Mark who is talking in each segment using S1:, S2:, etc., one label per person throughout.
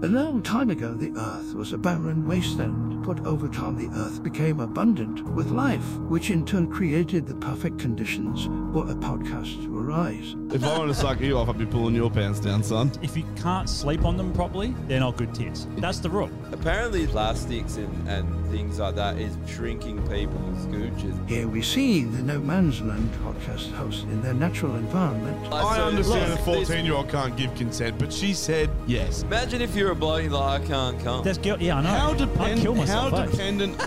S1: A long time ago, the earth was a barren wasteland, but over time, the earth became abundant with life, which in turn created the perfect conditions for a podcast to arise.
S2: If I want to suck you off, I'd be pulling your pants down, son.
S3: If you can't sleep on them properly, they're not good tits. That's the rule.
S4: Apparently, plastics and, and things like that is shrinking people's gooches.
S1: Here we see the No Man's Land podcast host in their natural environment.
S2: I understand a 14 year old can't give consent, but she said yes.
S4: Imagine if you're a bloke and you're like, I can't come.
S3: That's guilt. Yeah, I know.
S2: How, depend-
S3: I'd kill myself.
S2: how
S3: eh?
S2: dependent.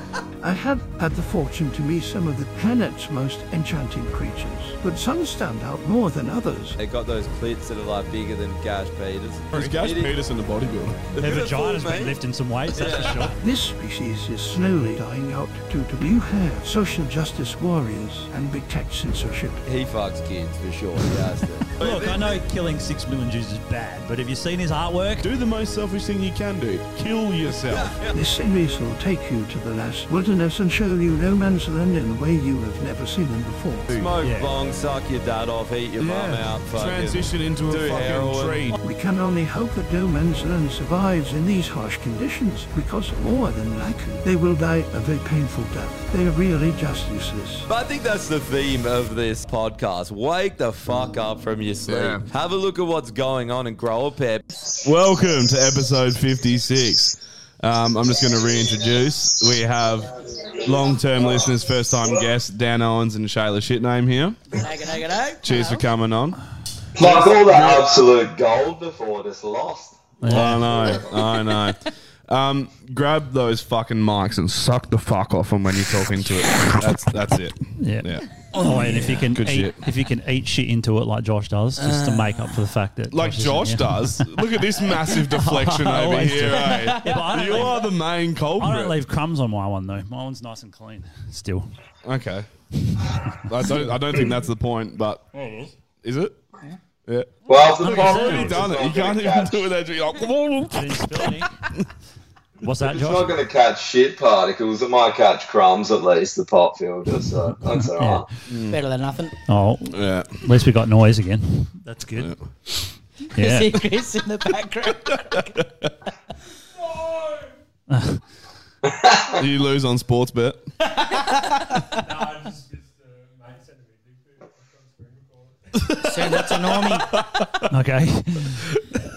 S1: I have had the fortune to meet some of the planet's most enchanting creatures, but some stand out more than others.
S4: They got those clits that are like bigger than Gash Peters.
S2: Is Gash
S4: It is-
S2: Peterson a bodybuilder?
S3: Their
S4: Beautiful,
S3: vagina's
S4: mate.
S3: been lifting some weights, that's for sure.
S1: This species is slowly dying out due to blue hair, social justice warriors, and big tech censorship.
S4: He fucks kids for sure. He has to.
S3: Look, I know killing six million Jews is bad, but have you seen his artwork?
S2: Do the most selfish thing you can do kill yourself.
S1: This series will take you to the last wilderness and show you no man's land in a way you have never seen them before.
S4: Smoke
S3: Yeah.
S4: bong, suck your dad off, eat your mum out. Fucking.
S2: Transition into a
S4: Do
S2: fucking
S4: heroin.
S2: tree.
S1: We can only hope that no man's land survives in these harsh conditions, because more than likely they will die a very painful death. They are really just useless.
S4: But I think that's the theme of this podcast. Wake the fuck up from your sleep.
S2: Yeah.
S4: Have a look at what's going on and grow a pair.
S2: Welcome to episode 56. Um, I'm just going to reintroduce. We have long term listeners, first time guests, Dan Owens and Shayla Shitname here. Cheers for coming on.
S4: Like all the absolute gold before just lost.
S2: I know, I know. Um, grab those fucking mics and suck the fuck off them when you talk into it. That's that's it.
S3: Yeah.
S2: Yeah.
S3: Oh, and if you can
S2: Good
S3: eat,
S2: shit.
S3: if you can eat shit into it like Josh does, just to make up for the fact that
S2: Like
S3: isn't
S2: Josh
S3: here.
S2: does. Look at this massive deflection
S3: I
S2: over
S3: always
S2: here.
S3: do.
S2: eh?
S3: Yeah, but I don't
S2: you
S3: leave-
S2: are the main culprit.
S3: I don't leave crumbs on my one though. My one's nice and clean still.
S2: Okay. I don't, I don't think that's the point, but is it? Yeah.
S4: Well, the
S2: Look, he's already done it. You can't even do it. without you. Like,
S3: I didn't spill any. What's that,
S4: It's not
S3: Josh?
S4: going to catch shit particles. It might catch crumbs at least, the pot filter, so that's alright.
S5: Better than nothing.
S3: Oh,
S2: yeah.
S3: at least we got noise again. That's good. Yeah.
S5: See Chris in the background.
S2: You lose on sports bet.
S5: See, that's a normie.
S3: Okay.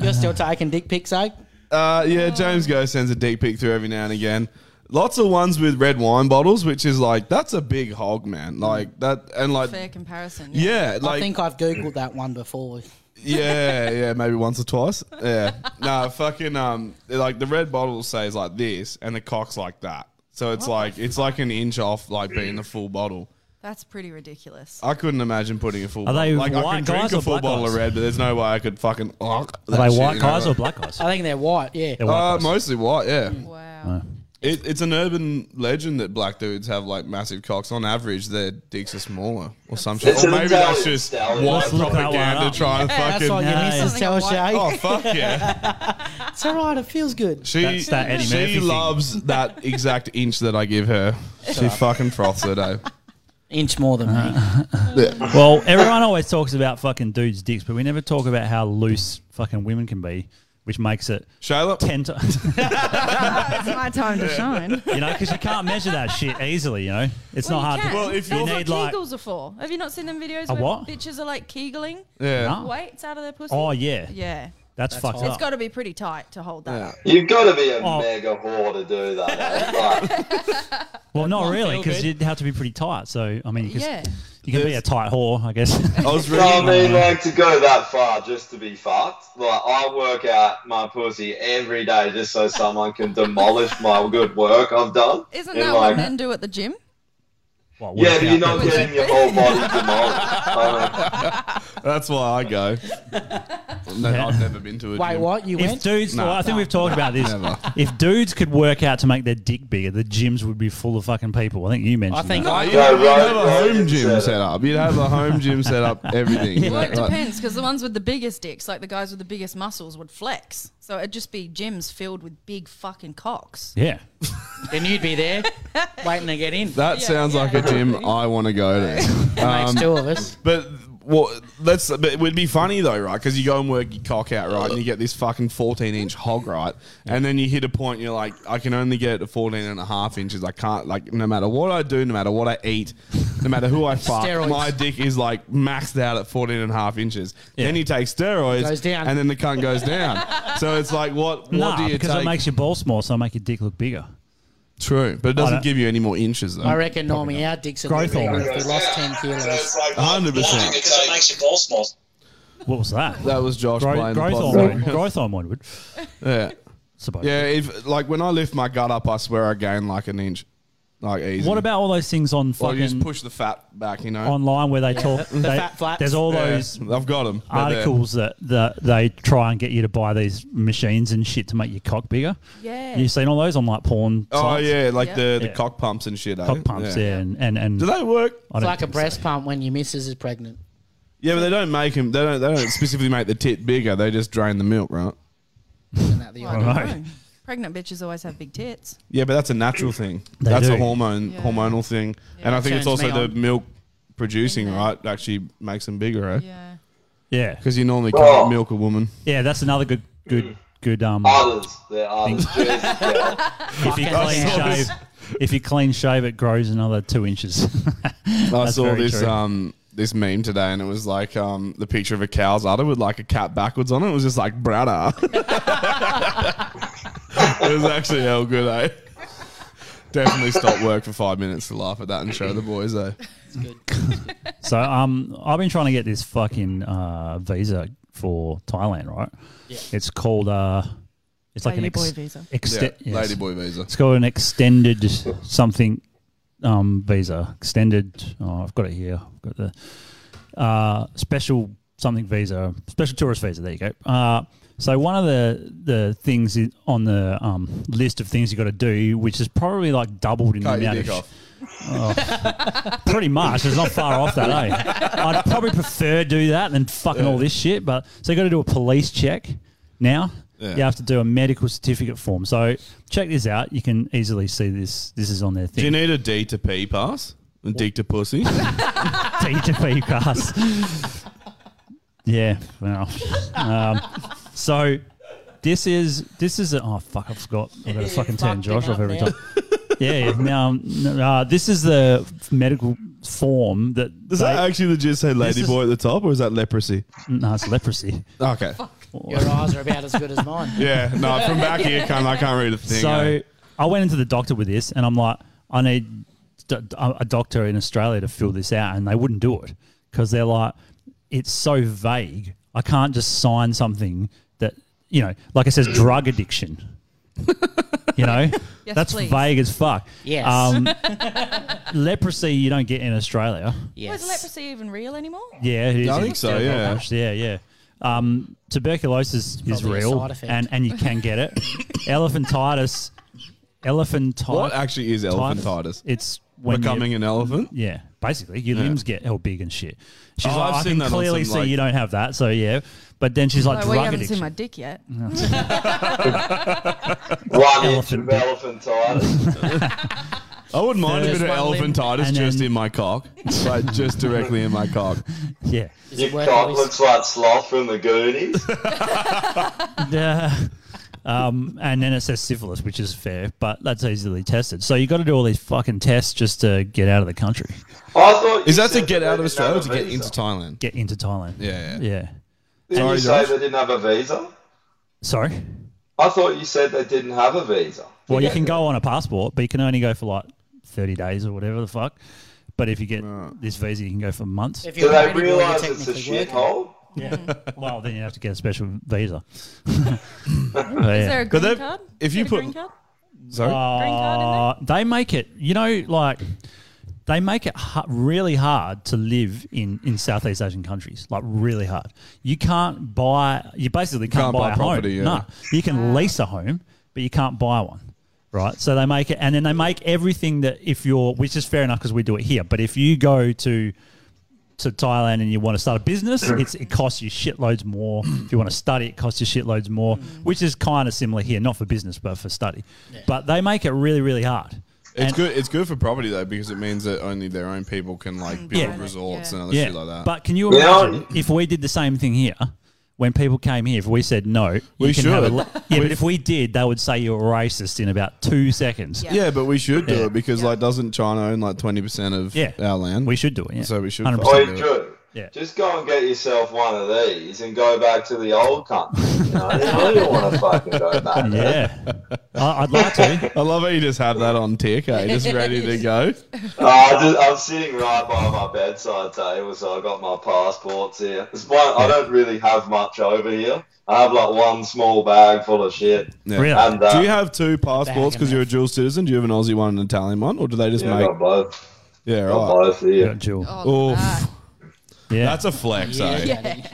S5: You're still taking dick pics, eh?
S2: Uh, yeah, James Go sends a deep pic through every now and again. Lots of ones with red wine bottles, which is like that's a big hog, man. Like that, and like
S6: fair comparison.
S2: yeah,
S5: I
S2: like
S5: think I've googled that one before.
S2: yeah, yeah, maybe once or twice. Yeah, no, fucking um, like the red bottle says like this, and the cock's like that. So it's like it's like an inch off, like being a full bottle.
S6: That's pretty ridiculous.
S2: I couldn't imagine putting a full.
S3: Are they
S2: bottle. like I
S3: white
S2: can
S3: guys
S2: drink
S3: or
S2: a full
S3: black
S2: bottle
S3: guys?
S2: of red, but there's no way I could fucking. Are
S3: Are they white guys or black guys?
S5: I think they're white, yeah.
S3: They're white
S2: Uh,
S3: guys.
S2: mostly white, yeah.
S6: Wow.
S2: It, it's an urban legend that black dudes have like massive cocks. On average, their dicks are smaller or some shit.
S4: It's
S2: Or
S4: an
S2: oh, maybe that's just
S4: Italian
S2: white
S3: Let's look that one
S2: propaganda
S3: up.
S2: trying to
S5: Yeah, that's what
S2: fucking.
S5: your
S3: Yeah, yeah.
S5: missus tells you. eh?
S2: Oh fuck yeah!
S5: It's all right, it feels good.
S2: She
S3: That's that Eddie Murphy
S2: she
S3: thing.
S2: loves that exact inch that I give her. She fucking froths it. Eh?
S5: Inch more than me.
S3: Well, everyone always talks about fucking dudes' dicks, but we never talk about how loose fucking women can be, which makes it
S2: Shayla,
S3: ten times.
S6: Oh, It's my time to shine.
S3: you know, because you can't measure that shit easily. You know, it's
S6: Well,
S3: not hard.
S6: you can.
S3: to
S2: Well, if
S6: That's
S2: you're-
S6: what
S3: you need like,
S6: Kegels are for. Have you not seen them videos
S3: A
S6: where
S3: what?
S6: bitches are like Kegling
S2: yeah.
S3: Nah.
S6: weights out of their pussy?
S3: oh yeah,
S6: Yeah.
S3: That's, fucked
S6: It's
S3: up.
S6: got to be pretty tight to hold that.
S4: You've got to be a
S3: Oh.
S4: mega whore to do that. eh?
S3: well, not really,
S4: feel
S3: because
S4: good.
S3: you'd have to be pretty tight. So I mean, you can,
S4: Yeah.
S3: you can be a tight whore, I guess.
S4: No, I uh, mean, like to go that far just to be fucked. Like I work out my pussy every day just so someone can demolish my good work I've done.
S6: Isn't
S4: And,
S6: that what
S4: like,
S6: men do at the gym?
S4: Yeah, but you're not getting your whole body demolished. I mean,
S2: That's why I go. No, I've never been to it.
S5: Wait, what? You
S3: if
S5: went?
S3: dudes,
S2: Nah,
S3: well, I think we've talked about this.
S2: Never.
S3: If dudes could work out to make their dick bigger, the gyms would be full of fucking people. I think you mentioned.
S5: think
S3: that.
S5: I-
S2: you'd,
S5: No,
S2: you'd
S5: right,
S2: have a
S5: right,
S2: home
S5: you'd set
S2: gym
S5: up.
S2: set up. You'd have a home gym set up. Everything.
S3: Yeah.
S6: Well, it
S2: Like-
S6: depends because the ones with the biggest dicks, like the guys with the biggest muscles, would flex. So it'd just be gyms filled with big fucking cocks.
S3: Yeah.
S5: then you'd be there waiting to get in.
S2: That sounds like a gym I want to go to.
S5: Makes two of us.
S2: But what? Let's. But it would be funny though, right? Because you go and work your cock out, right, and you get this fucking fourteen-inch hog, right, and then you hit a point. You're like, I can only get to 14 and a half inches. I can't. Like, no matter what I do, no matter what I eat, no matter who I fuck,
S5: Steroids.
S2: my dick is like maxed out at 14 and a half inches. Then you take steroids,
S5: Goes down.
S2: and then the cunt goes down. so it's like, what? What
S3: Nah,
S2: do you
S3: because
S2: take?
S3: it makes your ball small, so it make your dick look bigger.
S2: True, but it doesn't give you any more inches though.
S5: I reckon, Normie, our dicks are
S2: Growth
S5: bigger
S2: hormone.
S5: if we lost 10 kilos.
S2: 100%.
S5: it makes your ball small.
S3: What was that?
S2: That was Josh
S3: Grow-
S2: playing the
S3: growth
S2: pod.
S3: hormone. growth hormone would.
S2: Yeah.
S3: Suppose.
S2: Yeah, if like when I lift my gut up, I swear I gain like an inch, like easy.
S3: What about all those things on
S2: Well, you just
S3: fucking
S2: push the fat back, you know,
S3: online where they talk? they- There's all
S2: Yeah,
S3: those
S2: I've got them.
S3: articles that, that they try and get you to buy these machines and shit to make your cock bigger.
S2: Yeah.
S3: You've seen all those on like porn.
S2: Oh
S3: sites?
S2: yeah, like the, the
S3: Yeah.
S2: cock pumps and shit. eh?
S3: cock pumps. Yeah, and, and and
S2: Do they work?
S5: It's like a breast pump when your missus is pregnant.
S2: Yeah, but they don't make them. They don't. They don't specifically make the tit bigger. They just drain the milk, right?
S6: Well, I don't know. Pregnant bitches always have big tits.
S2: Yeah, but that's a natural thing.
S3: They
S2: that's
S3: do.
S2: a hormone
S6: Yeah.
S2: hormonal thing, and I think
S3: Turns
S2: it's also
S3: me
S2: the
S3: on.
S2: milk producing, right? Actually makes them bigger, eh?
S6: Yeah.
S3: Yeah,
S2: because you normally can't milk a woman.
S3: yeah, that's another good good good um.
S4: Mm. Others, there are others. Jesus, yeah.
S3: If you clean shave, if you clean shave, it grows another two inches.
S2: I
S3: That's
S2: saw
S3: very
S2: this
S3: true.
S2: um this meme today, and it was like um the picture of a cow's udder with like a cat backwards on it. It was just like brada. it was actually hell good, eh? Definitely stop work for five minutes to laugh at that and show the boys, eh?
S3: So um, I've been trying to get this fucking uh, visa for Thailand, right?
S2: Yeah.
S3: It's called uh, it's like an
S2: Ladyboy
S3: ex-
S2: visa.
S3: exte-
S2: Yeah, ladyboy visa.
S3: It's called an extended something um visa. Extended. Oh, I've got it here. I've got the uh special something visa, special tourist visa. There you go. Uh, so one of the the things i- on the um, list of things you got to do, which is probably like doubled in
S2: Cut
S3: the
S2: your
S3: amount
S2: dick
S3: of.
S2: off.
S3: Oh, pretty much. It's not far off that, eh? I'd probably prefer do that than fucking all this shit. But so you got to do a police check now.
S2: Yeah.
S3: You have to do a medical certificate form. So check this out. You can easily see this. This is on their
S2: Do
S3: thing.
S2: you need a D to P pass? A dick to pussy?
S3: Teacher fee pass. yeah. Well. Um, so this is this is a, oh fuck I forgot I've got to fucking turn
S5: fucked
S3: Josh
S5: it
S3: off
S5: up
S3: every
S5: now.
S3: time. yeah. yeah. Now n- uh, this is the f- medical form that
S2: Does
S3: they-
S2: that actually legit say
S3: This is-
S2: ladyboy at the top, or is that leprosy?
S3: No, it's leprosy.
S2: Okay.
S5: Your eyes are about as good as mine.
S2: Yeah, no, from back here, can't, I can't read a thing.
S3: So
S2: eh?
S3: I went into the doctor with this, and I'm like, I need d- d- a doctor in Australia to fill this out, and they wouldn't do it because they're like, it's so vague. I can't just sign something that you know, like it says drug addiction. you know,
S5: Yes,
S3: that's
S5: please.
S3: vague as fuck. Um,
S5: Yes.
S3: leprosy you don't get in Australia.
S6: Well, is leprosy even real anymore?
S3: Yeah, it is.
S2: I think so,
S3: Oh,
S2: yeah.
S3: gosh, yeah, yeah. Um, tuberculosis is
S2: probably a
S3: real,
S2: side effect.
S3: and and you can get it. elephantitis, elephantitis.
S2: What actually is elephantitis?
S3: It's when
S2: Becoming
S3: you,
S2: an elephant?
S3: Yeah, basically, your
S2: Yeah.
S3: limbs get all big and shit. She's
S2: Oh,
S3: like,
S2: I've
S3: i
S2: seen
S3: can
S2: that on
S3: clearly
S2: some,
S3: see
S2: like-
S3: you don't have that, so yeah. But then she's like,
S6: well, you
S3: drug
S6: haven't
S3: addiction.
S6: seen my dick yet.
S4: One inch
S3: Elephant
S4: of
S3: dick.
S4: elephantitis.
S2: I wouldn't mind a
S3: There's
S2: bit of
S3: one limb,
S2: elephantitis
S3: and
S2: just
S3: then-
S2: in my cock, like just directly in my cock.
S3: Yeah.
S4: Your cock looks like sloth from the Goonies.
S3: Yeah. Um, and then it says syphilis, which is fair, but that's easily tested. So you got to do all these fucking tests just to get out of the country.
S4: I thought you
S2: Is that to
S4: said
S2: get
S4: they
S2: out of
S4: didn't
S2: Australia or
S4: have
S2: to
S4: a
S2: get
S4: visa?
S2: into Thailand?
S3: Get into Thailand.
S2: Yeah,
S3: yeah.
S4: Didn't
S2: Sorry,
S4: you say
S2: Josh.
S4: they didn't have a visa?
S3: Sorry.
S4: I thought you said they didn't have a visa.
S3: Well, you can go on a passport, but you can only go for like 30 days or whatever the fuck. But if you get this visa, you can go for months.
S4: Do they realise it's a shithole?
S3: Yeah.
S6: Mm.
S3: well, then you have to get a special visa.
S6: Is there a green card? Is there a green card?
S3: Sorry? Uh, They make it, you know, like they make it ha- really hard to live in, in Southeast Asian countries, like really hard. You can't buy, you basically can't,
S2: Can't
S3: buy,
S2: buy
S3: a
S2: property,
S3: home.
S2: yeah.
S3: No, you can lease a home, but you can't buy one. Right, so they make it, and then they make everything that if you're, which is fair enough because we do it here. But if you go to to Thailand and you want to start a business, it's, it costs you shitloads more. If you want to study, it costs you shitloads more, which is kind of similar here, not for business but for study. But they make it really, really hard.
S2: It's good. It's good for property though because it means that only their own people can like build
S3: Mm, Yeah.
S2: resorts and other shit like that.
S3: But can you
S2: Yeah, I-
S3: imagine if we did the same thing here? When people came here, if we said no,
S2: We
S3: you can have a
S2: should.
S3: le- yeah,
S2: We've-
S3: but if we did, they would say you're racist in about two seconds.
S2: Yeah. but we should do it because like doesn't China own like twenty percent of
S3: Yeah.
S2: our land?
S3: We should do it. Yeah.
S2: So we should.
S3: 100%.
S2: fucking
S4: Oi,
S2: do it.
S4: Drew, Oh, Just go and get yourself one of these and go back to the old country. You know, you really want to fucking go back.
S3: Yeah, I, I'd like to.
S2: I love how you just have that on tick. Eh? Just ready to go.
S4: Oh, I just, I'm sitting right by my bedside table, so I got my passports here. It's one, I don't really have much over here. I have like one small bag full of shit. And, uh,
S2: do you have two passports because you're a dual citizen? Do you have an Aussie one and an Italian one, or do they just
S4: Yeah, I
S2: make
S4: got both?
S2: Yeah, right.
S4: Got both here.
S3: Got dual.
S2: Oh,
S3: yeah,
S2: that's a flex. eh?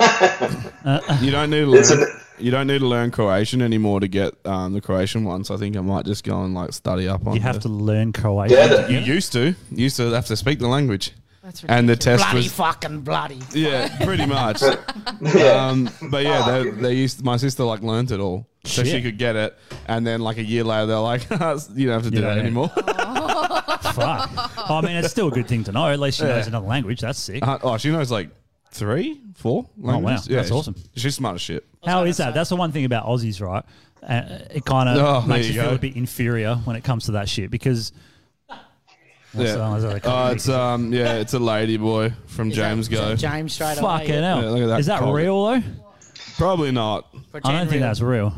S3: Uh,
S2: You don't need to
S3: It's
S2: learn, you don't need to learn Croatian anymore to get um, the Croatian one. So I think I might just go and like study up on.
S3: you have
S2: the-
S3: to learn Croatian.
S2: You used to you used to have to speak the language.
S5: That's
S2: and the test
S5: bloody
S2: was
S5: fucking bloody.
S2: yeah, pretty much.
S5: Yeah.
S2: um, but yeah, they, they used my sister like learnt it all, so she
S3: Shit.
S2: could get it. And then like a year later, they're like, you don't have to do that anymore.
S3: Fuck. I mean, Oh, it's still a good thing to know. At least she
S2: Yeah.
S3: knows another language. That's sick.
S2: Uh, oh, she knows like three, four.
S3: Oh, wow.
S2: languages.
S3: That's awesome.
S2: She's smart as shit.
S3: How is that? That's the one thing about Aussies, right? Uh, it kind
S2: Oh,
S3: of
S2: there
S3: makes
S2: you
S3: you feel
S2: go.
S3: a bit inferior when it comes to that shit because. What's the- what's the-
S2: Oh, it's um, yeah, it's a lady boy from James
S3: that
S2: Go.
S3: James straight away? Fucking hell.
S2: Yeah, look at
S3: Is that
S2: cock.
S3: real, though?
S2: Probably not.
S3: I don't think that's real.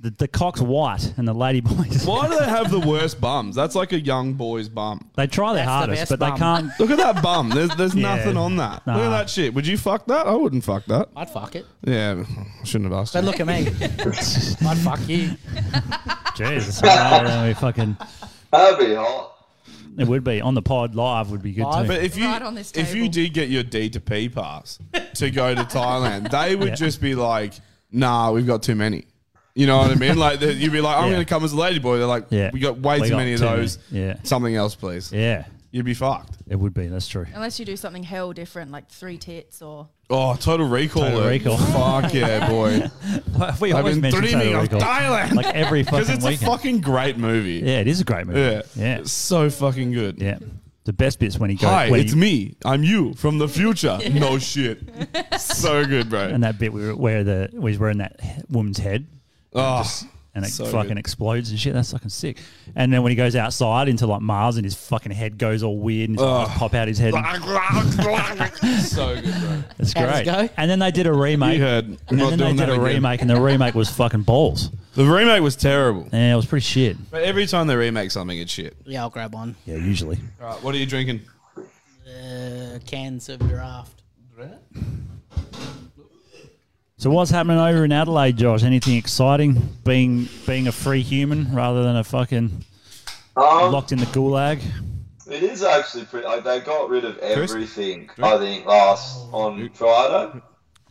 S3: The, the cock's white and the lady boys.
S2: Why do they have the worst bums? That's like a young boy's bum.
S3: They try their
S2: That's the
S3: hardest,
S2: best
S3: but they
S2: bum.
S3: can't.
S2: Look at that bum. There's there's
S3: Yeah.
S2: nothing on that. Look
S3: Nah.
S2: at that shit. Would you fuck that? I wouldn't fuck that.
S5: I'd fuck it.
S2: Yeah, I shouldn't have asked.
S5: But
S2: you.
S5: look at me. I'd fuck you.
S3: Jesus, no, we fucking.
S4: That'd be hot.
S3: It would be on the pod live. Would be good too.
S2: But if you if you did get your D to P pass to go to Thailand, they would
S3: Yeah.
S2: just be like, "Nah, we've got too many." You know what I mean? Like the- you'd be like, "I'm
S3: Yeah.
S2: going to come as a lady boy." They're like,
S3: Yeah.
S2: we got way
S3: We
S2: too
S3: got
S2: many of
S3: too many.
S2: those.
S3: Yeah.
S2: something else, please."
S3: Yeah,
S2: you'd be fucked.
S3: It would be. That's true.
S6: Unless you do something hell different, like three tits or.
S2: Oh, Total Recall!
S3: Total
S2: it.
S3: Recall.
S2: Fuck yeah, boy!
S3: we
S2: I've
S3: always
S2: been
S3: mention
S2: dreaming
S3: Total
S2: of
S3: Recall.
S2: Thailand,
S3: Like every
S2: because
S3: fucking
S2: it's
S3: weekend.
S2: a fucking great movie.
S3: Yeah, it is a great movie.
S2: Yeah.
S3: yeah, it's
S2: so fucking good.
S3: Yeah, the best bits when he goes.
S2: Hi,
S3: when
S2: it's
S3: he,
S2: me. I'm you from the future. No shit. so good, bro.
S3: And that bit where, where the where he's wearing that he- woman's head.
S2: Oh,
S3: and it
S2: so
S3: fucking
S2: good.
S3: explodes and shit. That's fucking sick. And then when he goes outside into like Mars and his fucking head goes all weird and his eyes pop out his head.
S2: so good, bro.
S3: It's great. And then they did a remake.
S2: You heard. I'm
S3: And
S2: not
S3: then they
S2: doing
S3: did
S2: that
S3: a
S2: again.
S3: remake, and the remake was fucking balls.
S2: The remake was terrible.
S3: Yeah, it was pretty shit.
S2: But every time they remake something, it's shit.
S5: Yeah, I'll grab one.
S3: Yeah, usually.
S2: All right, what are you drinking?
S5: Uh, cans of draft.
S3: So what's happening over in Adelaide, Josh? Anything exciting? Being being a free human rather than a fucking locked in the gulag.
S4: It is actually pretty. Like, they got rid of everything, I think, last on Friday.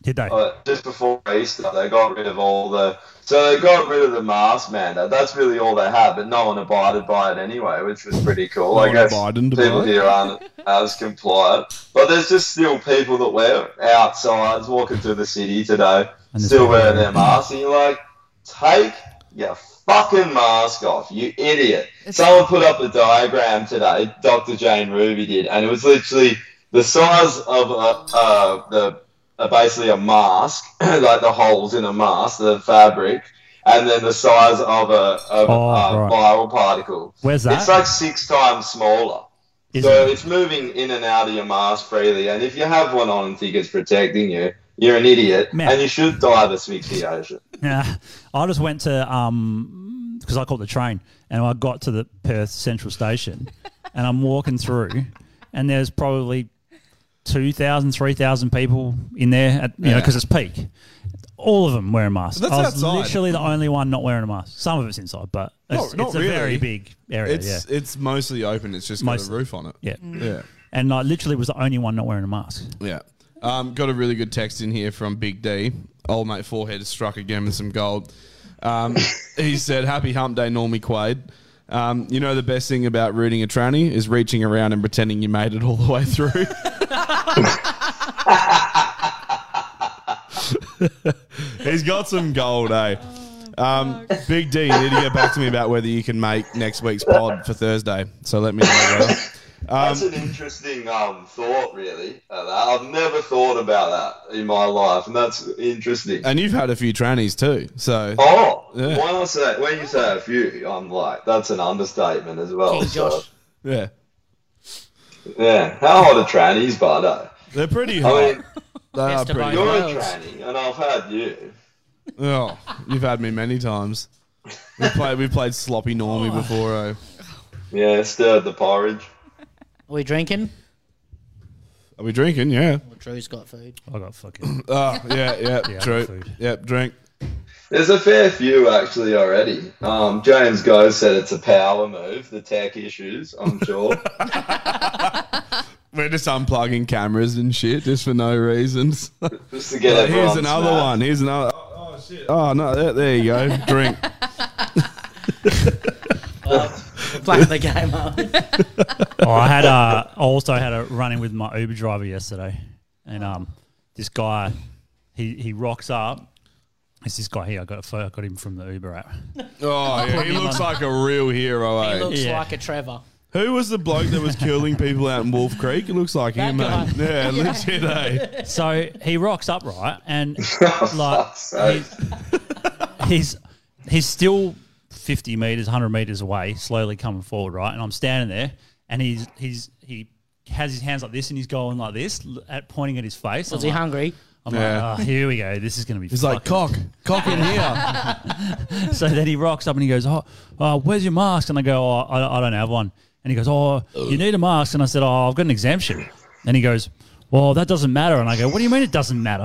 S3: Did they?
S4: Uh, just before Easter, they got rid of all the. So they got rid of the mask mandate. That's really all they had, but no one abided by it anyway, which was pretty cool.
S2: No
S4: I
S2: one
S4: guess
S2: abided by
S4: people
S2: it.
S4: here aren't as compliant. But there's just still people that wear it outside, walking through the city today, still wearing their masks. And you're like, take your fucking mask off, you idiot. Someone put up a diagram today, Dr. Jane Ruby did, and it was literally the size of a, uh, the uh, basically a mask, like the holes in a mask, the fabric, and then the size of a, of a uh,
S3: Oh, right.
S4: viral particle.
S3: Where's that?
S4: It's like six times smaller.
S3: Is
S4: so it's moving in and out of your mask freely, and if you have one on and think it's protecting you, You're an idiot,
S3: Man.
S4: and you should dive asphyxiation.
S3: Yeah, I just went to um because I caught the train and I got to the Perth Central Station, and I'm walking through, and there's probably 2,000, 3,000 people in there at you know
S2: Yeah.
S3: because it's peak. All of them wearing masks.
S2: That's
S3: I was
S2: outside.
S3: literally the only one not wearing a mask. Some of it's inside, but it's, it's a very big area.
S2: It's
S3: yeah.
S2: it's mostly open. It's just got
S3: Mostly.
S2: a roof on it.
S3: Yeah.
S2: yeah.
S3: And I literally was the only one not wearing a mask.
S2: Yeah. Um, got a really good text in here from Big D. Old mate forehead struck again with some gold. Um, he said, Happy hump day, Normie Quaid. Um, you know the best thing about rooting a tranny is reaching around and pretending you made it all the way through. He's got some gold, eh? Um, Big D, you need to get back to me about whether you can make next week's pod for Thursday. So let me know. brother. Um,
S4: That's an interesting um, thought, really. uh, that. I've never thought about that in my life, and that's interesting.
S2: and you've had a few trannies too, so
S4: Oh,
S2: Yeah.
S4: when I say when you say a few, I'm like that's an understatement as well.
S2: King
S4: so-
S2: Josh. yeah,
S4: yeah, how hot are trannies, Bardo?
S2: they're pretty
S4: I
S2: hot.
S4: mean,
S2: They are pretty
S4: you're a
S2: hot.
S4: tranny, and I've had you.
S2: Oh, you've had me many times. We played we played sloppy normie before. Oh.
S4: Yeah, stirred the porridge.
S5: Are we drinking?
S2: Are we drinking? Yeah.
S5: Well, Drew's got food.
S3: I got fucking.
S2: Oh, yeah, yeah,
S3: Yeah,
S2: true. Yep, drink.
S4: There's a fair few actually already. Um, James Go said it's a power move. The tech issues, I'm sure.
S2: We're just unplugging cameras and shit just for no reasons.
S4: Just to get
S2: Like,
S4: everyone
S2: Here's another
S4: snapped.
S2: one. Here's another. Oh, oh, shit. Oh, no, there, there you go. Drink.
S5: Playing the game up.
S3: oh, I had a, I also had a run in with my Uber driver yesterday, and um, this guy, he he rocks up. It's this guy here. I got a photo- I got him from the Uber app.
S2: Oh, yeah, he looks like a real hero. Eh?
S5: He looks
S3: Yeah.
S5: like a Trevor.
S2: Who was the bloke that was killing people out in Wolf Creek? It looks like him,
S5: guy.
S2: man. Yeah,
S5: Yeah.
S2: legit, eh?
S3: So he rocks up right, and
S5: Oh,
S3: like he's, he's he's still fifty meters, hundred meters away, slowly coming forward right, and I'm standing there, and he's he's he has his hands like this, and he's going like this, l- at pointing at his face.
S5: Was
S3: I'm
S5: he
S3: like-
S5: hungry?
S3: I'm
S2: Yeah.
S3: like, oh, here we go. This is going to be.
S2: He's like, cock, cock in here.
S3: so then he rocks up and he goes, "Oh, uh, where's your mask?" And I go, "Oh, I, I don't have one." And he goes, "Oh, you need a mask?" And I said, "Oh, I've got an exemption." And he goes, "Well, that doesn't matter." And I go, "What do you mean it doesn't matter?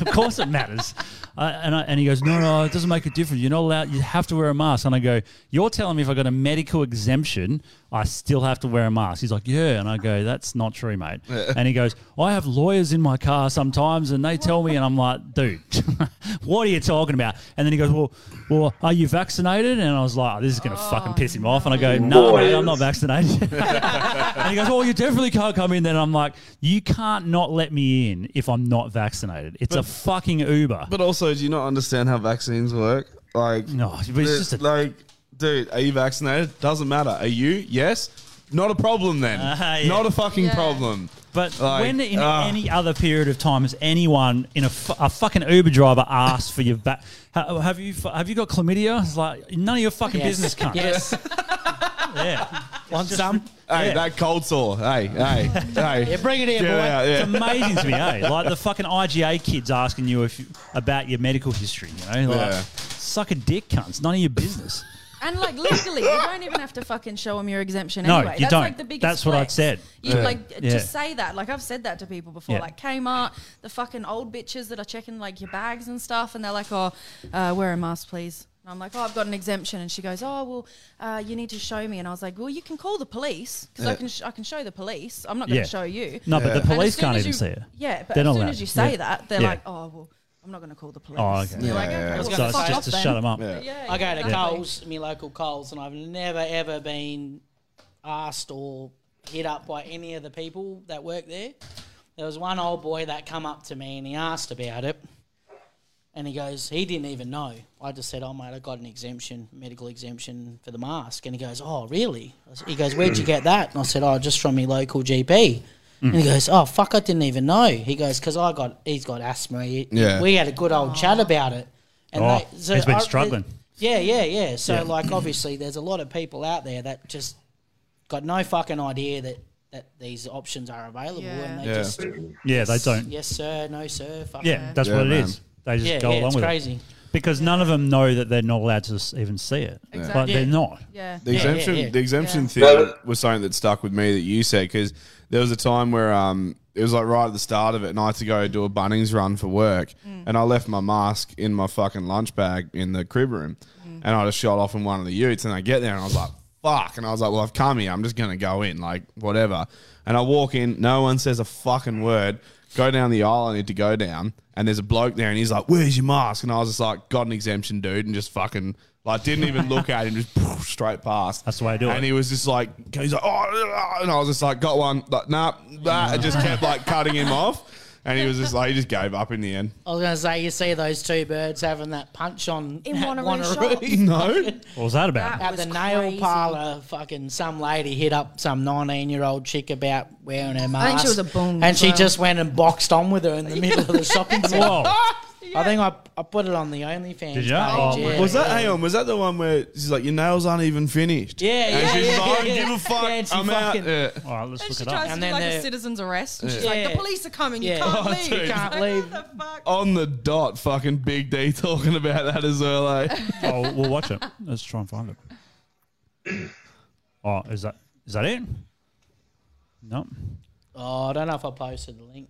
S3: of course it matters." I, and I, and he goes, "No, no, it doesn't make a difference. You're not allowed. You have to wear a mask." And I go, "You're telling me if I got a medical exemption, I still have to wear a mask?" He's like, "Yeah." And I go, "That's not true, mate." and he goes, "I have lawyers in my car sometimes, and they tell me." And I'm like, "Dude, what are you talking about?" And then he goes, "Well, well, are you vaccinated?" And I was like, "This is gonna fucking piss him off." And I go, "No, mate, I'm not vaccinated." and he goes, "Oh, you definitely can't come in." Then I'm like, "You can't not let me in if I'm not vaccinated. It's a fucking Uber."
S2: But also, do you not understand how vaccines work? Like,
S3: No, but it's
S2: the-
S3: just a-
S2: like, dude, are you vaccinated? Doesn't matter. Are you? Yes. Not a problem then.
S3: Uh, yeah.
S2: Not a fucking
S3: Yeah.
S2: problem.
S3: But
S2: Like,
S3: when in
S2: ah.
S3: any other period of time has anyone in a, fu- a fucking Uber driver asked for your back? Ha- have you fu- have you got chlamydia? It's like none of your fucking
S5: Yes.
S3: business, Mm. cunt.
S5: Yes.
S3: yeah.
S5: Want some?
S2: Hey,
S3: Yeah.
S2: that cold sore. Hey, hey, hey.
S5: Yeah, bring it here,
S2: Get
S5: boy.
S2: out, yeah.
S3: It's amazing to me, eh? Like the fucking IGA kids asking you if you, about your medical history. You know, like
S2: Yeah.
S3: suck a dick, cunt. It's none of your business.
S6: And like legally, you don't even have to fucking show them your exemption
S3: No,
S6: anyway.
S3: you
S6: That's
S3: don't.
S6: like the biggest
S3: That's what I'd
S6: flex.
S3: said.
S6: You
S3: Yeah.
S6: like
S3: Yeah.
S6: just say that. Like I've said that to people before.
S3: Yeah.
S6: Like Kmart, the fucking old bitches that are checking like your bags and stuff, and they're like, "Oh, uh, wear a mask, please." And I'm like, "Oh, I've got an exemption," and she goes, "Oh, well, uh, you need to show me." And I was like, "Well, you can call the police because I
S3: Yeah.
S6: can sh- I can show the police. I'm not going to
S3: Yeah.
S6: show you."
S3: No, but the
S6: And as
S3: police
S6: soon
S3: can't
S6: as
S3: even
S6: you-
S3: see it.
S6: Yeah, but
S3: They're
S6: as
S3: not
S6: soon
S3: allowed.
S6: as you say
S3: Yeah.
S6: that, they're
S3: Yeah.
S6: like, "Oh, well, I'm not going to call the police."
S3: Oh, okay.
S6: You're like,
S3: Yeah.
S6: "Okay, well,
S3: So
S6: fuck
S3: it's just
S6: off
S3: to
S6: then."
S3: shut 'em up. Yeah.
S6: Yeah,
S5: I go to
S6: exactly.
S5: Coles, my local Coles, and I've never ever been asked or hit up by any of the people that work there. There was one old boy that come up to me and he asked about it, and he goes, he didn't even know. I just said, "Oh mate, I got an exemption, medical exemption for the mask," and he goes, "Oh really?" I s- He goes, "Where'd you get that?" And I said, "Oh, just from my local GP." And he goes, "Oh fuck, I didn't even know." He goes, "Cause I got, he's got asthma. He-
S3: Yeah.
S5: We had a good old chat about it." And
S3: Oh,
S5: they, so
S3: he's been
S5: I-
S3: struggling.
S5: yeah, yeah, yeah. So
S3: Yeah.
S5: like, obviously, there's a lot of people out there that just got no fucking idea that that these options are available, and they
S3: Yeah. Yeah.
S5: just
S3: Yeah, they
S5: yes,
S3: don't.
S5: Yes, sir. No, sir. Fuck
S3: Yeah,
S5: no.
S3: that's what it is. They just
S5: Yeah,
S3: go
S5: yeah,
S3: along
S5: it's
S3: with
S5: crazy.
S3: it. Because none of them know that they're not allowed to s- even see it, but
S2: Exactly.
S3: they're not.
S2: The exemption, the exemption
S3: Yeah.
S2: thing was something that stuck with me that you said because there was a time where um it was like right at the start of it, and I had to go do a Bunnings run for work,
S3: Mm.
S2: and I left my mask in my fucking lunch bag in the crib room,
S3: Mm.
S2: and I just shot off in one of the Utes, and I get there and I was like. Fuck. And I was like, well, I've come here. I'm just going to go in, like, whatever. And I walk in. No one says a fucking word. Go down the aisle I need to go down. And there's a bloke there and he's like, where's your mask? And I was just like, got an exemption, dude. And just fucking, like, didn't even look at him. Just straight past. That's the way I do it. And he was just like, he's like, oh, and I was just like, got one. Like, nah, that. I just kept like cutting him off. And he was just like, he just gave up in the end.
S5: I was going to say, you see those two birds having that punch on
S6: In
S5: at
S6: Wanneroo
S2: No.
S3: What was that about?
S5: At the nail parlour, fucking some lady hit up some 19 year old chick about wearing her mask.
S6: I think she was a boom
S5: And
S6: as
S5: she
S6: well.
S5: just went and boxed on with her in the middle of the shopping
S2: Whoa.
S5: center. I think I, I put it on the OnlyFans.
S2: Did Oh,
S5: page.
S2: you?
S5: yeah.
S2: was that, hang on, was that the one where she's like, your nails aren't even finished?
S5: Yeah,
S2: And
S5: yeah,
S2: she's
S5: yeah,
S2: like, I don't
S5: yeah,
S2: give a fuck.
S5: yeah, and she
S2: I'm out.
S5: fucking-
S2: Yeah.
S3: All right, let's
S6: She tries to do like a
S2: the-
S6: citizen's arrest. And
S2: Yeah.
S6: she's like,
S2: Yeah.
S6: the police are coming. You
S5: Yeah.
S6: can't
S5: Oh,
S6: leave.
S5: dude. You can't leave.
S2: On the dot, fucking Big D talking about that as well, eh?
S3: oh, we'll watch it. Let's try and find it. Oh, is that is that it? No.
S5: Oh, I don't know if I posted the link.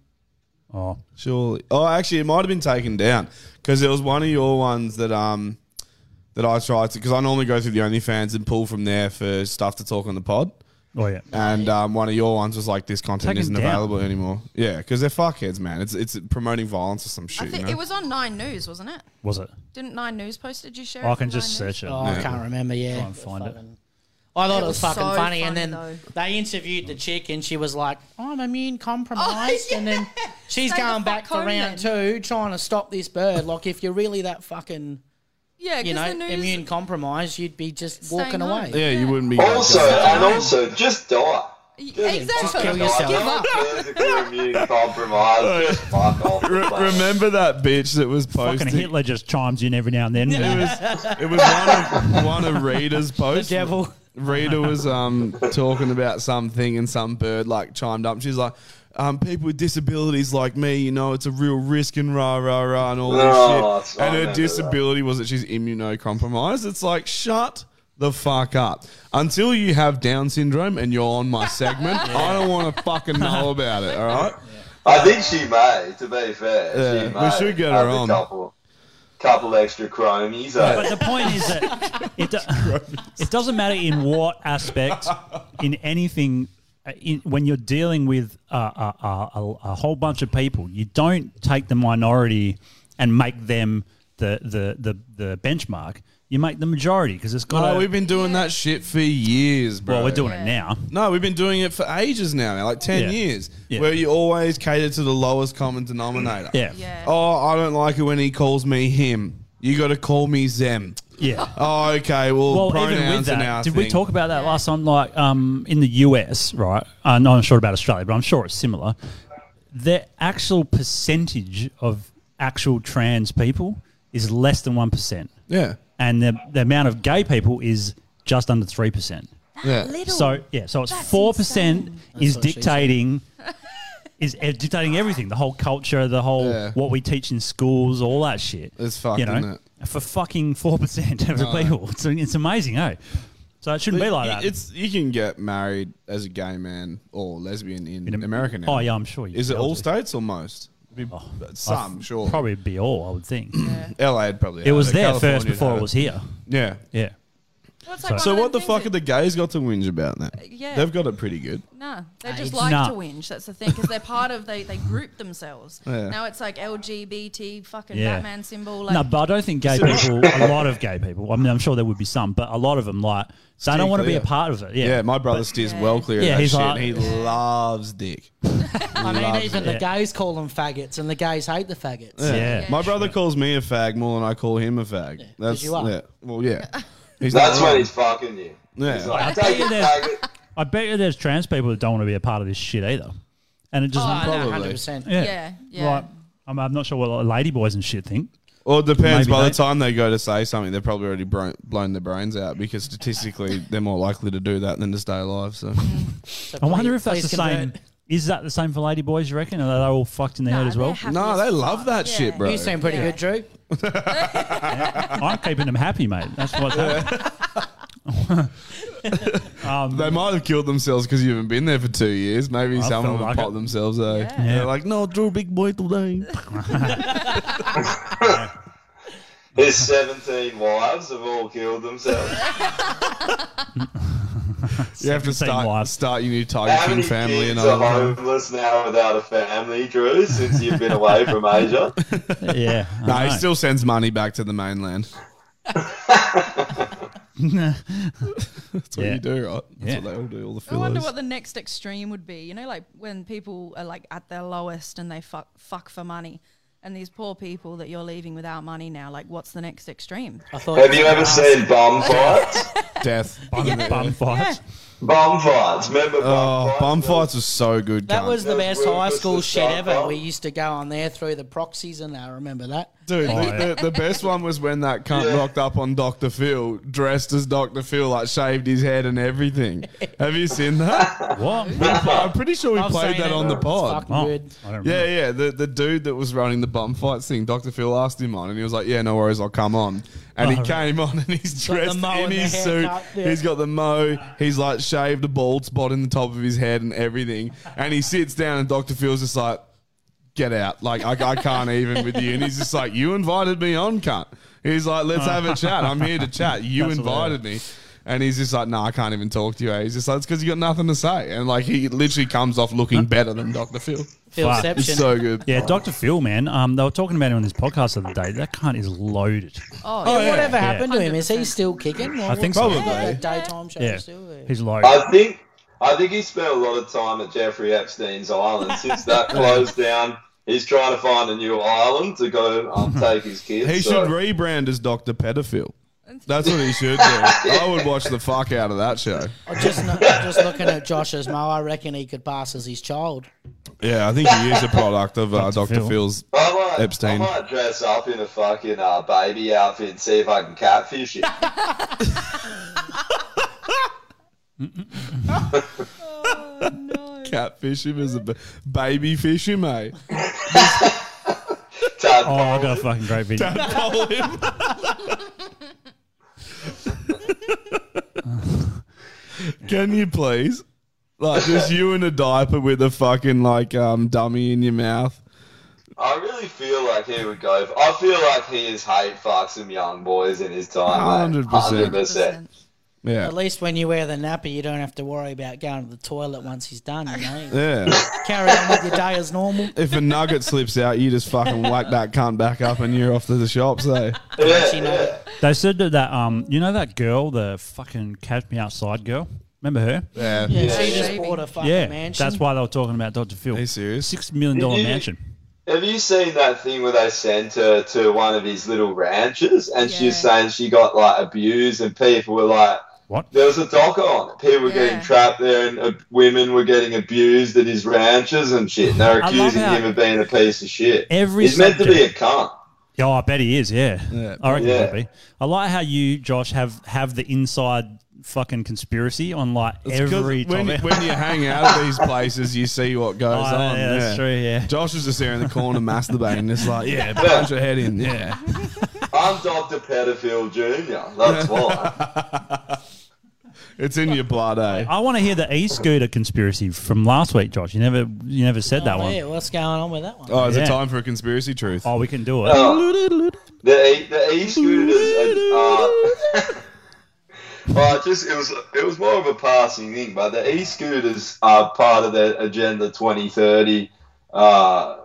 S3: Oh,
S2: surely. Oh, actually, it might have been taken down because there was one of your ones that um that I tried to because I normally go through the OnlyFans and pull from there for stuff to talk on the pod.
S3: Oh yeah.
S2: And um, one of your ones was like, "This content
S3: Taken
S2: isn't
S3: down.
S2: available anymore." Yeah, because they're fuckheads, man. It's it's promoting violence or some shit.
S6: I think
S2: you
S6: it
S2: know?
S6: was on Nine News, wasn't it?
S3: Was it?
S6: Didn't Nine News post it? Did you share
S3: I
S6: it?
S3: can just search it.
S5: Oh, I can't remember. Yeah.
S3: Try and find it.
S5: I thought
S6: It
S5: it
S6: was
S5: was, fucking
S6: so
S5: funny.
S6: funny,
S5: And then
S6: though.
S5: they interviewed the chick, and she was like, I'm immune compromised. And then she's
S6: Stay Oh, the
S5: going
S6: fuck
S5: back to
S6: home
S5: round two trying to stop this bird. Like, if you're really that fucking,
S6: Yeah,
S5: you
S6: because the
S5: know,
S6: news.
S5: immune compromised, you'd be just
S6: Staying
S5: walking
S6: home.
S5: away.
S2: yeah, you wouldn't be.
S4: Also, and also, just die.
S6: Exactly.
S5: Just kill
S4: die.
S5: yourself.
S4: Don't physically immune compromise. Just fuck off.
S2: Re- remember that bitch that was posting.
S3: Fucking Hitler just chimes in every now and then.
S2: It was it was one of one of Rita's posts. The
S5: devil.
S2: Rita was um talking about something and some bird like chimed up. She's like, um, people with disabilities like me, you know, it's a real risk and rah rah rah and all this
S4: Oh, that's
S2: shit.
S4: right, I
S2: And her
S4: remember that.
S2: disability was that she's immunocompromised. It's like shut the fuck up. Until you have Down syndrome and you're on my segment, I don't want to fucking know about it. All right.
S4: I think she may, to be fair.
S2: Yeah,
S4: she
S2: we
S4: may
S2: should get
S4: have
S2: her
S4: a
S2: on.
S4: Couple, couple extra chromies. eh?
S3: But the point is that it, do- it doesn't matter in what aspect, in anything, uh, in, when you're dealing with uh, a, a, a, a whole bunch of people, you don't take the minority and make them the, the, the, the benchmark. You make the majority because it's got.
S2: No,
S3: to,
S2: Oh, we've been doing that shit for years, bro.
S3: Well, we're doing it now.
S2: No, we've been doing it for ages now, now, like 10
S3: Yeah.
S2: years,
S3: Yeah.
S2: where you always cater to the lowest common denominator.
S3: Yeah. Yeah.
S2: Oh, I don't like it when he calls me him. You got to call me them.
S3: Yeah.
S2: Oh, okay. Well,
S3: well,
S2: pronouns
S3: even with
S2: are now a
S3: that, did we
S2: thing.
S3: talk about that last time? Like um, in the US, right? Uh, no, I'm sure about Australia, but I'm sure it's similar. The actual percentage of actual trans people is less than one percent.
S2: Yeah.
S3: and the, the amount of gay people is just under three percent.
S2: Yeah.
S6: little?
S3: So yeah, so it's
S6: That's
S3: four percent
S6: insane.
S3: is
S6: That's what she said.
S3: dictating. Is eh, dictating everything, the whole culture, the whole what we teach in schools, all that shit.
S2: It's fucked,
S3: you know,
S2: isn't
S3: for fucking four percent of the
S2: No.
S3: people. It's, it's amazing, eh? So it shouldn't be like
S2: You-
S3: that.
S2: It's you can get married as a gay man or lesbian in, America now.
S3: Oh, yeah, I'm sure you
S2: Is it
S3: can
S2: all
S3: do.
S2: states or most? Be-
S3: Oh, I
S2: some,
S3: th-
S2: sure.
S3: Probably be all, I would think.
S2: LA had probably.
S3: It
S2: had
S3: was there
S2: California'd
S3: first before
S2: had
S3: it was here.
S2: Yeah.
S3: Yeah.
S6: like one
S2: so
S6: of them Uh,
S2: what the fuck have the gays got to whinge about that?
S6: yeah.
S2: They've got it pretty good.
S6: Nah, they
S3: It's
S6: just like
S3: not.
S6: to whinge. That's the thing because they're part of they they group themselves.
S3: Yeah.
S6: Now it's like LGBT fucking
S3: Yeah.
S6: Batman symbol. Like
S3: no, but I don't think gay people, a lot of gay people, I mean, I'm sure there would be some, but a lot of them, like, they don't want to be a part of it. Yeah.
S2: my brother steers well clear
S3: Yeah,
S2: of that
S3: he's
S2: shit.
S3: like-
S2: and he loves dick.
S5: I mean,
S2: Loves
S5: even
S2: it.
S5: the gays call them faggots, and the gays hate the faggots.
S2: Yeah. My brother calls me a fag more than I call him a fag. That's
S5: you are.
S2: yeah. Well, yeah. He's
S4: That's
S2: not
S4: when
S2: wrong.
S4: he's fucking you.
S2: Yeah.
S4: He's like,
S3: I bet
S4: take
S3: you
S4: it,
S3: there's-
S4: take it.
S3: I bet you there's trans people that don't want to be a part of this shit either. And it just
S5: Oh, no, Probably. 100%.
S3: Yeah.
S5: Yeah, yeah.
S3: Like, I'm, I'm not sure what like, ladyboys and shit think.
S2: Well, it depends.
S7: Maybe
S2: By
S7: they-
S2: the time they go to say something, they're probably already bro- blown their brains out because statistically, they're more likely to do that than to stay alive. So,
S3: I wonder if that's the same. Is that the same for lady boys? You reckon? Are they all fucked in their head as well?
S2: No, they love that shit, bro.
S5: You seem pretty good, Drew.
S3: I'm keeping them happy, mate. That's what's happening.
S2: they might have killed themselves because you haven't been there for two years. Maybe
S3: Um, I felt
S2: some of them
S3: like
S2: popped
S3: it.
S2: themselves. though.
S3: Yeah.
S2: They're like, no, Drew, big boy today.
S4: His 17 wives have all killed themselves.
S2: you have to start start your new Tiger
S4: How
S2: King
S4: many
S2: family and
S4: kids
S2: all.
S4: are
S2: that.
S4: homeless now without a family, Drew, since you've been away from Asia?
S3: yeah. I
S2: No, he
S3: know.
S2: still sends money back to the mainland. That's what
S3: Yeah.
S2: you do, right? That's
S3: Yeah.
S2: what they all do. All the
S6: I wonder what
S2: fillers.
S6: the next extreme would be. You know, like when people are like at their lowest and they fuck fuck for money, and these poor people that you're leaving without money now. Like, what's the next extreme? I
S5: thought
S4: Have you ever seen bum fights?
S2: Death.
S3: Bum, bum fights.
S4: Bum fights. Remember
S2: Oh, bum fights was so good.
S5: That
S2: cunt.
S5: was the best high school shit ever.
S4: stuff.
S5: We used to go on there through the proxies and that. I remember that.
S2: Dude, the, the, the best one was when that cunt rocked up on Dr. Phil, dressed as Dr. Phil, like shaved his head and everything. Have you seen that?
S3: what?
S2: I'm pretty sure we
S5: I've
S2: played
S5: seen
S2: that
S5: it.
S2: on the
S5: It's
S2: pod.
S5: fucking Oh, good. I don't
S2: yeah, yeah. The, the dude that was running the bum fights thing, Dr. Phil asked him on, and he was like, Yeah, no worries, I'll come on. And he
S7: Oh, right.
S2: came on and he's
S7: Got the
S2: dressed
S7: mow
S2: in
S7: and the
S2: his suit.
S7: haircut, yeah.
S2: He's got the mo. He's like shaved a bald spot in the top of his head and everything. And he sits down, and Dr. Phil's just like, get out. Like, I, I can't even with you. And he's just like, you invited me on, cunt. He's like, let's have a chat. I'm here to chat. You
S7: That's
S2: invited me. And he's just like, no, I can't even talk to you. eh?" He's just like, it's because you got nothing to say. And like, he literally comes off looking better than Dr. Phil.
S3: Fuck.
S2: It's so good.
S3: Yeah, Dr. Phil, man. Um, they were talking about him on this podcast the other day. That cunt is loaded.
S5: Oh,
S3: yeah.
S5: whatever
S3: Yeah.
S5: happened to him? Is he still kicking?
S3: I think so. Probably.
S5: Yeah, Daytime show
S3: Yeah,
S5: still.
S3: he's loaded.
S4: I think I think he spent a lot of time at Jeffrey Epstein's island. Since that closed down, he's trying to find a new island to go um, take his kids.
S2: He
S4: so-
S2: should rebrand as Dr. Pedophile. That's what he should do. I would watch the fuck out of that show.
S5: I'm just, not, just looking at Josh's mo, I reckon he could pass as his child.
S2: Yeah, I think he is a product of uh, Dr. Phil's
S4: I might,
S2: Epstein.
S4: I might dress up in a fucking uh, baby outfit and see if I can catfish him.
S2: Catfish him as a b- baby fish him, mate.
S3: Oh, I got a fucking great video.
S2: Tadpole him. Can you please? Like just you in a diaper with a fucking like um dummy in your mouth.
S4: I really feel like he would go. For, I feel like he has hate fucked some young boys in his time. mate.
S2: 100%.
S4: 100%.
S2: Yeah.
S5: At least when you wear the nappy, you don't have to worry about going to the toilet once he's done. You know?
S2: Yeah.
S5: Carry on with your day as normal.
S2: If a nugget slips out, you just fucking whack that cunt back up and you're off to the shops, eh?
S3: They said that, that um, you know that girl, the fucking catch me outside girl. Remember her?
S2: Yeah.
S5: Yeah, she just bought a fucking
S3: yeah,
S5: mansion.
S3: that's why they were talking about Dr. Phil. Are you
S2: serious?
S3: Six million dollar
S4: Did you-
S3: mansion.
S4: Have you seen that thing where they sent her to one of his little ranches and she was saying she got like abused and people were like,
S3: what?
S4: There was a doc on it. People were getting trapped there and uh, women were getting abused at his ranches and shit. And they're
S3: I love
S4: accusing
S3: how
S4: him of being a piece of shit.
S3: every
S4: He's meant to be a
S3: subject-
S4: cunt.
S3: Yeah, oh, I bet he is. Yeah, I reckon
S4: Yeah.
S3: he'll be. I like how you, Josh, have have the inside fucking conspiracy on like
S2: It's 'cause
S3: every
S2: when,
S3: topic.
S2: when you hang out at these places, you see what goes
S3: Oh,
S2: on.
S3: yeah, that's true, yeah.
S2: Josh is just there in the corner masturbating. It's like, yeah, punch your head in. Yeah.
S4: I'm Dr. Pedophile Jr. That's why.
S2: It's in your blood, eh?
S3: I want to hear the e-scooter conspiracy from last week, Josh. You never you never said that
S5: Oh,
S3: one.
S5: yeah, what's going on with that one?
S2: Oh, is
S3: Yeah.
S2: it time for a conspiracy truth?
S3: Oh, we can do it.
S4: Oh. The e, the e scooters. Uh, well, it just it was it was more of a passing thing, but the e scooters are part of the Agenda 2030 uh,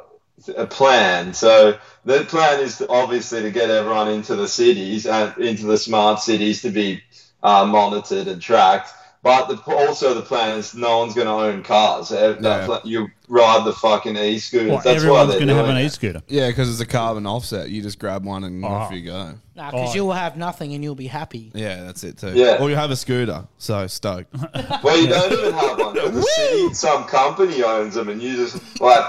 S4: th- uh, plan. So the plan is to, obviously to get everyone into the cities and into the smart cities to be uh, monitored and tracked. But the, also the plan is no one's going to own cars. Eh, that pla- you ride the fucking e scooters.
S3: Well,
S4: That's why
S3: everyone's
S4: they're
S3: going to have an
S4: doing it.
S3: e-scooter.
S2: Yeah, because it's a carbon offset. You just grab one and off
S3: Oh.
S2: you go.
S5: Nah, because you'll have nothing and you'll be happy.
S2: Yeah, that's it too.
S4: Yeah.
S2: Or you have a scooter, so stoked.
S4: Well, you don't even have one. 'cause The city, some company owns them, and you just like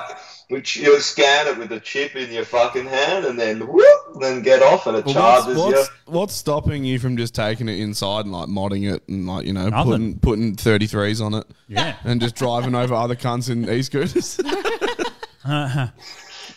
S4: which you'll scan it with a chip in your fucking hand and then whoop, then get off and it
S2: Well,
S4: charges
S2: what's, what's,
S4: you.
S2: what's stopping you from just taking it inside and like modding it and like you know
S3: Nothing.
S2: putting putting thirty threes on it?
S3: Yeah,
S2: and just driving over other cunts in e scooters.
S3: Uh-huh.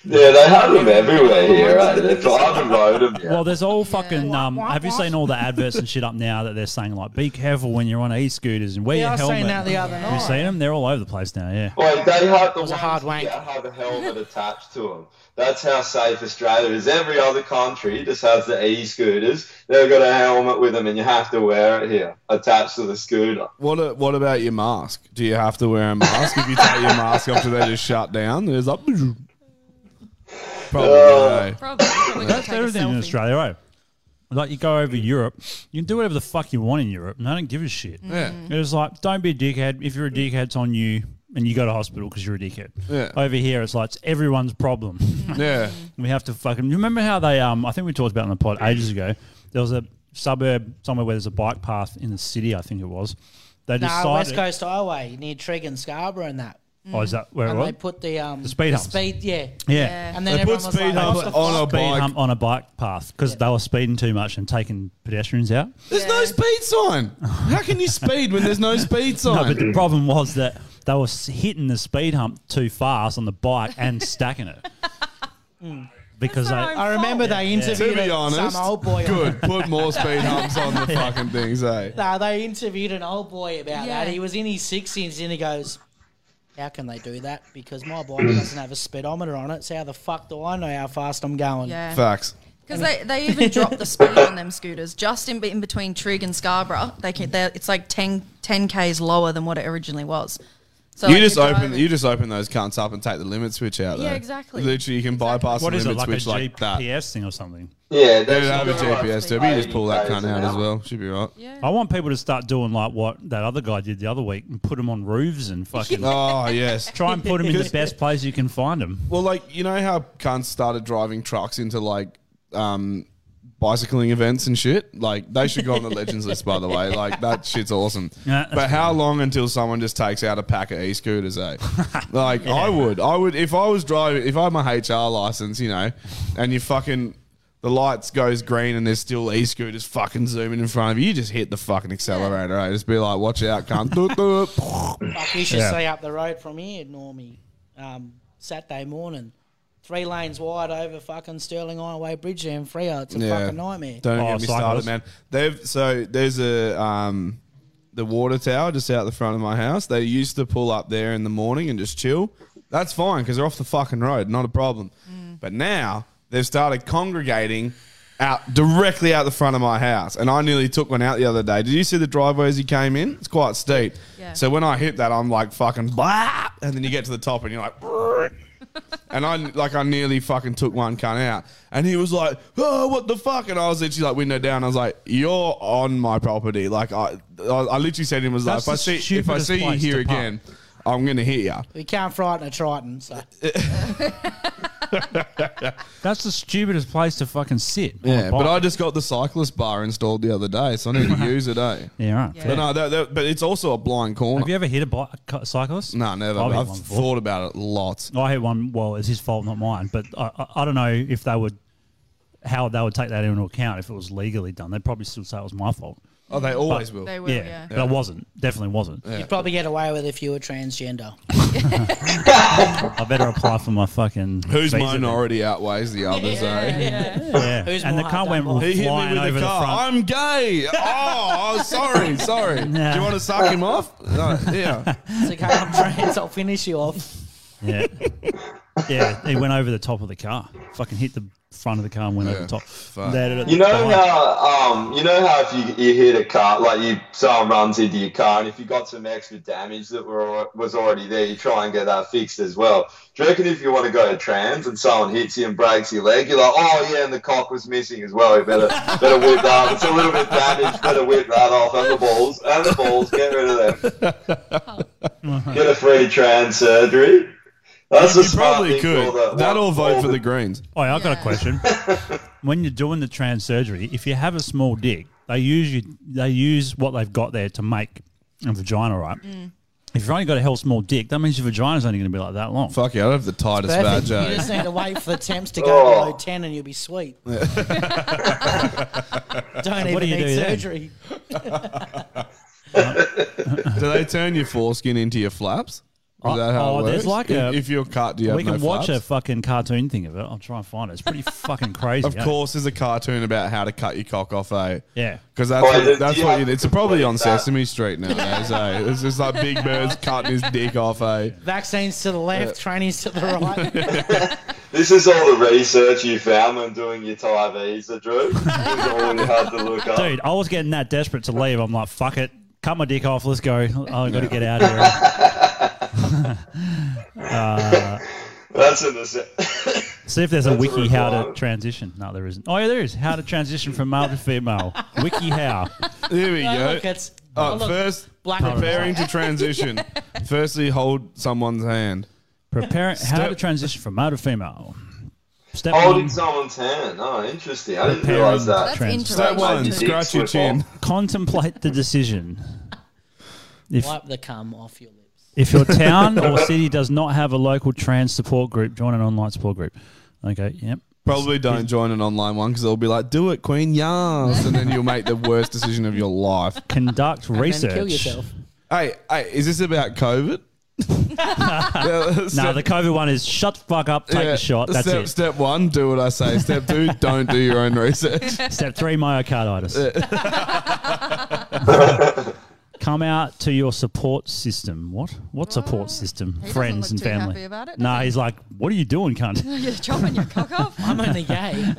S4: Yeah, they have them everywhere here, right? They drive and load them. Yeah.
S3: Well, there's all fucking. Um, have you seen all the adverts and shit up now that they're saying like, "Be careful when you're on e-scooters and wear
S5: Yeah,
S3: your
S5: I seen
S3: helmet."
S5: that the other
S3: You
S5: night.
S3: seen them? They're all over the place now. Yeah.
S4: Like they have the
S5: was a
S4: ones
S5: hard wank.
S4: that have a helmet attached to them. That's how safe Australia is. Every other country just has the e-scooters. They've got a helmet with them, and you have to wear it here, attached to the scooter.
S2: what a, What about your mask? Do you have to wear a mask? if you take your mask off, do they just shut down? There's like probably.
S4: Uh,
S2: no.
S3: That's everything in Australia, right? Like you go over Europe, you can do whatever the fuck you want in Europe, and I don't give a shit. Mm.
S2: Yeah.
S3: It's like don't be a dickhead. If you're a dickhead, it's on you, and you go to hospital because you're a dickhead.
S2: Yeah.
S3: Over here, it's like it's everyone's problem.
S2: Yeah.
S3: We have to fucking. You remember how they? Um, I think we talked about it on the pod ages ago. There was a suburb somewhere where there's a bike path in the city. I think it was. They
S5: Nah,
S3: decided.
S5: West Coast Highway near Trig and Scarborough and that.
S3: Oh, is that where it
S5: and
S3: was?
S5: they put the um
S3: The speed humps.
S5: speed, yeah,
S3: Yeah.
S5: And then everyone was like,
S3: hump
S5: "What the
S3: on a
S5: fuck?"
S3: bike on a bike path because they were speeding too much and taking pedestrians out.
S2: There's no speed sign. How can you speed when there's no speed sign?
S3: No, but the problem was that they were s- hitting the speed hump too fast on the bike and stacking it.
S5: Mm.
S3: Because they,
S5: I remember they
S2: to
S5: interviewed
S2: be
S5: a-
S2: honest,
S5: some old boy. on
S2: good. Put more speed humps on the fucking things, eh?
S5: No, they interviewed an old boy about
S6: Yeah.
S5: that. He was in his 60s and he goes, How can they do that? Because my bike doesn't have a speedometer on it, so how the fuck do I know how fast I'm going?
S6: Yeah.
S2: Facts.
S6: Because they, they even drop the speed on them scooters just in, be- in between Trig and Scarborough. They can, they're- it's like 10, 10 k's lower than what it originally was.
S2: you
S6: like,
S2: just
S6: you're
S2: open
S6: driving-
S2: you just open those cunts up and take the limit switch out.
S6: Yeah,
S2: though.
S6: exactly.
S2: Literally, you can bypass
S3: What
S2: the
S3: is it,
S2: limit
S3: like a
S2: switch like that.
S3: GPS thing or something?
S4: Yeah,
S2: they don't have a
S4: that's-
S2: GPS. Derby. You just pull that cunt out as
S4: Yeah.
S2: well. Should be right.
S3: I want people to start doing like what that other guy did the other week and put them on roofs and fucking.
S2: Oh yes.
S3: Try and put them in the best place you can find them.
S2: Well, like you know how cunts started driving trucks into like um, bicycling events and shit. Like they should go on the legends list, by the way. Like that shit's awesome.
S3: Yeah, that's
S2: but how long until someone just takes out a pack of e-scooters? Eh? like I would, I would if I was driving, if I had my HR license, you know, and you fucking. The lights goes green and there's still e-scooters fucking zooming in front of you. You just hit the fucking accelerator. eh? Just be like, watch out, cunt. Doot, doot.
S5: Fuck, you should
S2: Yeah.
S5: see up the road from here, Normie, um, Saturday morning. Three lanes wide over fucking Sterling Highway Bridge there in Freo. It's a fucking nightmare. Oh,
S2: Don't get me started, man. They've so there's a um, the water tower just out the front of my house. They used to pull up there in the morning and just chill. That's fine because they're off the fucking road, not a problem.
S5: Mm.
S2: But now they've started congregating out directly out the front of my house, and I nearly took one out the other day. Did you see the driveway as you came in? It's quite steep.
S7: Yeah.
S2: So when I hit that, I'm like fucking blah, and then you get to the top and you're like. "Brrr." And I like I nearly fucking took one cunt out, and he was like, "Oh, what the fuck?" And I was literally like window down. I was like, "You're on my property." Like I, I, I literally said to him, "Was like
S5: That's
S2: if I
S5: the
S2: see if I
S5: stupidest
S2: see you
S5: place
S2: here
S5: to park.
S2: again, I'm gonna hit you."
S5: We can't frighten a Triton, so.
S3: That's the stupidest place to fucking sit. on a
S2: Yeah, but
S3: bike.
S2: I just got the cyclist bar installed the other day, so I need to use it. Eh?
S3: Yeah, right.
S2: But
S3: Fair.
S2: no, that, that, but it's also a blind corner.
S3: Have you ever hit a bike cyclist?
S2: No, never.
S3: I've
S2: I've,
S3: hit
S2: I've
S3: one before.
S2: thought about it lots.
S3: I hit one. Well, it's his fault, not mine. But I, I, I don't know if they would, how they would take that into account if it was legally done. They'd probably still say it was my fault.
S2: Oh, they always will. They will,
S3: yeah,
S2: yeah.
S3: but I wasn't. Definitely wasn't.
S5: You'd probably get away with it if you were transgender.
S3: I better apply for my fucking.
S2: Whose
S3: visa then.
S2: minority outweighs the others? eh?
S3: Yeah. and the car went
S2: He hit me
S3: flying
S2: with
S3: over
S2: the
S3: the,
S2: car.
S3: front.
S2: I'm gay. Oh, sorry, sorry.
S3: Nah.
S2: Do you want to suck him off? No, yeah.
S5: It's okay, I'm trans, I'll finish you off.
S3: Yeah. yeah, he went over the top of the car. Fucking hit the front of the car and went over the top. That- that-
S4: You know
S3: behind-
S4: how um, you know how if you, you hit a car, like you someone runs into your car, and if you got some extra damage that were al- was already there, you try and get that fixed as well. Do you reckon if you want to go to trans and someone hits you and breaks your leg, you're like, oh yeah, and the cock was missing as well. You better better whip that. It's a little bit damaged. Better whip that off and the balls and the balls. Get rid of them. Get a free trans surgery. That's
S2: you
S4: a smart thing
S2: probably
S4: for
S2: could.
S4: the-
S2: That'll vote for
S4: the-
S2: the Greens.
S3: Oh, yeah, I've got a question. when you're doing the trans surgery, if you have a small
S5: Mm.
S3: dick, they use you, they use what they've got there to make a vagina, right? If you've only got a hell small dick, that means your vagina's only going to be like that long.
S2: Fuck yeah, I don't have the tightest
S5: Perfect. You just need to wait for the temps to go below 10 and you'll be sweet. Don't even
S2: do you
S5: need
S2: do then?
S5: surgery.
S2: do they turn your foreskin into your flaps? Is that how
S3: oh,
S2: it works?
S3: there's like
S2: if,
S3: a.
S2: if you're cut, do you have
S3: We can
S2: no
S3: watch
S2: flaps?
S3: a fucking cartoon thing of it. I'll try and find it. It's pretty fucking crazy.
S2: Of
S3: eh?
S2: course, there's a cartoon about how to cut your cock off, eh?
S3: Yeah.
S2: Because that's
S3: Oh,
S2: what,
S3: do- do
S2: that's
S3: you
S2: what
S3: have
S2: you,
S3: to
S2: it's probably on
S3: complete that?
S2: Sesame Street nowadays, eh? It's just like Big Bird's cutting his dick off, eh?
S5: Vaccines to the left, trainees to the right.
S4: This is all the research you found when doing your Thai visa, Drew. This is all you had to look up.
S3: Dude, I was getting that desperate to leave. I'm like, fuck it. Cut my dick off. Let's go. i got to get out of here. uh,
S4: That's in the se-
S3: see if there's a
S4: That's
S3: wiki how to
S4: requirement.
S3: transition. No, there isn't. Oh, yeah, there is. How to transition from male to female. Wiki how.
S2: There we
S3: No,
S2: go.
S3: look, it's-
S2: Oh,
S3: oh, look,
S2: first,
S3: black and
S2: preparing
S3: white.
S2: to transition. Firstly, hold someone's hand.
S3: Prepare how
S2: Step-
S3: to transition from male to female. Step
S4: Holding
S3: one.
S4: someone's hand. Oh, interesting. I didn't
S3: Preparing
S4: realize that.
S3: to transition. Contemplate the decision. If
S5: Wipe the cum off your lips.
S3: If your town or city does not have a local trans support group, join an online support group. Okay, yep.
S2: Probably don't join an online one because they'll be like, do it, Queen, yes. And then you'll make the worst decision of your life.
S3: Conduct
S5: And kill yourself.
S2: Hey, hey, is this about COVID?
S3: no, the COVID one is shut the fuck up, take
S2: Yeah.
S3: a shot. That's
S2: step,
S3: it.
S2: Step one, do what I say. Step two, don't do your own research.
S3: Step three, myocarditis. Come out to your support system. What? What support system?
S6: Oh. doesn't
S3: Friends
S6: look
S3: and
S6: too
S3: family.
S6: happy about it,
S3: no,
S6: does he?
S3: he's like, what are you doing, cunt?
S6: You're chopping your cock off.
S5: I'm only gay.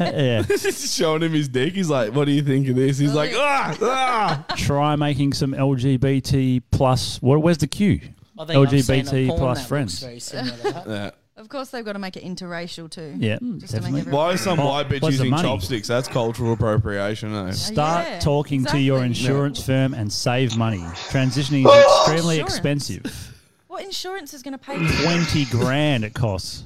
S3: yeah.
S2: Showing him his dick. He's like, what do you think of this? He's like, ah, ah.
S3: Try making some LGBT plus. Where, where's the Q?
S6: I think I've
S5: seen a
S3: LGBT
S5: porn that
S3: plus
S5: looks
S3: friends.
S5: very similar to that.
S2: Yeah.
S6: Of course, they've got to make it interracial too.
S3: Yeah,
S6: just to make
S3: definitely.
S6: everyone-
S2: Why are some white bitch
S3: What's the
S2: using
S3: money?
S2: chopsticks? That's cultural appropriation. Eh?
S3: Start
S6: Yeah,
S3: talking to your
S6: exactly.
S3: insurance firm and save money. Transitioning is
S6: Oh,
S3: extremely
S6: insurance.
S3: expensive.
S6: What insurance is going to pay?
S3: Twenty grand it costs.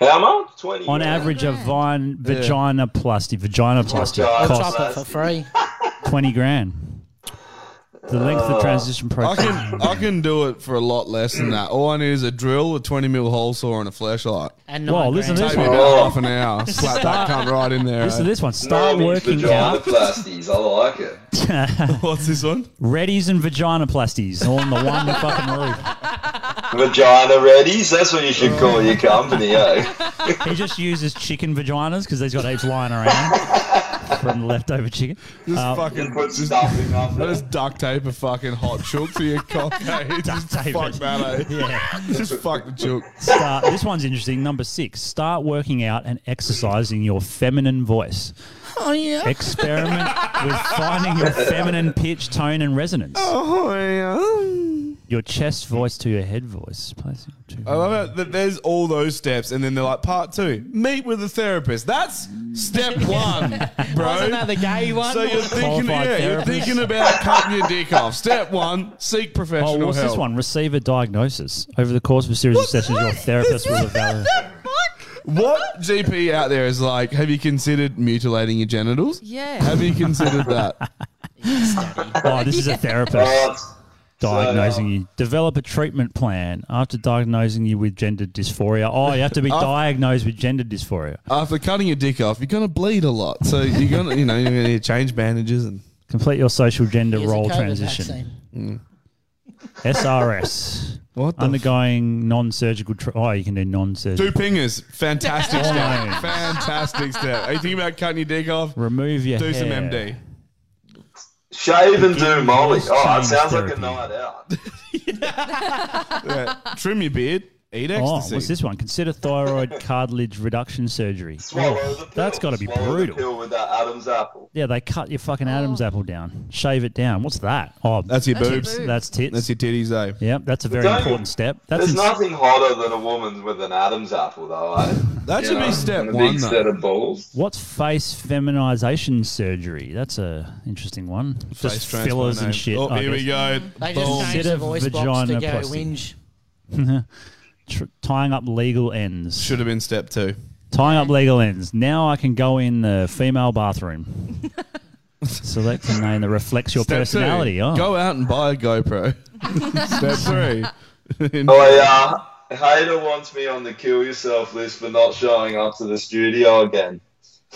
S4: How much? 20.
S3: On
S4: grand.
S3: average, a vine,
S4: Yeah.
S3: vagina plasty, vagina plasty
S4: God.
S3: costs
S4: Chop it for
S5: free.
S3: twenty grand. The length of transition
S2: Oh. I
S3: process.
S2: can I can do it for a lot less than that. All I need is a drill, a twenty mil hole saw, and a flashlight.
S5: And
S3: nine Whoa, listen to grand. this
S2: Take
S3: one.
S2: me about half an hour. Slap that
S3: Start-
S2: cunt right in there. eh?
S3: listen to this one. Start
S4: Normies,
S3: working
S4: vagina
S3: out.
S4: plasties. I like it.
S2: What's this one?
S3: Reddies and vagina plasties all in the one fucking roof.
S4: Vagina readies. That's what you should
S3: Oh.
S4: call your company, eh?
S3: he just uses chicken vaginas because he's got heaps lying around from leftover chicken.
S2: Just
S3: Uh,
S2: fucking
S4: put
S2: just,
S4: stuffing up
S2: I just duct tape a fucking hot chook to your cock. eh? just
S3: tape
S2: fuck
S3: it.
S2: that. Eh?
S3: Yeah.
S2: just fuck the chook.
S3: Start, this one's interesting. Number six: Start working out and exercising your feminine voice.
S5: Oh, yeah.
S3: Experiment with finding your feminine pitch, tone, and resonance.
S2: Oh yeah.
S3: Your chest voice to your head voice. Place your two-
S2: I love it that there's all those steps, and then they're like part two: meet with a therapist. That's step one, bro.
S5: Wasn't that the gay one?
S2: So you're thinking,
S3: Qualified
S2: yeah, you're
S3: therapist.
S2: thinking about cutting your dick off. Step one: seek professional
S3: Oh, what's
S2: help.
S3: this one? Receive a diagnosis. Over the course of a series of sessions, your therapist will evaluate.
S2: What GP out there is like? Have you considered mutilating your genitals?
S6: Yeah.
S2: Have you considered that?
S3: Oh, this is a therapist diagnosing
S2: So,
S3: you. Develop a treatment plan after diagnosing you with gender dysphoria. Oh, you have to be
S2: After-
S3: diagnosed with gender dysphoria.
S2: After cutting your dick off, you're gonna bleed a lot. So you're gonna, you know, you're gonna need to change bandages and
S3: Complete your social gender
S2: Here's a
S3: role
S2: COVID
S3: transition. Mm. SRS.
S2: What the
S3: Undergoing non-surgical. Tra- oh, you can do non-surgical.
S2: two pingers. Fantastic
S3: Hormones.
S2: step. Fantastic step. Are you thinking about cutting your dick off?
S3: Remove your
S2: Do
S3: hair.
S2: some MD.
S4: Shave and do Molly. Oh, it
S3: Change
S4: sounds like a
S3: therapy.
S4: night out.
S2: Yeah. Trim your beard. Eat
S3: Oh,
S2: ecstasy.
S3: what's this one? Consider thyroid cartilage reduction surgery.
S4: Swallow
S3: Oh,
S4: the pill.
S3: that's got to be
S4: Swallow
S3: brutal.
S4: The pill with that Adam's apple.
S3: Yeah, they cut your fucking Adam's apple down, shave it down. What's that? Oh,
S2: That's your Oh. That's your boobs. boobs.
S3: That's tits.
S2: That's your titties, eh?
S3: Yep, that's a very
S4: Don't-
S3: important step. That's
S4: There's
S3: ins-
S4: nothing hotter than a woman with an Adam's apple, though. Eh?
S2: That
S4: You
S2: should be
S4: know,
S2: step
S4: and a
S2: one,
S4: Big
S2: though.
S4: set of balls.
S3: What's face feminization surgery? That's a interesting one.
S2: Face
S3: Just
S2: transplant,
S3: fillers
S2: eh?
S3: and shit.
S2: Oh,
S3: I
S2: here we
S3: guess.
S2: go.
S5: They just
S2: Boom.
S5: changed the voice box to go whinge.
S3: Tr- tying up legal ends.
S2: Should have been step two.
S3: Tying up legal ends. Now I can go in the female bathroom. Select a name that reflects your
S2: Step two,
S3: personality. Oh.
S2: Go out and buy a GoPro. Step three.
S4: Oh yeah, Hater wants me on the kill yourself list for not showing up to the studio again.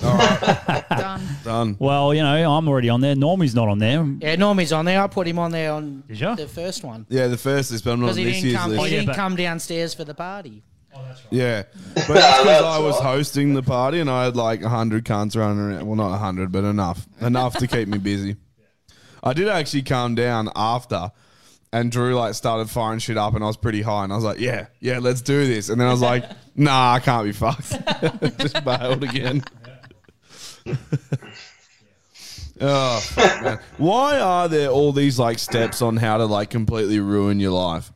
S2: Done.
S3: Well, you know, I'm already on there. Normie's not on there.
S5: Yeah, Normie's on there. I put him on there on
S3: Did ya? Oh,
S5: the first one
S2: Yeah, the first list, but I'm not on
S5: because he
S2: this
S5: didn't
S2: year's
S5: come.
S2: list.
S5: He didn't come downstairs for the party.
S2: Yeah, but that's because I was hosting the party and I had like hundred cunts running around. Well, not hundred, but enough, enough to keep me busy. I did actually calm down after, and Drew like started firing shit up, and I was pretty high, and I was like, "Yeah, yeah, let's do this." And then I was like, "Nah, I can't be fucked." Just bailed again. oh, fuck, man. why are there all these like steps on how to like completely ruin your life?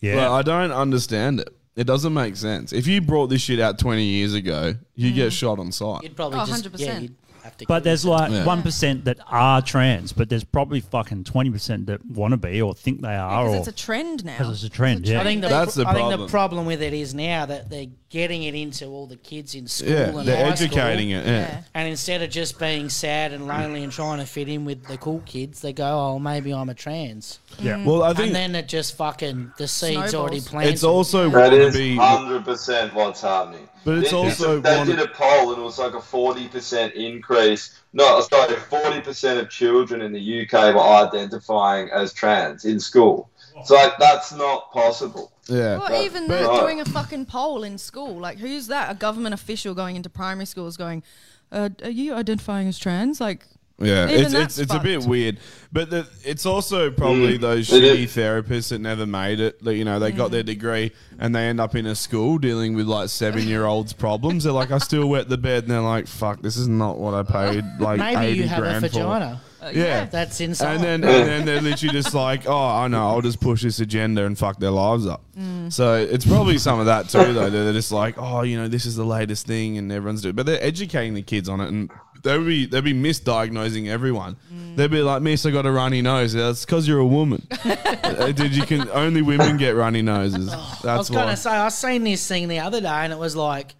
S3: Yeah.
S2: Like, I don't understand it. It doesn't make sense. If you brought this shit out 20 years ago, you get shot on sight.
S5: You'd probably
S6: Oh,
S5: just
S6: 100%.
S5: yeah. You'd have to
S3: But there's like
S2: Yeah.
S3: one that are trans, but there's probably fucking twenty percent that want to be or think they are.
S6: Because
S3: or
S6: it's a trend now.
S3: 'Cause it's a trend. Yeah,
S5: I think the, pro- I think the problem with it is now that they're getting it into all the kids in school.
S2: Yeah,
S5: and
S2: they're
S5: high school.
S2: educating it, yeah. Yeah.
S5: And instead of just being sad and lonely and trying to fit in with the cool kids, they go, "Oh, maybe I'm a trans."
S2: Yeah. Mm. Well, I think-
S5: and then it just fucking the seeds already planted.
S2: It's also
S4: that
S2: wanna
S4: is
S2: be-
S4: hundred percent what's happening.
S2: But it's
S4: They-
S2: also
S4: they
S2: wanna-
S4: did a poll and it was like a forty percent increase. No, sorry, forty percent of children in the UK were identifying as trans in school. So like that's not possible.
S2: Yeah.
S6: Or
S4: But-
S6: even
S4: but-
S6: the- doing a fucking poll in school. Like, who's that? A government official going into primary schools going, uh, are you identifying as trans? Like,
S2: Yeah,
S6: even
S2: it's
S6: that's
S2: it's, it's a
S6: fucked.
S2: bit weird, but the, it's also probably
S4: Mm.
S2: those
S4: It
S2: shitty therapists that never made it. That you know they got their degree and they end up in a school dealing with like seven year olds' problems. They're like, I still wet the bed, and they're like, fuck, this is not what I paid like
S5: maybe
S2: eighty
S5: you have a
S2: grand
S5: vagina.
S2: for. yeah,
S5: that's inside.
S2: and then and then they're literally just like, oh, I know, I'll just push this agenda and fuck their lives up. So it's probably some of that too, though. that They're just like, oh, you know, this is the latest thing, and everyone's doing. But they're educating the kids on it, and they'll be they'll be misdiagnosing everyone.
S5: Mm.
S2: They'll be like, Miss, I got a runny nose. That's because you're a woman. Uh, Did you can only women get runny noses? That's
S5: Oh, I was
S2: why.
S5: gonna say I seen this thing the other day, and it was like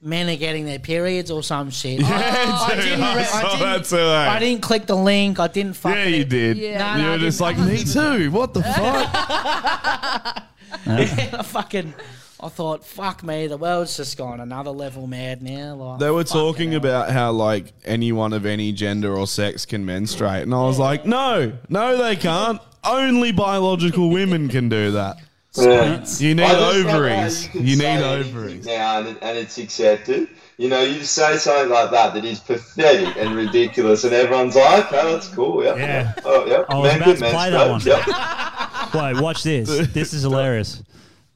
S5: men are getting their periods or some shit. I,
S2: dude,
S5: didn't
S2: I
S5: re-
S2: saw
S5: I,
S2: that
S5: didn't,
S2: too, eh?
S5: I didn't click the link. I didn't fucking.
S2: yeah, you did.
S5: Yeah. No,
S2: you
S5: no,
S2: were
S5: I
S2: just like, me too. What the fuck?
S5: I fucking. I thought, fuck me, the world's just gone another level mad now. Like,
S2: They were talking about how like anyone of any gender or sex can menstruate, and I was like, no, no, they can't. Only biological women can do that.
S4: Yeah.
S2: You need
S4: I just love how
S2: ovaries.
S4: can
S2: You
S4: say
S2: need
S4: anything
S2: ovaries.
S4: now, and, it- and it's accepted. You know, you say something like that that is pathetic and ridiculous, and everyone's like, "Okay, that's cool." Yeah.
S3: Yeah.
S4: Oh, yeah.
S3: I was
S4: Men
S3: about
S4: can
S3: to play that one.
S4: menstruate, yeah.
S3: Wait, watch this. This is hilarious.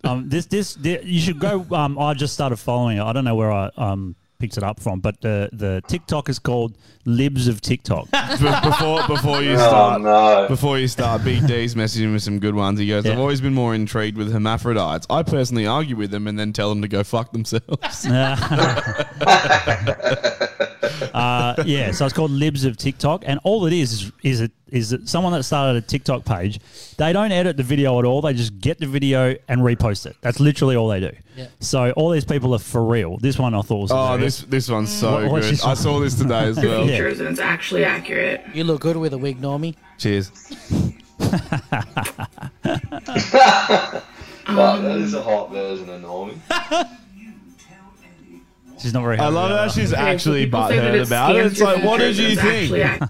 S3: Um, this, this, thi- you should go. Um, I just started following it. I don't know where I um picked it up from, but the the TikTok is called Libs of TikTok.
S2: Be- before before you
S3: Oh,
S2: start,
S4: no.
S2: before you start, Big D's messaging with some good ones. He goes, "I've always been more intrigued with hermaphrodites. I personally argue with them and then tell them to go fuck themselves."
S3: uh, yeah, so it's called Libs of TikTok, and all it is is is, it, is that someone that started a TikTok page, they don't edit the video at all. They just get the video and repost it. That's literally all they do. So all these people are for real. This one I thought was
S2: Oh,
S3: hilarious.
S2: this this one's so
S3: What- what's
S2: good.
S3: this
S2: I
S3: one?
S2: saw this today as well.
S5: it's actually accurate. You look good with a wig, Normie.
S2: Cheers.
S4: Wow, that is a hot version of Normie.
S3: She's not very.
S2: I
S3: happy
S2: love
S3: about
S2: how
S3: that.
S2: she's actually butthurt about it. It's like, what did you think?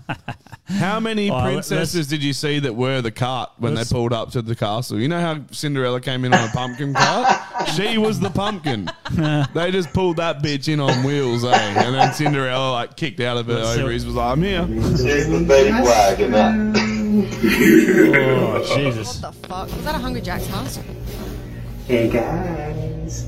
S2: How many
S3: Well, let's-
S2: princesses Oh, did you see that were the cart when they
S3: let's-
S2: pulled up to the castle? You know how Cinderella came in on a pumpkin cart? She was the pumpkin. they just pulled that bitch in on wheels, eh? And then Cinderella like kicked out of her ovaries, was like, I'm here.
S4: She's the big wagon, that.
S2: oh, Jesus.
S6: what the fuck? Was that a Hungry Jack's house?
S7: Hey guys,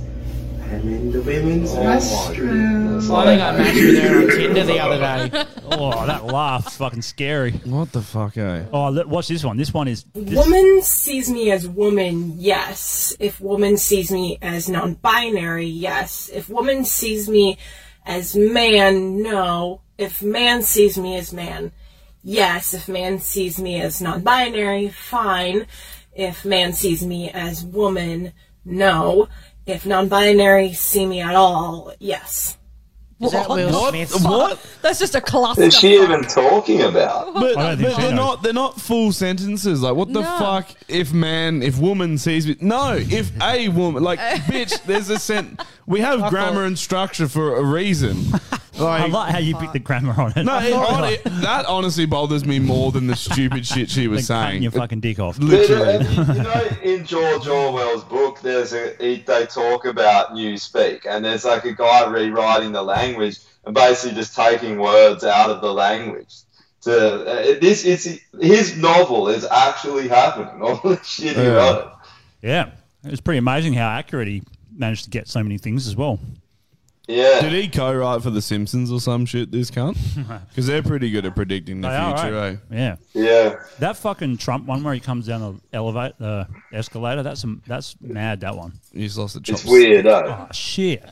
S7: I'm in the women's
S2: Oh
S7: restroom.
S5: I think I matched with her on Tinder the other day.
S3: Oh, that laugh's fucking scary.
S2: What the fuck, eh?
S3: Oh, look, watch this one. This one is. This,
S8: Woman sees me as woman, yes. If woman sees me as non binary, yes. If woman sees me as man, no. If man sees me as man, yes. If man sees me as non binary, fine. If man sees me as woman, no. If non binary see me at all, yes.
S5: Is that Will Smith?
S6: What? That's just a cluster.
S4: Is she even talking about?
S2: But, uh,
S4: I don't think
S2: but
S4: she
S2: they're
S4: knows.
S2: not they're not full sentences. Like what the
S6: No.
S2: fuck if man if woman sees me No, if a woman like bitch, there's a sent we have grammar and structure for a reason. Like,
S3: I like how you picked the grammar on it.
S2: No,
S3: I
S2: it,
S3: thought-
S2: hon- it- that honestly bothers me more than the stupid shit she was
S3: Like,
S2: saying.
S3: cutting your fucking dick off.
S2: Literally.
S4: Dude, you know, in George Orwell's book, there's a he- they talk about new speak, and there's like a guy rewriting the language and basically just taking words out of the language. To uh, this, it's his novel is actually happening. All the shit he wrote.
S3: Yeah, it was pretty amazing how accurate he managed to get so many things as well.
S4: Yeah.
S2: Did he co-write for The Simpsons or some shit? This cunt, because they're pretty good at predicting the
S3: They are,
S2: future.
S3: right?
S2: Eh?
S3: Yeah.
S4: Yeah.
S3: That fucking Trump one where he comes down the elevate the escalator. That's a, that's mad. That one.
S2: He's lost the
S4: It's weird, eh?
S3: Oh shit.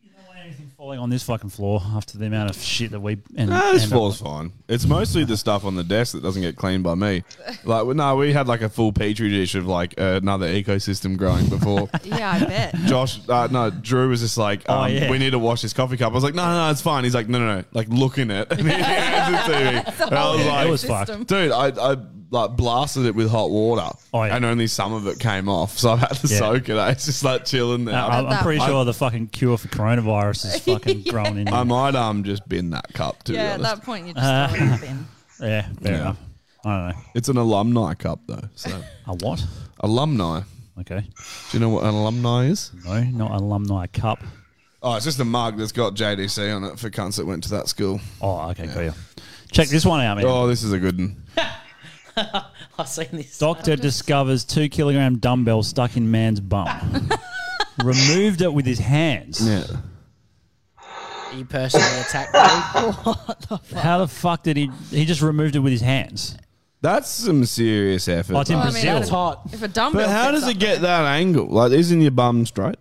S3: You don't want anything falling on this fucking floor after the amount of shit that we and
S2: Nah, this
S3: and-
S2: floor's fine. It's mostly the stuff on the desk that doesn't get cleaned by me. Like, well, no, we had like a full petri dish of like uh, another ecosystem growing before.
S6: Yeah, I bet.
S2: Josh, uh, no, Drew was just like, um,
S3: Oh, yeah.
S2: we need to wash this coffee cup. I was like, no, no, no, it's fine. He's like, no, no, no, like looking at it. And he hands it to me.
S3: It's a
S2: And I was
S3: whole
S2: like,
S3: It was system. fucked.
S2: dude, I, I like blasted it with hot water, and only some of it came off, so I had to
S3: Yeah.
S2: soak it. out. It's just like chilling
S3: Uh,
S2: there.
S3: I'm, I'm pretty sure the fucking cure for coronavirus is fucking growing in.
S2: I might um just bin that cup to
S6: Yeah, at
S2: be honest.
S6: that point, you just throw it up in.
S3: Yeah, fair enough. I don't know.
S2: It's an alumni cup though. So
S3: a what?
S2: Alumni.
S3: Okay. Do
S2: you know what an alumni is?
S3: No, not alumni cup.
S2: Oh, it's just a mug that's got JDC on it for cunts that went to that school.
S3: Oh, okay, cool. Check this one out, man.
S2: Oh, this is a good one.
S5: I've seen this.
S3: Doctor discovers two kilogram dumbbell stuck in man's bum. Removed it with his hands.
S2: Yeah.
S5: He personally attacked me. what the fuck?
S3: How the fuck did he? He just removed it with his hands.
S2: That's some serious effort.
S3: Oh, it's in
S6: Well, I mean,
S3: Brazil.
S6: that's hot. If a dumbbell.
S2: But how
S6: fits
S2: does
S6: up
S2: it get that angle? Like, isn't your bum straight?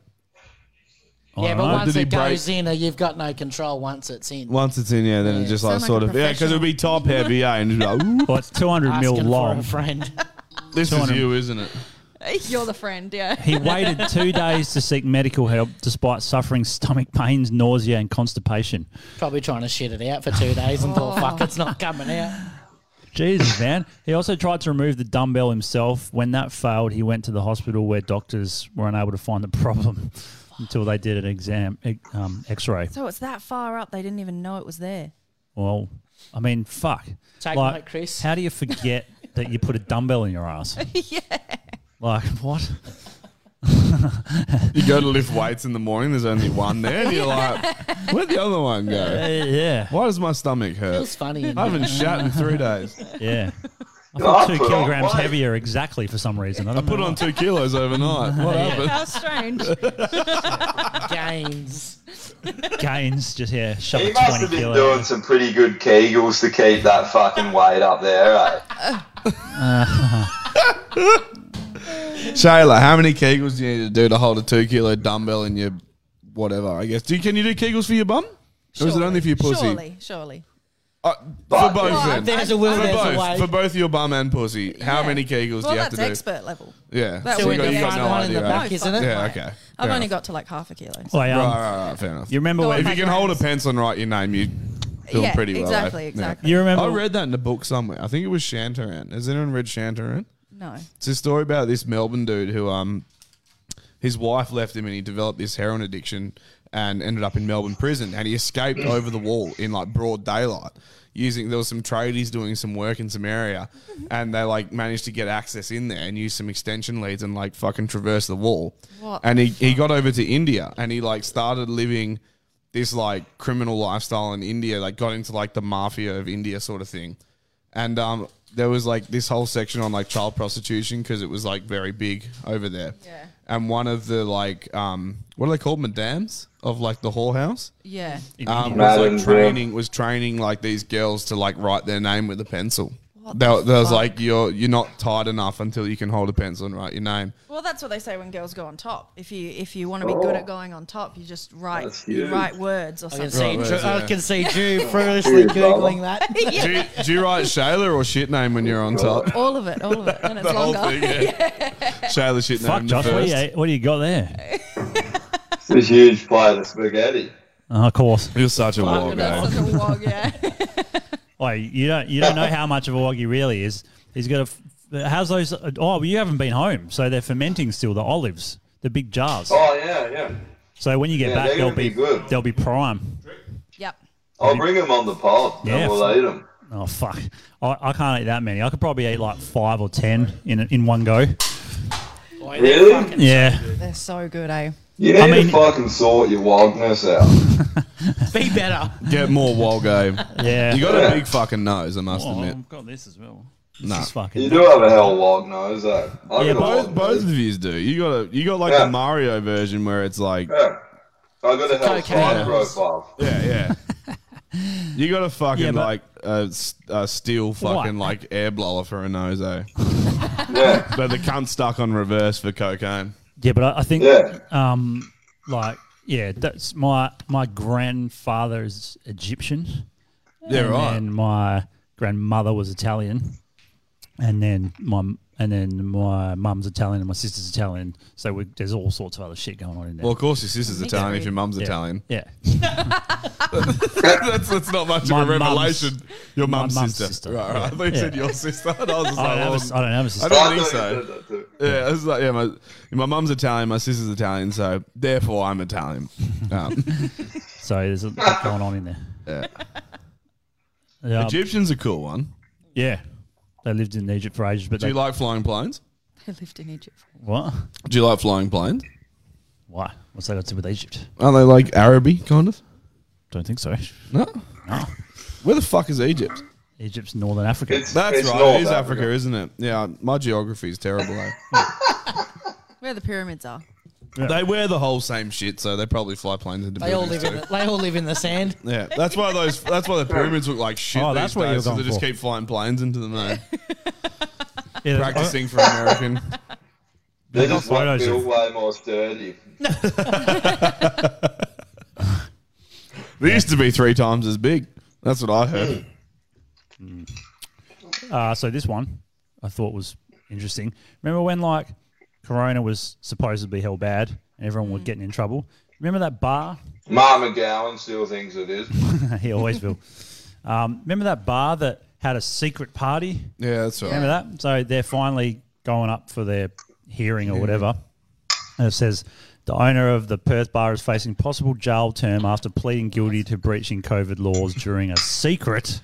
S5: Yeah, but
S2: Or
S5: once
S2: did he
S5: it goes
S2: break-
S5: in, uh, you've got no control once it's in.
S2: Once it's in, yeah, then it just like
S5: Sound like
S2: sort
S5: a
S2: of yeah, because it'd be top heavy, yeah, and just be like, ooh.
S3: well, it's two hundred mil
S5: Asking
S3: long.
S5: for a friend.
S2: This is
S3: 200.
S2: you, isn't it?
S6: You're the friend, yeah.
S3: He waited two days to seek medical help despite suffering stomach pains, nausea, and constipation.
S5: Probably trying to shit it out for two days and thought, fuck, it's not coming out.
S3: Jesus, man. He also tried to remove the dumbbell himself. When that failed, he went to the hospital where doctors were unable to find the problem until they did an exam, um, x ray.
S6: So it's that far up, they didn't even know it was there.
S3: Well, I mean, fuck.
S6: Take note, Chris.
S3: How do you forget that you put a dumbbell in your ass?
S6: yeah.
S3: Like, what?
S2: You go to lift weights in the morning. There's only one there. And you're like, where'd the other one go?
S3: Yeah, yeah.
S2: Why does my stomach hurt?
S5: Feels funny.
S2: I haven't shat in three days.
S3: Yeah. I
S2: I
S3: thought two
S2: put on
S3: kilograms
S2: weight.
S3: heavier exactly for some reason. I,
S2: I
S3: don't
S2: put
S3: know
S2: on
S3: why.
S2: two kilos overnight. What
S3: Yeah.
S2: happened?
S6: How strange.
S5: Gains.
S3: Gains, just, yeah, shove
S4: He
S3: it
S4: must
S3: 20
S4: have been
S3: kilos.
S4: doing some pretty good kegels to keep that fucking weight up there, eh? right?
S2: Uh, Shayla, how many kegels do you need to do to hold a two kilo dumbbell in your whatever? I guess. Do you, can you do kegels for your bum? Or is it only for your pussy?
S6: Surely, surely.
S2: Uh, For both,
S6: Well,
S2: then.
S6: there's a will,
S2: for
S6: there's a
S2: both,
S6: way.
S2: For both your bum and pussy, how
S6: Yeah.
S2: many kegels
S6: well,
S2: do you have to
S6: that's
S2: do?
S6: expert level.
S2: Yeah,
S6: That
S2: so
S6: would
S2: you got,
S6: be
S2: you got
S6: expert
S2: no
S6: level.
S2: idea,
S6: No,
S2: right?
S6: fuck no.
S2: Yeah, okay.
S6: I've
S2: Fair
S6: only
S2: enough.
S6: got to like half a kilo. so-
S3: Well, yeah, um,
S2: right, right, right, fair enough.
S3: you remember Go when- on
S2: if you
S3: my
S2: can hold a pencil and write your name, you doing
S6: Yeah,
S2: pretty well. eh?
S6: exactly,
S2: Yeah.
S6: exactly.
S3: You remember-
S2: I read that in a book somewhere. I think it was Shantaran. Has anyone read Shantaran?
S6: No.
S2: It's a story about this Melbourne dude who um his wife left him and he developed this heroin addiction and ended up in Melbourne prison and he escaped over the wall in like broad daylight using there was some tradies doing some work in some area and they like managed to get access in there and use some extension leads and like fucking traverse the wall
S9: What
S2: and he, he got over to India and he like started living this like criminal lifestyle in India like got into like the mafia of India sort of thing and um, there was like this whole section on like child prostitution because it was like very big over there. Yeah. And one of the like um, what are they called, madams of like the whorehouse?
S6: Yeah.
S2: Um, was
S4: Madam,
S2: like
S4: yeah.
S2: training was training like these girls to like write their name with a pencil. They, they was like you're you're not tight enough until you can hold a pencil and write your name.
S6: Well, that's what they say when girls go on top. If you if you want to be good at going on top, you just write you
S2: huge.
S6: write words or
S5: I can
S6: something.
S5: see,
S2: Right,
S5: Drew,
S2: right,
S5: I
S2: yeah.
S5: can see Drew frivolously
S2: Drew, brother.
S5: googling that.
S2: Do, you, do you write Shayla or shit name when you're on
S4: Oh,
S2: top?
S6: All of it, all of it, and it's
S2: The whole
S6: longer.
S2: thing, yeah. Shayla shit name.
S3: Fuck,
S2: the
S3: Josh, what do,
S2: first.
S3: you, what do you got there?
S4: It's a huge plate of spaghetti.
S3: Uh, of course.
S2: You're such a wog.
S3: Like you don't you don't know how much of a wog he really is. He's got a. f- How's those? Oh, well, you haven't been home, so they're fermenting still. The olives, the big jars.
S4: Oh yeah, yeah.
S3: So when you get
S4: Yeah,
S3: back,
S4: they're
S3: they'll
S4: gonna be
S3: be,
S4: good.
S3: they'll be prime.
S4: I'll bring them on the pod
S3: Yeah,
S4: and we'll
S3: fuck.
S4: eat them.
S3: Oh fuck! I, I can't eat that many. I could probably eat like five or ten in in one go.
S4: Really?
S3: Yeah.
S6: They're so good, eh?
S4: You need
S3: I mean-
S4: to fucking sort your wogness out.
S5: Be better.
S2: Get more Walgo.
S3: Yeah.
S2: You got
S4: Yeah.
S2: a big fucking nose, I must admit.
S3: got this as well.
S2: No.
S4: You do have a hell wog nose, though. I've got
S2: yeah,
S4: a
S2: both,
S4: wog
S2: both
S4: nose.
S2: of you do. You got a you got like the Mario version where it's like
S4: Yeah. I've got a hell
S2: Cocaine
S4: side
S2: nose.
S4: profile.
S2: Yeah, yeah. you got a fucking
S4: Yeah, but-
S2: like a, s- a steel fucking like air blower for a nose, eh?
S4: yeah.
S2: But the cunt stuck on reverse for cocaine.
S3: Yeah, but I, I think
S2: Yeah.
S3: um like yeah, that's my my grandfather's Egyptian.
S2: Yeah,
S3: and
S2: right.
S3: And my grandmother was Italian. And then my and then my mum's Italian and my sister's Italian. So we, there's all sorts of other shit going on in there.
S2: Well, of course your sister's
S3: Mixed
S2: Italian if
S3: breed.
S2: your mum's
S3: Yeah.
S2: Italian.
S3: Yeah.
S2: that's, that's not much
S3: My
S2: of
S3: mum's-
S2: a revelation. your
S3: my
S2: mum's,
S3: mum's
S2: sister.
S3: sister.
S2: Right, right. I thought you
S3: Yeah.
S2: said your sister. And I was just
S3: I
S2: like,
S3: don't have a
S2: well,
S3: s- I don't have a sister.
S2: I don't
S3: I
S2: think
S3: thought you
S2: so. Yeah, I was like, yeah, my, my mum's Italian, my sister's Italian, so therefore I'm Italian. Um,
S3: so there's a lot going on in there.
S2: Yeah.
S3: Yeah.
S2: Egyptian's a cool one.
S3: Yeah. They lived in Egypt for ages, but
S2: Do
S3: they,
S2: you like flying planes?
S6: They lived in Egypt.
S3: what?
S2: Do you like flying planes?
S3: Why? What's that got to do with Egypt?
S2: Are they like Araby, kind of?
S3: Don't think so.
S2: No.
S3: No.
S2: Where the fuck is Egypt?
S3: Egypt's northern Africa.
S2: That's
S3: it's
S2: right.
S3: North
S2: It is Africa,
S3: Africa.
S2: isn't it? Yeah, my geography is terrible. eh?
S6: Where the pyramids are.
S2: They wear the whole same shit, so they probably fly planes into
S5: They all
S2: buildings
S5: live
S2: too.
S5: in the, they all live in the sand.
S2: Yeah, that's why those. That's why the pyramids look like shit.
S5: Oh,
S2: these
S5: that's what
S2: days,
S5: you're
S2: so
S5: going
S2: They just
S5: for.
S2: keep flying planes into them. eh?
S3: Yeah, that's-
S2: Practicing for American.
S4: They
S3: They've got
S4: just want
S3: photos
S4: to feel
S3: of-
S4: way more sturdy.
S2: They used to be three times as big. That's what I
S3: Hmm.
S2: heard.
S3: Uh, so this one I thought was interesting. Remember when like Corona was supposedly hell bad and everyone was getting in trouble? Remember that bar?
S4: Ma McGowan still thinks it is.
S3: he always will. Um, remember that bar that had a secret party?
S2: Yeah, that's right.
S3: Remember that? So they're finally going up for their hearing or whatever. And it says the owner of the Perth bar is facing possible jail term after pleading guilty to breaching COVID laws during a secret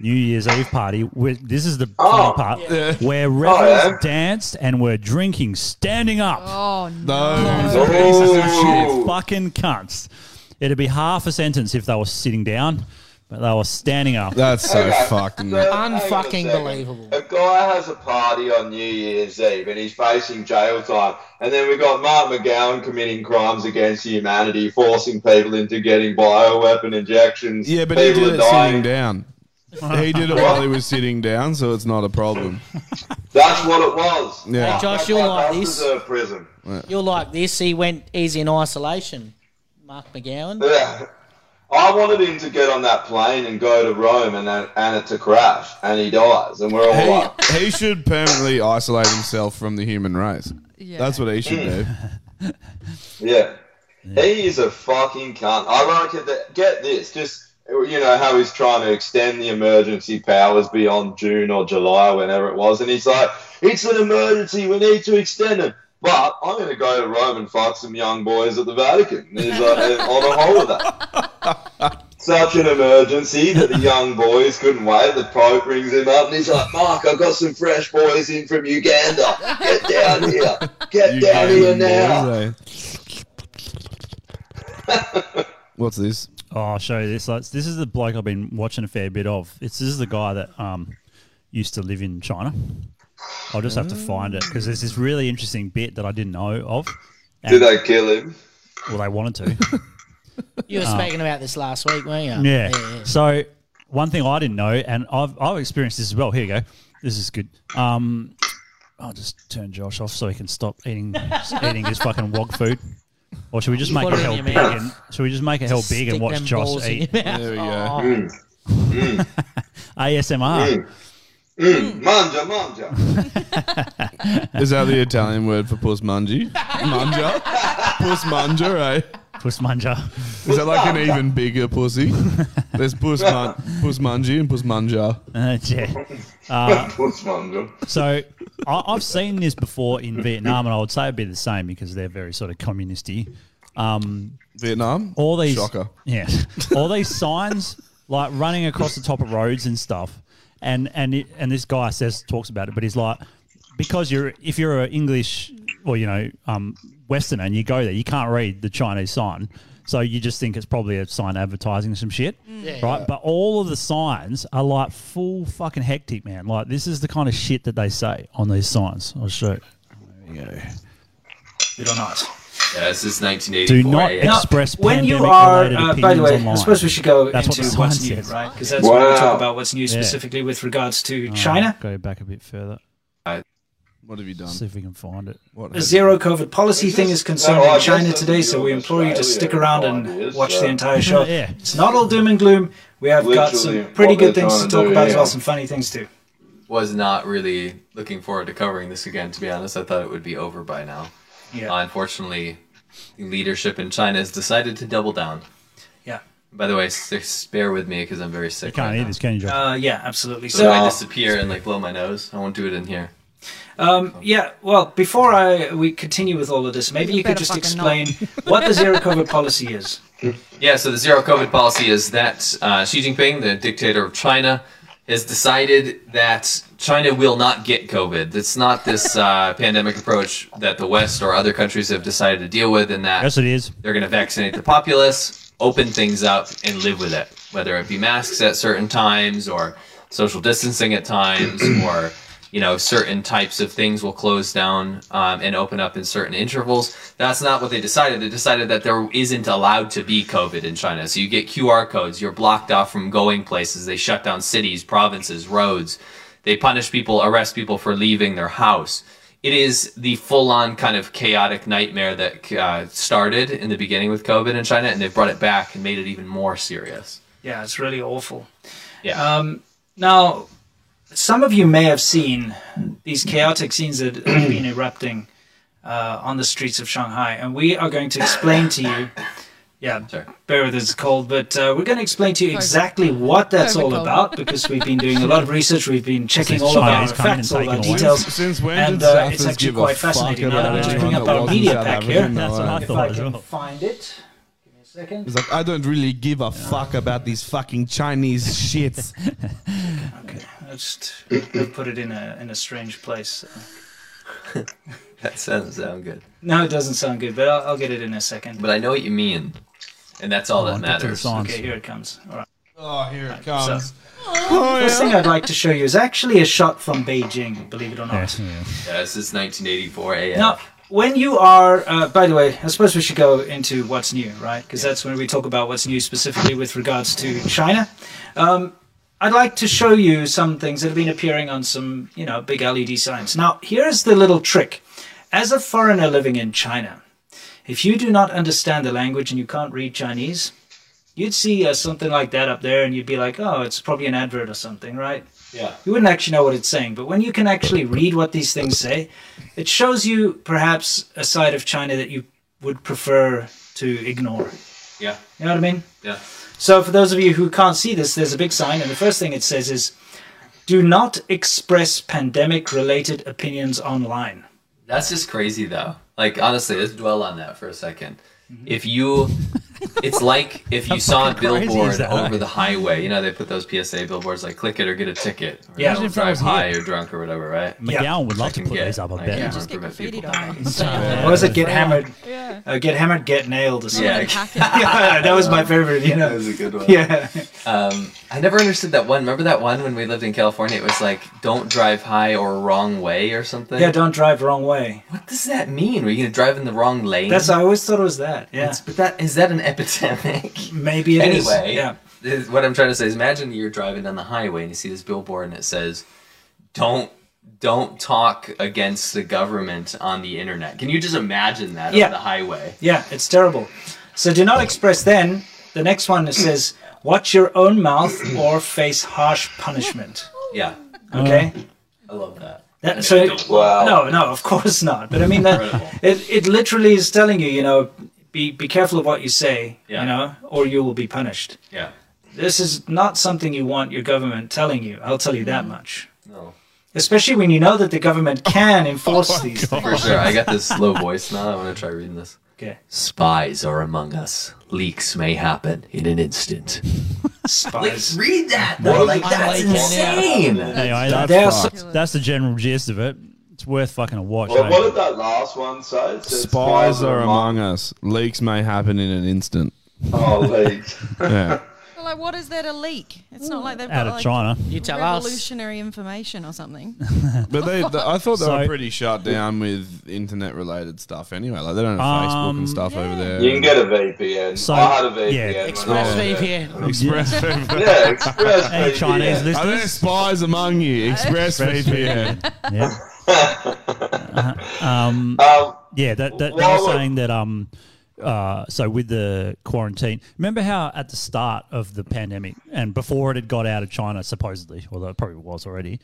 S3: New Year's Eve party. Where, this is the funny part where revelers danced and were drinking standing up.
S6: Oh
S2: Those
S3: no.
S2: pieces of shit.
S3: Fucking cunts. It'd be half a sentence if they were sitting down, but they were standing up.
S2: That's so
S4: Okay.
S2: fucking.
S4: So, hang on a
S5: Unfucking
S4: second.
S5: believable.
S4: A guy has a party on New Year's Eve and he's facing jail time. And then we've got Mark McGowan committing crimes against humanity, forcing people into getting bioweapon injections.
S2: Yeah, but he
S4: people
S2: did
S4: are
S2: it
S4: dying.
S2: sitting down. He did it while he was sitting down, so it's not a problem.
S4: That's what it was.
S2: Yeah.
S5: Hey, Josh,
S4: That's
S5: you'll
S4: what
S5: like
S4: does
S5: this.
S4: deserve prison.
S5: You're like this. He went. He's in isolation. Mark McGowan.
S4: Yeah. I wanted him to get on that plane and go to Rome and, then, and it to crash. And he dies. And we're all like,
S2: He should permanently isolate himself from the human race. That's what he should do.
S4: Yeah. He is a fucking cunt. I like it that, get this, just, you know, how he's trying to extend the emergency powers beyond June or July, whenever it was. And he's like, it's an emergency, we need to extend it. But I'm going to go to Rome and fuck some young boys at the Vatican. And he's like, on a holiday. Such an emergency that the young boys couldn't wait. The Pope rings him up and he's like, Mark, I've got some fresh boys in from Uganda. Get down here. Get down here now.
S2: What's this?
S3: Oh, I'll show you this. Like, this is the bloke I've been watching a fair bit of. It's this is the guy that um, used to live in China. I'll just have to find it because there's this really interesting bit that I didn't know of.
S4: Did they kill him?
S3: Well, they wanted to.
S5: You were
S2: Oh.
S3: Ah.
S5: speaking about this last week, weren't you?
S3: yeah.
S5: yeah.
S3: So one thing I didn't know, and I've I've experienced this as well. Here you go. This is good. Um, I'll just turn Josh off so he can stop eating eating his fucking wog food. Or should we just
S5: You
S3: make
S5: put
S3: it
S5: it in
S3: hell
S5: your
S3: big?
S5: mouth.
S3: And, should we just make it hell
S5: Just
S3: big and
S5: stick
S3: watch
S5: them
S3: Josh
S5: balls in
S3: eat?
S5: your mouth.
S2: There we go. Mm.
S5: Oh.
S3: ASMR.
S4: Mm, manja, manja.
S2: Mm. Is that the Italian word for puss mungy? Manja? puss manja, eh?
S3: Puss munger.
S2: Is that like an even bigger pussy? There's puss, mun- puss mungy and puss munger.
S3: Uh, yeah. Uh,
S4: Puss munger.
S3: So I, I've seen this before in Vietnam, and I would say it'd be the same because they're very sort of communisty. Um,
S2: Vietnam,
S3: all these
S2: Shocker.
S3: yeah, all these signs like running across the top of roads and stuff, and and it, and this guy says talks about it, but he's like, because you're if you're an English or you know um, Westerner and you go there, you can't read the Chinese sign. So you just think it's probably a sign advertising some shit,
S9: Mm. Yeah.
S3: right? But all of the signs are like full fucking hectic, man. Like this is the kind of shit that they say on these signs. I'll show. you.
S9: You don't know us.
S10: Yeah, this is 1984.
S3: Do not
S10: yeah.
S3: express
S9: When you
S3: pandemic
S9: are,
S3: related
S9: uh, by
S3: opinions
S9: the way, I
S3: online.
S9: suppose we should go
S3: That's what
S9: into
S3: the
S9: what's
S3: sign
S9: new,
S3: says.
S9: right? Because that's what we
S3: Wow.
S9: talk about what's new
S3: Yeah.
S9: specifically with regards to
S3: All right,
S9: China.
S3: Go back a bit further.
S2: What have you done?
S3: See if we can find it.
S9: The zero COVID policy thing is concerning China today, so we implore you to stick around and watch the entire show.
S3: Yeah.
S9: It's not all doom and gloom. We have got
S10: Literally,
S9: some pretty
S10: what they're
S9: good things to
S10: trying to
S9: talk
S10: do,
S9: about as
S10: yeah.
S9: well, some funny things too.
S10: Was not really looking forward to covering this again, to be honest. I thought it would be over by now.
S9: Yeah.
S10: Uh, unfortunately, the leadership in China has decided to double down.
S9: Yeah.
S10: By the way, s- bear with me because I'm very sick.
S3: Can't eat this, can you, Joe?
S9: Uh, yeah, absolutely.
S10: So, if I
S9: So,
S10: disappear and like blow my nose, I won't do it in here.
S9: um, yeah. Well, before I we continue with all of this, maybe you could
S10: better
S9: just
S10: fucking
S9: explain what the zero COVID policy is.
S10: Yeah, so the zero COVID policy is that uh, Xi Jinping, the dictator of China, has decided that China will not get COVID. It's not this uh, pandemic approach that the West or other countries have decided to deal with, and that
S3: Yes, it is.
S10: they're going to vaccinate the populace, open things up, and live with it. Whether it be masks at certain times or social distancing at times, or you know certain types of things will close down um, and open up in certain intervals. That's not what they decided. They decided that there isn't allowed to be COVID in China. So you get QR codes. You're blocked off from going places. They shut down cities, provinces, roads. They punish people, arrest people for leaving their house it is the full-on kind of chaotic nightmare that uh, started in the beginning with COVID in China, and they've brought it back and made it even more serious.
S9: Yeah, it's really awful. Yeah. Um, now, some of you may have seen these chaotic scenes that have been erupting uh, on the streets of Shanghai, and we are going to explain to you. Yeah, bear with it's cold, but uh, we're going to explain to you exactly what that's
S2: Very
S9: all
S2: cold.
S9: about because we've been doing a lot of research, we've been checking
S2: Since
S9: all of our
S2: China's come
S9: facts,
S2: and
S9: all of our
S2: taken away.
S9: details,
S2: Since- since when
S9: and
S2: did
S9: uh, it's
S2: Southers
S9: actually
S2: give a
S9: quite
S2: fuck
S9: fascinating. Now
S2: about
S9: that I'm just
S2: anyone
S9: bringing
S2: that
S9: up our
S2: wasn't
S9: media
S2: South
S9: pack
S2: African?
S9: here,
S2: That's what I
S9: if
S2: thought
S9: I
S2: as
S9: can
S2: well.
S9: find it. Give me a second.
S2: He's like, I don't really give a fuck about these fucking Chinese shits.
S9: I just I've put it in a in a strange place.
S10: That doesn't sound good,
S9: No, it doesn't sound good, but I'll, I'll get it in a second.
S10: but I know what you mean, and that's all that matters.
S9: Okay, here it comes. All right.
S2: Oh, here it
S9: comes.
S2: Oh,
S9: First
S2: yeah.
S9: thing I'd like to show you is actually a shot from Beijing, believe it or not.
S10: Yeah, this is 1984 AF.
S9: Now, when you are, uh, by the way, I suppose we should go into what's new, right? Because that's when we talk about what's new specifically with regards to China. Um, I'd like to show you some things that have been appearing on some, you know, big LED signs. Now, here's the little trick. As a foreigner living in China, if you do not understand the language and you can't read Chinese, you'd see uh, something like that up there and you'd be like, oh, it's probably an advert or something, right?
S10: Yeah.
S9: You wouldn't actually know what it's saying, but when you can actually read what these things say, it shows you perhaps a side of China that you would prefer to ignore.
S10: Yeah.
S9: You know what I mean?
S10: Yeah.
S9: So, for those of you who can't see this, there's a big sign, and the first thing it says is do not express pandemic related opinions online.
S10: That's just crazy, though. Like, honestly, let's dwell on that for a 2nd
S9: Mm-hmm.
S10: If you, it's like if you saw a
S9: fucking crazy
S10: billboard
S9: is that,
S10: over
S9: right?
S10: the highway. You know, they put those PSA billboards like "click it or get a ticket." Or,
S3: Yeah.
S10: you know,
S3: Imagine if that
S10: drive
S3: was here.
S10: high or drunk or whatever, right?
S3: McGowan
S10: Yeah.
S3: would love
S10: I
S3: to
S10: can
S3: put
S10: get-
S3: these up, I
S10: I
S3: bet.
S10: can
S3: Just
S10: prevent people
S9: What was it? Get hammered. Uh, get hammered, get nailed. or
S10: Yeah.
S9: something. yeah, that was my favorite. You know,
S10: That was a good one.
S9: Yeah.
S10: Um, I never understood that one. Remember that one when we lived in California? It was like, don't drive high or wrong way or something.
S9: Yeah, don't drive wrong way.
S10: What does that mean? Were you gonna drive in the wrong lane?
S9: That's I always thought it was that. Yeah.
S10: It's- but that is that an epidemic?
S9: Maybe it is.
S10: anyway,
S9: Yeah.
S10: this- what I'm trying to say is, imagine you're driving down the highway and you see this billboard and it says, "Don't." Don't talk against the government on the internet. Can you just imagine that
S9: Yeah.
S10: on the highway?
S9: Yeah, it's terrible. So do not express then. The next one it says, watch your own mouth or face harsh punishment.
S10: Yeah.
S9: Okay?
S10: Mm. I love that.
S9: That, so no, no, of course not. But I mean, that, it, it literally is telling you, you know, be be careful of what you say,
S10: Yeah.
S9: you know, or you will be punished.
S10: Yeah.
S9: This is not something you want your government telling you. I'll tell you that
S3: Mm-hmm.
S9: much.
S10: No.
S9: Especially when you know that the government
S3: Oh
S9: can enforce these things.
S10: For sure. I got this low voice now. I'm going to try reading this.
S9: Okay.
S10: Spies are among us. Leaks may happen in an instant.
S9: Spies.
S10: read that, though. Like, that's insane.
S3: Anyway, that's,
S10: They are
S3: fucked. that's the general gist of it. It's worth fucking a watch.
S4: Well,
S3: eh?
S4: what did that last one say? It says
S2: Spies are among us. Leaks may happen in an instant.
S4: Oh, leaks.
S2: yeah.
S6: Well, like, what is there to leak? It's not like they've
S2: Out
S6: got
S2: of
S6: like
S2: China. You tell us.
S6: revolutionary information or something.
S2: But they, they- I thought they
S3: So-
S2: were pretty shut down with internet related stuff anyway. Like they don't have Facebook
S3: Um,
S2: and stuff over there.
S4: You can get a VPN.
S2: So-
S4: I had a VPN.
S2: yeah.
S4: when I
S2: Express
S4: was there.
S2: VPN. Express VPN.
S4: Yeah, Express
S2: Hey,
S4: VPN.
S2: Chinese listeners. Are there spies among you? Express VPN.
S3: yeah. Uh, um, yeah, that, that, they
S2: well,
S3: were saying that. Um, uh, so with the quarantine, remember how at the start of the pandemic and before it had got out of China, supposedly, although it probably was already,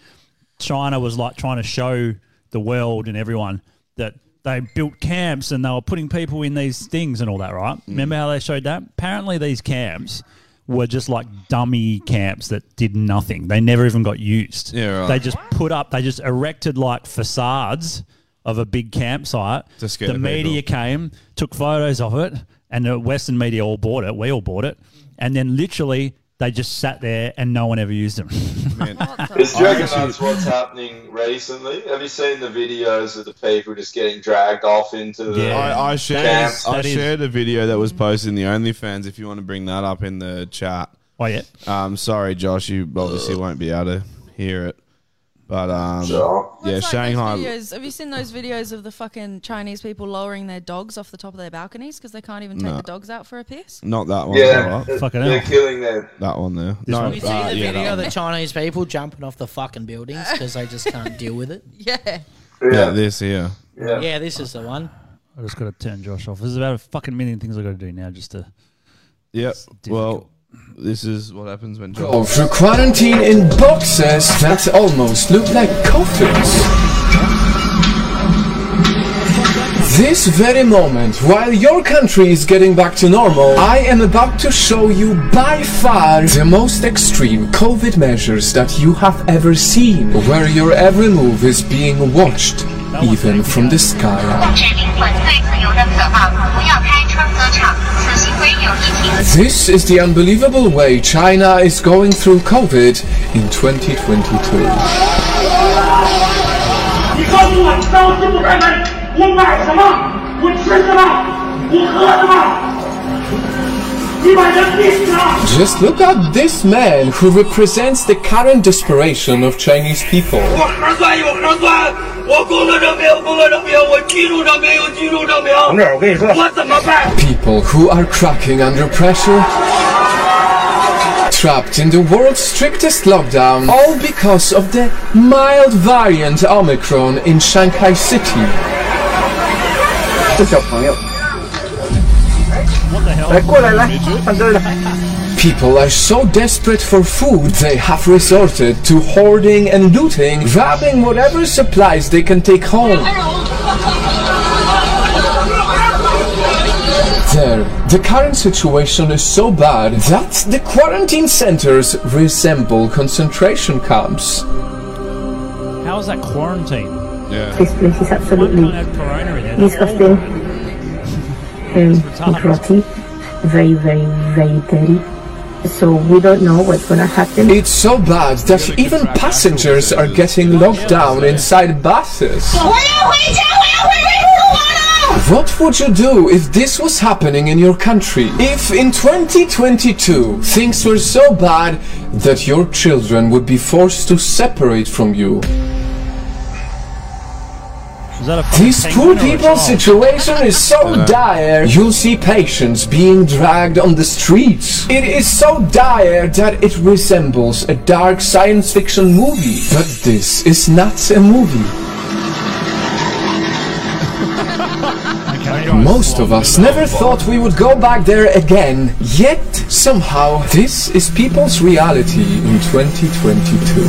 S3: China was like trying to show the world and everyone that they built camps and they were putting people in these things and all that, right?
S2: Mm.
S3: Remember how they showed that? Apparently, these camps were just like dummy camps that did nothing. They never even got used.
S2: Yeah, right.
S3: They just put up, they just erected like facades of a big campsite.
S2: To scare
S3: the
S2: the
S3: media came, took photos of it, and the Western media all bought it. We all bought it. And then literally, they just sat there and no one ever used them.
S4: Is do you reckon that's what's happening recently? Have you seen the videos of the people just getting dragged off into the
S2: I, I shared
S4: camps?
S2: I shared a video that was posted in the OnlyFans. If you want to bring that up in the chat.
S3: Oh yeah.
S2: Um, sorry, Josh, you obviously won't be able to hear it, but um,
S4: Sure.
S2: yeah,
S6: It's like those
S2: Shanghai.
S6: videos- Have you seen those videos of the fucking Chinese people lowering their dogs off the top of their balconies because they can't even take
S2: No.
S6: the dogs out for a piss?
S2: Not that one.
S4: Yeah,
S2: that one.
S3: Fucking
S4: they're
S3: hell.
S4: killing them.
S2: That one there.
S3: This
S2: no,
S3: one.
S5: You
S2: uh,
S5: see the video
S2: yeah, that
S5: of
S2: one.
S5: the Chinese people jumping off the fucking buildings because they just can't deal with it.
S6: Yeah.
S2: Yeah, this here.
S5: Yeah. this is the one.
S3: I just got to turn Josh off. There's about a fucking million things I got to do now just to.
S2: Yep. Well, this is what happens when.
S11: Go through quarantine in boxes that almost look like coffins. This very moment, while your country is getting back to normal, I am about to show you by far the most extreme COVID measures that you have ever seen, where your every move is being watched, even from the sky.
S12: 控制灵魂对自由的渴望，不要开窗择场，此行为有益体。
S11: This is the unbelievable way China is going through COVID in 2022.
S13: 你告诉我，你当我进不开门，我买什么？我吃什么？我喝什么？你把人逼死了！
S11: Just look at this man who represents the current desperation of Chinese people.
S13: 我核酸有核酸，我工作证明有工作证明，我居住证明有居住证明。
S11: 同志我跟你说
S13: 我怎么办？
S11: People who are cracking under pressure. Trapped in the world's strictest lockdown, all because of the mild variant Omicron in Shanghai City.
S13: 来过来来，反正
S11: People are so desperate for food, they have resorted to hoarding and looting, grabbing whatever supplies they can take home. There, the current situation is so bad that the quarantine centers resemble concentration camps.
S3: How is that quarantine?
S2: Yeah.
S14: This place is absolutely disgusting, um, grotty, very, very, very dirty. So we don't know what's gonna happen.
S11: It's so bad that even passengers are getting locked down inside buses.
S13: 我要回家，我要回回祖国了。
S11: What would you do if this was happening in your country? If in 2022 things were so bad that your children would be forced to separate from you? This poor people's situation is so dire, you'll see patients being dragged on the streets. It is so dire that it resembles a dark science fiction movie. But this is not a movie. Most of us never thought we would go back there again, yet somehow this is people's reality in 2022.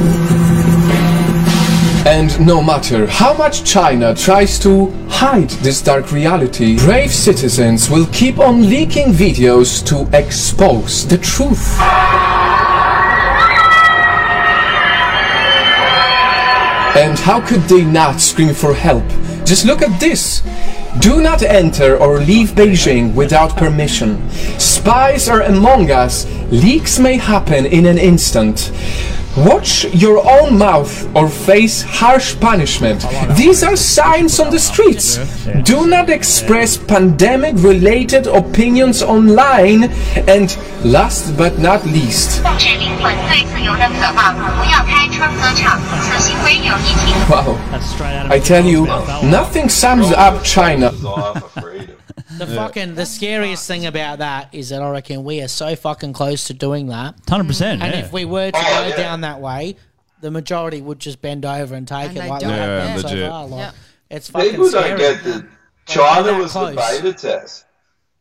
S11: And no matter how much China tries to hide this dark reality, brave citizens will keep on leaking videos to expose the truth. And how could they not scream for help? Just look at this. Do not enter or leave Beijing without permission. Spies are among us. Leaks may happen in an instant. Watch your own mouth or face harsh punishment. These are signs on the streets. Do not express pandemic related opinions online. And last but not least,
S12: 控制灵魂对自由的渴望，不要开创磁场，此行为有益体。
S11: wow. I tell you, nothing sums up China.
S5: The fucking the scariest thing about that is that I reckon we are so fucking close to doing that.
S3: Hundred percent.
S5: And
S3: yeah.
S5: if we were to
S4: Oh,
S5: go down that way, the majority would just bend over and take it like
S3: don't.
S5: they have
S3: Yeah,
S5: been so
S3: legit.
S5: far. Like, It's fucking
S4: People
S5: scary.
S4: don't get the.
S5: Like,
S4: China
S5: we're
S4: was
S5: that
S4: the
S5: close.
S4: beta test.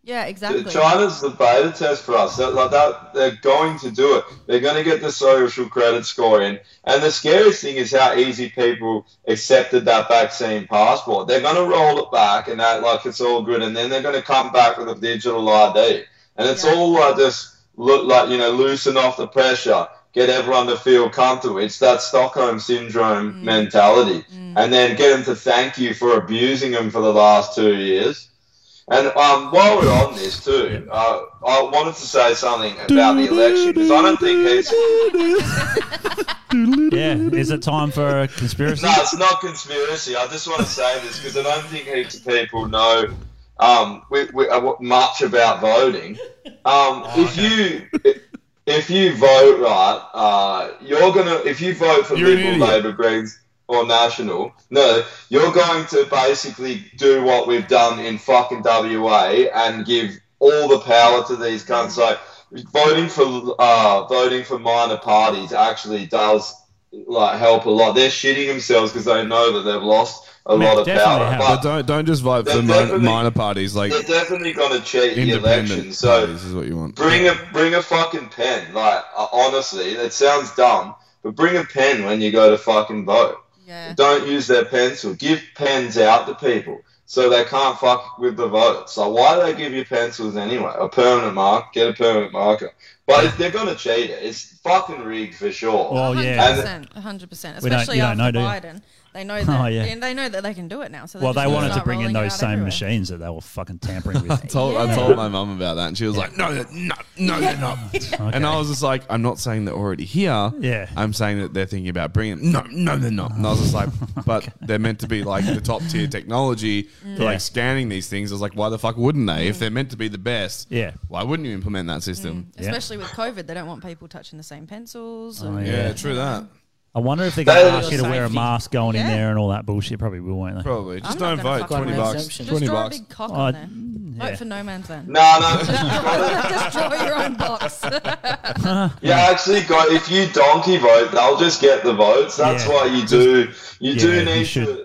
S6: Yeah, exactly.
S4: China's the beta test for us. That, like that, they're going to do it. They're going to get the social credit score in. And the scariest thing is how easy people accepted that vaccine passport. They're going to roll it back and act like it's all good, and then they're going to come back with a digital ID. And it's all like this look like you know loosen off the pressure, get everyone to feel comfortable. It's that Stockholm syndrome mentality, and then get them to thank you for abusing them for the last two years. And um, while we're on this too, uh, I wanted to say something about the election because I don't think he's.
S3: yeah. Is it time for a conspiracy?
S4: No, it's not conspiracy. I just want to say this because I don't think heaps of people know um, we, we, uh, what- much about voting. Um, if you if you vote right, uh, you're gonna if you vote for
S2: You're an
S4: Liberal,
S2: idiot.
S4: Labor, Greens or National, no, you're going to basically do what we've done in fucking WA and give all the power to these cunts. Like voting for uh, voting for minor parties actually does like help a lot. They're shitting themselves because they know that they've lost a lot of power.
S2: But don't don't just vote for
S4: They're
S2: the minor,
S4: definitely-
S2: minor parties. Like
S4: They're definitely going to cheat the election.
S2: independent
S4: So
S2: parties is what you want.
S4: bring a bring a fucking pen. Like uh, honestly, it sounds dumb, but bring a pen when you go to fucking vote.
S6: Yeah.
S4: Don't use their pencil. Give pens out to people so they can't fuck with the vote. So why do they give you pencils anyway? A permanent mark. Get a permanent marker. But if they're gonna cheat it, it's fucking rigged for sure.
S3: Well,
S4: And-
S3: yeah.
S6: 100%, 100%.
S3: We don't-
S6: Especially
S3: you don't
S6: after
S3: know, do
S6: Biden. They know that.
S3: Oh, yeah.
S6: and they know that they can do it now. So
S3: Well,
S6: just
S3: they
S6: gonna
S3: wanted to
S6: start
S3: bring in
S6: rolling it
S3: those
S6: out
S3: same
S6: everywhere.
S3: machines that they were fucking tampering with.
S2: I told I told my mum about that, and she was like, "No, they're- no, no, they're not." And I was just like, "I'm not saying they're already here.
S3: Yeah.
S2: I'm saying that they're thinking about bringing them. No, no, they're not." And I was just like, "But they're meant to be like the top tier technology
S5: Mm.
S2: for
S3: Yeah.
S2: like scanning these things." I was like, "Why the fuck wouldn't they? If they're meant to be the best,
S3: Yeah.
S2: why wouldn't you implement that system?"
S5: Mm.
S6: Especially with COVID, they don't want people touching the same pencils.
S3: Oh,
S6: and-
S3: yeah. Yeah,
S2: true that.
S3: I wonder if they're going
S2: That
S3: to
S2: is-
S3: ask you to wear a mask going in there and all that bullshit. Probably will, won't they?
S2: Probably.
S6: I'm not gonna fucking vote. Just draw a big cock on
S3: Oh,
S6: there.
S3: yeah.
S6: Vote for no man's land.
S4: No, no.
S6: Just draw your own box.
S4: Yeah, actually, God, if you donkey vote, they'll just get the votes. That's
S2: Yeah.
S4: why you do. You
S2: Yeah,
S4: do
S2: you
S4: need
S2: should.
S4: to.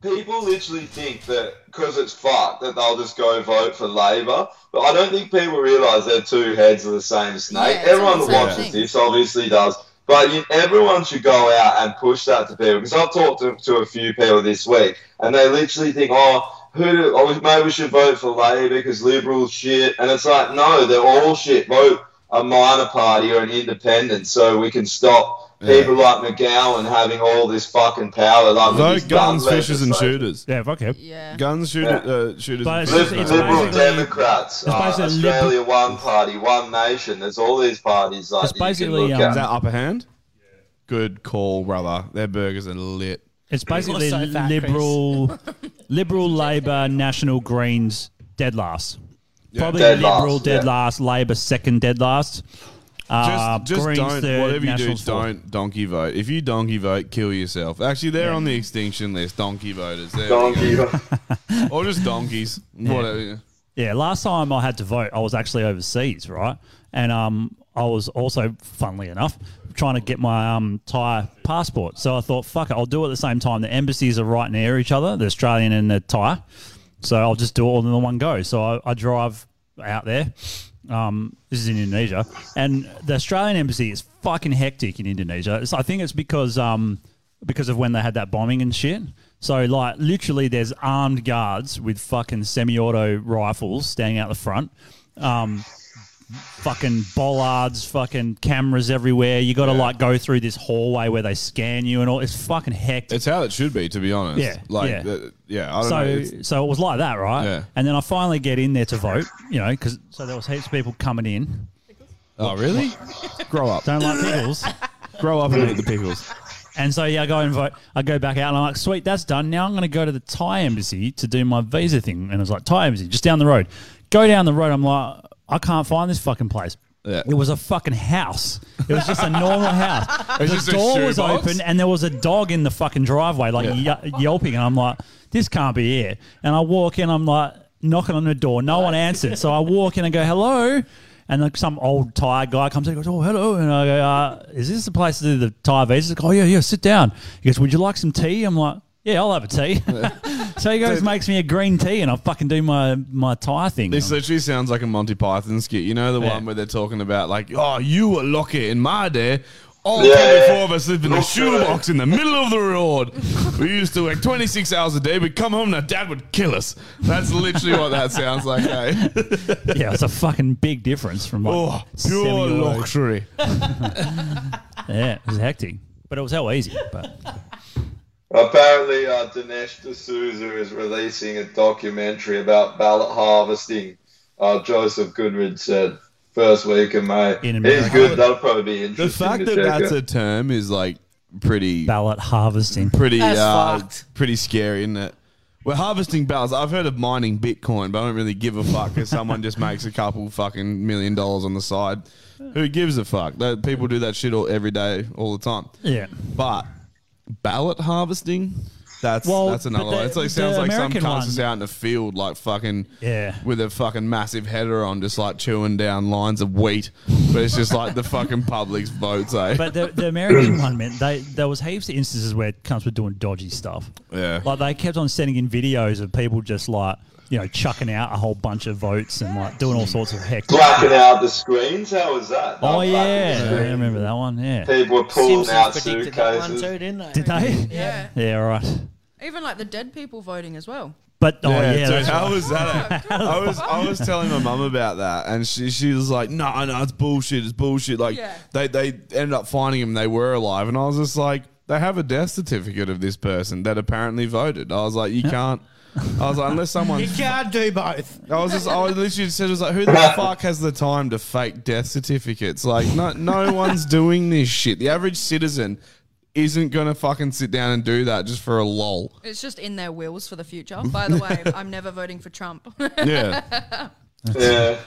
S4: People literally think that because it's fucked that they'll just go vote for Labor, but I don't think people realise they're two heads of the same snake.
S2: Yeah, it's
S4: Everyone that
S2: all the same
S4: watches
S2: thing.
S4: this obviously does, but you, everyone should go out and push that to people because I've talked to, to a few people this week, and they literally think, oh. Who do, oh, maybe we should vote for Labor because Liberals shit, and it's like no, they're all shit. Vote a minor party or an independent so we can stop people like McGowan having all this fucking power. Like with
S2: Vote
S4: this
S2: guns,
S4: gun
S2: fishers, and
S4: legislation.
S2: shooters.
S3: Yeah, fuck him.
S6: Yeah.
S2: Guns, shooter, uh, shooters,
S3: But
S2: and
S3: it's
S2: fishers.
S3: just- it's
S4: Liberal
S3: basically-
S4: Democrats,
S3: it's
S4: uh,
S3: basically
S4: Australia One Party, One Nation. There's all these parties like
S2: It's
S4: that you
S3: um,
S4: can look
S2: is that
S4: at.
S2: upper hand? Good call, brother. Their burgers are lit.
S3: It's basically liberal, liberal Labor, National Greens, dead last. Probably
S2: Dead last,
S3: liberal dead
S2: yeah.
S3: last, Labor second dead last. Uh,
S2: just, just
S3: Greens
S2: don't.
S3: third,
S2: Whatever you do,
S3: Nationals fourth.
S2: don't donkey vote. If you donkey vote, kill yourself. Actually, they're
S3: Yeah.
S2: on the extinction list. Donkey voters. There we
S3: Donkey
S2: go. or just donkeys. Whatever.
S3: Yeah, last time I had to vote, I was actually overseas, right? And um, I was also, funnily enough, trying to get my um, Thai passport. So I thought, fuck it, I'll do it at the same time. The embassies are right near each other, the Australian and the Thai. So I'll just do it all in the one go. So I, I drive out there. Um, this is in Indonesia, and the Australian embassy is fucking hectic in Indonesia. It's, I think it's because um, because of when they had that bombing and shit. So like literally, there's armed guards with fucking semi-auto rifles standing out the front. Um, fucking bollards, fucking cameras everywhere. You got to like go through this hallway where they scan you and all. It's fucking hectic.
S2: It's how it should be, to be honest.
S3: Yeah,
S2: Like,
S3: yeah.
S2: uh, yeah I don't
S3: so,
S2: know. It's-
S3: so it was like that, right?
S2: Yeah.
S3: And then I finally get in there to vote, you know, because so there was heaps of people coming in.
S2: oh, really? Grow up.
S3: Don't like pickles.
S2: Grow up and eat the pickles.
S3: And so yeah, I go and vote. I go back out and I'm like, sweet, that's done. Now I'm going to go to the Thai embassy to do my visa thing. And it's like Thai embassy, just down the road. Go down the road. I'm like, I can't find this fucking place. It was a fucking house. It was just a normal house.
S2: It was just
S3: the
S2: a
S3: door was
S2: shoebox?
S3: open and there was a dog in the fucking driveway, like ye- yelping. And I'm like, this can't be it. And I walk in, I'm like knocking on the door. No one answers. So I walk in and go, hello. And like some old Thai guy comes in and goes, oh, hello. And I go, uh, is this the place to do the Thai visa? He's like, oh, yeah, yeah, sit down. He goes, would you like some tea? I'm like, yeah, I'll have a tea. so he goes, makes me a green tea and I fucking do my, my Thai thing.
S2: This literally sounds like a Monty Python skit. You know the
S3: Yeah.
S2: one where they're talking about like, oh, you were lucky in my day. All
S3: Yeah,
S2: 24
S3: yeah.
S2: of us lived in a
S3: Look good.
S2: shoebox in the middle of the road. We used to work 26 hours a day. We'd come home and our dad would kill us. That's literally what that sounds like, eh? hey?
S3: yeah, it's a fucking big difference from like
S2: Oh, pure
S3: semi-auto.
S2: luxury.
S3: yeah, it was hectic, but it was hell easy. But
S4: Apparently, uh, Dinesh D'Souza is releasing a documentary about ballot harvesting. Uh, Joseph Goodrich said first week of May. He's
S2: America.
S4: good. That'll probably be interesting.
S2: The fact
S4: to
S2: that
S4: check
S2: that's
S4: out.
S2: a term is like pretty
S3: ballot harvesting.
S2: Pretty
S4: That's
S2: uh,
S4: fucked.
S2: pretty scary, isn't it? We're harvesting ballots. I've heard of mining Bitcoin, but I don't really give a fuck if someone just makes a couple fucking million dollars on the side. Who gives a fuck? That- People do that shit all, every day, all the time.
S3: Yeah.
S2: But ballot harvesting, that's
S3: Well,
S2: that's another
S3: but
S2: one.
S3: the-
S2: It's like
S3: the
S2: sounds like
S3: American
S2: some
S3: one-
S2: cunts is out in the field, like fucking
S3: Yeah.
S2: with a fucking massive header on, just like chewing down lines of wheat. But it's just like the fucking public's votes, eh?
S3: but the, the American one, man, they there was heaps of instances where cunts were doing dodgy stuff.
S2: Yeah.
S3: like they kept on sending in videos of people just like you know chucking out a whole bunch of votes and like doing all sorts of hectic.
S4: Blacking out the screens. How was that?
S3: Oh
S4: Not blacking
S3: yeah,
S4: the
S3: I
S4: screen.
S3: remember that one. Yeah,
S4: People were pulling out
S5: predicted that one
S4: suitcases.
S5: too, didn't they?
S3: Did they?
S6: Yeah.
S3: yeah, all right.
S6: Even like the dead people voting as well.
S3: But oh yeah,
S2: Yeah, dude,
S3: that's
S2: how
S3: right.
S2: was that? I was I was telling my mum about that, and she she was like, "No, no, it's bullshit. It's bullshit." Like
S6: Yeah.
S2: they they ended up finding him. They were alive, and I was just like, "They have a death certificate of this person that apparently voted." I was like, "You can't." I was like, "Unless someone."
S5: You can't do both.
S2: I was just I was literally just said, I was like, "Who the fuck has the time to fake death certificates?" Like, no no one's doing this shit. The average citizen isn't gonna fucking sit down and do that just for a lol.
S6: It's just in their wills for the future. By the way, I'm never voting for Trump.
S2: Yeah.
S4: Yeah.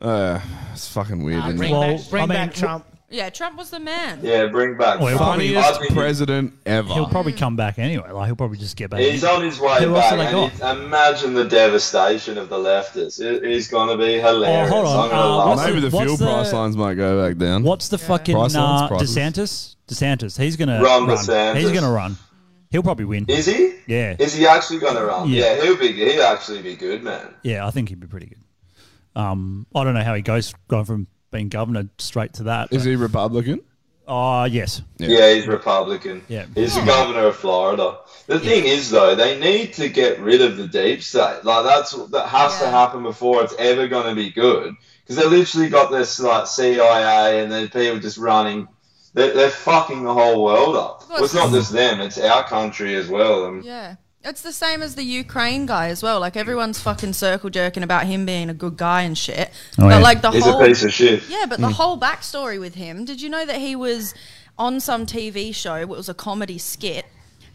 S2: Uh, it's fucking weird.
S5: Nah,
S2: isn't
S5: bring
S2: it?
S5: back- Well, bring I mean, back Trump.
S6: yeah, Trump was the man.
S4: Yeah, bring back.
S3: Well,
S4: Funniest
S2: president ever.
S3: He'll probably come back anyway. Like he'll probably just get back.
S4: He's on his way
S3: Who else
S4: back.
S3: have they
S4: and
S3: got?
S4: he- imagine the devastation of the leftists. It is going to be hilarious.
S3: Oh, hold on.
S4: I'm gonna
S3: Uh,
S4: love
S3: what's
S4: it.
S2: Maybe
S3: the-
S2: the fuel
S3: what's the-
S2: price lines might go back down.
S3: What's the fucking
S2: Price lines,
S3: uh,
S2: prices.
S3: DeSantis? DeSantis. He's gonna
S4: Ron
S3: run.
S4: DeSantis.
S3: He's gonna run. He'll probably win.
S4: Is he?
S3: Yeah.
S4: Is he actually going to run?
S3: Yeah.
S4: Yeah, he'll be. He'd actually be good, man.
S3: Yeah, I think he'd be pretty good. Um, I don't know how he goes going from being governor straight to that. Is
S2: he Republican?
S3: Oh, yes.
S4: Yeah, he's Republican.
S3: Yeah.
S4: He's the governor of Florida. The thing is, though, they need to get rid of the deep state. Like that's that has to happen before it's ever going to be good. Because they literally got this like CIA and then people just running. They're, they're fucking the whole world up. Well, it's not just them; it's our country as well. And
S6: Yeah. It's the same as the Ukraine guy as well. Like everyone's fucking circle jerking about him being a good guy and shit.
S4: Oh,
S6: but
S4: yeah.
S6: like the
S4: He's a
S6: whole
S4: piece of shit.
S6: Yeah, but the
S4: Mm.
S6: whole backstory with him. Did you know that he was on some TV show? It was a comedy skit,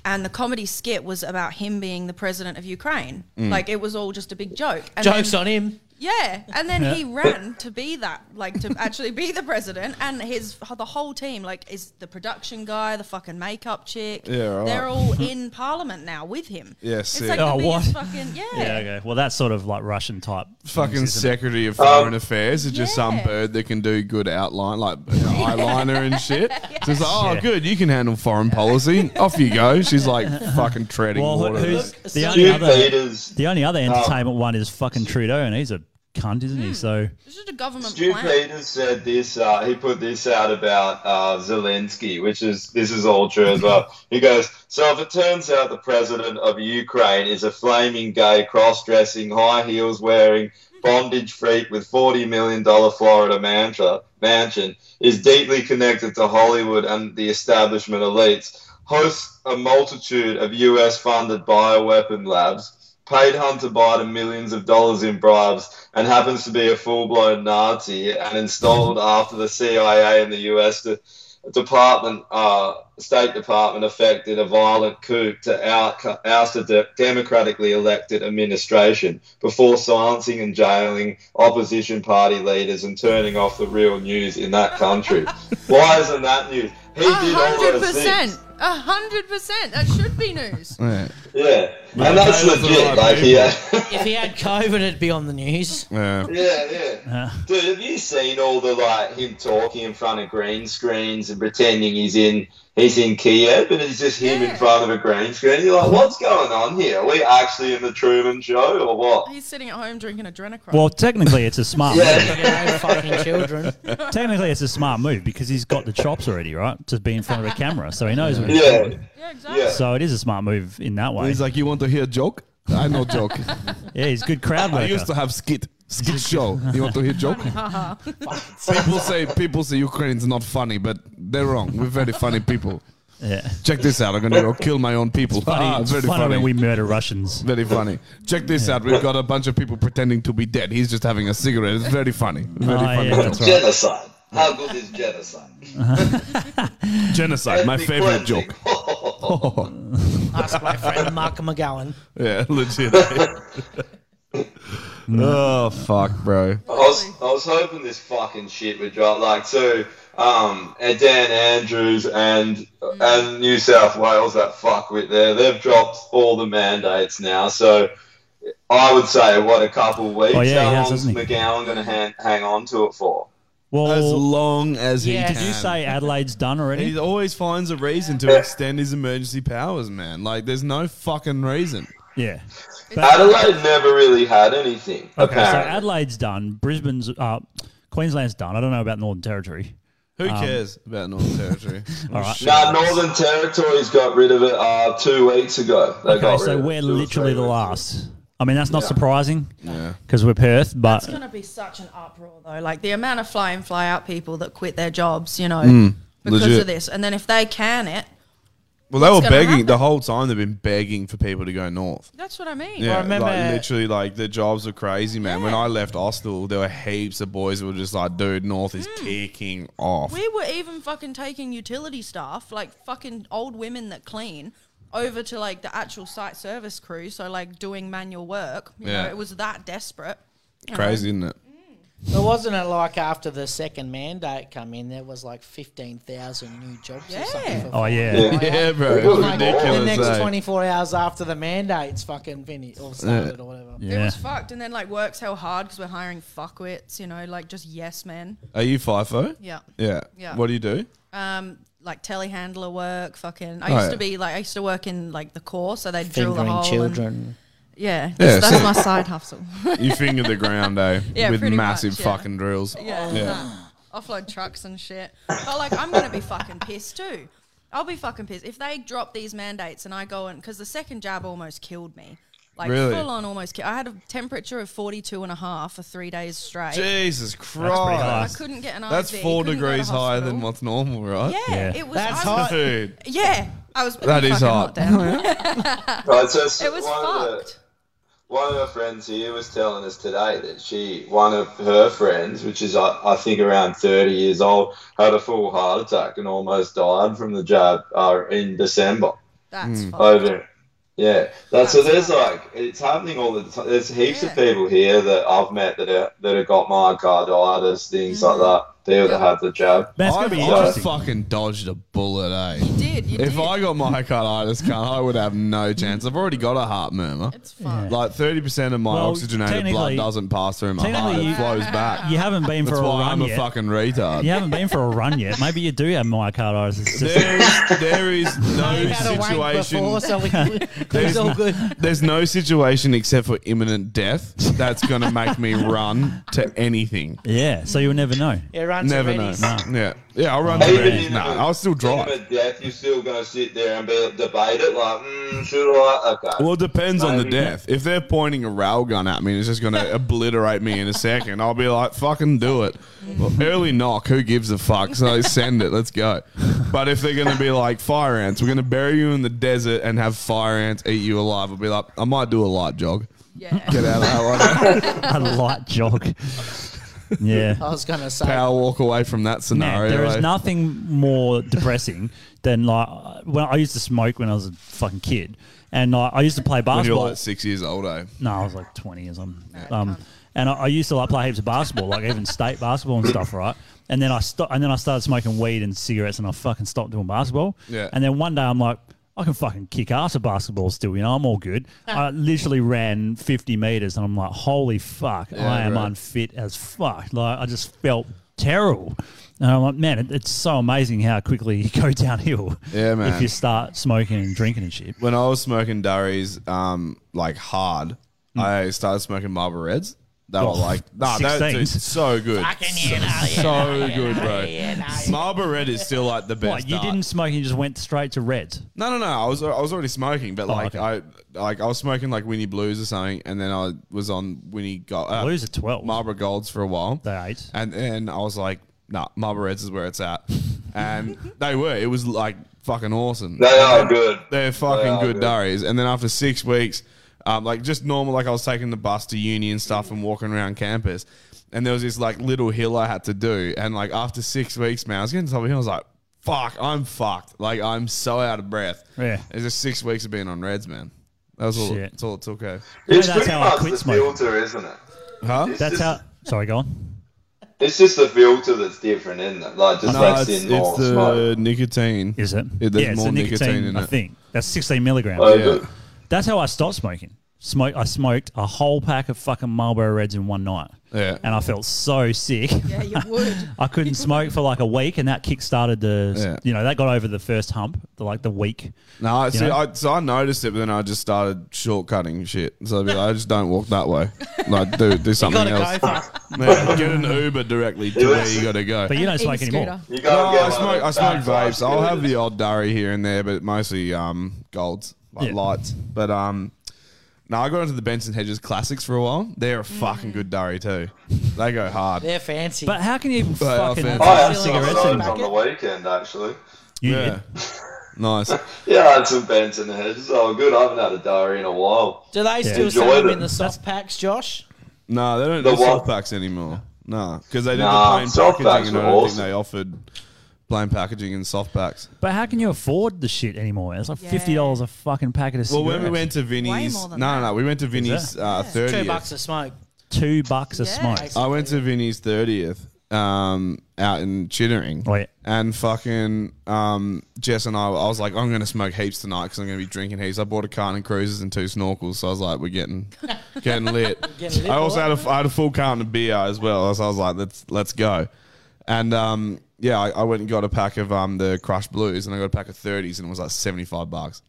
S6: and the comedy skit was about him being the president of Ukraine.
S4: Hmm.
S5: Mm.
S6: Like it was all just a big joke. And
S5: Jokes
S6: then-
S5: on him.
S6: Yeah, and then
S5: Yeah.
S6: he ran to be that, like to actually be the president, and his the whole team, like, is the production guy, the fucking makeup chick.
S3: Yeah, right.
S6: they're all in Parliament now with him.
S2: Yes,
S6: it's
S2: yeah.
S6: like the
S3: Oh,
S6: biggest
S3: what?
S6: fucking yeah.
S3: Yeah. Okay. Well, that's sort of like Russian type.
S2: Fucking
S3: things, isn't it?
S2: Secretary
S4: Um,
S2: of Foreign Affairs is just some bird that can do good outline, like eyeliner and shit. So it's like, oh,
S3: Yeah.
S2: good, you can handle foreign policy. Off you go. She's like fucking treading
S3: Well, who-
S2: water.
S4: Um,
S3: who's the only other? The only other entertainment one is fucking Trudeau, and he's a cunt, isn't
S6: Hmm.
S3: he? So
S6: This is a government
S4: Stu
S6: plan.
S4: Peters said this. Uh, he put this out about uh, Zelensky, which is this is all true as well. He goes, so if it turns out the president of Ukraine is a flaming gay, cross-dressing, high heels wearing bondage freak with forty million dollar Florida mantra, mansion, is deeply connected to Hollywood and the establishment elites, hosts a multitude of U.S.-funded bioweapon labs paid Hunter Biden millions of dollars in bribes and happens to be a full blown Nazi and installed after the CIA and the US de- Department, uh, State Department effected a violent coup to out- oust a de- democratically elected administration before silencing and jailing opposition party leaders and turning off the real news in that country. Why isn't that news? He did all
S6: hundred
S4: those things.
S6: percent. A hundred percent. That should be news.
S4: Yeah, and that's legit. Like, yeah.
S5: if he had COVID, it'd be on the news.
S2: Yeah.
S4: Yeah, yeah. Dude, have you seen all the like him talking in front of green screens and pretending he's in he's in Kiev and it's just him in front of a green screen? You're like, what's going on here? Are we actually in the Truman Show or what?
S6: He's sitting at home drinking adrenochrome.
S3: well, technically, it's a smart.
S6: Yeah.
S5: Fucking children.
S3: Technically, it's a smart move because he's got the chops already, right? To be in front of a camera, so he knows what he's
S4: Yeah.
S3: doing. So it is a smart move in that way.
S2: He's like, you want to hear a joke? I know joke.
S3: yeah, he's good crowd
S2: I
S3: worker.
S2: used to have skit skit show. You want to hear joke? people say people say Ukrainians not funny, but they're wrong. We're very funny people.
S3: Yeah.
S2: Check this out. I'm gonna go kill my own people.
S3: It's funny-
S2: Ah,
S3: it's
S2: very
S3: funny
S2: funny
S3: when we murder Russians.
S2: Very funny. Check this out. We've got a bunch of people pretending to be dead. He's just having a cigarette. It's very funny. Very
S3: Oh,
S2: funny.
S3: yeah, that's right.
S4: Genocide. How good is genocide?
S2: Genocide, my
S4: Ethnic
S2: favorite
S4: cleansing.
S2: joke.
S5: Ask my friend Mark McGowan.
S2: yeah, legit.
S3: Mm.
S2: oh fuck, bro.
S4: I was, I was hoping this fucking shit would drop. Like, so, um, and Dan Andrews and and New South Wales, that fuckwit there, they've dropped all the mandates now. So, I would say, what, a couple of weeks?
S3: Oh, yeah,
S4: How
S3: he has,
S4: long's
S3: hasn't he?
S4: McGowan going to hang, hang on to it for?
S3: Well, as
S2: long as
S4: he
S3: Did you
S2: can.
S3: say Adelaide's done already?
S2: He always finds a reason to extend his emergency powers, man. Like, there's no fucking reason.
S3: Yeah.
S4: Adelaide never really had anything,
S3: Okay, so
S4: apparently.
S3: Adelaide's done. Brisbane's, uh, Queensland's done. I don't know about Northern Territory.
S2: Who
S3: Um,
S2: cares about Northern Territory?
S3: All right.
S4: Nah, Northern Territories got rid of it uh, two weeks ago. They
S3: Okay,
S4: got
S3: so
S4: rid of it.
S3: we're literally the last. I mean, that's not
S4: Yeah.
S3: surprising because we're Perth, but
S6: It's going to be such an uproar, though. Like the amount of fly in, fly out people that quit their jobs, you know,
S2: Mm,
S6: because
S2: legit.
S6: of this. And then if they can it,
S2: Well, they
S6: What's
S2: were
S6: gonna
S2: begging
S6: happen?
S2: the whole time. They've been begging for people to go north.
S6: that's what I mean.
S2: Yeah, like literally, like the jobs are crazy, man. When I left Austell, there were heaps of boys who were just like, "Dude, North is kicking off."
S6: Mm. we were even fucking taking utility staff, like fucking old women that clean, over to like the actual site service crew. So like doing manual work. You
S2: Yeah.
S6: know, it was that desperate. you know.
S2: Crazy, isn't it?
S5: But wasn't Mm. it like after the second mandate come in, there was like 15,000 new jobs or something? for
S3: Oh, yeah.
S5: fly-out?
S3: Yeah, bro,
S5: Like,
S3: it was
S5: The
S3: ridiculous,
S5: next
S3: eh?
S5: 24 hours after the mandate's fucking finished or started or whatever.
S6: It was fucked, and then like works hell hard because we're hiring fuckwits, you know, like just yes men.
S2: Are you FIFO?
S6: Yeah.
S2: Oh? Yeah.
S6: Yeah.
S2: What do you do?
S6: Um, like telehandler work, fucking. I
S2: Oh,
S6: used
S2: yeah.
S6: to be like I used to work in like the core, so they'd drill the
S5: Fingering
S6: hole.
S5: children.
S6: And, yeah,
S2: Yeah,
S6: that's, that's
S2: so-
S6: my side hustle.
S2: You finger the ground, eh?
S6: Yeah,
S2: with
S6: pretty
S2: massive
S6: much, yeah.
S2: fucking drills. Oh,
S6: Yeah. nah. Offload trucks and shit. But like, I'm gonna be fucking pissed too. I'll be fucking pissed if they drop these mandates and I go in because the second jab almost killed me. Like
S2: Really?
S6: full on almost ki- I had a temperature of 42 and a half for three days straight.
S2: Jesus
S6: pretty
S2: Christ!
S6: I couldn't get an
S2: That's
S6: IV,
S2: four
S6: couldn't go to
S2: degrees higher than what's normal, right?
S6: Yeah, it was.
S2: That's
S6: I was-
S2: hot, dude.
S6: Yeah, I was.
S2: That is hot.
S4: Right, so s-
S6: It was
S4: one Of the, one of her friends here was telling us today that she, one of her friends, which is I, I think around 30 years old, had a full heart attack and almost died from the jab uh, in December.
S6: That's
S4: Mm. over. Yeah, that's so. There's like it's happening all the time.
S6: Mm-hmm.
S4: There's heaps of people here that I've met that are, that have got myocarditis, things like that. there that had the jab.
S2: I,
S4: So-
S2: I fucking dodged a bullet, eh? You did. You if I got myocarditis, cunt, I would have no chance. I've already got a heart murmur. It's fine. Like thirty percent of my
S3: Well,
S2: oxygenated blood
S3: technically-
S2: doesn't pass through my heart;
S3: technically
S2: it
S3: you-
S2: flows back.
S3: You haven't been for
S2: That's
S3: a
S2: why
S3: run
S2: I'm
S3: yet.
S2: a fucking retard.
S3: You haven't been for a run yet. Maybe you do have myocarditis. It's just
S2: There is, there is no
S3: had a wank
S2: situation.
S3: before, so we-
S2: there's, there's no situation except for imminent death that's going to make me run to anything.
S3: yeah, so you'll never know.
S5: Yeah, run to
S2: Never know.
S5: Reddy's.
S2: Yeah, yeah, I'll run to
S4: Even
S2: Reddy's.
S4: if
S2: Nah,
S4: it's
S2: I'll still drive.
S4: imminent death, you're still going to sit there and be, debate it like, mm, should I? Okay. Um,
S2: Well, it depends on the
S4: Maybe.
S2: death. If they're pointing a railgun at me and it's just going to obliterate me in a second, I'll be like, fucking do it. Well, early knock, who gives a fuck? So send it, let's go. But if they're going to be like, fire ants, we're going to bury you in the desert and have fire ants eat you alive, I'll be like, I might do a light jog. Get out of that
S3: one. a light jog. Yeah.
S5: I was going to say.
S2: Power walk away from that
S3: Matt,
S2: scenario.
S3: there is
S2: eh?
S3: nothing more depressing than like when I used to smoke when I was a fucking kid, and like, I used to play
S2: When you're
S3: basketball.
S2: like six years old, eh?
S3: No, I was like 20 or something. um, and I, I used to like play heaps of basketball, like even state basketball and stuff, right? And then I stopped, and then I started smoking weed and cigarettes, and I fucking stopped doing basketball.
S2: Yeah.
S3: And then one day I'm like, I can fucking kick ass at basketball still, you know, I'm all good. I literally ran 50 meters, and I'm like, holy fuck,
S2: Yeah,
S3: I am
S2: right.
S3: unfit as fuck. Like I just felt terrible. And I'm like, man, it, it's so amazing how quickly you go downhill.
S2: Yeah,
S3: If
S2: man.
S3: you start smoking and drinking and shit.
S2: When I was smoking durries, um, like hard, I started smoking Marlboro Reds. They were
S3: Hmm. Oh,
S2: like, nah, that, dude,
S3: 16s.
S2: so good. so, so good, bro. Marlboro Red is still like the best.
S3: What, you
S2: dart.
S3: didn't smoke, you just went straight to reds?
S2: No, no, no. I was I was already smoking, but
S3: Oh,
S2: like I like I was smoking like Winnie Blues or something, and then I was on Winnie Gold. Uh,
S3: Blues at twelve.
S2: Marlboro Golds for a while.
S3: They eight.
S2: And then I was like, nah, Marlboro Reds is where it's at, and they were. It was like fucking awesome.
S4: They are good.
S2: They're fucking
S4: They are
S2: good,
S4: good.
S2: durries. And then after six weeks, um, like just normal, like I was taking the bus to uni and stuff and walking around campus. And there was this like little hill I had to do. And like after six weeks, man, I was getting to the top of the hill. I was like, fuck, I'm fucked. Like I'm so out of breath.
S3: Yeah.
S2: It's just six weeks of being on Reds, man. That was all,
S3: Shit.
S2: that's all it took. eh?
S4: It's pretty much the filter, isn't it?
S2: Huh?
S4: It's
S3: That's
S4: just,
S3: how. Sorry, go on.
S4: It's just the filter that's different, isn't it? Like just
S2: No,
S4: lets
S2: it's,
S4: in more
S2: it's the
S4: smoke.
S2: nicotine.
S3: Is it?
S2: Yeah, there's
S3: yeah, it's
S2: more
S3: the
S2: nicotine,
S3: nicotine,
S2: in
S3: I
S2: it.
S3: think that's sixteen milligrams.
S4: Oh, is it?
S3: That's how I stopped smoking. Smoke. I smoked a whole pack of fucking Marlboro Reds in one night.
S2: Yeah.
S3: And I felt so sick. Yeah, you would. I couldn't smoke for like a week, and that kick started the.
S2: Yeah.
S3: You know, that got over the first hump, the, like the week.
S2: No, I
S3: You
S2: see,
S3: know?
S2: I, so I noticed it, but then I just started shortcutting shit. So I'd be like, I just don't walk that way. Like, do do something
S3: gotta
S2: else.
S3: go
S2: Yeah, get an Uber directly to where you got to go.
S3: But you don't And smoke e-scooter. anymore.
S4: You
S2: No,
S4: gotta get
S2: I
S4: one of
S2: smoke. I
S4: those
S2: smoke
S4: fat flies
S2: vapes. I'll
S4: to
S2: have the odd durry here and there, but mostly um golds, like
S3: Yeah.
S2: lights. But um, no, I got into the Benson Hedges classics for a while. They're a fucking good durry too. They go hard.
S5: They're fancy.
S3: But how can you even
S2: They are
S3: fucking
S2: fancy.
S4: I had some
S3: cigarettes
S4: of those
S3: anymore?
S4: on the weekend, actually.
S2: yeah. nice.
S4: Yeah, I had some bends in the head. It's all good. I haven't had a diary in a while.
S5: Do they still
S4: Enjoyed
S5: sell them
S4: it.
S5: in the soft packs, Josh?
S2: No, they don't
S4: The
S2: do
S4: what?
S2: soft packs anymore. No, because they did
S4: Nah,
S2: the plain
S4: soft packs
S2: packaging, and
S4: were
S2: I don't
S4: awesome.
S2: think they offered plain packaging and soft packs.
S3: But how can you afford the shit anymore? It's like fifty dollars a fucking packet of
S2: Well,
S3: cigarettes.
S2: when we went to Vinny's, no, no, no, we went to Vinny's uh,
S5: Two
S2: thirtieth.
S5: bucks a smoke.
S3: two bucks a smoke.
S2: I went to Vinny's thirtieth um, out in Chittering.
S3: Oh, yeah.
S2: And fucking um, Jess and I, I was like, I'm going to smoke heaps tonight because I'm going to be drinking heaps. I bought a carton of cruises and two snorkels, so I was like, we're getting getting lit.
S5: Getting lit,
S2: I also
S5: boy.
S2: had a, I had a full carton of beer as well, so I was like, let's let's go. And um, yeah, I, I went and got a pack of um, the Crush Blues, and I got a pack of thirties, and it was like seventy five bucks.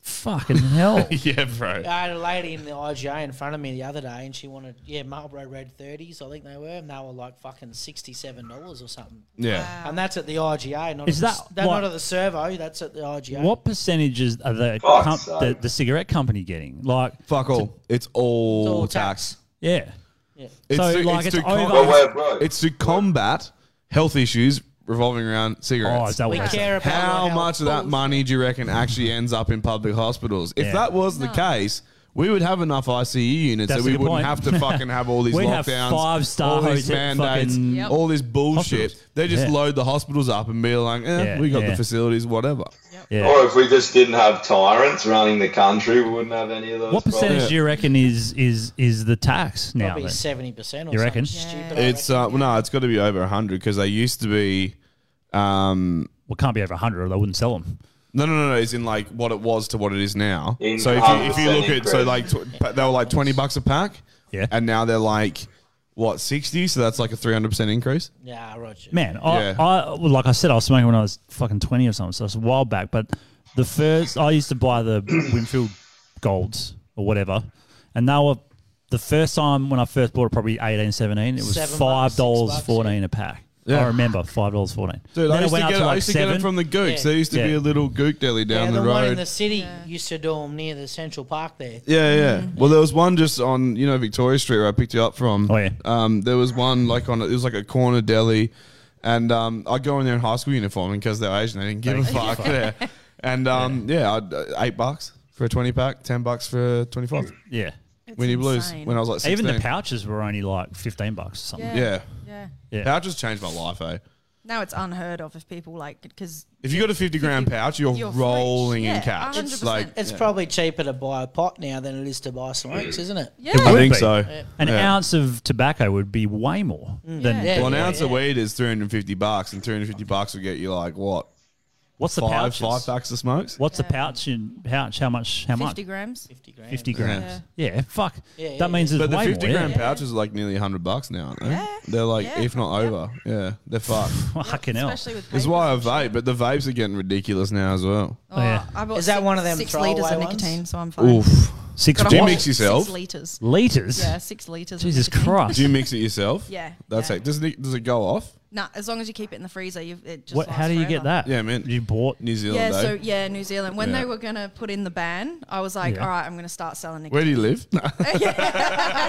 S3: Fucking hell.
S2: yeah, bro.
S5: I had a lady in the IGA in front of me the other day, and she wanted yeah Marlboro Red thirties, I think they were, and they were like fucking sixty seven dollars or something.
S2: Yeah.
S5: and that's at the IGA, not
S3: Is
S5: at
S3: that
S5: the, they're
S3: what-
S5: not at the servo. That's at the IGA.
S3: What percentages are the,
S2: Fuck's
S3: com-
S2: sake.
S3: the the cigarette company getting? Like
S2: fuck all. It's all,
S3: all
S2: tax.
S3: Yeah.
S2: It's
S3: So
S2: to,
S3: like
S2: it's
S3: it's,
S2: to
S3: over.
S2: com- it's to combat health issues revolving around cigarettes.
S3: Oh, is that We what it is? care about
S2: How
S3: your
S2: much of that money do you reckon actually ends up in public hospitals? If
S3: Yeah.
S2: that was the case, We would have enough ICU units
S3: That's
S2: that
S3: a
S2: we
S3: good
S2: wouldn't
S3: point.
S2: have to fucking have all these
S3: We'd have
S2: lockdowns,
S3: five-star
S2: all these
S3: hotel-
S2: mandates,
S3: fucking Yep.
S2: all this bullshit.
S3: hospitals.
S2: They just
S3: Yeah.
S2: load the hospitals up and be like, eh,
S3: Yeah,
S2: "We got
S3: yeah.
S2: the facilities, whatever."
S4: Or if we just didn't have tyrants running the country, we wouldn't have any of those.
S3: What percentage
S4: problems.
S3: do you reckon is is is the tax now?
S4: Probably
S3: then?
S5: 70% or
S3: You reckon?
S5: something stupid.
S2: It's uh, well, no, it's got to be over hundred because they used to be. Um,
S3: well, can't be over hundred, or they wouldn't sell them.
S2: No, no, no, no. It's in like what it was to what it is now.
S3: In
S2: so if you, if you
S3: 100%
S2: look at so
S3: increase.
S2: like tw- pa- they were like twenty bucks a pack,
S3: yeah,
S2: and now they're like what sixty. So that's like a three hundred percent increase.
S5: Yeah, Roger.
S3: Man, I,
S2: Yeah.
S3: I well, like I said, I was smoking when I was fucking twenty or something, so it's a while back. But the first I used to buy the Winfield Golds or whatever, and they were the first time when I first bought it, probably 18, 17, It was
S2: Seven bucks,
S3: five
S2: six
S3: dollars
S2: bucks,
S3: fourteen a pack.
S2: Yeah.
S3: I remember five dollars fourteen.
S2: Dude,
S3: Then
S2: I
S3: it
S2: used, to
S3: went up
S2: get, it- I
S3: like
S2: used to get
S3: seven.
S2: it from the Gooks. There used to be
S3: Yeah.
S2: a little Gook deli down
S5: yeah, the,
S2: the,
S5: one
S2: road.
S5: in the city used to do them near the Central Park there.
S2: Yeah, yeah. Well, there was one just on you know Victoria Street where I picked you up from. Oh yeah. Um, there was one like on it was like a corner deli, and um, I go in there in high school uniform because they're Asian. They didn't give a
S3: They didn't
S2: fuck.
S3: give a
S2: yeah. And um, yeah, I'd, uh, eight bucks for a twenty pack, ten bucks for a twenty five.
S3: Yeah.
S2: Winnie Blues when I was like 16.
S3: even the pouches were only like fifteen bucks or something.
S2: Yeah. Yeah.
S6: Yeah.
S2: Pouches changed my life, eh?
S6: Now it's unheard of if people like because
S2: If you got a fifty gram pouch, you're,
S6: You're
S2: rolling
S6: Yeah,
S2: in cash. It's like
S5: it's
S2: yeah.
S5: probably cheaper to buy a pot now than it is to buy some oats, isn't it?
S6: Yeah,
S2: I think so.
S3: An
S2: Yeah.
S3: ounce of tobacco would be way more
S5: Mm.
S3: than
S5: Yeah,
S2: well, an
S5: yeah,
S2: ounce of weed is 350 bucks, and 350 bucks will get you like what?
S3: What's the
S2: five
S3: pouches?
S2: five packs of smokes?
S3: What's the pouch in pouch? How much? How much?
S6: fifty grams. Fifty grams.
S3: 50 grams. Yeah, fuck. that means it's
S2: but the
S3: way
S2: 50
S3: more.
S2: gram
S3: yeah.
S2: pouches are like nearly 100 bucks now, aren't they? They're like, if not over, yeah, they're fucked.
S3: Fucking hell. Especially with
S2: That's why I vape, but the vapes are getting ridiculous now as well.
S6: Oh, yeah. I bought
S5: Is that
S6: six,
S5: one of them
S6: six liters
S5: throwaway
S6: of
S5: ones?
S6: nicotine, so I'm fine.
S2: Oof.
S3: Six
S6: Got a
S2: Do you
S6: whole-
S2: mix yourself?
S6: Six liters.
S3: Liters?
S6: Yeah, six liters. of
S3: Jesus
S6: nicotine.
S3: Christ.
S2: Do you mix it yourself?
S6: Yeah,
S2: That's it. Does it does it go off?
S6: Nah, as long as you keep it in the freezer, you it just.
S3: What, how
S6: lasts
S3: do you
S6: forever.
S3: get that?
S2: Yeah, man.
S3: You bought
S2: New Zealand.
S6: Yeah,
S2: though.
S6: so yeah, New Zealand. When
S2: Yeah.
S6: they were gonna put in the ban, I was like,
S2: Yeah.
S6: all right, I'm gonna start selling nicotine.
S2: Where do you live?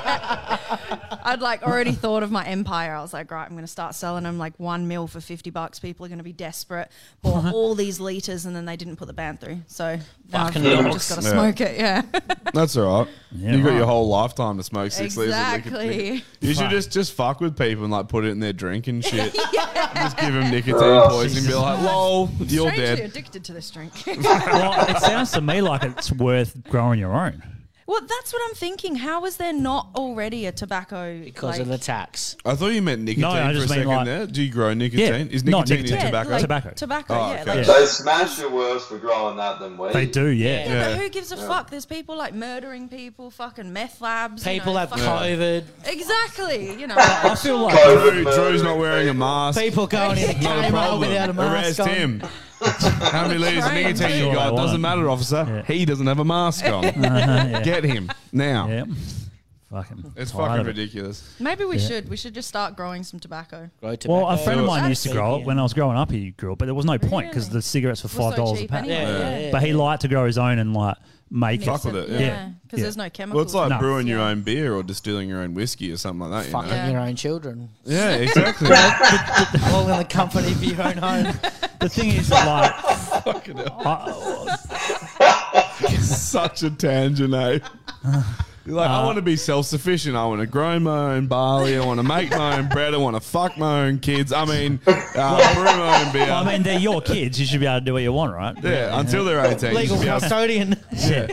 S6: I'd like already thought of my empire. I was like, right, I'm gonna start selling them like one mil for fifty bucks. People are gonna be desperate. Bought all these liters, and then they didn't put the ban through. So now I've
S2: Fucking
S6: just
S2: dogs.
S6: gotta
S2: Yeah.
S6: smoke it. Yeah.
S2: That's all right.
S3: Yeah,
S2: you got
S3: right.
S2: your whole lifetime to smoke six liters. Of
S6: Exactly.
S2: nicotine. You should just just fuck with people and like put it in their drink and shit. Just give them nicotine
S3: Oh,
S2: poisoning. Be
S3: Jesus.
S2: like, lol, you're
S6: Strangely
S2: dead.
S6: addicted to this drink.
S3: well, it sounds to me like it's worth growing your own.
S6: Well, that's what I'm thinking. How is there not already a tobacco? like,
S5: tax.
S2: I thought you meant nicotine
S3: No, I
S2: for a
S3: just mean,
S2: second
S3: like-
S2: there. Do you grow nicotine? Is
S3: not
S2: nicotine,
S3: nicotine.
S2: in
S3: Yeah,
S2: tobacco? Oh,
S3: like Tobacco. tobacco,
S6: yeah,
S2: okay.
S6: like-
S4: They smash it worse for growing that than weed.
S3: They do, yeah.
S6: Yeah, but who gives a fuck? There's people like murdering people, fucking meth labs. you
S5: People
S6: know,
S5: have
S6: fucking-
S5: COVID.
S6: Exactly. You know.
S3: I feel like
S2: Drew, Drew's not wearing a mask.
S5: People going in a
S2: Not
S5: game
S2: problem.
S5: without a mask
S2: Arrest
S5: on.
S2: him. How many liters of
S5: Train.
S2: nicotine you
S3: Sure I
S2: got?
S3: want
S2: Doesn't
S3: it.
S2: matter, officer. He doesn't have a mask on.
S3: Uh-huh, yeah.
S2: Get him now.
S3: Yep. Fucking.
S2: It's
S3: tired
S2: fucking
S3: of it.
S2: ridiculous.
S6: Maybe we
S3: Yeah.
S6: should. We should just start growing some tobacco.
S3: Well, a friend of mine used to grow it
S6: Yeah.
S3: when I was growing up. He grew it, but there was no point because the cigarettes were
S6: Were so
S3: five dollars a
S6: cheap
S3: pack.
S6: anyway. Yeah, Yeah.
S3: But he liked to grow his own and like make
S2: Fuck with it, yeah.
S6: Yeah, because
S3: Yeah.
S6: there's no
S2: Well,
S6: chemicals.
S2: it's like
S3: No.
S2: brewing your own beer or distilling your own whiskey or something like that.
S5: Fucking
S2: you know?
S5: your own children.
S2: Yeah, exactly.
S5: All in the comfort of your own home.
S3: The thing is, like,
S2: Such a tangent, eh? You're like, I
S5: Uh,
S2: want to be self sufficient. I want to grow my own barley. I want to make my own bread. I want to fuck my own kids. I mean, uh, brew my own beer.
S3: I mean, they're your kids. You should be able to do what you want, right?
S2: Yeah, until they're 18, you Legal should be able to-
S5: custodian.
S3: Yeah.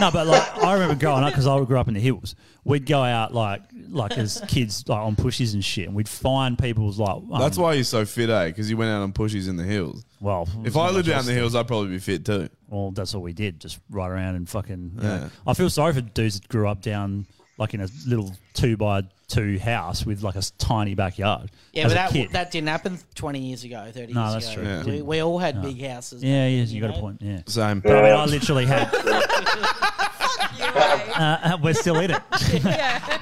S3: no, but like I remember growing up because I grew up in the hills. We'd go out like like as kids like on pushes and shit, and we'd find people's like. um,
S2: That's why you're so fit, eh? Because you went out on pushies in the hills.
S3: Well,
S2: if I
S3: not
S2: lived out in the
S3: just-
S2: hills, I'd probably be fit too.
S3: Well, that's what we did. Just ride around and fucking. you know.
S2: Yeah.
S3: I feel sorry for dudes that grew up down like in a little two by two house with like a s- tiny backyard.
S5: Yeah,
S3: as
S5: but
S3: a
S5: that,
S3: kid.
S5: that didn't happen 20 years ago, 30
S3: No,
S5: years
S3: that's
S5: ago.
S3: true. Yeah.
S5: We, we all had
S3: No.
S5: big houses.
S3: Yeah,
S5: back
S3: yeah,
S5: then,
S3: you got
S5: know?
S3: a point. Yeah,
S2: same.
S3: But I mean, I literally had. uh, we're still in it.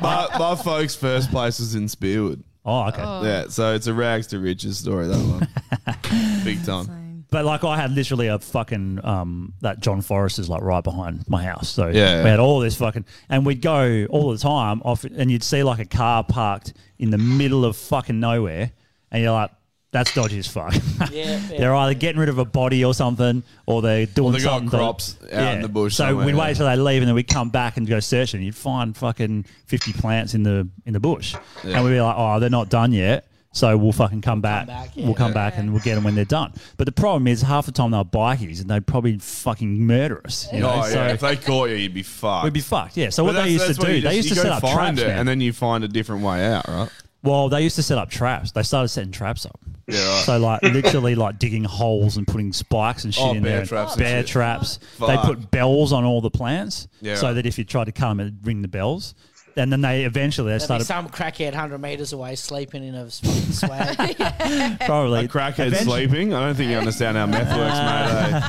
S2: my, my folks' first place was in Spearwood.
S3: Oh, okay.
S5: Oh.
S2: Yeah, so it's a rags to riches story, that one. Big time.
S3: Um, But like I had literally a fucking um that John Forrest is like right behind my house. So
S2: Yeah,
S3: we
S2: yeah.
S3: had all this fucking and we'd go all the time off and you'd see like a car parked in the middle of fucking nowhere and you're like that's dodgy as fuck.
S5: Yeah, fair.
S3: they're either getting rid of a body or something, or they're doing
S2: they got
S3: something.
S2: crops out in the bush
S3: So
S2: somewhere,
S3: we'd
S2: yeah.
S3: wait till they leave, and then we'd come back and go searching. You'd find fucking fifty plants in the in the bush,
S2: Yeah.
S3: and we'd be like, "Oh, they're not done yet." So we'll fucking come back.
S2: back,
S3: We'll come
S2: yeah.
S3: back and we'll get them when they're done. But the problem is, half the time they're bikies and they'd probably fucking murder us. You know?
S2: oh,
S3: so
S2: yeah. If they caught you, you'd be fucked.
S3: We'd be fucked, yeah. So
S2: But
S3: what they
S2: that's-
S3: used to
S2: that's where
S3: do,
S2: you
S3: they used to
S2: you go
S3: set up
S2: find
S3: traps,
S2: it,
S3: man.
S2: and then you find a different way out, right?
S3: Well, they used to set up traps. They started setting traps up.
S2: Yeah, right.
S3: So like literally like digging holes and putting spikes and shit
S2: Oh,
S3: in
S2: bear
S3: there. and
S2: traps and
S3: bear
S2: shit.
S3: traps.
S2: Fuck.
S3: They put bells on all the plants
S2: Yeah,
S3: so
S2: right.
S3: that if you tried to cut them, it'd ring the bells. And then they eventually they
S5: There'd
S3: started
S5: be some crackhead 100 metres away sleeping in a fucking swag.
S3: probably
S2: A crackhead
S3: Eventu-
S2: sleeping. I don't think you understand how meth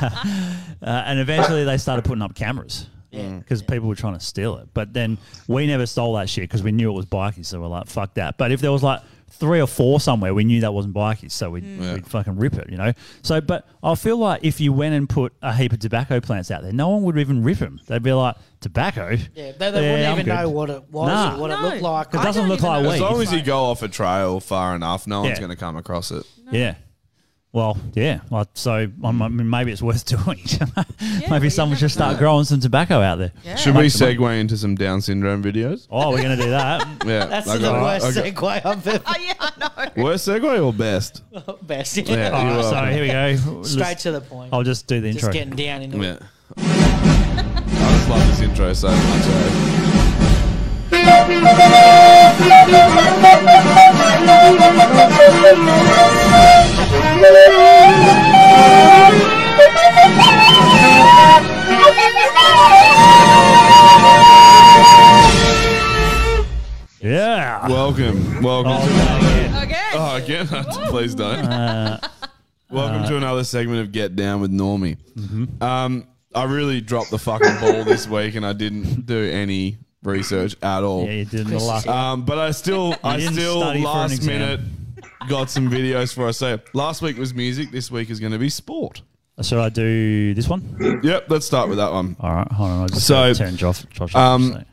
S2: works, mate. eh?
S3: Uh, and eventually they started putting up cameras
S2: Mm.
S3: because people were trying to steal it. But then we never stole that shit because we knew it was bikies. So we're like, fuck that. But if there was like three or four somewhere, we knew that wasn't bikies. So we'd,
S2: Mm. Yeah.
S3: we'd fucking rip it, you know? So, but I feel like if you went and put a heap of tobacco plants out there, no one would even rip them. They'd be like, tobacco?
S5: Yeah, they, they wouldn't
S3: I'm
S5: even
S3: good.
S5: know what it was
S3: Nah.
S5: or what it looked like.
S3: It doesn't look like
S2: As
S3: weed.
S2: long as you go off a trail far enough, no one's
S3: Yeah.
S2: going to come across it.
S3: Yeah. Well, yeah. Like, so I mean, maybe it's worth doing. maybe someone should start growing some tobacco out there.
S2: Should we
S3: Make some-
S2: segue into some Down syndrome videos?
S3: Oh, we're going to do that.
S2: Yeah,
S5: That's
S2: I
S5: the
S2: got-
S5: worst
S2: I got-
S5: segue I've ever.
S2: Worst segue or best?
S5: Best.
S2: Yeah,
S3: All
S2: you're
S3: right, so
S2: welcome.
S3: here we go.
S5: Straight
S3: Let's-
S5: to the point.
S3: I'll just do the
S5: Just
S3: intro.
S5: getting down into
S2: Yeah. I just love this intro so much. eh? Oh,
S3: Yeah.
S2: Welcome, welcome. to another- Oh, again. Please don't.
S3: Uh,
S2: welcome
S3: uh, Mm-hmm.
S2: to another segment of Get Down with Normie. Um, I really dropped the fucking ball this week, and I didn't do any research at all.
S3: Yeah, you didn't Chris laugh. is-
S2: Um, but I still, I
S3: didn't
S2: still
S3: study for an
S2: last
S3: exam.
S2: minute got some videos for us. So last week was music. This week is going to be sport.
S3: Should I do this one?
S2: Yep, let's start with that one.
S3: All right, hold on. I just
S2: So,
S3: turn Josh. Josh Uh,
S2: um,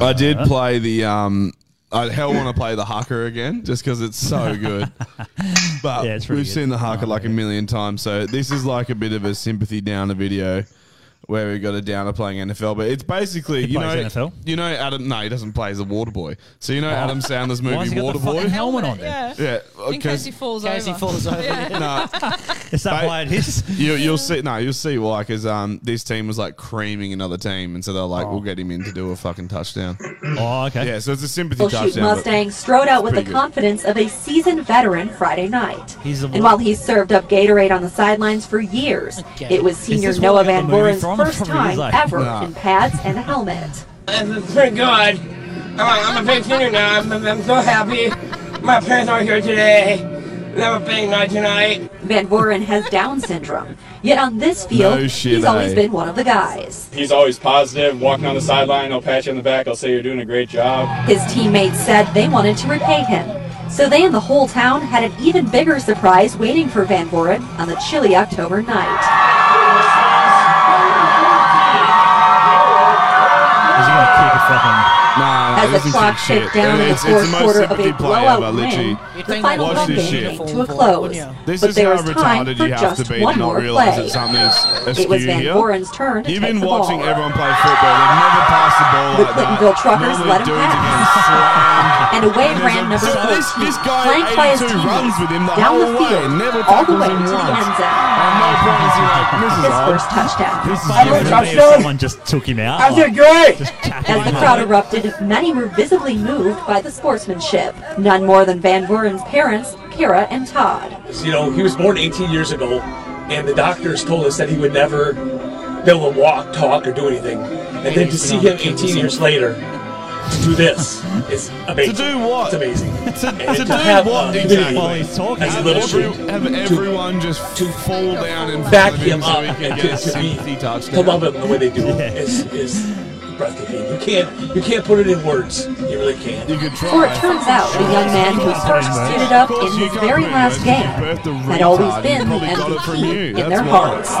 S2: I did play the. Um, I hell want to play the haka again just because it's so good. But
S3: really
S2: we've
S3: good.
S2: seen the haka like a million times, so this is like a bit of a sympathy downer video where we got a downer playing NFL. But it's basically
S3: He
S2: you know
S3: plays NFL?
S2: you know Adam. No, he doesn't play as a water boy. So you know
S3: Oh.
S2: Adam Sandler's
S3: Why
S2: movie
S3: has he got the
S2: Waterboy.
S3: fucking helmet on then?
S2: Yeah,
S6: In case he falls
S5: In case he
S6: over.
S5: falls over, yeah.
S2: Nah.
S3: Is that why it is?
S2: You, you'll see. No, you'll see why. Because um, this team was like creaming another team, and so they're like, "We'll get him in to do a fucking touchdown."
S3: Oh, okay.
S2: Yeah, so it's a sympathy
S15: Will shoot
S2: touchdown. but
S15: Mustang strode out
S2: it's
S15: with the
S2: pretty good.
S15: confidence of a seasoned veteran Friday night.
S3: He's the
S15: and while he served up Gatorade on the sidelines for years,
S3: Okay.
S15: it was
S3: Is
S15: senior
S3: this where we
S15: Noah
S3: got the
S15: Van
S3: movie
S15: Buren's
S3: from?
S15: first
S3: Probably
S15: time
S3: like-
S15: ever
S3: Nah.
S15: in pads and a helmet.
S16: I'm pretty good. I'm, I'm a big senior now. I'm, I'm so happy. My parents are here today. They have a big night tonight.
S15: Van Buren has Down syndrome, yet on this field,
S17: No shit,
S15: he's always
S17: eh?
S15: been one of the guys.
S17: He's always positive. Walking on the sideline, he'll pat you on the back. He'll say you're doing a great job.
S15: His teammates said they wanted to repay him. So they and the whole town had an even bigger surprise waiting for Van Buren on the chilly October night.
S3: Is he going to kick a fucking?
S2: Nah, nah,
S15: As
S2: it
S15: the
S2: doesn't
S15: clock
S2: kick shit.
S15: ticked down in the
S2: It's- it's
S15: fourth
S2: the most
S15: quarter of
S2: sympathy
S15: a
S2: play ever,
S15: blowout win,
S2: literally.
S15: the final
S2: Watch
S15: ball
S2: this
S15: game
S2: shit.
S15: came to a close.
S2: This
S15: but
S2: is
S15: there was
S2: how
S15: time
S2: retarded
S15: for
S2: you have to
S15: just
S2: be to
S15: one
S2: not
S15: more
S2: realize
S15: play.
S2: that something's askew
S15: It was Van
S2: here.
S15: Buren's turn to
S2: You've
S15: take
S2: been
S15: the
S2: watching
S15: ball.
S2: everyone play football. They've never passed the ball
S15: But
S2: like
S15: Bentonville
S2: that.
S15: truckers
S2: Normally
S15: let him
S2: dudes are getting
S15: pass. And away ran number
S2: So
S15: 14,
S2: this- this guy,
S15: flanked by his
S2: 82,
S15: teammates,
S2: runs with him the
S15: down the
S2: whole way,
S15: field,
S2: never
S15: all the
S2: tackles
S15: way
S2: him
S15: to the
S2: once.
S15: end zone.
S2: And no point is he like, this is
S15: His
S2: odd.
S15: first touchdown.
S3: This is
S15: Final
S3: different than if
S15: touchdown.
S3: someone just took him out.
S15: I
S3: like-
S15: did great! As the crowd erupted, many were visibly moved by the sportsmanship. None more than Van Buren's parents, Kara and Todd.
S17: You know, he was born 18 years ago, and the doctors told us that he would never be able to walk, talk, or do anything. And then to see him 18 years later to do this is amazing.
S2: To do what?
S17: It's amazing.
S2: To
S17: And
S2: do
S17: have
S2: what
S17: a
S2: exactly?
S17: community As a
S2: Have,
S17: little
S2: every-
S17: shit.
S2: have everyone just fall down and
S17: back
S2: him
S17: him
S2: so
S17: up
S2: he can
S17: and
S2: get a
S17: to, to be
S2: sympathy
S17: to
S2: touchdown.
S17: love him the way they do is is breathtaking. You can't you can't put it in words. You really can't. You can
S15: For it turns out the young man who first suited up in his very last game had always been the MVP in their hearts.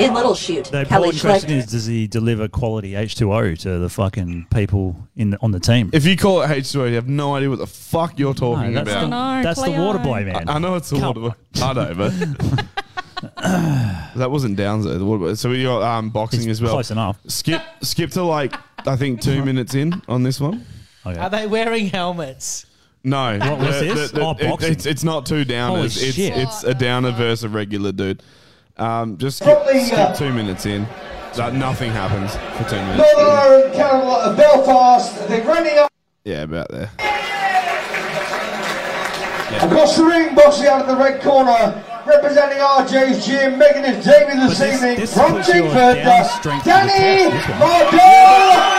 S15: In Little Shoot,
S3: The
S15: Kelly
S3: important
S15: Schlick
S3: question is, does he deliver quality H2O to the fucking people in the, on the team?
S2: If you call it H2O, you have no idea what the fuck you're talking
S3: No, that's
S2: about.
S3: the- No, that's the Cleo. water boy, man.
S2: I, I know it's the water boy. I know, but that wasn't Downs though. The water boy. So we got um, boxing as well.
S3: close enough.
S2: Skip, skip to like I think two minutes in on this one.
S5: Are they wearing helmets?
S2: No,
S5: What was
S2: the-
S5: this?
S2: the- the-
S5: Oh,
S2: it-
S5: boxing.
S2: it's, it's not two
S5: Holy
S2: downers. It's
S5: shit.
S2: it's a downer versus a regular dude. Um, just skip,
S18: Oh. Probably,
S2: skip
S18: uh,
S2: two minutes in. That nothing happens for two minutes.
S18: Northern Ireland, Canada, Belfast, they're running up
S2: Yeah, about there.
S18: across the ring, boxing out of the red corner, representing RJ's gym, making his debut this evening from
S3: puts your
S18: Chingford,
S3: down strength to the
S18: Danny
S3: test, this one.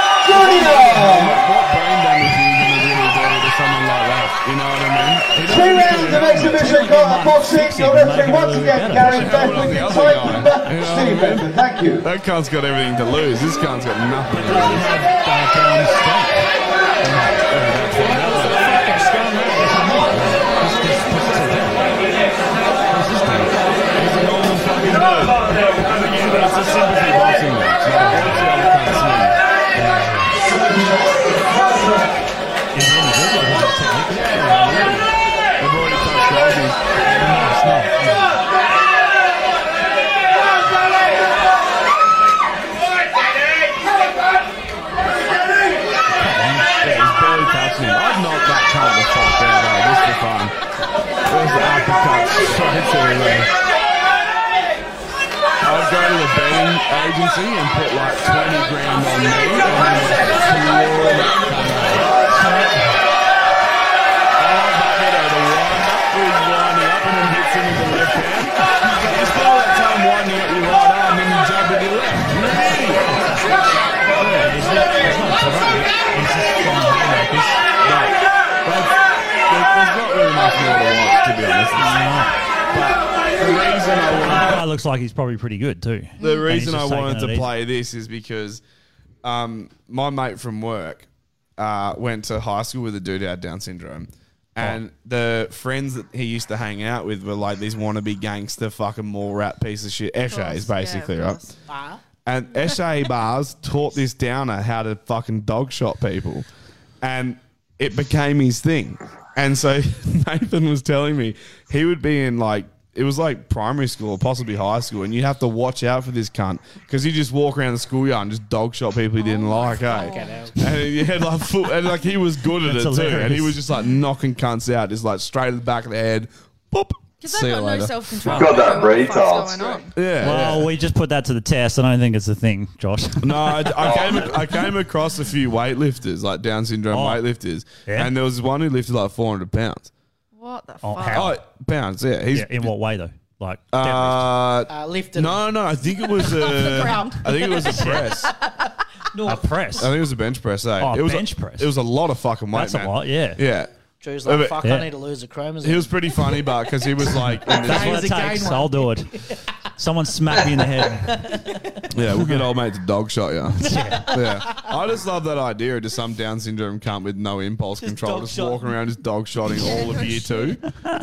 S18: Three rounds of exhibition got boxing, your referee once again, Gary Bedford, time for Steve Bedford, thank you.
S2: That cunt's got everything to lose. This cunt's got nothing. to lose. Yeah, he's barely touching him. I've knocked that cunt the fuck out. Like, this is fun. There's the uppercut straight to the leg. I'd go to the betting agency and put like 20 grand on me. And then
S3: That guy looks like he's probably pretty good too.
S2: The
S3: And he's
S2: reason I
S3: just taking
S2: wanted
S3: it
S2: to
S3: easy.
S2: play this is because um, my mate from work uh, went to high school with a dude who had Down syndrome.
S3: Oh.
S2: And the friends that he used to hang out with were like these wannabe gangster fucking mall rat piece of shit. Eshays, basically, right? And Esha Bars taught this downer how to fucking dog shot people. And it became his thing. And so Nathan was telling me he would be in like, it was like primary school or possibly high school. And you'd have to watch out for this cunt because he'd just walk around the schoolyard and just dog shot people he
S3: Oh
S2: didn't like, eh? And he had like, full, and like he was good at
S3: That's
S2: it too. And he
S3: hilarious.
S2: was just like knocking cunts out, just like straight in the back of the head. Boop. See you later.
S4: Got that retard strength.
S2: Yeah.
S3: Well, we just put that to the test. I don't think it's a thing, Josh.
S2: No, I,
S3: Oh.
S2: I came I came across a few weightlifters, like Down syndrome
S3: Oh.
S2: weightlifters, and there was one who lifted like 400 pounds.
S6: What the
S3: Oh,
S6: fuck?
S3: how?
S2: Oh, pounds, yeah. He's,
S3: Yeah, in what way though? Like
S2: uh,
S5: Uh, lifted.
S2: No, no, I think it was a.
S5: ground.
S2: Uh, I think it was a press.
S5: No.
S3: A press.
S2: I think it was a bench press. Eh?
S3: Oh,
S2: it was
S3: bench
S2: a, press. It was a lot of fucking weight.
S3: That's a
S2: man.
S3: lot, yeah.
S2: Yeah.
S5: Drew's
S2: Uh,
S5: like,
S2: but-
S5: fuck, I need to lose a chromosome.
S2: He was pretty funny, but because he was like, in
S3: That's
S2: this-
S3: what it takes. I'll do it. Someone smack me in the head.
S2: Yeah, we'll get old mate to dog shot you. yeah. I just love that idea of just some Down syndrome cunt with no impulse control,
S3: dog
S2: just
S3: shot.
S2: walking around just dog shotting all of year two.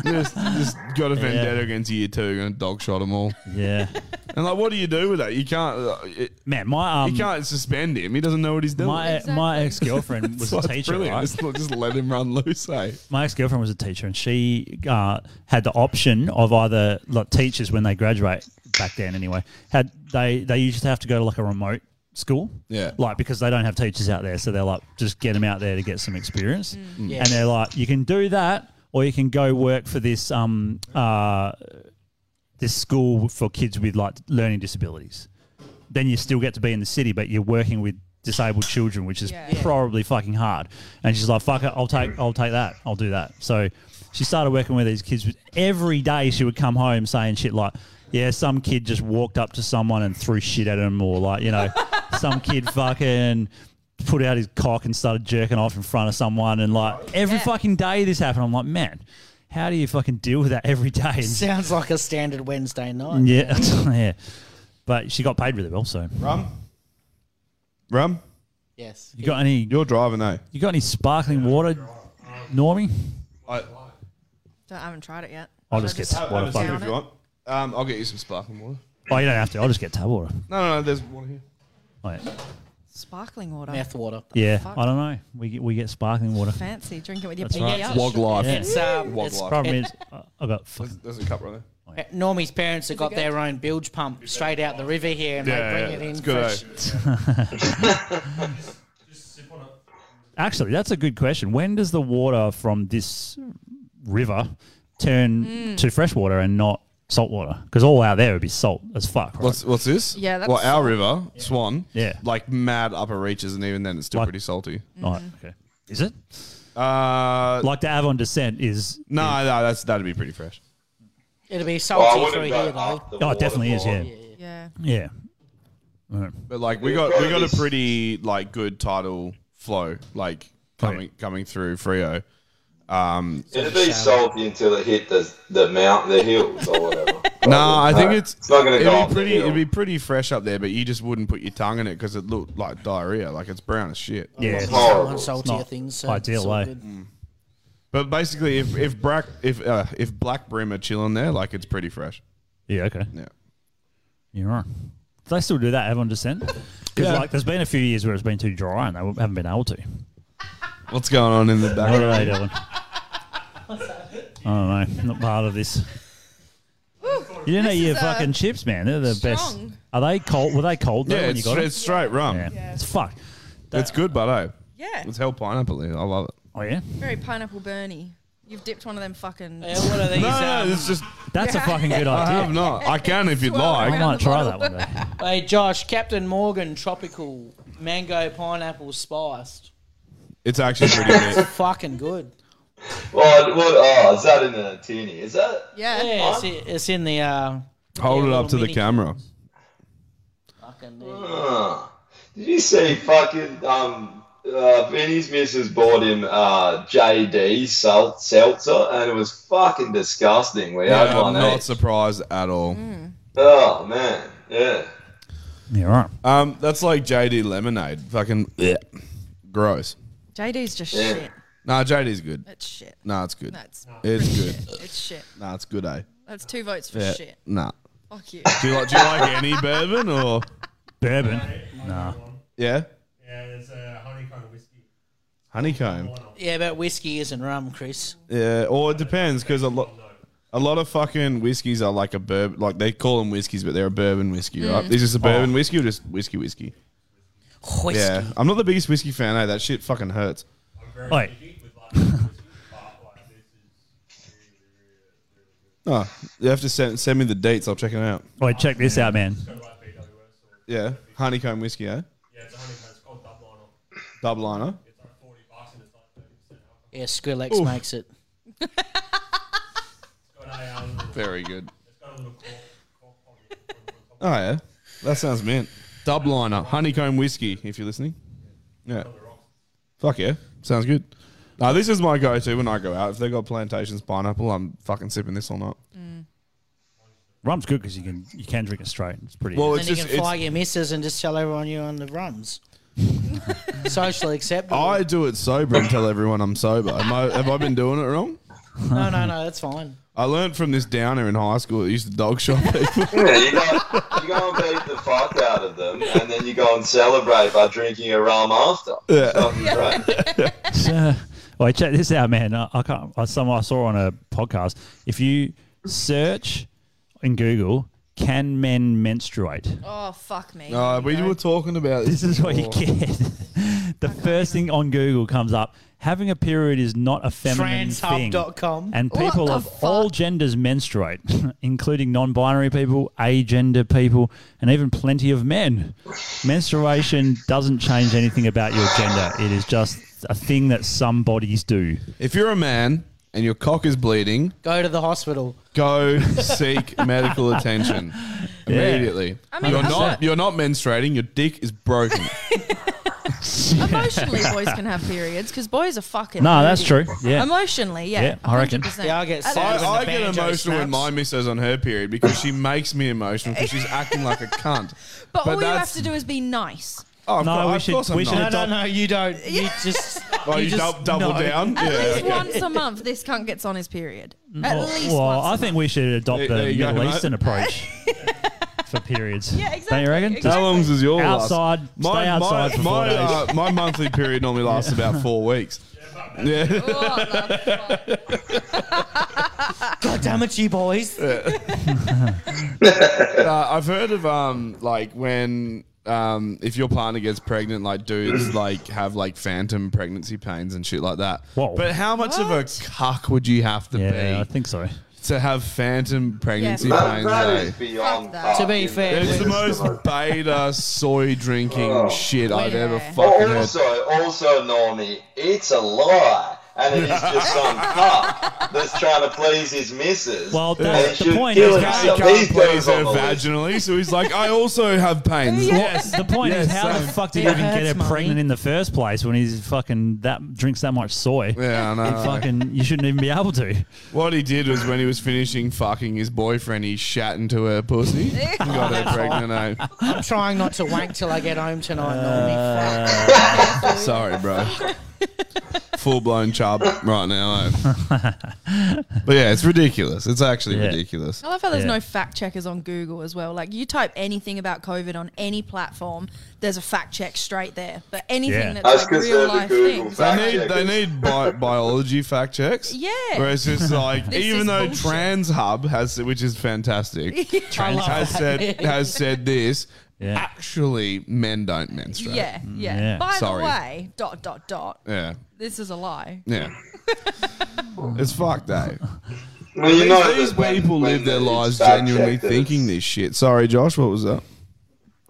S2: just, just got a
S3: Yeah.
S2: vendetta against year two, going to dog shot them all.
S3: Yeah.
S2: And like, what do you do with that? You can't, uh, it,
S3: man. My um,
S2: you can't suspend him. He doesn't know what he's doing.
S3: My uh, my ex girlfriend was
S2: That's
S3: a
S2: why it's
S3: teacher.
S2: brilliant.
S3: right?
S2: Just, just let him run loose. Eh?
S3: my ex girlfriend was a teacher, and she uh, had the option of either like teachers when they graduate back then anyway had they they used to have to go to like a remote school,
S2: Yeah.
S3: like because they don't have teachers out there, so they're like just get them out there to get some experience,
S5: Mm. Yeah.
S3: and they're like you can do that or you can go work for this um uh this school for kids with like learning disabilities. Then you still get to be in the city, but you're working with disabled children, which is probably fucking hard. And she's like, "Fuck it, I'll take, I'll take that, I'll do that." So she started working with these kids. Every day she would come home saying shit like, "Yeah, some kid just walked up to someone and threw shit at him," or like, you know, some kid fucking put out his cock and started jerking off in front of someone, and like every fucking day this happened. I'm like, man. How do you fucking deal with that every day? And
S5: Sounds like a standard Wednesday night.
S3: yeah, yeah. But she got paid really well, so.
S2: Rum? Rum?
S5: Yes.
S3: You got any?
S2: You're driving, eh?
S3: You got any sparkling water, Normie?
S2: I,
S6: Don't- I haven't tried it yet.
S3: I'll just get
S2: have,
S3: water.
S2: have a sip if
S3: fuck.
S2: you want. Um, I'll get you some sparkling water.
S3: Oh, you don't have to. I'll just get tap water.
S2: No, no, no. There's water here.
S3: Oh, yeah.
S6: Sparkling water.
S5: Mouth water.
S3: yeah,
S6: fuck?
S3: I don't know. We get, we get sparkling water.
S6: Fancy. Drink it with your
S3: That's
S6: pinky
S3: right.
S6: up.
S3: Wog life. Yeah.
S5: It's, um,
S3: Wog
S5: it's,
S3: life. Problem is, I got
S2: There's, there's a cup right there.
S5: Normie's parents have got their own bilge pump straight out the river here, and
S2: Yeah,
S5: they
S2: yeah,
S5: bring it in
S2: it's good, eh?
S5: fresh.
S3: Actually, that's a good question. When does the water from this river turn
S6: Mm.
S3: to fresh water and not salt water? Because all out there would be salt as fuck. Right?
S2: What's what's this?
S6: Yeah, that's
S2: well, our
S6: salt.
S2: river, Swan.
S3: Yeah. Mm-hmm.
S2: Like mad upper reaches, and even then, it's still pretty salty.
S6: Mm-hmm.
S3: Right, okay. Is it?
S2: Uh,
S3: like the Avon Descent is.
S2: No, no, that's that'd be pretty fresh.
S5: It'll be
S2: Well, I
S5: salty
S2: wouldn't
S5: through
S2: go
S5: here, though.
S2: up the
S3: Oh, it definitely is. Yeah.
S6: Yeah.
S3: Yeah. Alright.
S2: But like we got we got a pretty like good tidal flow
S3: Oh,
S2: like coming coming through Frio. Um,
S4: It'd be salty until it hit the, the mountain, the hills, or whatever.
S2: no, I think
S4: Uh,
S2: it's,
S4: it's not gonna
S2: it'd
S4: go
S2: be
S4: off the
S2: pretty.
S4: hill.
S2: It'd be pretty fresh up there, but you just wouldn't put your tongue in it because it looked like diarrhea. Like it's brown as shit.
S3: Yeah, it's
S5: Horrible. saltier things, so it's all
S2: eh?
S5: good.
S2: Mm. But basically, if if black if uh, if black brim are chilling there, like it's pretty fresh.
S3: Yeah. Okay.
S2: Yeah.
S3: You're right. Do they still do that Avon Descent? Because
S2: Yeah.
S3: like, there's been a few years where it's been too dry and they haven't been able to.
S2: What's going on in the
S3: I
S2: back?
S3: don't know, Dylan. I don't know. Not part of this. You don't know
S6: This
S3: your
S6: is, uh,
S3: fucking chips, man. They're the
S6: strong.
S3: best. Are they cold? Were they cold? Though,
S2: Yeah,
S3: when
S2: it's,
S3: you got
S2: stra-
S3: it?
S2: it's straight rum.
S3: Yeah. It's fucked.
S2: it's good, but eh?
S6: Yeah.
S2: It's hell pineapple. I love it.
S3: Oh yeah.
S6: Very pineapple Bernie. You've dipped one of them fucking.
S5: what are um,
S2: No, no, it's just
S3: That's a fucking good
S2: I
S3: idea.
S2: have not. I can if you'd
S3: Swirl
S2: like.
S3: around I might the try bottle. that one day.
S5: hey, Josh, Captain Morgan Tropical Mango Pineapple Spiced.
S2: It's actually pretty neat.
S5: It's fucking good.
S4: Well, what, oh, is that in the tinny? Is that?
S6: Yeah.
S5: Yeah, it's, i- it's in the.
S3: Um,
S5: Uh,
S2: Hold it
S5: yeah,
S2: up to
S5: little
S2: the
S5: mini-
S2: camera.
S5: Fucking
S4: Uh, did you see fucking um uh, Vinny's missus bought him uh JD salt seltzer and it was fucking disgusting. We
S2: Yeah,
S4: had one eh?
S2: I'm not
S4: each.
S2: surprised at all.
S4: Oh man, yeah.
S3: Mm. Yeah, right.
S2: Um, that's like JD lemonade. Fucking bleh. gross.
S6: JD's just
S2: Yeah.
S6: shit.
S2: Nah, JD's good.
S6: It's shit.
S2: Nah, it's good.
S6: That's
S2: it's
S6: pretty
S2: good.
S6: shit. It's shit.
S2: Nah, it's good, eh?
S6: That's two votes for
S2: Yeah.
S6: shit.
S2: Nah.
S6: Fuck you.
S2: Do you like, do you like any bourbon or?
S3: Bourbon? Nah.
S2: Yeah? uh,
S19: Yeah, there's a honeycomb whiskey.
S2: Honeycomb.
S5: Yeah, but whiskey isn't rum, Chris.
S2: Yeah, or it depends because a lot. A lot of fucking whiskeys are like a bourbon, like they call them whiskeys, but they're a bourbon whiskey, right?
S5: Mm.
S2: Is this a
S3: Oh.
S2: bourbon whiskey or just whiskey whiskey?
S5: Whiskey.
S2: Yeah, I'm not the biggest whiskey fan. Hey, that shit fucking hurts.
S3: Wait.
S2: Oh, you have to send, send me the dates. I'll check it out.
S3: Wait, check this out, man.
S2: Yeah, honeycomb whiskey, eh? Dubliner.
S5: Yeah, Skrillex
S2: Oof.
S5: makes it.
S2: Very good. Oh yeah, that sounds mint. Dubliner, honeycomb whiskey. If you're listening, yeah. Fuck yeah, sounds good. Now this is my go-to when I go out. If they got plantations pineapple, I'm fucking sipping this all night.
S5: Mm.
S3: Rum's good because you can you can drink it straight. It's pretty.
S2: Well,
S5: then you can fly your missus and just tell everyone you're on the rums. Socially acceptable.
S2: I do it sober and tell everyone I'm sober. Am I, have I been doing it wrong?
S5: No, no, no, that's fine.
S2: I learned from this downer in high school that used to dog shop people.
S4: Yeah, you go, you go and beat the fuck out of them, and then you go and celebrate by drinking a rum after.
S3: Yeah.
S4: Fucking great.
S3: So, wait, check this out, man. I, I can't. I, some I saw on a podcast. If you search in Google, can men menstruate?
S6: Oh fuck me.
S2: we were talking about
S3: this. is what you
S6: before.
S3: get. the first thing on Google comes up. Having a period is not a feminine thing.
S5: Transhub.com.
S3: And
S5: What
S3: people
S5: the
S3: of all genders menstruate, including non binary people, agender people, and even plenty of men. Menstruation doesn't change anything about your gender, it is just a thing that some bodies do.
S2: If you're a man and your cock is bleeding,
S5: Go to the hospital.
S2: go seek medical attention immediately.
S5: I mean,
S2: you're
S5: I'm
S2: not
S5: not-
S2: you're not menstruating. Your dick is broken.
S6: Emotionally, boys can have periods because boys are fucking.
S3: No, that's
S6: moody.
S3: true. Yeah.
S6: Emotionally, yeah.
S3: I reckon.
S6: 100%. Yeah, I get
S2: I, I get emotional when my missus on her period because she makes me emotional because she's acting like a cunt.
S6: But, all you have
S2: that's-
S6: to do is be nice.
S2: Oh, of
S3: No,
S2: course-
S3: we
S2: of
S3: should-
S2: course I'm
S3: we should
S2: not.
S3: adopt-
S5: No, you don't. You just.
S2: Oh, you dou- double down?
S6: At
S2: Yeah,
S6: least
S2: okay.
S6: once a month, this cunt gets on his period. At
S3: Mm. well,
S6: least
S3: well,
S6: once.
S3: I think we should adopt
S2: There-
S3: the
S2: there you go,
S3: Middle
S2: mate.
S3: Eastern approach for periods. Yeah, exactly. Don't you reckon?
S2: How long does yours
S3: outside?
S2: last?
S3: stay outside
S2: my,
S3: for four
S2: my,
S3: days.
S2: uh, my monthly period normally lasts about four weeks. Yeah.
S5: God damn it, you boys!
S2: uh, I've heard of um like when um if your partner gets pregnant, like dudes like have like phantom pregnancy pains and shit like that. But how much of a cuck would you have to be? Yeah, I
S3: think so.
S2: To have phantom pregnancy
S4: That-
S2: pains.
S4: that
S2: eh?
S4: is beyond fuck
S5: To be
S4: isn't
S5: fair,
S4: it?
S2: It's the most beta soy drinking
S4: Oh.
S2: shit I've ever fucking
S4: But
S2: heard.
S4: also, also, Normie, it's a lie. And it is just some cuck that's trying to please his missus.
S3: Well,
S4: and
S3: that's
S4: he
S3: the
S4: should
S3: point
S4: kill
S3: is-
S4: himself.
S2: He can't
S4: He's
S2: please
S4: got
S2: her
S4: it on the list.
S2: vaginally, so he's like, I also have pains.
S3: Well,
S2: Yes.
S3: The point is,
S2: Yes,
S3: how the
S2: same.
S3: fuck did you
S2: It
S3: even get
S2: hurts,
S3: her
S2: mummy.
S3: pregnant in the first place when he's fucking that drinks that much soy?
S2: Yeah, I know,
S3: It
S2: right?
S3: fucking, you shouldn't even be able to.
S2: What he did was when he was finishing fucking his boyfriend, he shat into her pussy and got her pregnant. eh?
S5: I'm trying not to wank till I get home tonight,
S2: Uh, sorry, bro.
S5: Normie.
S2: Full blown chub right now. eh? but yeah, it's ridiculous. It's actually ridiculous.
S6: I love how there's no fact checkers on Google as well. Like you type anything about COVID on any platform, there's a fact check straight there. But anything
S2: Yeah.
S6: that's like real life things.
S2: They
S6: like-
S2: need they need bi- biology fact checks.
S6: Yeah.
S2: Whereas it's like
S6: This
S2: even
S6: is
S2: though
S6: bullshit.
S2: Trans Hub has which is fantastic.
S6: Yeah. I
S2: Trans
S6: love
S2: has
S6: that.
S2: said has said this. Actually, men don't menstruate.
S6: yeah, yeah. By
S2: Sorry.
S6: the way, dot dot dot.
S2: Yeah.
S6: This is a lie.
S2: Yeah. it's fucked, Dave.
S4: Well, you
S2: these
S4: know
S2: these
S4: that when-
S2: people
S4: when
S2: live their
S4: it's
S2: lives
S4: fact-checked
S2: genuinely
S4: that
S2: thinking this shit. Sorry, Josh, what was that?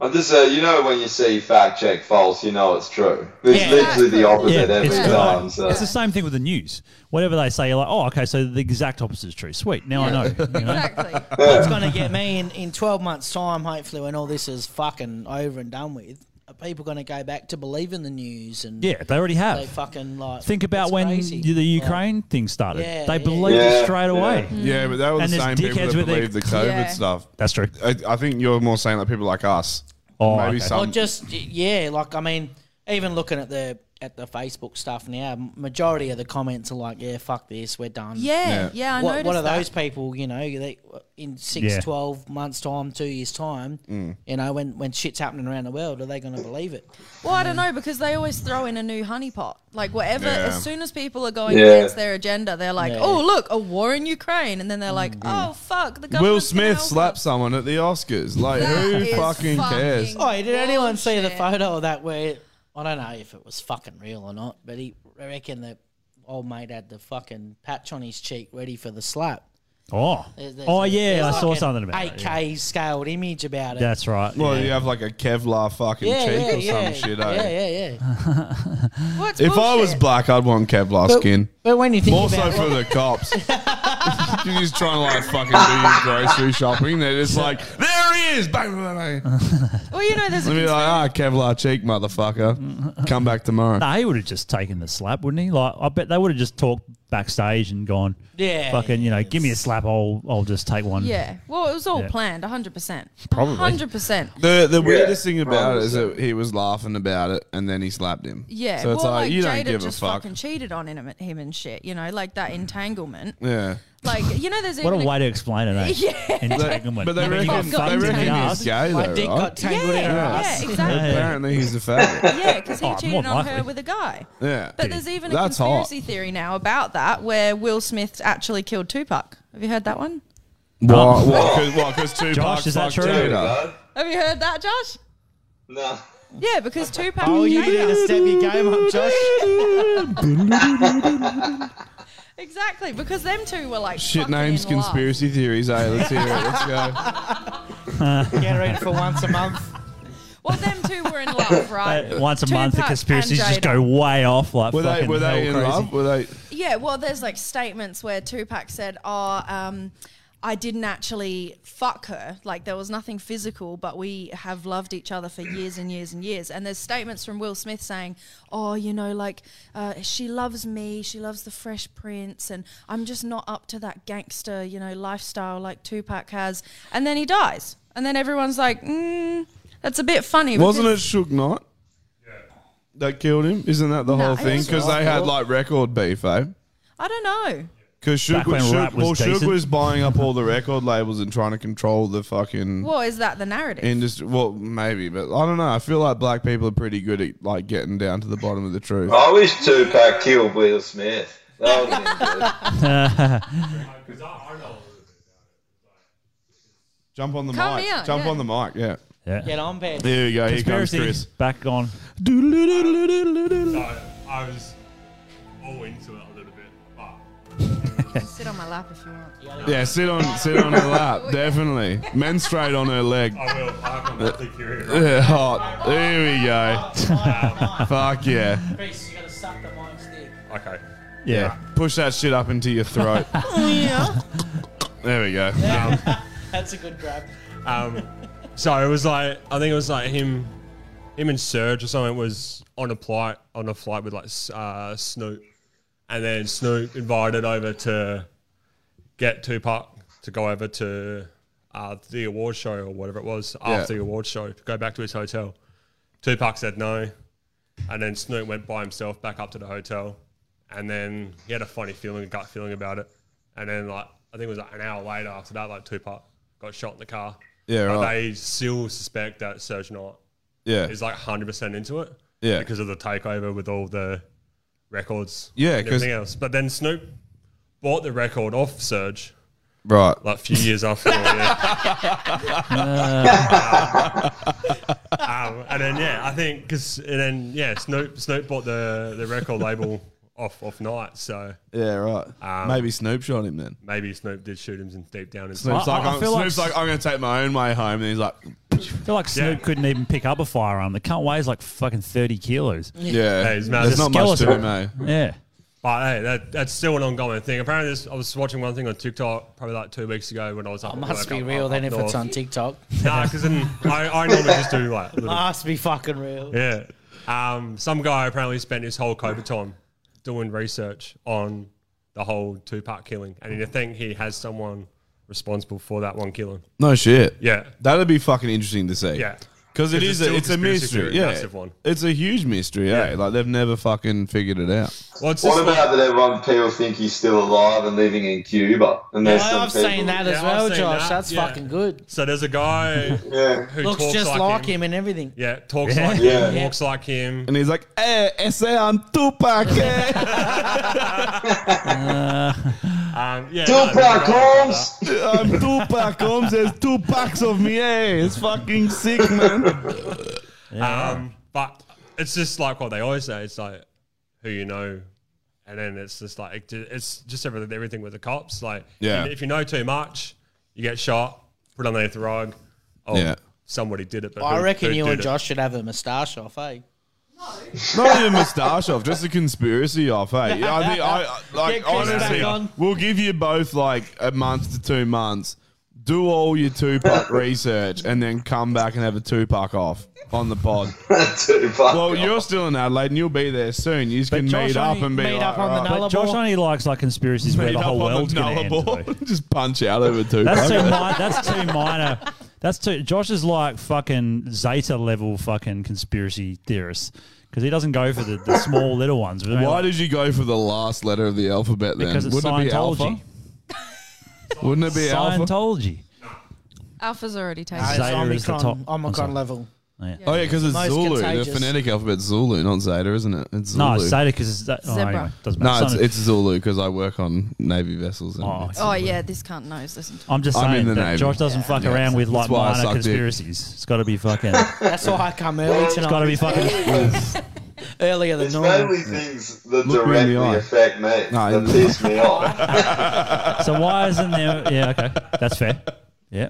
S4: I'm just saying, you know, when you see fact check false, you know it's true. It's literally the opposite every
S3: it's good.
S4: time. So.
S3: It's the same thing with the news. Whatever they say, you're like, oh, okay, so the exact opposite is true. Sweet, now I know. You know?
S5: What's going to get me in, in 12 months' time, hopefully, when all this is fucking over and done with, are people going to go back to believe in the news? And
S3: Yeah, they already have.
S5: They fucking like.
S3: Think about
S5: it's
S3: when
S5: crazy.
S3: the
S5: Like-
S3: Ukraine thing started.
S5: Yeah,
S3: they
S5: yeah, Mm.
S3: believed
S2: yeah.
S3: it straight away.
S2: Yeah, but they were
S3: And
S2: the
S3: there's
S2: same people
S3: dickheads
S2: that
S3: with their-
S2: believed the COVID
S5: Yeah.
S2: stuff.
S3: That's true.
S2: I, I think you're more saying like people like us.
S3: Oh,
S2: maybe
S3: okay.
S2: some.
S5: Well, just y- yeah, like I mean, even looking at the at the Facebook stuff now, m- majority of the comments are like, "Yeah, fuck this, we're done."
S6: Yeah, Yeah. yeah, I
S5: What, what are
S6: noticed that.
S5: those people? You know, they, in six,
S3: Yeah.
S5: twelve months' time, two years' time,
S3: Mm.
S5: you know, when when shit's happening around the world, are they going to believe it?
S6: Well, I don't know because they always throw in a new honeypot. Like whatever,
S5: Yeah.
S6: as soon as people are going
S2: Yeah.
S6: against their agenda, they're like,
S2: Yeah. Mm.
S6: "Oh, look, a war in Ukraine," and then they're like, "Oh, fuck, the government."
S2: Will Smith slapped someone at the Oscars. Like,
S6: That
S2: who
S6: is
S2: fucking cares?
S5: Oh, did anyone see the photo of that where I don't know if it was fucking real or not, but he I reckon that old mate had the fucking patch on his cheek ready for the slap.
S3: Oh,
S5: There's- there's
S3: oh
S5: a-
S3: yeah,
S5: there's
S3: I
S5: like
S3: saw
S5: an
S3: something about it.
S5: 8K scaled image about it.
S3: That's right.
S2: Well,
S3: yeah.
S2: you have like a Kevlar fucking
S5: Yeah,
S2: cheek
S5: yeah,
S2: or
S5: yeah,
S2: some shit, eh?
S5: yeah, yeah, yeah. What's
S2: If I was black, I'd want Kevlar
S5: But-
S2: skin.
S5: but when you think
S2: more
S5: about
S2: so
S5: it-
S2: for the cops, you're just trying to like fucking do your grocery shopping. They're just like, there he is. Bang, bang, bang.
S6: Well, you know, there's
S2: Let
S6: a
S2: me like, ah, Kevlar cheek, motherfucker. Come back tomorrow.
S3: Nah, he would have just taken the slap, wouldn't he? Like, I bet they would have just talked backstage and gone,
S6: Yeah.
S3: fucking, you know, give me a slap, I'll, I'll just take one."
S6: yeah. Well, it was all
S3: Yeah.
S6: planned, hundred percent.
S3: Probably.
S6: hundred percent.
S2: The the
S6: Yeah,
S2: weirdest thing about
S6: probably
S2: it is that he was laughing about it and then he slapped him.
S6: Yeah,
S2: So it's
S6: well,
S2: like, you don't
S6: Jada
S2: give a
S6: just
S2: fuck.
S6: fucking cheated on him, him and shit. You know, like that entanglement.
S2: Yeah.
S6: Like you know, there's
S3: What a
S6: even
S3: way to explain it, eh?
S6: Yeah.
S3: Entanglement.
S2: But they
S3: You mean you
S2: reckon,
S3: got
S2: they
S3: fucked in the
S2: reckon
S3: ass?
S2: he's gay,
S3: My
S2: though,
S3: dick
S2: right?
S3: got tangled in her
S6: Yeah, ass. yeah, exactly.
S2: Apparently he's a faggot.
S6: yeah, because he
S2: Oh, more
S6: cheated on her
S2: likely.
S6: with a guy.
S2: Yeah.
S6: But there's even a
S2: That's hot.
S6: conspiracy theory now about that, where Will Smith actually killed Tupac. Have you heard that one?
S2: What? What? Because Tupac
S3: Josh, is that true?
S2: fucked Jada.
S6: Have you heard that, Josh?
S4: No.
S6: Yeah, because Tupac.
S5: Oh, you
S6: dated-
S5: need to step your game up, Josh.
S6: exactly, because them two were like
S2: Shit
S6: fucking
S2: names,
S6: in love.
S2: conspiracy theories. Hey, let's hear it. Let's go.
S5: Get ready for once a month.
S6: Well, them two were in love, right?
S3: Once a month, the
S6: Tupac and
S3: conspiracies just
S6: Jada.
S3: go way off. Like,
S2: Were they
S3: fucking
S2: were
S3: hell
S2: they in
S3: crazy.
S2: love? Were they?
S6: Yeah, well, there's like statements where Tupac said, "Oh, um, I didn't actually fuck her. Like there was nothing physical, but we have loved each other for years and years and years. And there's statements from Will Smith saying, "Oh, you know, like uh, she loves me. She loves the Fresh Prince, and I'm just not up to that gangster, you know, lifestyle like Tupac has." And then he dies, and then everyone's like, mm, "That's a bit funny."
S2: Wasn't it
S6: because-
S2: Suge Knight that killed him? Isn't that the
S6: No,
S2: whole
S6: it
S2: thing?
S6: was
S2: Because they had
S6: Rock.
S2: like record beef, eh?
S6: I don't know.
S2: Because Suge,
S3: Back when
S2: Suge-
S3: rap was
S2: well, Suge
S3: decent.
S2: was buying up all the record labels and trying to control the fucking
S6: Well, is that the narrative?
S2: industry. Well, maybe, but I don't know. I feel like black people are pretty good at like getting down to the bottom of the truth.
S4: I wish Tupac killed Will Smith. That would have been good.
S2: Jump on the
S6: Come
S2: mic.
S6: here,
S2: Jump
S6: yeah.
S2: on the mic. Yeah.
S3: Yeah.
S5: Get on, Ben.
S2: There you go.
S3: Conspiracy
S2: Here comes Chris.
S3: back on.
S19: So I was all into it a little bit, but
S6: Sit on my lap if you want.
S2: Yeah, sit on sit on her lap. Definitely. Menstruate on her leg. Uh,
S19: I will. I have my monthly period.
S2: Yeah, hot. There we go. Fuck yeah.
S5: Chris, you gotta suck the mic's dick.
S19: Okay.
S2: Yeah. Oh, Push that shit up into your throat.
S5: Oh, yeah.
S2: There we go.
S5: That's a good grab.
S19: Um, so it was like I think it was like him, him and Serge or something was on a flight on a flight with like S- uh, Snoop, and then Snoop invited over to get Tupac to go over to uh, the award show or whatever it was
S2: Yeah.
S19: after the award show to go back to his hotel. Tupac said no, and then Snoop went by himself back up to the hotel, and then he had a funny feeling, a gut feeling about it, and then like I think it was like an hour later after that, like Tupac got shot in the car.
S2: Yeah,
S19: Like,
S2: right.
S19: They still suspect that Serge Knight,
S2: Yeah.
S19: is like hundred percent into it,
S2: Yeah.
S19: because of the takeover with all the records,
S2: Yeah,
S19: and
S2: 'cause-
S19: everything else. But then Snoop bought the record off Serge,
S2: Right.
S19: like a few years after all, yeah. um, and then yeah, I think because and then yeah, Snoop Snoop bought the the record label off off Night, so
S2: Yeah, right.
S19: Um,
S2: Maybe Snoop shot him then.
S19: maybe Snoop did shoot him deep down inside.
S2: Snoop's like, I, am Snoop's like, I'm going to take my own way home. And he's like,
S3: I feel like Snoop couldn't even pick up a firearm. The cunt weighs like fucking 30 kilos.
S2: Yeah.
S19: Hey, he's mad. There's
S3: He's a
S19: not much to
S3: skeleton.
S2: eh?
S19: him,
S3: Yeah.
S19: But hey, that, that's still an ongoing thing. Apparently, this, I was watching one thing on TikTok probably like two weeks ago when I was up.
S5: It
S19: at
S5: must
S19: work
S5: be
S19: up-
S5: real
S19: up
S5: then if it's
S19: north.
S5: on TikTok.
S19: Nah, because I, I normally just do like. Little,
S5: Must be fucking real.
S19: yeah. Um, some guy apparently spent his whole COVID time doing research on the whole Tupac killing, and you think he has someone responsible for that one killing.
S2: no shit.
S19: Yeah.
S2: That'd be fucking interesting to see.
S19: Yeah.
S2: Because it
S19: 'Cause
S2: is,
S19: it's
S2: a,
S19: still
S2: it's a
S19: conspiracy
S2: mystery.
S19: theory,
S2: Yeah.
S19: massive one.
S2: It's a huge mystery. Yeah. Like, they've never fucking figured it out.
S19: Well, it's
S4: What
S19: just
S4: about that everyone people think he's still alive and living in Cuba? And there's
S5: Yeah,
S4: some
S5: I've
S4: people
S5: seen that as
S19: I've
S5: well,
S19: seen
S5: Josh.
S19: that,
S5: That's
S19: yeah.
S5: fucking good.
S19: So there's a guy
S4: Yeah.
S19: who
S5: Looks
S19: talks
S5: just
S19: like,
S5: like
S19: him.
S5: him. and everything.
S19: Yeah, talks
S5: Yeah.
S19: like
S5: Yeah.
S19: him,
S5: Yeah.
S19: walks like him.
S2: And he's like, eh, ese I'm Tupac. eh."
S19: Um, yeah,
S2: Tupac
S19: no, I forgot about
S2: Holmes. I'm Tupac Holmes. There's two packs of me. eh? It's fucking sick, man.
S19: that. Um, but it's just like what they always say. It's like who you know, and then it's just like it ju- it's just everything, everything with the cops. Like
S2: Yeah.
S19: if you know too much, you get shot, put underneath the rug. Oh,
S2: Yeah.
S19: somebody did it. But
S5: I
S19: who-
S5: reckon
S19: who
S5: you
S19: did
S5: and
S19: it?
S5: Josh should have a moustache off, eh?
S2: Not even moustache off, just a conspiracy off. Hey, I think I I-
S5: Get
S2: Uh,
S5: Chris
S2: like
S5: back
S2: honestly,
S5: on.
S2: we'll give you both like a month to two months. Do all your Tupac research and then come back and have a Tupac off on the pod.
S4: Tupac.
S2: Well, you're still in Adelaide and you'll be there soon. You can
S3: Josh
S2: meet up
S3: only-
S2: and be
S3: meet
S2: like,
S3: up on the
S2: "Alright."
S3: But Josh only likes like conspiracies where
S2: Meet
S3: the
S2: up
S3: whole
S2: on the
S3: world's going to end.
S2: Nullarbor. Just punch out over Tupac.
S3: That's too minor. That's too minor. That's too. Josh is like fucking Zeta level fucking conspiracy theorist because he doesn't go for the, the small little ones. But I mean,
S2: Why
S3: like,
S2: did you go for the last letter of the alphabet then?
S3: Because it's
S2: Wouldn't
S3: Scientology.
S2: It be alpha? Wouldn't it be alpha?
S3: Scientology.
S6: Alpha's already taken.
S5: Nah, it's
S2: Zeta
S5: Omicron,
S2: is the top- I'm
S5: Omicron
S2: sorry.
S5: level.
S2: Oh yeah, because it's
S5: Most
S2: Zulu. The
S5: contagious.
S2: phonetic alphabet's Zulu, not Zeta, isn't it? It's Zulu.
S3: No, it's Zeta because it's that. Oh,
S6: Zebra.
S3: anyway, doesn't
S2: No,
S3: matter.
S2: it's, it's Zulu because I work on navy vessels. And
S3: Oh,
S6: Oh yeah, this cunt knows. Listen to
S3: I'm just
S2: I'm
S3: saying
S2: in the
S3: that
S2: Navy.
S3: Josh doesn't
S2: Yeah.
S3: fuck
S2: Yeah,
S3: around with like
S2: that's why I
S3: minor
S2: suck dick.
S3: conspiracies. It's got to be fucking.
S5: That's why I come early tonight.
S3: It's got to be fucking.
S5: earlier than
S4: It's
S5: normal.
S4: mainly things that
S2: Look me in the
S4: directly
S2: eye.
S4: affect me,
S2: No,
S4: that piss me off.
S3: so why isn't there? Yeah, okay, that's fair. Yeah,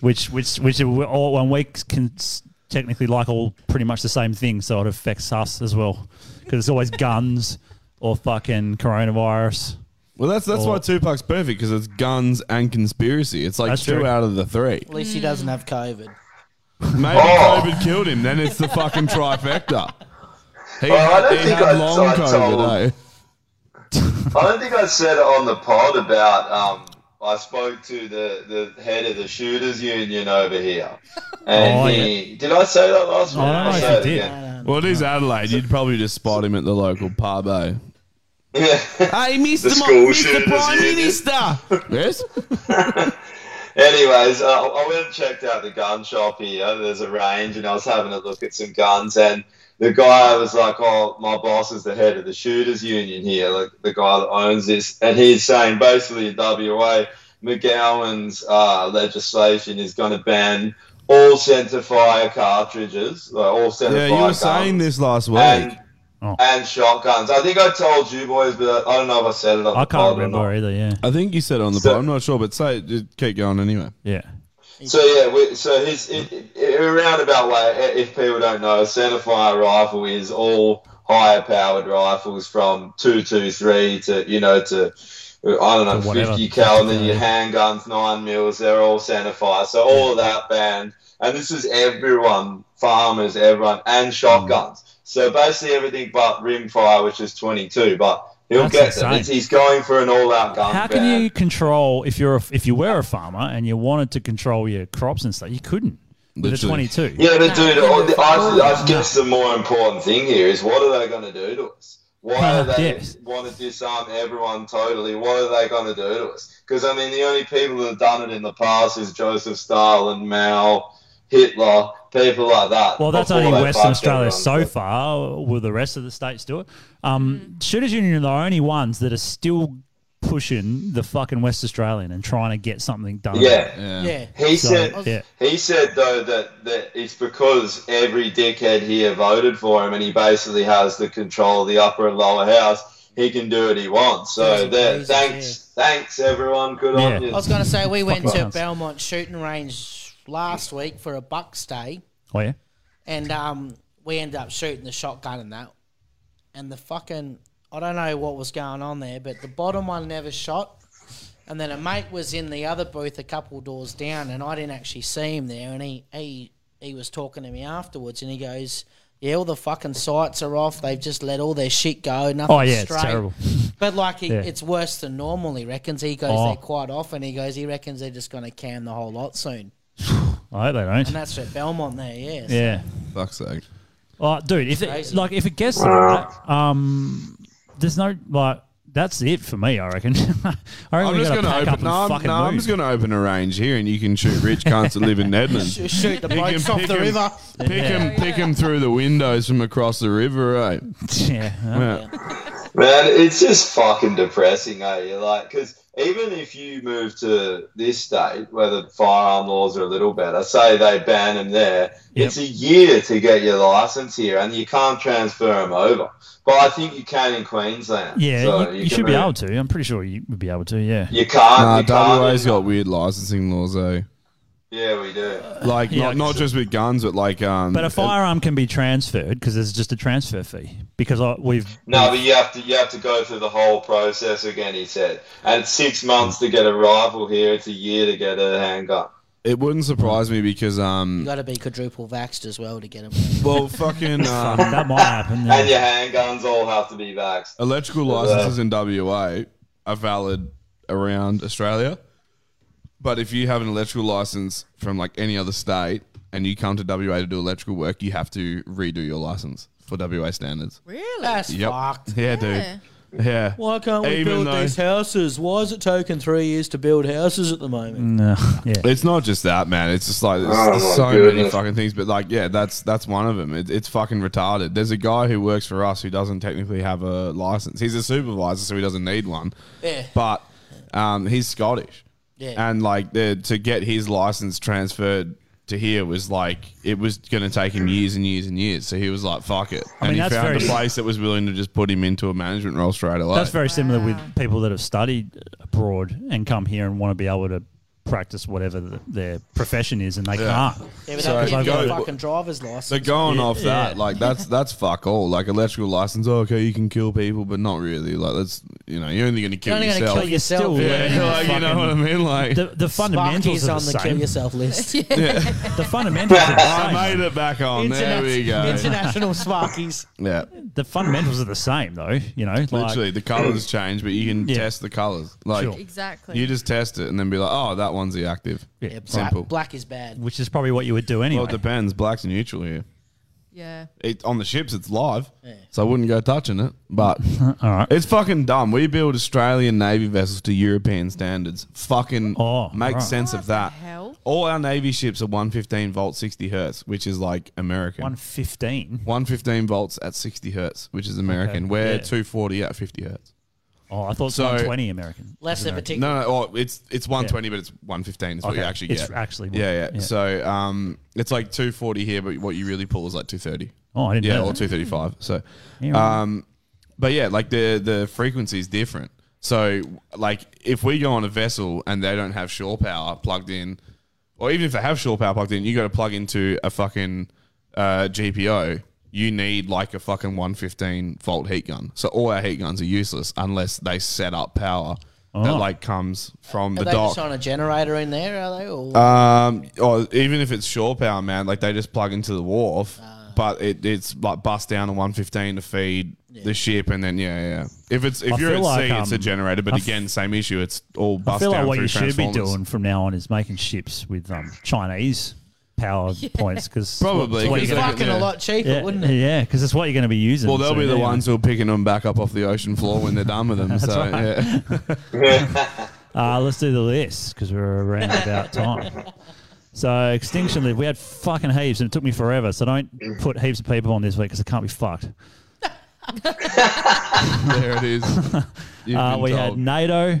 S3: which which which are all one week can s- technically like all pretty much the same thing, so it affects us as well because it's always guns or fucking coronavirus.
S2: Well, that's that's
S3: Or-
S2: why Tupac's perfect because it's guns and conspiracy. It's like
S3: That's
S2: two
S3: true.
S2: out of the three.
S5: At least he doesn't have COVID.
S2: Maybe COVID killed him. Then it's the fucking trifecta. He,
S4: Well, I don't
S2: he
S4: think
S2: had
S4: I'd-
S2: long
S4: I'd solve-
S2: COVID. Eh?
S3: Oh,
S4: I don't think I said it on the pod about. Um, I spoke to the, the head of the shooters union over here, and
S2: Oh,
S4: he did. I say that last week. I'll say it again.
S2: Well, it is Adelaide. You'd probably just spot him at the local pub, eh?
S4: hey,
S2: Mr.
S4: The
S2: Mo-
S4: school
S2: Mr.
S4: shooters
S2: Prime
S4: union.
S2: Minister. yes.
S4: Anyways, uh, I, I went and checked out the gun shop here. There's a range, and I was having a look at some guns. And the guy was like, "Oh, my boss is the head of the shooters union here, like the guy that owns this." And he's saying basically, in WA McGowan's uh, legislation is going to ban all centre fire cartridges, like all centre fire
S2: Yeah, you were
S4: guns
S2: saying this last week. Oh.
S4: And, and shotguns. I think I told you boys, but I don't know if I said it. On the pod or not.
S2: either. Yeah, I think you said it on the. pod. I'm not sure, but say it, just keep going anyway. Yeah.
S4: So yeah, we, so his in, in a roundabout way, if people don't know, a centre fire rifle is all higher powered rifles from two two three to you know to I don't
S20: To
S4: know
S20: whatever.
S4: fifty cal, and then your handguns, nine mils, they're all centre fire. So all of that banned, and this is everyone, farmers, everyone,
S3: Mm.
S4: and shotguns. So basically everything but rimfire, which is twenty two, but. He'll
S3: That's
S4: get
S3: insane.
S4: them. It's- He's going for an all-out gun
S3: How can
S4: ban.
S3: you control if you're a, if you were a farmer and you wanted to control your crops and stuff? You couldn't with a
S4: Literally.
S3: 22.
S4: Yeah, but dude, I, I, I guess the more important thing here is what are they going to do to us? Why
S3: Uh,
S4: are they
S3: yes.
S4: want to disarm everyone totally? What are they going to do to us? Because I mean, the only people that have done it in the past is Joseph Stalin, Mao, Hitler, people like that.
S3: Well, that's
S4: before
S3: only
S4: they
S3: Western
S4: fucked
S3: Australia
S4: everyone.
S3: so far. Will the rest of the states do it? Um, Shooters Union are the only ones that are still pushing the fucking West Australian and trying to get something done.
S4: Yeah. He
S3: So,
S4: said
S3: yeah.
S4: he said though that, that it's because every dickhead here voted for him and he basically has the control of the upper and lower house. He can do what he wants. So there thanks thanks everyone. Good on you.
S5: I was going to say we went
S4: Fucking
S5: to
S4: nuts.
S5: Belmont shooting range last week for a buck stay,
S3: Oh yeah.
S5: and um, we ended up shooting the shotgun and that, and the fucking I don't know what was going on there, but the bottom one never shot, and then a mate was in the other booth a couple doors down, and I didn't actually see him there, and he he he was talking to me afterwards, and he goes. Yeah, all the fucking sights are off. They've just let all their shit go. Nothing
S3: Oh, yeah, it's
S5: straight.
S3: terrible.
S5: But like, he,
S3: Yeah.
S5: it's worse than normal. He reckons. He goes
S3: Oh.
S5: there quite often. He goes. He reckons they're just going to can the whole lot soon.
S3: I hope they
S5: And
S3: don't.
S5: that's at Belmont there. Yeah. so-
S3: Yeah.
S2: Fuck's sake.
S3: Oh, dude, if it,
S5: Crazy.
S3: like if it gets to that, um, there's no like that's it for me. I reckon. I reckon
S2: I'm
S3: we
S2: just
S3: gotta
S2: gonna
S3: pack
S2: open.
S3: up and
S2: no, I'm-
S3: fucking
S2: no, I'm
S3: move.
S2: just gonna open a range here, and you can shoot rich cunts that live in Nedland.
S5: Sh- shoot the
S2: You can
S5: blokes off
S2: pick
S5: the
S2: 'em-
S5: river.
S2: Pick them, through the windows from across the river, eh? right?
S3: Yeah.
S4: Man, it's just fucking depressing, eh? You're like, because even if you move to this state where the firearm laws are a little better, say they ban them there, it's a year to get your license here, and you can't transfer them over. But I think you can in Queensland.
S3: Yeah,
S4: so
S3: you, you
S4: can
S3: should be
S4: move.
S3: able to. I'm pretty sure you would be able to. Yeah.
S4: You can't.
S2: Nah,
S4: you can't.
S2: WA's got weird licensing laws though.
S4: Yeah, we do.
S2: Like
S3: Uh, Yeah,
S2: not not just with guns, but like um.
S3: But a
S2: it-
S3: firearm can be transferred because there's just a transfer fee because I, we've
S4: No, but you have to you have to go through the whole process again. He said, and it's six months to get a rifle here. It's a year to get a handgun.
S2: It wouldn't surprise me because
S5: You
S2: um.
S5: got to be quadruple vaxxed as well to get them.
S2: Well, fucking. Um,
S3: that might happen.
S4: And your handguns all have to be vaxxed.
S2: Electrical licenses in WA are valid around Australia, but if you have an electrical license from like any other state and you come to WA to do electrical work, you have to redo your license for WA standards.
S5: Really? That's
S2: Yep.
S5: fucked.
S2: Yeah, dude. Yeah.
S5: Why can't we
S2: Even
S5: build
S2: though-
S5: these houses? Why is it taking three years to build houses at the moment?
S3: No. Yeah.
S2: It's not just that, man. It's just like there's,
S4: Oh,
S2: there's
S4: my
S2: so many
S4: goodness.
S2: fucking things. But like, yeah, that's that's one of them. It, it's fucking retarded. There's a guy who works for us who doesn't technically have a license. He's a supervisor, so he doesn't need one.
S5: Yeah.
S2: But um, he's Scottish.
S5: Yeah.
S2: And like the, to get his license transferred to here was like it was going to take him years and years and years. So he was like, "Fuck it,"
S3: I mean,
S2: and he
S3: that's
S2: found
S3: very-
S2: a place that was willing to just put him into a management role straight away.
S3: That's very similar with people that have studied abroad and come here and want to be able to practice whatever th their profession is, and they
S2: Yeah.
S3: can't.
S5: Yeah, but
S2: So-
S5: that gives you a
S2: Go-
S5: fucking driver's license.
S2: They're going
S5: Yeah.
S2: off that. Like that's that's fuck all. Like electrical license. Oh, okay, you can kill people, but not really. Like that's you know you're only going to kill
S5: You're only gonna
S2: yourself.
S5: kill yourself,
S2: Yeah,
S5: yeah.
S2: like, you know what I mean. Like
S3: the, the fundamentals
S5: Sparky's
S3: are
S5: on the
S3: same.
S5: kill yourself list. Yeah.
S3: the fundamentals are the same.
S2: I made it back on.
S3: There we go.
S5: International Sparkies.
S2: Yeah.
S3: The fundamentals are the same though. You know, like-
S2: Literally, the colors change, but you can test the colors. Like
S3: Sure.
S5: Mm. Exactly.
S2: You just test it and then be like, oh, that one's the active.
S3: Yeah,
S5: Black,
S2: simple.
S5: black is bad.
S3: Which is probably what you would do anyway.
S2: Well, it depends. Black's neutral here.
S5: Yeah.
S2: It, on the ships, it's live, so I wouldn't go touching it. But
S3: all right,
S2: it's fucking dumb. We build Australian navy vessels to European standards. Fucking make
S3: Oh, right.
S2: sense of that. All our navy ships are 115 volts, 60 hertz, which is like American.
S3: 115.
S2: 115 volts at 60 hertz, which is American.
S3: Okay,
S2: We're
S3: yeah.
S2: 240 at 50 hertz.
S3: Oh, I thought it's
S2: So-
S3: 120 American.
S5: Less of a tick.
S2: No, no, oh, it's it's 120, but it's 115 is what you
S3: Okay,
S2: actually get.
S3: it's actually what-
S2: yeah, yeah,
S3: yeah.
S2: So um, it's like 240 here, but what you really pull is like 230.
S3: Oh, I didn't
S2: Yeah,
S3: know
S2: or
S3: that.
S2: 235. So,
S3: Yeah, right.
S2: um, but yeah, like the the frequency is different. So like if we go on a vessel and they don't have shore power plugged in, or even if they have shore power plugged in, you got to plug into a fucking uh, GPO. You need like a fucking 115 volt heat gun. So all our heat guns are useless unless they set up power that
S5: Oh.
S2: like comes from
S5: Are
S2: the
S5: they
S2: dock.
S5: just on a generator in there? Are they? Or
S2: Um, or even if it's shore power, man, like they just plug into the wharf,
S5: Ah.
S2: but it, it's like bust down to 115 to feed the ship, and then yeah, yeah. If it's if
S3: I
S2: you're
S3: feel
S2: at
S3: like,
S2: sea, it's a
S3: um,
S2: generator, but
S3: I f-
S2: again, same issue. It's all
S3: I
S2: bust
S3: feel
S2: down
S3: like what
S2: through
S3: you should be
S2: transformers.
S3: doing from now on is making ships with um, Chinese power points because
S2: Probably, 'cause they could- Fucking a yeah. lot
S5: cheaper,
S3: yeah,
S5: wouldn't
S2: it?
S3: Yeah, because that's what you're going to be using.
S2: Well, they'll
S3: so
S2: be the
S3: anyway.
S2: ones who are picking them back up off the ocean floor when they're done with them.
S3: That's
S2: so
S3: right.
S2: yeah.
S3: Uh, let's do the list because we're around about time. So extinction leave. We had fucking heaps, and it took me forever. So don't put heaps of people on this week because it can't be fucked.
S2: there it is. You've
S3: Uh,
S2: been
S3: we had
S2: told.
S3: NATO,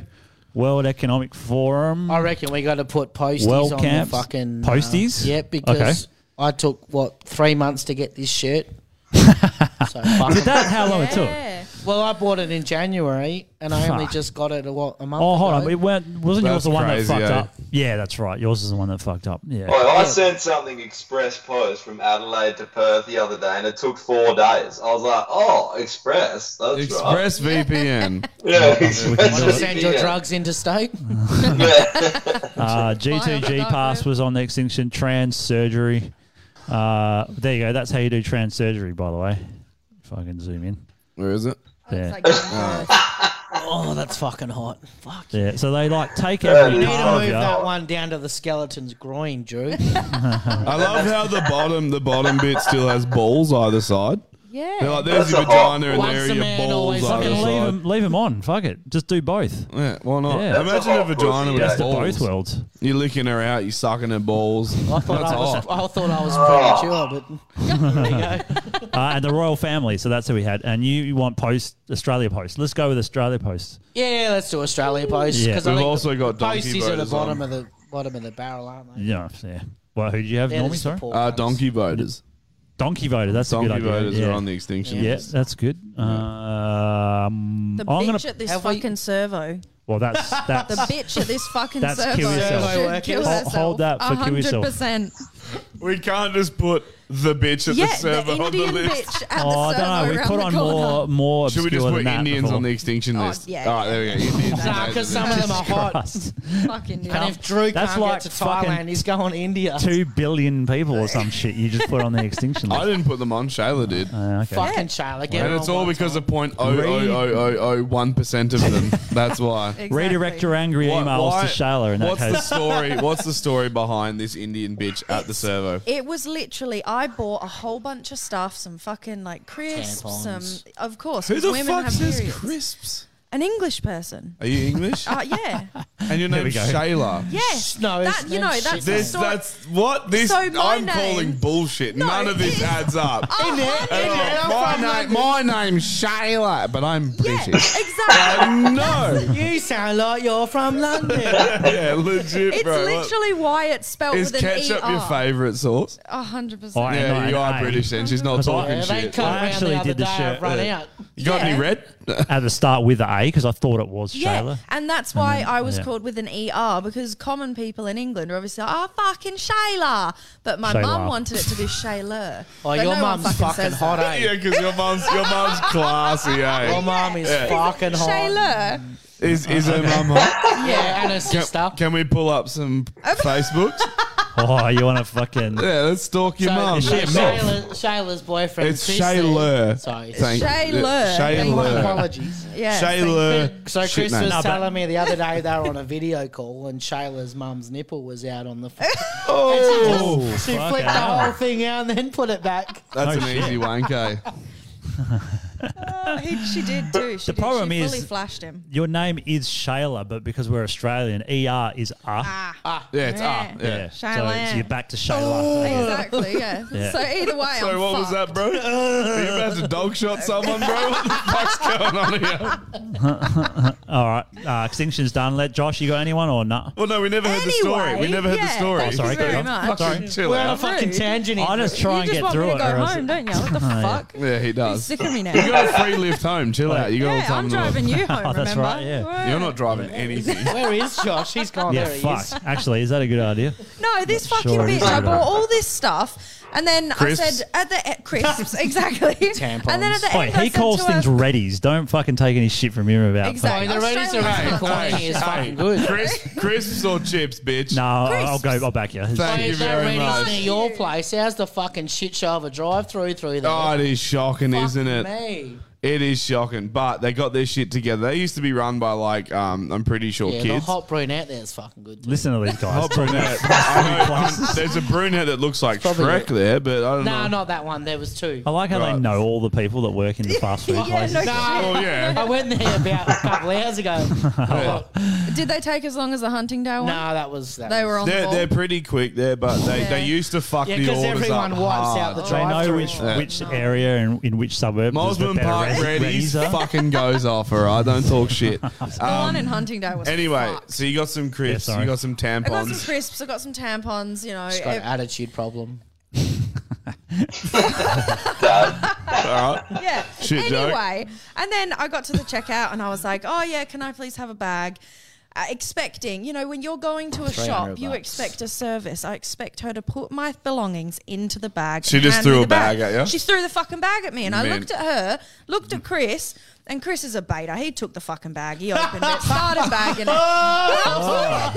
S3: World Economic Forum.
S5: I reckon we got to put posties
S3: World
S5: on
S3: camps?
S5: the fucking
S3: Posties?
S5: Uh, yeah, because
S3: Okay.
S5: I took what three months to get this shirt. so
S3: Did that? How long it took?
S5: took? Well, I bought it in January, and I only
S3: Fuck.
S5: just got it a, what, a month.
S3: Oh, hold
S5: ago.
S3: on. It went, wasn't yours
S5: That's
S3: the one
S5: crazy,
S3: that fucked
S5: eh?
S3: up? Yeah, that's right. Yours is the one that fucked up. Yeah.
S4: Well, I sent something express post from Adelaide to Perth the other day, and it took four days. I was like, "Oh, express, that's right."
S2: Express VPN.
S4: Yeah,
S5: Want to send your drugs into Stoke?
S3: Uh, G2G pass was on the extinction. Trans surgery. Uh, there you go. That's how you do trans surgery, by the way. If I can zoom in.
S2: Where is it?
S3: There.
S5: oh, that's fucking hot. Fuck.
S3: Yeah. So they like take
S5: You
S3: every
S5: need to
S3: part of
S5: move
S3: you.
S5: that one down to the skeleton's groin, Drew.
S2: I love how the bottom the bottom bit still has balls either side.
S5: Yeah.
S2: They're like, there's
S5: That's
S2: your
S5: a hot-
S2: vagina and
S5: Once
S2: there
S5: a
S2: are your
S5: man,
S2: balls
S5: always a
S2: either
S3: Fucking leave
S2: side.
S3: them, leave 'em on. Fuck it. Just do both.
S2: Yeah, why not?
S3: Yeah.
S2: Imagine a, vagina with
S3: Best of
S2: balls.
S3: both worlds.
S2: You're licking her out, you're sucking her balls.
S5: I thought
S2: That's
S5: I was.
S2: hot.
S5: I thought I was
S2: Oh.
S5: premature,
S3: uh, and the royal family. So that's who we had. And you, you want post Australia Post. Let's go with Australia Post.
S5: but yeah, let's do Australia Post.
S3: Yeah.
S5: 'cause I
S3: We've
S5: think
S3: also got donkey
S5: Posties at the
S3: voters on.
S5: bottom of the bottom of the barrel, aren't they?
S3: Yeah, yeah. Well, who do you have,
S5: Yeah,
S3: Normie?
S5: just
S3: Sorry,
S5: the poor
S2: Uh, donkey voters.
S3: Donkey voter. That's a
S2: Donkey
S3: good idea.
S2: voters are
S3: yeah.
S2: on the extinction
S3: Yeah,
S2: list.
S3: that's good. Um,
S6: The
S3: I'm
S6: bitch
S3: gonna.
S6: at this fucking servo.
S3: well, that's that's
S6: the bitch at this fucking
S3: that's
S6: servo.
S3: kill yourself.
S6: should kill
S3: Hold-
S6: herself.
S3: hold that for kill yourself.
S6: 100%.
S2: We can't just put the bitch at
S6: Yeah,
S2: the
S6: the
S2: server on the
S6: Indian
S2: list.
S6: bitch at
S3: Oh,
S6: the
S3: I don't
S6: servo
S3: know. We
S6: around
S3: put
S6: the
S3: on
S6: corner.
S3: more
S6: Oh,
S3: more
S2: Should we just
S3: obscure
S2: put
S3: than that
S2: Indians
S3: before.
S2: on the extinction list?
S6: yeah,
S2: All right, there we go. Indians.
S5: Nah, because some of them are hot.
S6: Fucking
S5: and if Drew
S3: That's
S5: can't
S3: like
S5: get to
S3: fucking
S5: Thailand, he's going to India.
S3: Two billion people or some shit. You just put on the extinction list.
S2: I didn't put them on. Shayla did.
S3: Uh, okay.
S5: Fucking Shayla, get
S2: and
S5: her
S2: it's
S5: on
S2: all
S5: one
S2: because
S5: time.
S2: of point oh oh oh oh oh one percent of them. That's why.
S3: Redirect your angry emails to Shayla in that
S2: what's
S3: case.
S2: the story? What's the story behind this Indian bitch at the servo?
S6: It was literally I bought a whole bunch of stuff, some fucking like crisps,
S2: Tampons.
S6: some of course.
S2: Who
S6: 'cause
S2: the
S6: women
S2: fuck
S6: have
S2: says
S6: periods.
S2: crisps?
S6: An English person.
S2: Are you English?
S6: Uh, yeah.
S2: and your
S3: There
S2: name's
S3: we go.
S2: Shayla.
S6: Yes.
S5: No,
S6: that, you know that's the
S2: This-
S6: story.
S2: that's what this.
S6: So my
S2: I'm
S6: name-
S2: calling bullshit. None of this adds up.
S6: Oh, In it, in it, I'm
S2: my
S6: from
S2: name, my name's Shayla, but I'm British.
S6: exactly.
S2: Like, no.
S5: You sound like you're from London.
S2: yeah, legit,
S6: it's
S2: bro. What-
S6: literally why it's spelled
S2: Is
S6: with an E
S2: ketchup
S6: R.
S2: your favourite sauce?
S6: A hundred percent.
S2: Yeah, you are British then. She's not
S3: Because I-
S2: talking
S3: Yeah, they
S2: shit.
S5: come I around the actually other did the day, I've shirt, run uh, out.
S2: You got
S6: Yeah.
S2: any red?
S3: At the start with the A because I thought it was
S6: Yeah,
S3: Shayla.
S6: and that's why
S3: then-
S6: I was
S3: Mm-hmm. yeah.
S6: called with an ER because common people in England are obviously ah fucking Shayla, but my
S2: Shayla.
S6: mum wanted it to be Shayla.
S5: Oh,
S6: But
S5: your
S6: no one
S5: mum's fucking
S6: says
S5: hot,
S6: that.
S2: Yeah, because your mom's your mom's classy, eh?
S5: Your mum is fucking hot.
S6: Shayla.
S2: Is is her mum hot?
S5: Yeah, and her
S2: sister. Can, we pull up some Facebooks?
S3: oh, you want to fucking
S2: yeah? Let's stalk your
S5: So,
S2: mum.
S5: so Shayla, Shayla's boyfriend.
S2: It's
S5: Chrissy-
S2: Shayla.
S5: Sorry,
S2: Thank- Shayla. Shayla.
S5: Apologies.
S2: Yeah, Shayla.
S5: thank- So
S2: Shit
S5: Chris
S2: name.
S5: was
S2: No, but-
S5: telling me the other day they were on a video call and Shayla's mum's nipple was out on the. F-
S2: Oh,
S5: And she, just- she
S2: fucking
S5: flicked the
S2: hell.
S5: whole thing out and then put it back.
S2: That's
S3: Oh,
S2: an
S3: shit.
S2: easy one, K.
S6: Oh, she did too. She
S3: The
S6: did.
S3: problem
S6: she
S3: is-
S6: fully flashed him.
S3: Your name is Shayla, but because we're Australian, ER is R.
S6: Ah.
S2: Yeah, it's R, yeah.
S3: So,
S6: Shayla.
S3: so you're back to Shayla.
S6: Oh, Exactly. Yeah.
S3: Yeah.
S6: So either way,
S2: So
S6: I'm
S2: what was
S6: fucked.
S2: that, bro? Are you about to dog shot someone, bro? What the fuck's going on here?
S6: Oh.
S3: All right. Uh, extinction's done. Let Josh, you got anyone or not?
S2: Well, no, we never heard the story. We never heard the story.
S3: Oh, sorry, go on. Sorry.
S5: We're on a fucking tangent.
S3: I'll just try and get through it. or else-
S6: don't you? What the
S3: Oh, yeah.
S6: fuck?
S2: Yeah, he does.
S6: sick of me now.
S2: You got a free lift home. Chill out. You got all
S6: Yeah,
S2: the time
S6: I'm
S2: in the world.
S6: driving you home, Oh, that's remember? right,
S3: yeah.
S2: You're not driving anything.
S5: Where is Josh? He's
S6: Oh,
S5: gone.
S3: Yeah,
S5: there he is.
S3: fuck. Actually, is that a good idea?
S6: No, this fucking
S3: sure it
S6: bitch.
S3: is
S6: I
S3: good.
S6: bought all this stuff, and then I
S3: Crisps.
S6: said at the e- crisps exactly, and then at the
S3: Wait,
S6: end I
S3: he
S6: said
S3: calls
S6: to
S3: things
S6: her,
S3: readies. Don't fucking take any shit from him about
S6: Exactly.
S3: fucking-
S6: The readies are Australia's around the not- corner
S5: is fucking
S2: good. Crisps, crisps or chips, bitch.
S3: No, I'll go. I'll back you.
S2: Thank
S5: Hey,
S2: you
S5: if that
S2: very
S5: Rennie's
S2: much.
S5: near your place. How's the fucking shit show of a drive through through there?
S2: Oh, it is shocking, isn't it?
S5: me.
S2: It is shocking, but they got their shit together. They used to be run by like um, I'm pretty sure
S5: yeah, the
S2: kids.
S5: hot brunette there is fucking good.
S3: Listen to these guys.
S2: Hot brunette. I know, um, there's a brunette that looks like
S5: Probably
S2: Shrek
S5: it.
S2: there, but I
S5: Oh, No,
S2: don't know.
S5: not that one. There was two.
S3: I like how they know all the people that work in the fast food places.
S2: oh, yeah.
S5: I went there about a couple hours ago.
S6: Did they take as long as the Huntingdale one?
S5: Nah, that was that
S6: they were on the
S2: They're,
S6: ball.
S2: they're pretty quick there, but they,
S6: Yeah.
S2: they used to fuck
S5: Yeah,
S2: the
S5: 'cause
S2: orders
S5: everyone
S2: up
S5: wipes
S2: hard.
S5: out the
S3: Ah, They know which which area and in which suburb. there's the
S2: Osmond
S3: better
S2: Park
S3: res-
S2: Reddy's
S3: readies are.
S2: fucking goes off, all right? Don't talk shit.
S6: the one
S2: Um,
S6: in Huntingdale was.
S2: anyway, so you got some crisps,
S3: sorry.
S2: you got some
S6: I got some
S2: tampons.
S6: crisps. I got some tampons. You know,
S5: She's got
S6: ev-
S5: an attitude problem.
S2: all right.
S6: yeah.
S2: Shit joke.
S6: anyway, and then I got to the checkout and I was like, "Oh yeah, can I please have a bag?" Uh, expecting, you know, when you're going to a
S2: 300
S6: shop, you
S2: bucks.
S6: expect a service. I expect her to put my belongings into the bag.
S2: She
S6: and
S2: just
S6: hand
S2: threw
S6: me
S2: a
S6: the
S2: bag at you?
S6: She threw the fucking bag at me, and I
S2: Man.
S6: looked at her, looked at Chris, and Chris is a beta. He took the fucking bag. He opened it, started bagging
S2: Oh!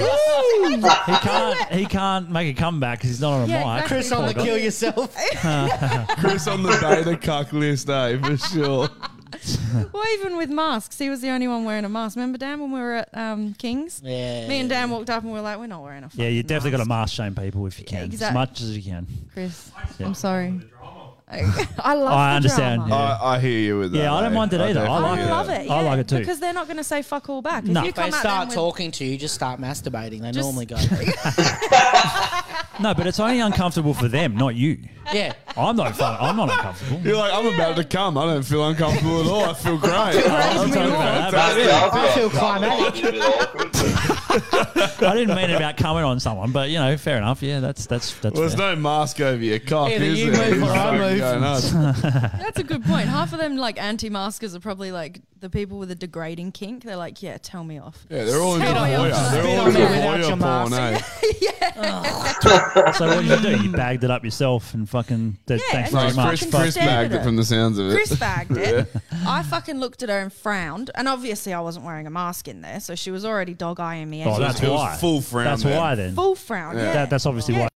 S6: it.
S3: he can't. He can't make a comeback because he's not on a
S6: Yeah,
S3: mic.
S6: exactly. Chris on the
S3: Poor
S6: kill
S3: guy.
S5: yourself.
S2: Chris on the beta cuck list, eh? For sure.
S6: Well, even with masks, he was the only one wearing a mask. Remember, Dan, when we were at um, King's?
S3: Yeah.
S6: Me and Dan walked up and we were like, we're not wearing a
S3: Yeah, you definitely got to mask shame people if you can, as
S6: exact-
S3: much as you can.
S6: Chris,
S3: Yeah.
S6: I'm sorry. I, I love
S3: I
S6: the
S3: understand.
S6: drama.
S3: Yeah.
S2: I, I hear you with that.
S3: Yeah, I don't
S2: eh?
S3: mind it either. I
S2: definitely
S3: like
S2: hear
S3: it.
S2: that.
S6: Love it,
S3: I
S6: yeah,
S3: like it too.
S6: Because they're not going to say fuck all back. If
S3: No.
S6: you
S5: If they
S6: come at
S5: start
S6: them with,
S5: talking to you, just start masturbating. They normally go.
S3: No, but it's only uncomfortable for them, not you.
S5: yeah.
S3: I'm not. Fun. I'm not uncomfortable.
S2: You're like, I'm about to come. I don't feel uncomfortable at all. I feel great. I'm totally fantastic.
S5: I feel climatic.
S3: I didn't mean about coming on someone, but you know, fair enough. Yeah, that's that's that's.
S2: Well, there's no mask over your cock,
S3: Either
S2: is
S3: you
S2: it?
S3: move
S2: It's
S3: or I
S2: fucking
S3: move.
S2: going nuts.
S6: That's a good point. Half of them, like anti-maskers, are probably like the people with a degrading kink. They're like, yeah, tell me off.
S2: Yeah, they're all into
S6: Tell me off.
S2: voyeur.
S3: Spit on
S2: They're all into
S3: me without your
S2: voyeur porn, eh?
S3: so what did you do? You bagged it up yourself and fucking. Did, thanks
S2: No,
S3: very much.
S2: Chris, Chris
S6: stared
S2: bagged
S6: at
S2: it
S6: it.
S2: from the sounds of it.
S6: Chris bagged it.
S2: Yeah.
S6: I fucking looked at her and frowned, and obviously I wasn't wearing a mask in there, so she was already dog eyeing me.
S3: Oh,
S6: anyway.
S3: that's
S2: It was
S3: why.
S2: full frown
S3: That's
S2: then.
S3: why then.
S6: Full frown, Yeah. yeah.
S3: That, that's obviously why.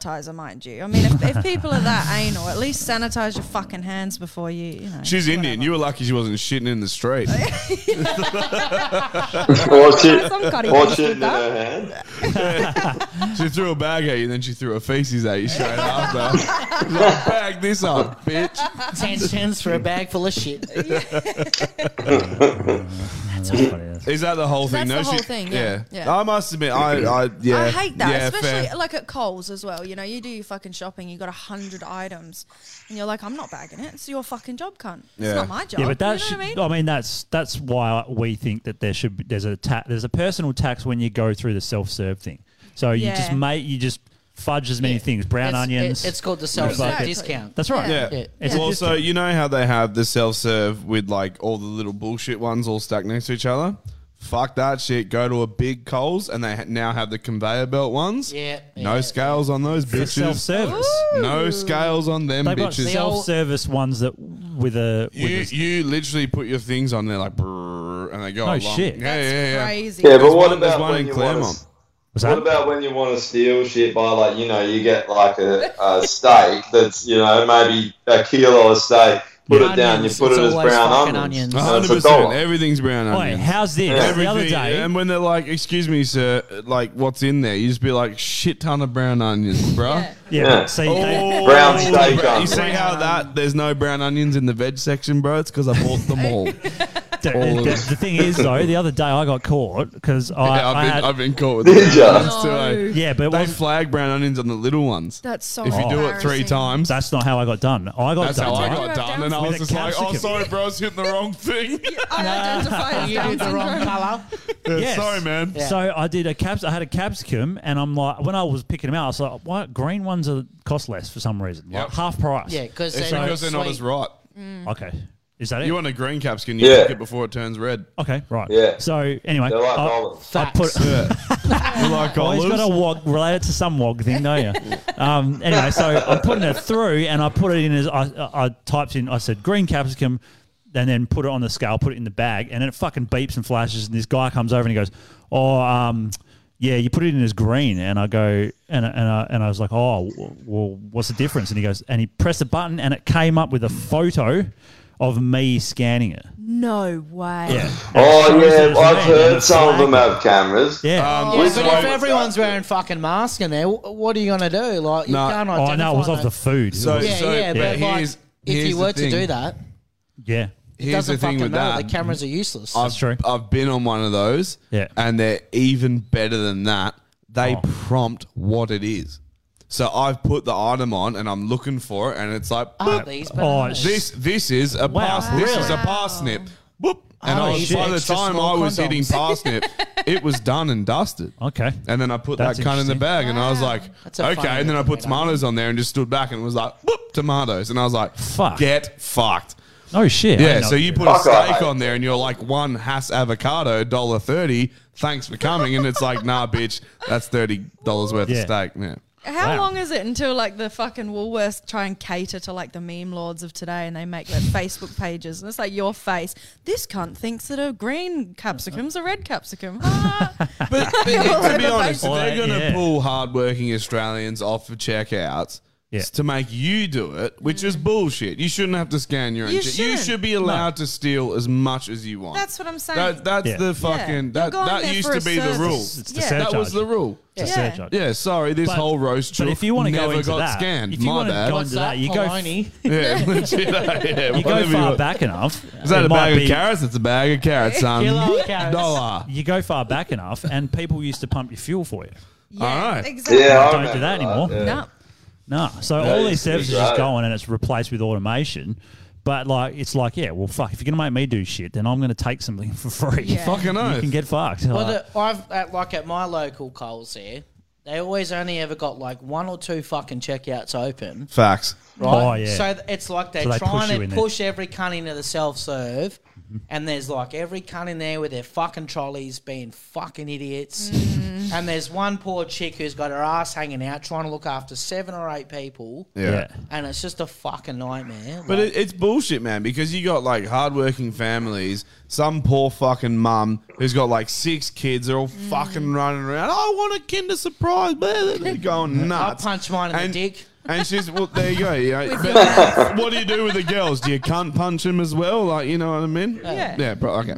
S6: sanitizer, mind you. I mean, if, if people are that anal, at least sanitize your fucking hands before you, you know.
S2: She's Indian. You were lucky she wasn't shitting in the street.
S4: Or shit,
S6: Some kind of
S4: or
S6: gangster
S4: shit in
S6: dog.
S4: her hand.
S2: she threw a bag at you, then she threw a feces at you straight after. She's like, Bag this up, bitch.
S5: Ten cents for a bag full of shit.
S2: Is that the whole
S6: That's
S2: thing?
S6: the whole
S2: she-
S6: thing, yeah, yeah.
S2: I must admit, I, I, yeah,
S6: I hate that,
S2: yeah,
S6: especially
S2: fair.
S6: like at Coles as well. You know, you do your fucking shopping, you got a hundred items, and you're like, I'm not bagging it. It's your fucking job, cunt. It's not my job.
S3: Yeah, but
S6: you know
S3: that's.
S6: what I mean?
S3: I mean, that's that's why we think that there should be, there's a ta- there's a personal tax when you go through the self serve thing. So you
S6: Yeah.
S3: just make you just fudge as many things, brown
S5: It's-
S3: onions.
S5: it- it's called the self-serve
S3: bucket.
S5: discount.
S3: That's right.
S2: Yeah.
S3: It's
S2: Well,
S3: a
S2: also,
S3: discount.
S2: you know how they have the self serve with like all the little bullshit ones all stacked next to each other? Fuck that shit. Go to a big Coles and they ha- now have the conveyor belt ones.
S5: Yeah,
S2: No scales on those
S3: For
S2: bitches.
S3: self-service.
S2: No scales on them
S3: They've got
S2: bitches.
S3: self-service ones that with a
S2: You,
S3: with a
S2: you literally put your things on there like brrr, and they go
S3: No
S2: along.
S3: shit.
S2: Yeah, yeah, yeah.
S6: crazy.
S4: Yeah, but
S2: There's
S4: what
S2: one- there's
S4: about
S2: one
S4: when
S2: in
S4: you want
S2: Claremont.
S4: to? What about when you want to steal shit by like you know you get like a, a steak that's you know maybe a kilo of steak, put it down, you put it as brown onions, and it's a
S2: 100%.
S4: dollar.
S2: Everything's brown
S3: Oi,
S2: onions.
S3: how's this? The other
S2: Everything-
S3: day-
S2: And when they're like, excuse me, sir, like, what's in there? You just be like, shit ton of brown onions, bruh. Oh,
S3: Yeah, but Yeah. see, they-
S4: Brown steak
S2: You
S4: onions.
S2: see how that, there's no brown onions in the veg section, bro? It's because I bought them all.
S3: Dude,
S2: All
S3: the,
S2: of
S3: the- the thing is, though, the other day I got caught because I,
S2: yeah, I've,
S3: I
S2: been,
S3: had,
S2: I've been caught with
S3: Did
S2: the brown
S3: ya?
S2: onions too, eh?
S3: No. Yeah, but
S2: they flag brown onions on the little ones.
S6: That's so
S2: If you do it three times,
S3: that's not how I got done. I got
S2: That's
S3: done.
S2: how I
S3: right?
S2: got done, and I
S3: With
S2: was
S3: a
S2: just like, "Oh,
S3: capsicum.
S2: sorry, bro, I was hitting the wrong thing."
S6: identify as
S5: You
S6: Down
S5: did the wrong
S6: syndrome.
S5: colour.
S2: Yeah,
S3: Yes.
S2: Sorry, man.
S3: So I did a caps. I had a capsicum, and I'm like, when I was picking them out, I was like, "Why green ones are cost less for some reason? Like
S2: Yep.
S3: half price."
S2: Yeah, 'cause It's they're not because they're not sweet. as ripe. Mm.
S3: Okay, is that it?
S2: You want a green capsicum? You
S3: Yeah.
S2: pick it before it turns red.
S3: Okay, right.
S2: Yeah.
S3: So uh, anyway,
S2: They're like
S3: I,
S2: olives.
S3: I put.
S2: You like
S3: Always
S2: olives?
S3: got to wog relate it to some wog thing, don't you? um, anyway, so I'm putting it through, and I put it in as I, I I typed in. I said green capsicum, and then put it on the scale, put it in the bag, and then it fucking beeps and flashes, and this guy comes over and he goes, "Oh, um, yeah, you put it in as green," and I go, and I- and I, and I was like, "Oh, w- well, what's the difference?" And he goes, and he pressed a button, and it came up with a photo of me scanning it.
S6: No way.
S3: Yeah.
S4: Oh
S3: Shows it as
S4: yeah, I've
S3: red, and
S4: heard
S3: it's
S4: some of
S3: flagged.
S4: them have cameras.
S3: Yeah.
S2: Um,
S5: Yeah, but if everyone's wearing fucking masks in there, wh- what are you going to do? Like, you
S2: No.
S5: can't
S2: Oh, no, it
S5: identify
S3: was of
S5: that.
S3: the food.
S2: So-
S5: yeah,
S2: so-
S5: yeah,
S2: yeah,
S5: but like,
S2: here's-
S5: if
S2: here's
S5: you
S2: the
S5: were to
S2: thing.
S5: do that,
S3: Yeah.
S5: it doesn't fucking matter. The cameras are useless.
S2: I've, I've been on one of those,
S3: yeah, Oh.
S2: and they're even better than that. They prompt what it is. So I've put the item on, and I'm looking for it, and it's like,
S5: Are
S2: boop.
S5: these
S3: Oh,
S5: bananas?
S2: this this is a
S3: Wow,
S2: pars- this is a
S3: really?
S2: parsnip. Boop. And
S3: Oh,
S2: I was,
S3: shit.
S2: by the
S3: Extra
S2: time I
S3: small
S2: was
S3: condoms.
S2: hitting parsnip, it was done and dusted.
S3: Okay.
S2: And then I put
S3: That's
S2: that cunt in the
S3: interesting.
S2: bag, and I was like,
S3: That's a
S2: okay.
S3: funny
S2: And then I put tomatoes on there, and just stood back, and it was like, boop, tomatoes. And I was like,
S3: Fuck.
S2: get fucked.
S3: Oh shit! I
S2: Yeah,
S3: didn't know
S2: so
S3: it
S2: you
S3: was
S2: put a
S3: good.
S2: steak on there and you're like one Hass avocado, dollar thirty. Thanks for coming, and it's like, nah, bitch, that's thirty dollars worth
S3: Yeah.
S2: of steak. Yeah.
S6: How long is it until like the fucking Woolworths try and cater to like the meme lords of today and they make like Facebook pages and it's like your face. This cunt thinks that a green capsicum's a red capsicum.
S2: But, to be honest,
S3: Or,
S2: they're gonna
S3: yeah.
S2: pull hardworking Australians off for checkouts. To make you do it, which is bullshit. You shouldn't have to scan your own
S6: You
S2: shit. You
S6: shouldn't.
S2: should be allowed to steal as much as you want.
S6: That's what I'm saying.
S2: That, that's
S3: Yeah.
S2: the
S3: Yeah.
S2: fucking
S6: You're
S2: that
S6: going
S2: that
S6: there
S2: used
S6: for
S2: to
S6: a
S2: be
S6: service.
S2: the rule.
S6: It's- it's
S3: the
S2: that
S3: surcharge.
S2: was the rule.
S3: It's a Yeah. surcharge.
S2: Yeah, sorry, this
S3: But-
S2: whole roast
S3: but
S2: joke
S3: if you wanna go
S2: never
S3: into
S2: got
S3: that-
S2: scanned.
S3: if you
S2: My
S3: wanna
S2: bad.
S3: go into that, you go f- Baloney.
S2: yeah, legit, yeah,
S3: you go
S2: whatever
S3: far
S2: want.
S3: back enough.
S2: Is that
S3: it
S2: a
S3: might
S2: bag
S3: be-
S2: of carrots? It's a bag of carrots, son.
S3: Kilo of carrots.
S2: Dollar.
S3: You go far back enough, and people used to pump your fuel for you.
S2: All right.
S6: exactly.
S3: They
S6: Yeah,
S3: don't
S6: I
S3: do that
S6: remember that,
S3: anymore.
S6: yeah.
S3: No. No. So
S6: No,
S3: all
S6: it's
S3: these services
S6: pretty
S3: just
S6: great.
S3: going and it's replaced with automation. But like, it's like, yeah, well, fuck. If you're gonna make me do shit, then I'm gonna take something for free.
S5: Yeah. Fucking
S3: You
S5: oath.
S3: can get fucked.
S5: Well,
S3: Like,
S5: the, I've at, like at my local Coles there, they always only ever got like one or two fucking checkouts open.
S2: Facts.
S5: Right. So th- it's like they're
S3: Oh, So they push
S5: trying
S3: you in
S5: to
S3: there.
S5: push every cunt into the self serve, and there's like every cunt in there with their fucking trolleys being fucking idiots. And there's one poor chick who's got her ass hanging out trying to look after seven or eight people.
S2: Yeah. Yeah.
S5: And it's just a fucking nightmare.
S2: But it, it's bullshit, man, because you got like hardworking families, some poor fucking mum who's got like six kids, they're all fucking running around. I want a Kinder surprise, blah, blah, blah," going nuts. I punch
S5: mine in
S2: and,
S5: the dick.
S2: And she's well, there you go. You know, but what do you do with the girls? Do you cunt punch them as well? Like, you know what I mean?
S6: Yeah.
S2: Yeah. Bro, okay.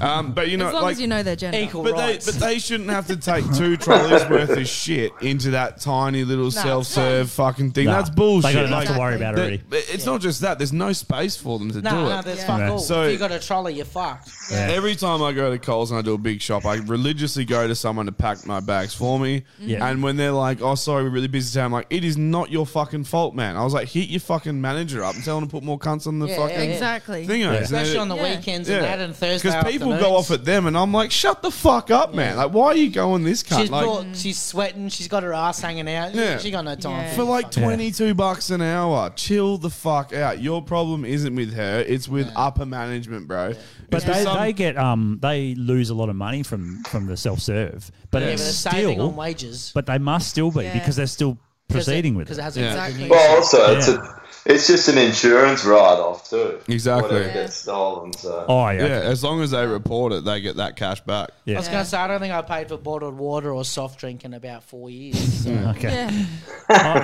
S2: Um, but you know,
S6: as long
S2: like,
S6: as you know their gender.
S2: but they but they shouldn't have to take two trolleys worth of shit into that tiny little self serve fucking thing.
S3: Nah.
S2: That's bullshit.
S3: They got enough to worry about
S2: they-
S3: already.
S2: It's not just that. There's no space for them to
S5: no,
S2: do it.
S5: no, there's fuck all.
S2: So
S5: if you got a trolley, you're fucked.
S2: every time I go to Coles and I do a big shop, I religiously go to someone to pack my bags for me.
S3: Mm-hmm. Yeah.
S2: And when they're like, "Oh, sorry, we're really busy today," I'm like, "It is not your fucking fault, man." I was like, "Hit your fucking manager up and tell him to put more cunts on the
S5: Yeah,
S2: fucking
S5: yeah, yeah. Exactly.
S2: thing."
S5: Especially on the Yeah. weekends and that and Thursday
S2: Because
S5: afternoon,
S2: people people go off at them, and I'm like, shut the fuck up, man. Like, why are you going this cunt?
S5: She's,
S2: like,
S5: brought, she's sweating. She's got her ass hanging out.
S2: Yeah.
S5: She got no time
S2: for like 22 bucks an hour. Chill the fuck out. Your problem isn't with her, it's with upper management, bro.
S3: But they, they get um they lose a lot of money from from the self serve. But
S5: Yeah,
S3: it's
S5: but
S3: still
S5: they're saving on wages.
S3: But they must still be
S5: Yeah.
S3: because they're still
S5: Because it-
S3: proceeding with
S5: because
S3: it.
S5: it hasn't exactly-
S4: Well, also,
S3: Yeah.
S4: it's, a, it's just an insurance write off, too.
S2: Exactly.
S4: Whatever gets stolen. So.
S2: Oh,
S3: Oh,
S2: yeah. As long as they report it, they get that cash back.
S5: I was going to say, I don't think I paid for bottled water or soft drink in about four years. so-
S3: Mm, okay. Yeah.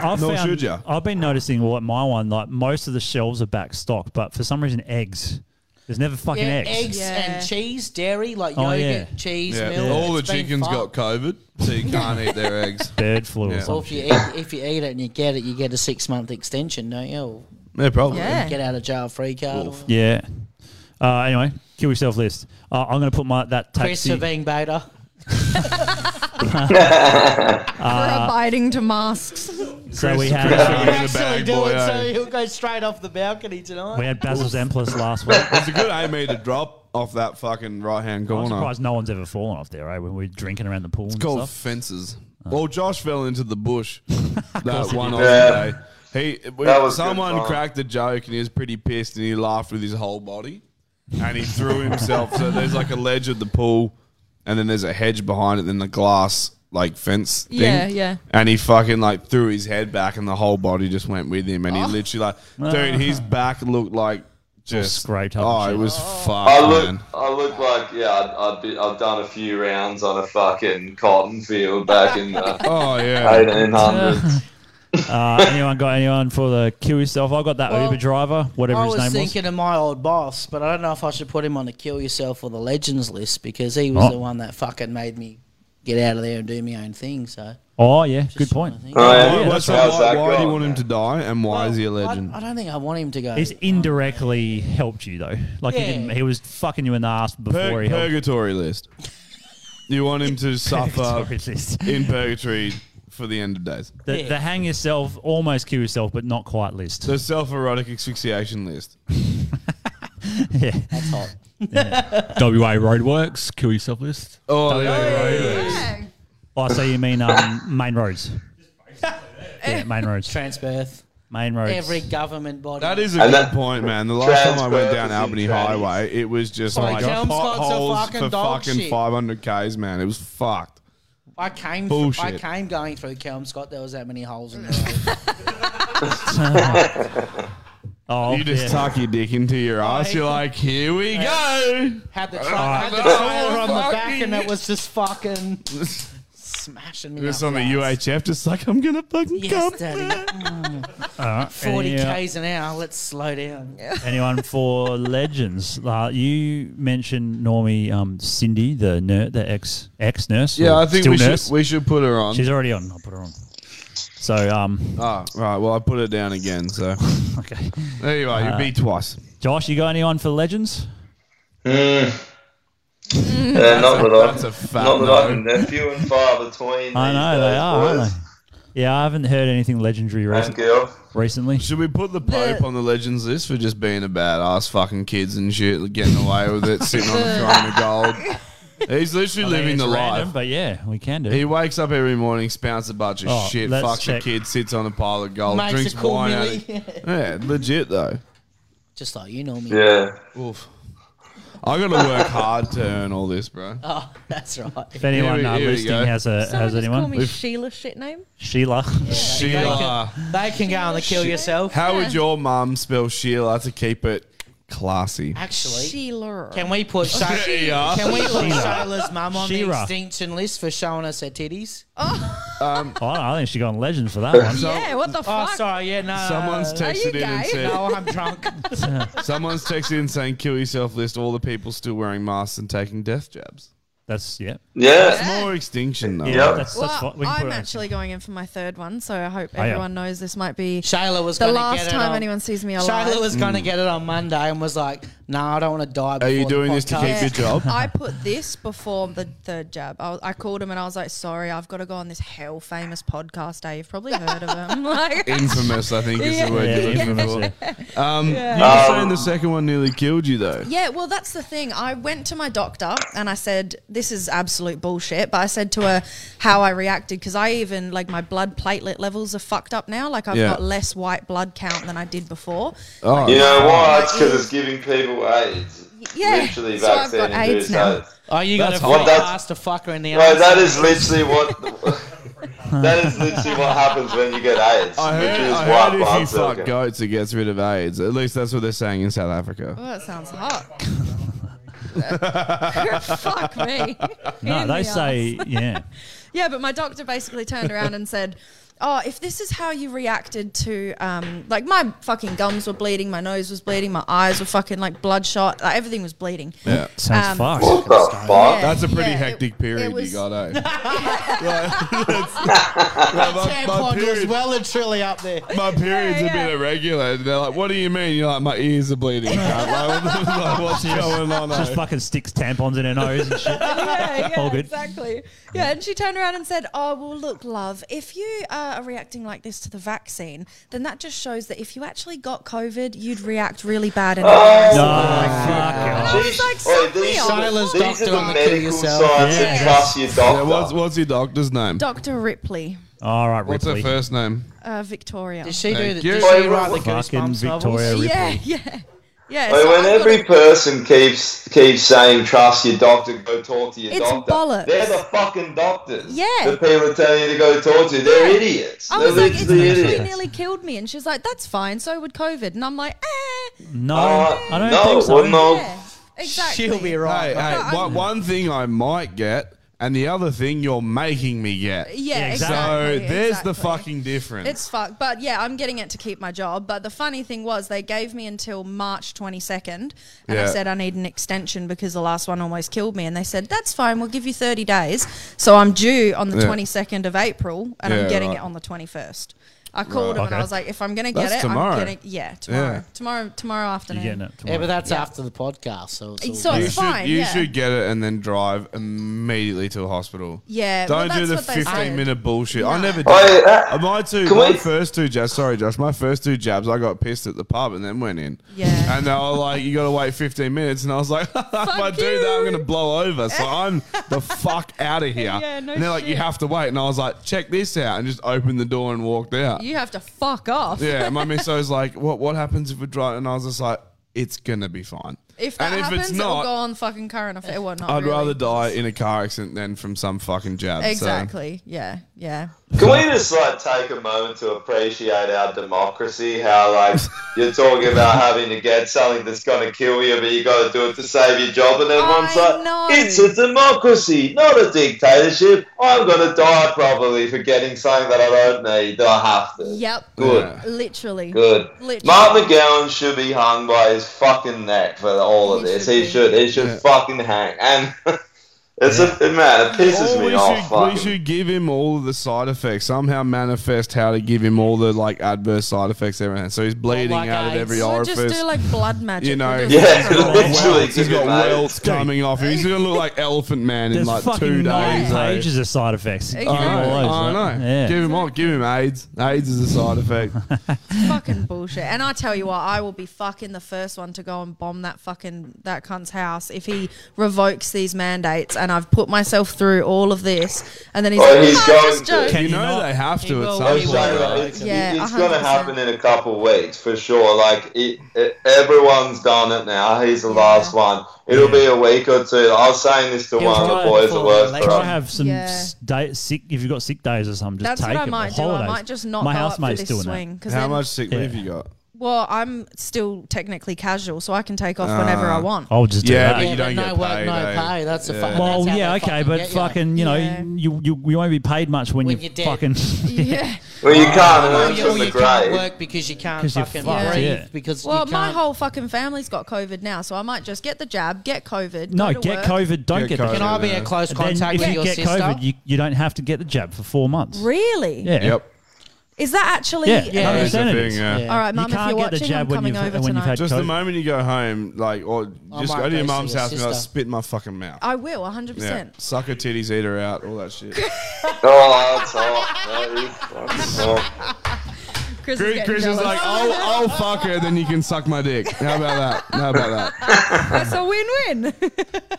S3: I, I've
S2: Nor
S3: found-
S2: should ya.
S3: I've been noticing what my one like most of the shelves are back stock, but for some reason eggs. There's never fucking
S5: yeah,
S3: eggs.
S5: and cheese, dairy, like
S3: Oh,
S5: yogurt,
S3: yeah.
S5: cheese,
S2: Yeah.
S5: milk.
S2: All the
S5: it's been
S2: chickens
S5: fucked.
S2: got COVID, so you can't eat their eggs.
S3: Bird flu
S2: Yeah.
S5: Well, if you, eat, if you eat it and you get it, you get a six month extension, don't you? Or
S2: Yeah, probably.
S3: Yeah.
S5: Get out of jail free card. or-
S3: Yeah. Uh, anyway, kill yourself list. Uh, I'm going to put my that
S5: Chris
S3: taxi.
S5: for being beta.
S6: for
S3: Uh,
S6: abiding to masks.
S3: so we had
S5: You're
S3: uh,
S5: actually doing so he'll go straight off the balcony tonight.
S3: we had Basil Zemplis last week.
S2: it's a good eight meter drop off that fucking right hand
S3: I'm
S2: corner.
S3: surprised no one's ever fallen off there, eh? When we're drinking around the pool.
S2: It's
S3: and
S2: called
S3: stuff. Uh.
S2: fences. Well, Josh fell into the bush
S3: course
S2: that
S3: he
S2: one
S3: did.
S2: Aussie
S3: Yeah.
S2: day. He, we-
S3: That was good
S2: someone
S3: fun.
S2: cracked a joke and he was pretty pissed and he laughed with his whole body and he threw himself. so there's like a ledge of the pool and then there's a hedge behind it, then the glass like fence thing.
S6: Yeah, yeah.
S2: And he fucking like threw his head back and the whole body just went with him and he literally like, dude, his back looked like just
S3: scraped
S2: up. Oh, it was
S4: I
S2: fucked,
S4: look,
S2: man.
S4: I look like, yeah, I'd, I'd be, I've done a few rounds on a fucking cotton field back in the
S2: Oh, yeah.
S4: 1800s.
S3: Uh, anyone got anyone for the kill yourself? I got that
S5: Well,
S3: Uber driver, whatever
S5: I
S3: his
S5: was
S3: name was.
S5: thinking of my old boss, but I don't know if I should put him on the kill yourself or the legends list because he was
S3: Oh.
S5: the one that fucking made me get out of there and do my own thing. So
S3: Oh yeah, good point.
S2: Why- why-
S3: that's
S2: so
S3: right.
S2: why, why do you want him to die and why is he a legend?
S5: I don't think I want him to go.
S3: He's indirectly helped you though. Like
S5: Yeah.
S3: he didn't. He was fucking you in the ass before
S2: Pur-
S3: he helped.
S2: purgatory list. You want him to suffer
S3: Purgatory list.
S2: in purgatory for the end of days.
S3: The, the hang yourself, almost kill yourself, but not quite list.
S2: The self-erotic asphyxiation list.
S3: yeah,
S5: that's hot.
S19: WA Roadworks, kill yourself list.
S2: Oh,
S19: WA
S2: Roadworks.
S3: Oh, so you mean um, main roads? yeah, main roads.
S5: Transperth.
S3: Main roads.
S5: Every government body.
S2: That is a good point, man. The last time I went down Albany Highway, it was just
S5: Oh my
S2: like
S5: God. Kelmscott's a
S2: potholes
S5: fucking
S2: for
S5: dog
S2: fucking
S5: shit.
S2: five hundred k's, man. It was fucked.
S5: I came.
S2: Bullshit.
S5: I came going through Kelmscott. There was that many holes in the
S3: Oh,
S2: you just
S3: yeah.
S2: tuck your dick into your ass. You're like, here we
S5: road.
S2: go.
S5: Had the,
S2: Oh,
S5: tra- had the
S2: fuck.
S5: trailer on the back, and it
S2: Fucking-
S5: was just fucking smashing me.
S2: Just
S5: up
S2: on the
S5: the
S2: UHF, just like I'm gonna fucking
S5: Yes,
S2: come.
S5: Daddy.
S3: Alright,
S5: Forty
S3: any, uh,
S5: k's an hour. Let's slow down.
S3: Anyone for legends? Uh, you mentioned Normie um, Cindy, the ner- the ex ex nurse.
S2: Yeah, I think
S3: still
S2: we
S3: nurse.
S2: should we should put her on.
S3: She's already on. I'll put her on. So um.
S2: Ah, right. Well, I put her down again. So
S3: okay.
S2: There you are. You
S3: Uh,
S2: beat twice.
S3: Josh, you got anyone for legends?
S4: Hmm. Yeah, not that,
S2: that's a
S4: I,
S2: fat
S4: not that I
S2: no.
S4: can. They're few and far between.
S3: I know they are. Aren't they? Yeah, I haven't heard anything legendary recent-
S2: girl.
S3: recently.
S2: Should we put the Pope on the legends list for just being a badass fucking kids and shit, getting away with it, sitting on a throne of gold? He's literally
S3: I mean,
S2: living
S3: it's
S2: the
S3: random,
S2: life.
S3: but yeah, we can do.
S2: He wakes up every morning, spouts a bunch of
S3: Oh,
S2: shit,
S3: let's
S2: fucks
S3: check.
S2: a kid, sits on a pile of gold,
S5: Makes
S2: drinks
S5: a cool
S2: wine out
S5: milli.
S2: of it. Yeah, legit though.
S5: Just like you know me.
S2: Oof. I got to work hard to earn all this, bro.
S5: Oh, that's right.
S3: If anyone uh,
S2: we
S3: listening
S2: go.
S3: has a has anyone,
S6: Call me
S3: We've-
S6: Sheila shit name.
S3: Sheila,
S2: Sheila.
S5: They can go on the kill yourself.
S2: How would your mum spell Sheila to keep it classy?
S5: Actually, can we put Sha-
S2: Yeah.
S5: can we put
S2: Sheila.
S5: Shayla's mum on
S3: Sheila.
S5: the extinction list for showing us her titties?
S2: Um,
S3: I, don't know, I think she got on legend for that one.
S5: Oh. what the fuck? Oh, sorry, yeah, no.
S2: Someone's
S5: no, no, no.
S2: texted in and said-
S5: "No, I'm drunk."
S2: Someone's texted in saying kill yourself list all the people still wearing masks and taking death jabs.
S3: That's yeah.
S4: Yeah.
S2: That's more extinction though.
S3: Yeah, Yep. that's- that's
S6: Well,
S3: what we can put
S6: I'm
S3: it on.
S6: actually going in for my third one, so I hope
S3: Oh, yeah.
S6: everyone knows this might be
S5: Shayla was
S6: the
S5: gonna
S6: last
S5: get it
S6: time
S5: on-
S6: anyone sees me alive.
S5: Shayla was going to get it on Monday and was like, No, I don't want to die.
S2: Mm. Are you
S5: before the
S2: doing this to
S5: podcast.
S2: keep your job?
S6: I put this before the third jab. I, was- I called him and I was like, "Sorry, I've got to go on this hell famous podcast day. You've probably heard of him." Like,
S2: Infamous, I think, is
S6: Yeah.
S2: the word you're
S6: Yeah,
S2: looking for.
S6: infamous,
S2: Um,
S6: Yeah.
S2: You were
S6: Um,
S2: saying the second one nearly killed you, though.
S6: Yeah, well, that's the thing. I went to my doctor and I said, This is absolute bullshit. But I said to her how I reacted because I even, like, my blood platelet levels are fucked up now. Like, I've
S4: Yeah. Oh.
S6: got less white blood count than I did before.
S4: you know why? It's because it's giving people AIDS.
S6: Yeah,
S4: Literally
S6: so I've
S4: vaccine
S6: got AIDS
S4: induced
S6: now.
S4: AIDS.
S5: Oh, you got
S4: That's
S5: a
S4: hot.
S5: fat
S4: That's-
S5: ass to fuck her in the
S4: No,
S5: ass.
S4: that is literally what. that is literally what happens when you get AIDS,
S2: I
S4: which
S2: heard,
S4: is
S2: I
S4: white
S2: heard
S4: blood
S2: if you
S4: cell
S2: fuck
S4: count.
S2: goats, it gets rid of AIDS. At least that's what they're saying in South Africa.
S6: Oh, that sounds hot.
S2: Fuck
S6: me.
S3: No,
S6: In
S3: they
S6: the
S3: say, yeah.
S6: Yeah, but my doctor basically turned around and said, "Oh, if this is how you reacted to, um, like my fucking gums were bleeding, my nose was bleeding, my eyes were fucking like bloodshot, like, everything was bleeding."
S2: Yeah.
S6: Sounds Um, fucked.
S2: What the fuck?
S6: Yeah,
S2: That's a pretty
S6: yeah,
S2: hectic period
S6: was-
S2: you got, eh?
S5: That
S2: my
S5: tampon was
S2: period-
S5: well and truly up there.
S2: My period's a bit irregular. They're like, what do you mean? You're like, my ears are bleeding. cunt." Like, what the- like, what's
S3: She just-
S2: going on?
S3: she Just
S2: eh?
S3: fucking sticks tampons in her nose and shit.
S6: yeah, yeah,
S3: All good.
S6: exactly. Yeah, and she turned around and said, "Oh, well, look, love, if you uh, are reacting like this to the vaccine, then that just shows that if you actually got COVID, you'd react really bad." And
S4: Oh, These- oi, these are the-
S5: Silas
S4: these are
S5: doctor
S4: the
S5: on the kill
S4: medical
S5: yourself.
S4: signs that
S5: Yeah.
S4: trust your doctor.
S2: Yeah, what's, what's your doctor's name?
S6: Doctor Ripley,
S3: All right,
S2: What's her
S3: Ripley.
S2: first name?
S6: uh, Victoria.
S5: Did she
S2: Thank
S5: do the?
S2: you.
S5: Did she write the
S3: Fucking
S5: Goosebumps
S3: Victoria
S5: novels?
S3: Ripley.
S6: Yeah, yeah, yeah.
S4: Like,
S6: so
S4: when
S6: I've got
S4: every
S6: a-
S4: person keeps keeps saying trust your doctor, go talk to your
S6: It's
S4: doctor.
S6: bollocks.
S4: They're the fucking doctors.
S6: Yeah.
S4: The people telling you to go talk to, they're idiots.
S6: I
S4: they're
S6: was like, it's
S4: literally
S6: literally
S4: idiots.
S6: nearly killed me. And she was like, that's fine. So would COVID. And I'm like, eh.
S3: No,
S4: Uh,
S3: I don't
S4: no,
S3: think so.
S4: well, no.
S6: Yeah, exactly.
S2: Hey, hey,
S6: But I'm-
S2: one, one thing I might get, and the other thing you're making me get.
S6: Yeah, Yeah, exactly.
S2: So
S6: exactly,
S2: there's
S6: exactly.
S2: the fucking difference.
S6: It's fucked. But yeah, I'm getting it to keep my job. But the funny thing was, they gave me until March 22nd. And I
S2: Yeah.
S6: said, I need an extension because the last one almost killed me. And they said, that's fine. We'll give you 30 days. So I'm due on the
S2: Yeah.
S6: 22nd of April and
S2: Yeah,
S6: I'm getting
S2: right.
S6: it on the 21st. I called him and I
S2: Okay.
S6: was like, if I'm going to get
S2: That's
S6: it,
S2: tomorrow.
S6: I'm getting Yeah, tomorrow.
S2: Yeah.
S6: Tomorrow tomorrow afternoon.
S5: Yeah, but that's after the podcast, so it's all
S6: So
S2: you
S6: it's
S2: should,
S6: fine,
S2: you
S6: yeah.
S2: should get it and then drive immediately to a hospital.
S6: Yeah, well,
S2: Don't do
S6: that's
S2: the
S6: what they said.
S2: 15 minute bullshit. I never did.
S4: Oh, yeah,
S2: that- my two,
S4: can
S2: my
S4: we-
S2: first two jabs, sorry, Josh, my first two jabs, I got pissed at the pub and then went in.
S6: Yeah.
S2: And they were like, you got to wait 15 minutes. And I was like, if I do that, I'm going to blow over. So I'm the fuck out of here.
S6: Yeah, no
S2: and they're like, you
S6: shit.
S2: have to wait. And I was like, check this out. And just opened the door and walked out.
S6: You have to fuck off.
S2: Uh, Yeah, and my miss was like, "What? What happens if we drive?" And I was just like, "It's gonna be fine."
S6: If that
S2: and if
S6: happens,
S2: it's not,
S6: it'll go on fucking current affair. Well, not
S2: I'd
S6: really.
S2: rather die in a car accident than from some fucking jab. so-
S6: Exactly. Yeah. Yeah.
S4: Can we just like take a moment to appreciate our democracy? How like you're talking about having to get something that's gonna kill you, but you got to do it to save your job, and everyone's like, "It's a democracy, not a dictatorship." I'm gonna die probably for getting something that I don't need. that I have to.
S6: Yep.
S4: Good.
S6: Literally.
S4: Good.
S6: Literally.
S4: Mark McGowan should be hung by his fucking neck for all of this. He should. He should fucking hang. And it's a man. It pisses
S2: Or
S4: me
S2: we,
S4: off.
S2: should, we
S4: Fucking.
S2: should give him all the side effects. Somehow manifest how to give him all the like adverse side effects. Everything. So he's bleeding
S6: like
S2: out at
S6: AIDS.
S2: every
S6: We'll
S2: orifice.
S6: just do, like, blood magic.
S2: You know,
S6: We'll do Yeah,
S2: he's got
S6: literally
S2: welts, he's
S6: give
S2: got
S6: him AIDS.
S2: welts coming off. He's gonna look like Elephant Man in
S3: There's
S2: like
S3: fucking
S2: two
S3: nine
S2: days. eh?
S3: pages of side effects.
S2: I
S3: Give him all
S2: know.
S3: those,
S2: I
S3: like,
S2: know.
S3: yeah.
S2: Give him all. Give him AIDS. AIDS is a side effect.
S6: fucking bullshit. And I tell you what, I will be fucking the first one to go and bomb that fucking that cunt's house if he revokes these mandates. And I've put myself through all of this, and then he's
S4: Oh,
S6: like,
S4: he's
S6: "Oh,
S4: going
S6: just
S4: to.
S6: joking."
S4: Can you know
S2: they have to at
S4: I'm
S2: some point.
S4: saying,
S2: right?
S4: like, it's,
S6: Yeah,
S4: it's going to
S6: 100%.
S4: happen in a couple of weeks for sure. Like it, it, everyone's done it now. He's the last one. It'll be a week or two. I was saying this to one of the boys that works for
S3: Try
S4: us.
S3: have some
S6: Yeah.
S3: s- day, sick. If you've got sick days or something, just
S6: That's
S3: take
S6: what I
S3: them, or
S6: might do. I
S3: holidays.
S6: might just not
S3: My
S6: go up for
S3: housemate's
S6: this
S3: doing that.
S6: swing, 'cause
S2: How
S6: then-
S2: much sick
S3: Yeah.
S2: leave you got?
S6: Well, I'm still technically casual, so I can take off whenever
S2: Ah.
S6: I want.
S3: I'll just do
S2: Yeah,
S3: that.
S2: but you Yeah, don't but
S5: no get work, paid, no eh? pay. That's the Yeah. fucking-
S3: Well,
S5: that's how
S3: yeah,
S5: they
S3: okay,
S5: fucking
S3: but
S5: get you.
S3: fucking, you know,
S5: Yeah.
S3: you, you you won't be paid much when,
S5: When
S3: you
S5: you're dead.
S3: fucking.
S6: Yeah.
S4: Well, you can't
S5: Or you-
S4: learn from
S5: or
S4: the
S5: you can't
S4: grave.
S5: work because you can't
S3: 'Cause you're
S5: fucking
S3: fucked,
S5: breathe
S3: yeah.
S5: because
S6: Well,
S5: you
S6: my
S5: can't.
S6: whole fucking family's got COVID now, so I might just get the jab, get COVID.
S3: No,
S6: go to
S3: get
S6: work.
S3: COVID. Don't get,
S2: Get
S3: the
S2: COVID,
S3: jab.
S2: Can I be a yeah.
S5: close
S3: Then
S5: contact
S3: if
S5: with
S3: you
S5: your
S3: get
S5: sister?
S3: COVID, you, you don't have to get the jab for four months.
S6: Really?
S3: Yeah.
S2: Yep.
S6: Is that actually?
S2: Yeah, Yeah. that is a
S6: Insanity.
S2: thing, yeah. Yeah.
S6: All right,
S2: You
S6: mum. If
S2: can't
S6: you're
S2: get the
S6: watching,
S2: jab
S6: I'm
S2: when
S6: coming
S2: you've-
S6: over
S2: when
S6: tonight.
S2: Just the moment you go home, like, or
S6: I
S2: just
S6: might
S2: go to your
S6: go see
S2: mum's
S6: your
S2: house and be like,
S6: sister.
S2: spit in my fucking mouth.
S6: I will, 100. percent
S2: Suck her titties, eat her out, all that shit.
S4: oh, that's hot. That is fucking hot.
S6: Chris,
S2: Chris, Chris is
S6: Oh,
S2: like, oh, I'll, I'll fuck her, then you can suck my dick. How about that? How about
S6: That's a win-win.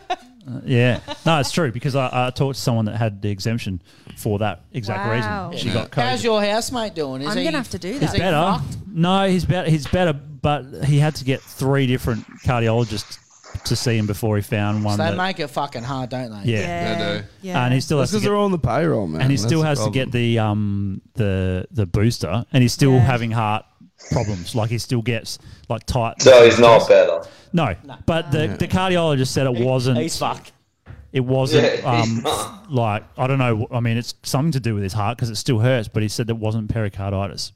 S3: Yeah, no, it's true because I, I talked to someone that had the exemption for that exact
S5: Wow.
S3: reason. She got COVID.
S5: How's your housemate doing? Is
S6: I'm
S5: he,
S6: gonna have to do
S5: is
S6: that.
S5: he
S3: better.
S5: fucked?
S3: No, he's better. He's better, but he had to get three different cardiologists to see him before he found one.
S5: So they
S3: that-
S5: make it fucking hard, don't they?
S3: yeah, and he still
S2: That's
S3: has to
S2: 'cause
S3: get-
S2: they're all on the payroll, man.
S3: And he
S2: That's
S3: still
S2: the
S3: has to get the um the the booster, and he's still having heart problems. Like he still gets like tight.
S4: So he's not better.
S3: No, but the, the cardiologist said it wasn't.
S5: he's fucked.
S3: It wasn't
S4: Yeah, he's
S3: um, like I don't know. I mean, it's something to do with his heart because it still hurts. But he said it wasn't pericarditis.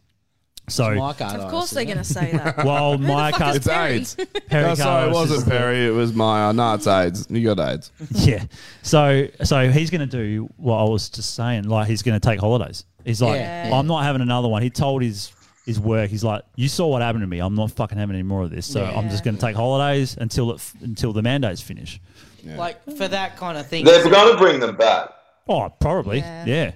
S3: So
S5: Oh,
S6: Of course, they're gonna say that.
S3: Well,
S6: Who the
S3: my
S6: fuck
S3: card-
S6: is
S3: It's
S6: Perry?
S3: AIDS.
S2: no, sorry, it
S3: Pericarditis
S2: wasn't
S3: is the-
S2: Perry. It was Maya. No, it's AIDS. You got AIDS.
S3: Yeah. So so he's going to do what I was just saying. Like he's going to take holidays. He's like,
S2: Yeah.
S3: I'm not having another one. He told his his work. He's like, you saw what happened to me. I'm not fucking having any more of this. So I'm just going to take holidays until it f- until the mandates finish.
S5: Like for that kind of thing.
S4: They're going to bring them back.
S3: Oh, probably.
S4: Yeah.
S3: Yeah.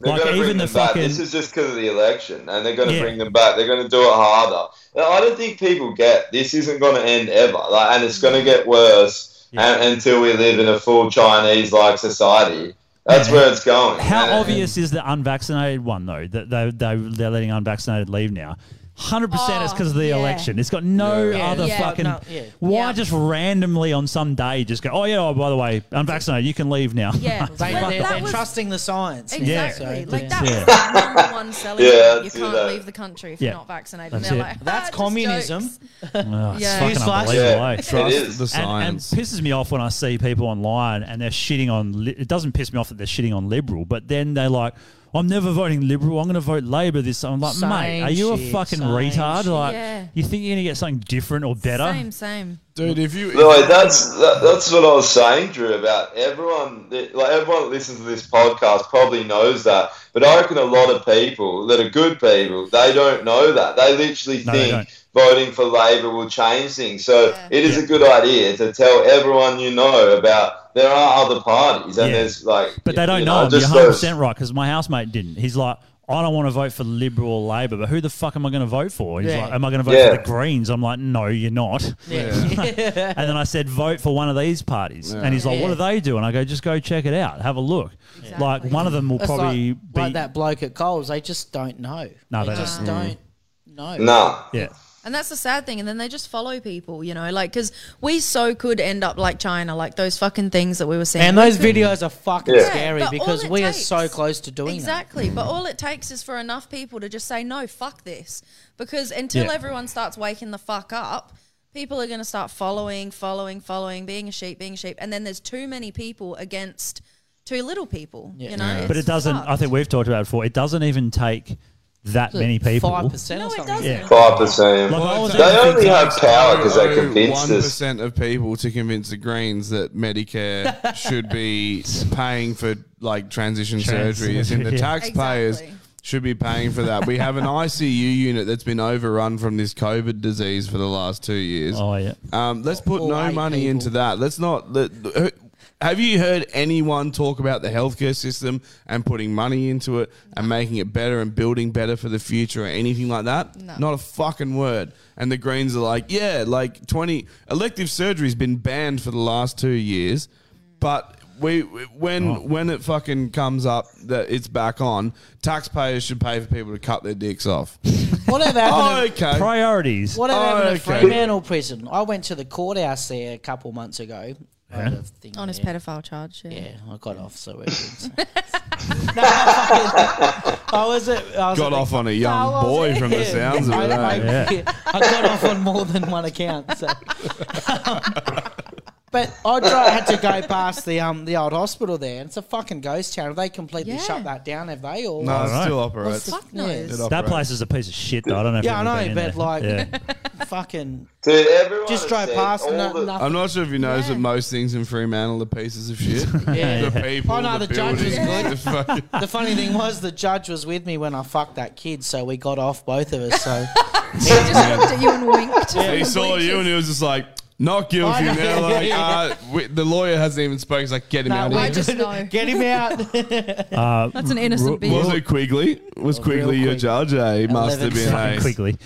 S4: They're
S3: Like
S4: going to bring
S3: even the
S4: them back.
S3: fucking
S4: This is just because of the election, and they're going to
S3: Yeah.
S4: bring them back. They're going to do it harder. Now, I don't think people get this isn't going to end ever, like, and it's going to get worse a- until we live in a full Chinese-like society. That's where it's going.
S3: how
S4: And-
S3: obvious is the unvaccinated one though? That they they they're letting unvaccinated leave now. Hundred
S6: Oh,
S3: percent, it's because of the
S5: yeah.
S3: election. It's got no
S5: Yeah.
S3: other
S5: Yeah,
S3: fucking.
S5: no, yeah.
S3: Why just randomly on some day just go? Oh yeah, oh by the way, unvaccinated, you can leave now.
S6: Yeah.
S5: They,
S6: Well,
S5: they're
S6: that
S5: they're
S6: was-
S5: trusting the science. now,
S6: Exactly.
S5: so-
S6: Like that
S3: Yeah.
S6: was the number one selling
S3: Yeah,
S6: point. You
S3: that's
S6: can't
S3: it.
S6: leave the country if
S3: Yeah.
S6: you're not vaccinated.
S3: That's
S6: and
S3: it.
S6: they're like,
S5: That's
S6: "Ah, just
S5: communism.
S6: jokes."
S3: Oh, it's
S6: Yeah.
S3: fucking
S6: Newsflash.
S3: unbelievable.
S6: Yeah,
S3: eh?
S6: it Trust is. the
S3: And, and
S6: science.
S3: pisses me off when I see people online and they're shitting on. Li- it doesn't piss me off that they're shitting on liberal, but then they're like, "I'm never voting liberal. I'm going to vote Labor." This I'm like,
S6: Same
S3: mate, are you
S6: shit,
S3: a fucking
S6: same
S3: retard?
S6: shit.
S3: Like,
S6: Yeah.
S3: you think you're going to get something different or better?
S6: Same, same.
S2: Dude, if you
S4: No, like, that's that, that's what I was saying, Drew. About everyone, that- like everyone that listens to this podcast probably knows that, but I reckon a lot of people that are good people they don't know that. They literally
S2: No, they
S4: think voting for Labor will change things. So it is a good idea to tell everyone you know about there are other parties and
S3: Yeah.
S4: there's like,
S3: But they don't
S4: you
S3: know, him. You're
S4: just
S3: 100
S4: those-
S3: percent right because my housemate didn't. He's like, I don't want to vote for Liberal or Labor, but who the fuck am I going to vote for? He's
S2: Yeah.
S3: like, Am I going to vote
S2: Yeah.
S3: for the Greens? I'm like, No, you're not.
S2: Yeah.
S3: and then I said, Vote for one of these parties, and he's like, What do
S5: Yeah.
S3: they do? And I go, Just go check it out, have a look. Like one of them will
S5: It's
S3: probably
S5: like,
S3: be
S5: like that bloke at Coles. They just don't know.
S3: No,
S5: they,
S3: they
S5: just
S3: don't.
S5: don't know.
S3: Yeah.
S6: And that's the sad thing. And then they just follow people, you know, like because we so could end up like China, like those fucking things that we were seeing.
S5: And
S6: We
S5: those
S6: could-
S5: videos are fucking
S6: Yeah.
S5: scary
S6: But all
S5: because
S6: it
S5: we are
S6: takes-
S5: so close to doing
S6: Exactly. But all it takes is for enough people to just say, no, fuck this. Because until
S5: Yeah.
S6: everyone starts waking the fuck up, people are going to start following, following, following, being a sheep, being a sheep. And then there's too many people against too little people, you know?
S3: but it doesn't. I think we've talked about it before. It doesn't even take that
S6: Look,
S3: many people.
S6: 5% or No, it something. doesn't.
S3: Yeah.
S4: Five percent.
S3: Like, I was
S4: They
S3: actually
S4: only
S3: thinking-
S4: have power because they convinced
S2: One
S4: us.
S2: percent of people to convince the Greens that Medicare should be paying for like transition
S3: Trans-
S2: surgeries, and the
S3: yeah.
S2: taxpayers should be paying for that. We have an ICU unit that's been overrun from this COVID disease for the last two years.
S3: Oh yeah.
S2: Um, let's put no money into that. Let's not. Let, let- have you heard anyone talk about the healthcare system and putting money into it and making it better and building better for the future or anything like that?
S20: No.
S2: Not a fucking word. And the Greens are like, yeah, like 20 elective surgery's been banned for the last 2 years, but we when when it fucking comes up that it's back on, taxpayers should pay for people to cut their dicks off.
S5: that. Whatever
S2: oh,
S5: happened?
S2: okay.
S3: Priorities.
S5: Whatever happened to
S2: Okay.
S5: Fremantle Prison? I went to the courthouse there a couple months ago. I had a thing
S6: On his
S5: there.
S6: pedophile charge. Yeah.
S5: Yeah, I got off so we're good. So- no, I, fucking, I was at, I was
S2: Got
S5: at the-
S2: off on a young
S5: I was-
S2: boy from the sounds of
S5: I-
S2: it, eh?
S5: I,
S2: Yeah.
S5: I got off on more than one account. So. But I dri- had to go past the um the old hospital there, and it's a fucking ghost town. Have they completely shut that down? Have they? Or
S2: No, it still
S5: What's
S2: operates.
S5: the- yeah.
S3: That place is a piece of shit, though. I don't know. If
S5: Yeah,
S3: you've ever
S5: I know,
S3: been
S5: but
S3: there.
S5: like,
S3: Yeah.
S5: fucking.
S4: Dude, everyone
S5: Just
S4: has
S5: drove
S4: said
S5: past and
S4: all
S5: no-
S4: the-
S5: nothing.
S2: I'm not sure if you know that most things in Fremantle are pieces of shit.
S5: Yeah.
S2: The people,
S5: Oh, no, the, judge was
S2: buildings,
S5: good.
S2: the fucking-
S5: the funny thing was, the judge was with me when I fucked that kid, so we got off both of us. So he
S2: just
S6: looked at you and winked.
S2: he saw you and he was just like, not guilty
S5: I know.
S2: now. Like, uh, we, the lawyer hasn't even spoken. He's like, get him
S5: No,
S2: out of
S5: we
S2: here.
S5: just know. Get him out.
S2: Uh,
S6: That's an innocent bitch.
S2: Was it Quigley? Was Quigley your judge? Eh? He must have been. Eh?
S3: quickly.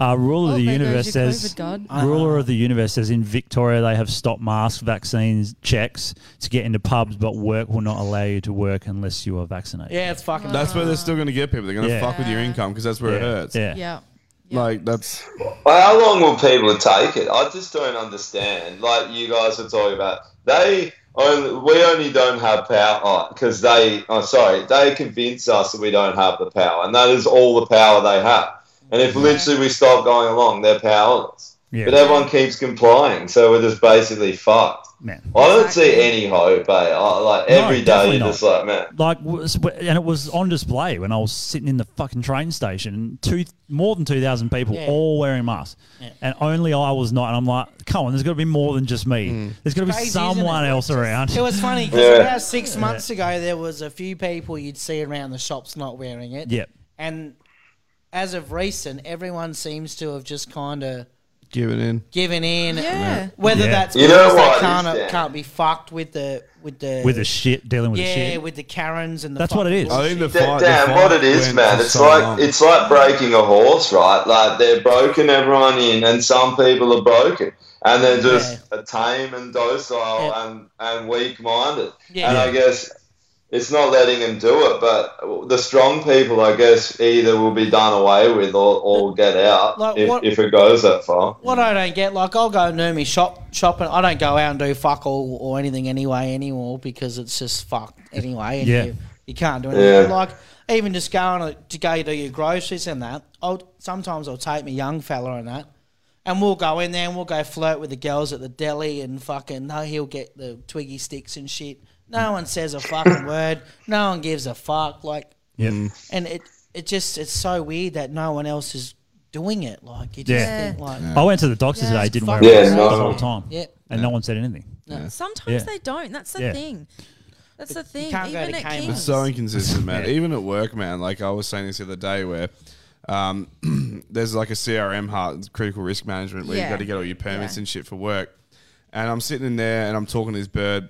S3: Uh, ruler
S5: Oh,
S3: of the
S6: there goes
S3: universe
S6: your
S3: says.
S6: COVID god.
S3: Ruler of the universe says in Victoria they have stopped mask vaccines checks to get into pubs, but work will not allow you to work unless you are vaccinated.
S5: Yeah, it's fucking.
S2: That's where they're still going to get people. They're going to
S3: Yeah.
S2: fuck with your income because that's where it
S3: Yeah.
S2: hurts.
S3: Yeah.
S6: Yeah.
S2: Like that's
S4: Well, how long will people take it? I just don't understand. Like you guys are talking about, they only we only don't have power because they. Oh, sorry, they convince us that we don't have the power, and that is all the power they have. And if literally we stop going along, they're powerless.
S3: Yeah.
S4: But everyone keeps complying, so we're just basically fucked.
S3: Man.
S4: I don't see any hope. Eh? I, like
S3: No,
S4: every day
S3: definitely
S4: you're
S3: not.
S4: just like, man.
S3: Like, was- and it was on display when I was sitting in the fucking train station. and Two more than two thousand people,
S5: Yeah.
S3: all wearing masks, and only I was not. And I'm like, come on, there's got to be more than just me. There's got to be
S5: Crazy, isn't
S3: someone
S5: it?
S3: else around.
S5: It was funny because about six months ago, there was a few people you'd see around the shops not wearing it.
S3: Yep.
S5: And as of recent, everyone seems to have just kind of
S2: giving in.
S5: given in.
S6: Yeah.
S5: Whether
S2: Yeah.
S5: that's
S2: You know
S5: because
S2: what?
S5: they can't,
S2: It's-
S5: can't be fucked with the with the
S3: With the shit, dealing with the
S5: yeah,
S3: shit.
S5: with the Karens and the.
S3: That's what it is. I think the
S4: Da- Damn, what it is, man. It's like it's like breaking a horse, right? Like they're broken, everyone in, and some people are broken, and they're just tame and docile and, and weak-minded.
S20: Yeah.
S4: And I
S20: Yeah.
S4: guess it's not letting them do it, but the strong people, I guess, either will be done away with or, or get out
S5: Like
S4: if,
S5: what-
S4: if it goes that far.
S5: What I don't get, like I'll go and do me shop shopping. I don't go out and do fuck all or anything anyway anymore because it's just fucked anyway. And
S3: Yeah.
S5: you, you can't do anything.
S3: Yeah.
S5: Like even just going to go do your groceries and that. I'll sometimes I'll take my young fella and that, and we'll go in there and we'll go flirt with the girls at the deli and fucking. No, he'll get the twiggy sticks and shit. No one says a fucking word. No one gives a fuck. Like
S3: Yeah.
S5: and it it just it's so weird that no one else is doing it. Like you just
S3: Yeah.
S5: think like
S3: I went to the doctor today, didn't wear a
S5: fucking
S3: mask
S5: crazy.
S3: the whole time,
S5: Yeah.
S3: and no one said anything.
S5: No.
S6: Sometimes
S3: Yeah.
S6: they don't. That's the
S2: Yeah.
S6: thing. That's the thing.
S5: can't go
S6: Even
S5: to
S6: at
S5: Kmart.
S6: King's.
S2: It's so inconsistent, man. Even at work, man. Like I was saying this the other day, where um, there's like a CRM heart critical risk management where
S20: Yeah.
S2: you've got to get all your permits
S20: Yeah.
S2: and shit for work. And I'm sitting in there and I'm talking to this bird,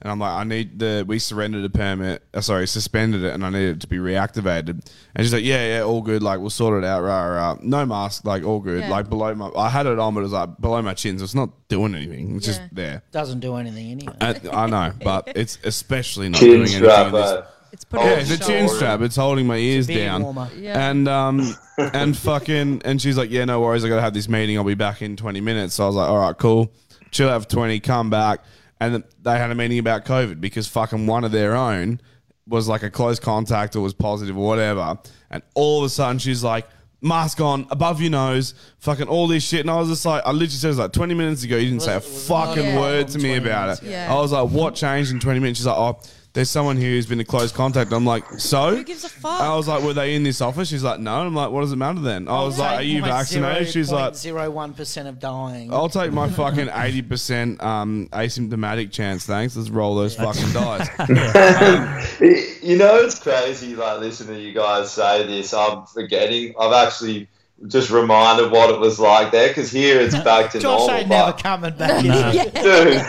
S2: and I'm like, I need the we surrendered a permit. Uh, sorry, suspended it, and I need it to be reactivated. And she's like, Yeah, yeah, all good. Like we'll sort it out. Right, right. right. No mask. Like all good.
S5: Yeah.
S2: Like below my, I had it on, but it was like below my chin, so it's not doing anything. It's just there.
S5: doesn't do anything anyway.
S2: I, I know, but it's especially not
S4: Chin
S2: doing anything.
S4: strap,
S2: in this-
S4: uh, It's put
S2: yeah,
S4: on
S2: it's
S4: the
S2: a chin
S4: shoulder.
S2: strap. It's holding my ears
S4: beard
S2: down.
S4: warmer.
S6: Yeah.
S2: And um and fucking and she's like, yeah, no worries. I gotta have this meeting. I'll be back in twenty minutes. So I was like, all right, cool. Chill out for twenty. Come back. And they had a meeting about COVID because fucking one of their own was like a close contact or was positive or whatever. And all of a sudden she's like, mask on, above your nose, fucking all this shit. And I was just like, I literally said it was like 20 minutes ago, you didn't say a fucking
S20: Yeah.
S2: word to me about it.
S20: ago. Yeah.
S2: I was like, what changed in 20 minutes? She's like, oh, there's someone here who's been in close contact. I'm like, so? Who gives a fuck? I was like, were they in this office? She's like, no. And I'm like, what does it matter then? I was like, are you vaccinated? She's like,
S5: zero one percent of dying.
S6: Oh,
S2: I'll take my fucking 80% um, asymptomatic chance, thanks. Let's roll those fucking dice.
S4: you know it's crazy like listening to you guys say this i'm forgetting i've actually just reminded what it was like there because here it's back to
S5: Josh
S4: normal
S6: oh,
S5: ain't
S4: but-
S5: never coming back.
S4: No. Dude,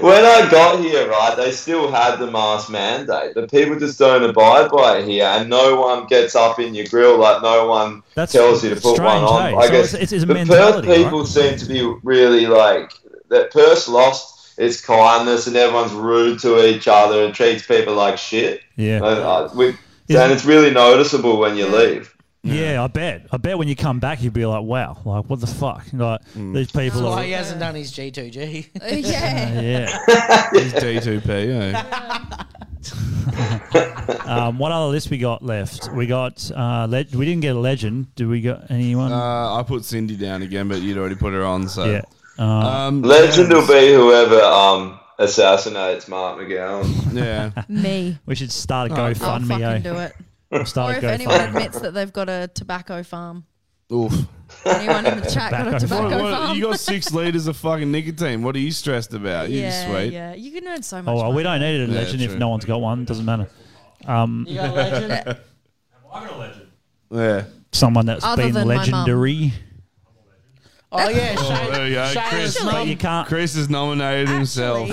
S4: when I got here, right, they still had the mask mandate. The people just don't abide by it here, and no one gets up in your grill like no one
S3: That's
S4: tells you to put
S3: strange,
S4: one on.
S3: hey?
S4: I
S3: So
S4: guess
S3: it's- it's a
S4: the Perth
S3: mentality, right?
S4: people seem to be really like that. Perth lost its kindness, and everyone's rude to each other and treats people like shit.
S3: Yeah.
S4: and, uh, we, and it's really noticeable when you leave.
S3: Yeah, I bet. I bet when you come back, you'd be like, "Wow, like what the fuck? Like these
S5: That's
S3: people
S5: why
S3: are."
S5: he hasn't done his G two G.
S3: Uh, yeah.
S2: He's D2P, eh?
S3: um, what other list we got left? We got uh, le- we didn't get a legend. Do we got anyone?
S2: Uh, I put Cindy down again, but you'd already put her on, so
S3: Yeah. Um,
S4: Legend will be whoever um, assassinates Mark McGowan.
S2: Yeah.
S6: Me.
S3: We should start a
S6: I'll
S3: GoFundMe.
S6: fucking
S3: eh?
S6: do it.
S3: We'll start a
S6: Or if anyone
S3: GoFundMe.
S6: admits that they've got a tobacco farm.
S2: Oof.
S6: Anyone in the chat got a tobacco
S2: What- what-
S6: farm?
S2: you got six liters of fucking nicotine. What are you stressed about? You
S6: yeah,
S2: sweet.
S6: yeah. You can earn so much.
S3: Oh well, we don't need a
S2: Yeah,
S3: legend if
S2: true.
S3: no one's got one. Doesn't matter. Um,
S6: You got a legend? Am
S2: Yeah.
S3: Someone that's
S6: Other
S3: been
S6: than my mum.
S3: legendary.
S5: Oh yeah,
S2: Oh, there you go. Chris,
S3: But you can't.
S2: Chris has nominated himself.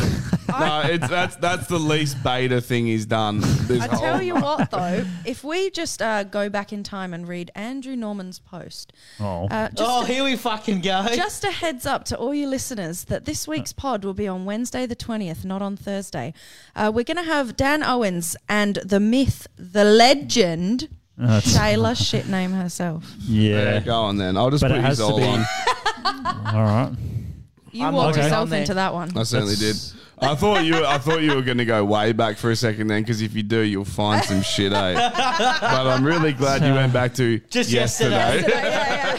S2: no, it's, that's that's the least beta thing he's done. This
S6: I
S2: whole-
S6: tell you what, though, if we just uh, go back in time and read Andrew Norman's post,
S3: Oh.
S6: Uh, just
S5: oh, here we fucking go.
S6: Just a heads up to all you listeners that this
S2: Uh.
S6: week's pod will be on Wednesday the 20th, not on Thursday. Uh, we're going to have Dan Owens and the myth, the legend,
S2: That's-
S6: Shayla Shitname herself.
S3: Yeah.
S2: Go on then. I'll just
S3: But it
S2: put
S3: has
S2: his
S3: to
S2: all
S3: be-
S2: on.
S3: All right.
S6: You
S3: I'm
S6: walked
S3: okay.
S6: yourself
S3: Okay.
S6: into that one.
S2: I certainly did. I thought you. I thought you were going to go way back for a second then, because if you do, you'll find some shit. Eh? But I'm really glad you went back to
S3: Just
S2: yesterday.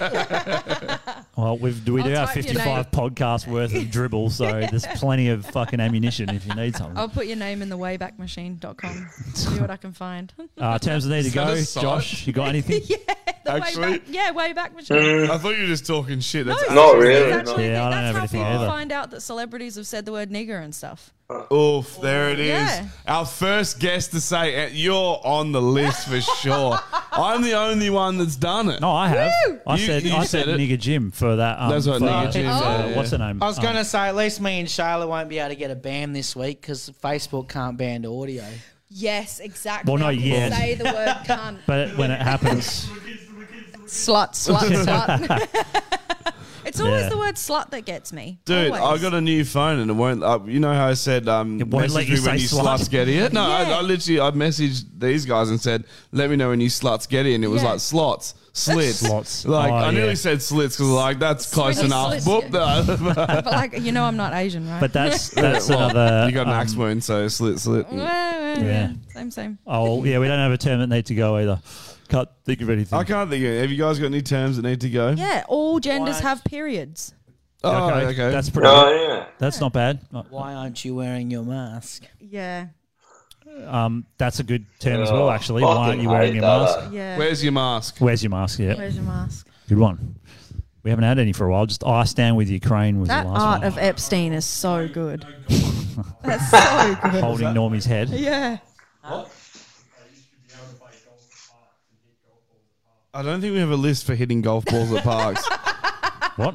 S3: Well, we've, do we do
S6: I'll
S3: have
S6: type your
S3: 55 podcasts worth of dribble, so there's plenty of fucking ammunition if you need something.
S6: I'll put your name in the waybackmachine.com. See what I can find.
S3: Uh, terms of need to
S2: Is that
S3: go.
S2: a site?
S3: Josh, you got anything?
S6: The
S2: Actually- Uh,
S6: Wayback, yeah, Wayback Machine.
S2: I thought you were just talking shit. That's
S4: No, Not really,
S2: Yeah, I
S4: actually
S2: don't have
S6: That's how people find out that celebrities have said the word nigger and stuff.
S2: Oof, there it is.
S6: Yeah.
S2: Our first guest to say it. You're on the list for sure. I'm the only one that's done it.
S3: No, I have. I
S2: You-
S3: said
S2: you
S3: I
S2: said
S3: said,
S2: it.
S3: nigger Jim for that. Um,
S2: That's what
S3: for,
S2: nigger
S3: uh,
S2: Jim,
S3: uh,
S2: yeah, yeah.
S3: What's the name?
S5: I was
S3: Um,
S5: going to say, at least me and Shayla won't be able to get a ban this week because Facebook can't ban audio.
S6: Yes, exactly.
S3: Well, no,
S6: I can
S3: yeah.
S6: Say the word cunt.
S3: but it- when it happens,
S6: Slut, slut, slut. it's always
S2: Yeah.
S6: the word slut that gets me.
S2: Dude,
S6: Always.
S2: I got a new phone and it won't. Uh, you know how I said, um,
S3: won't
S2: message
S3: let
S2: me
S3: you
S2: when
S3: say
S2: you
S3: slut.
S2: sluts get here? No, I,
S3: Yeah.
S2: I literally I messaged these guys and said, let me know when you sluts get here. And it was
S3: Yeah.
S2: like slots, slits.
S3: Slots.
S2: Like,
S3: Oh,
S2: I
S3: yeah.
S2: nearly said slits because, like, that's close
S6: Slits,
S2: enough.
S6: slits,
S2: Boop, no.
S6: but like you know, I'm not Asian, right?
S3: But that's
S2: Yeah,
S3: that's
S2: well,
S3: another.
S2: You got an axe
S3: um,
S2: wound, so slit, slit.
S6: Well, well,
S3: Yeah.
S6: Same, same.
S3: Oh yeah, we don't have a term that needs to go either. Can't think of anything.
S2: I can't think of it. Have you guys got any terms that need to go?
S6: Yeah, all genders have periods.
S2: Oh, okay.
S3: That's pretty.
S2: Oh,
S3: good.
S2: yeah.
S3: That's not bad.
S5: Why aren't you wearing your mask?
S6: Yeah.
S3: Um, that's a good term as well.
S5: Oh,
S3: Actually, why aren't
S5: fucking
S3: you wearing your
S5: hate that.
S3: mask?
S6: Yeah.
S2: Where's your mask?
S3: Where's your mask? Yeah.
S6: Where's your mask?
S3: Good one. We haven't had any for a while. Just I stand with Ukraine was
S6: That
S3: the
S6: art
S3: last
S6: of Epstein is so good. That's so
S3: one.
S6: good.
S3: Holding Normie's head.
S6: Yeah.
S2: I don't think we have a list for hitting golf balls at parks.
S3: what?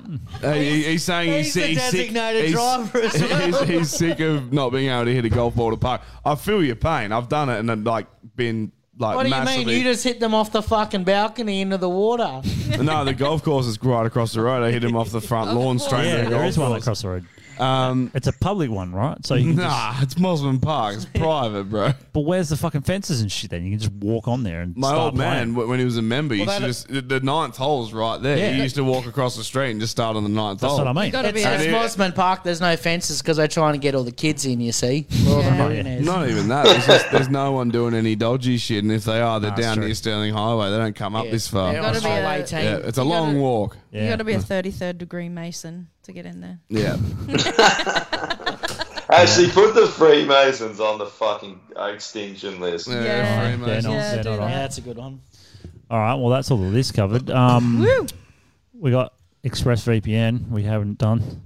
S2: He, he's saying
S5: He's
S2: he's,
S5: the
S2: he's sick.
S5: designated
S2: he's-
S5: driver as well.
S2: he's, he's sick of not being able to hit a golf ball at a park. I feel your pain. I've done it and I've like been
S3: Uh,
S2: like
S5: what do you
S2: massively.
S5: mean? You just hit them off the fucking balcony into the water.
S2: no, the golf course is right across the road. I hit him off the front lawn straight.
S3: Yeah,
S2: into the
S3: there
S2: golf
S3: is one
S2: course.
S3: across the road.
S2: Um,
S3: it's a public one, right? So you can
S2: nah,
S3: just,
S2: it's Mosman Park. It's private, bro.
S3: but where's the fucking fences and shit? Then you can just walk on there and
S2: My
S3: start
S2: old man, wh- when he was a member,
S3: Well,
S2: used to
S3: that-
S2: just the- the ninth hole's right there.
S3: Yeah.
S2: He used to walk across the street and just start on the ninth
S3: Oh. That's
S2: hole.
S3: what I mean. You gotta
S5: It's, it's Mossman Park. There's no fences because they're trying to get all the kids in. You see, We're all the millionaires.
S2: Not even that. There's, just, there's no one doing any dodgy shit, and if they are, they're
S3: Nah,
S2: down
S3: true.
S2: near Sterling Highway. They don't come up
S5: Yeah.
S2: this far.
S5: They're on Gotta be a- Highway 10.
S2: yeah, it's a
S5: You
S2: long
S5: gotta-
S2: walk.
S6: You got to be a 33rd degree Mason to get in there.
S2: Yeah.
S4: Actually, put the Freemasons on the fucking extinction list.
S2: Yeah,
S3: Yeah. Freemasons. They're not- Yeah, they're do not on. that.
S5: Yeah, that's a good one.
S3: All right. Well, that's all of this covered. Um, We got ExpressVPN. We haven't done.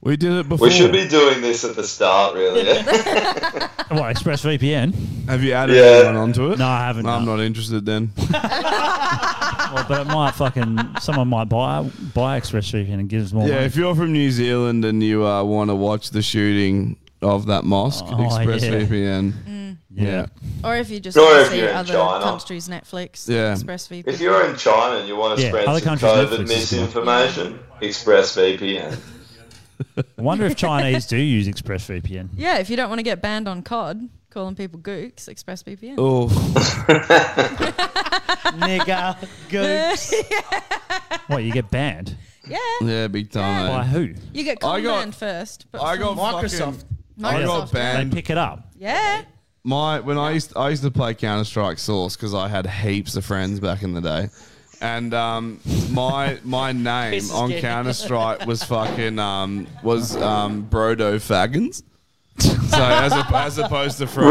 S2: We did it
S4: We should be doing this at the start, really.
S3: What ExpressVPN?
S2: Have you added
S4: Yeah.
S2: anyone onto it?
S3: No, I haven't.
S2: I'm not interested then.
S3: Well, but it might fucking someone might buy buy ExpressVPN and gives more.
S2: yeah,
S3: money.
S2: if you're from New Zealand and you uh, want to watch the shooting of that mosque,
S3: Oh, yeah.
S2: ExpressVPN.
S6: Mm.
S2: Yeah.
S6: Or if you just
S4: Or
S6: wanna
S4: if
S6: see
S4: you're in
S6: other
S4: China.
S6: countries' Netflix,
S2: Yeah.
S6: ExpressVPN.
S4: If you're in China and you want to
S3: Yeah,
S4: spread
S3: other
S4: some
S3: countries'
S4: COVID
S3: Netflix is-
S4: misinformation, ExpressVPN.
S3: I wonder if Chinese do use ExpressVPN.
S6: Yeah, if you don't want to get banned on COD, calling people gooks, ExpressVPN.
S2: Oh.
S5: Nigga, gooks.
S3: What you get banned?
S6: Yeah.
S2: Yeah, big time.
S3: By
S2: eh?
S3: who?
S6: You get
S2: I
S6: con
S2: got-
S6: banned first. But
S2: I got
S6: from-
S2: fucking- I got banned.
S3: They pick it up.
S6: Yeah.
S2: My when I used I used to play Counter Strike Source because I had heaps of friends back in the day, And um, my my name
S20: This is
S2: on
S20: good.
S2: Counter Strike was fucking um, was um, Brodo Faggins. So as, a, as opposed to Frodo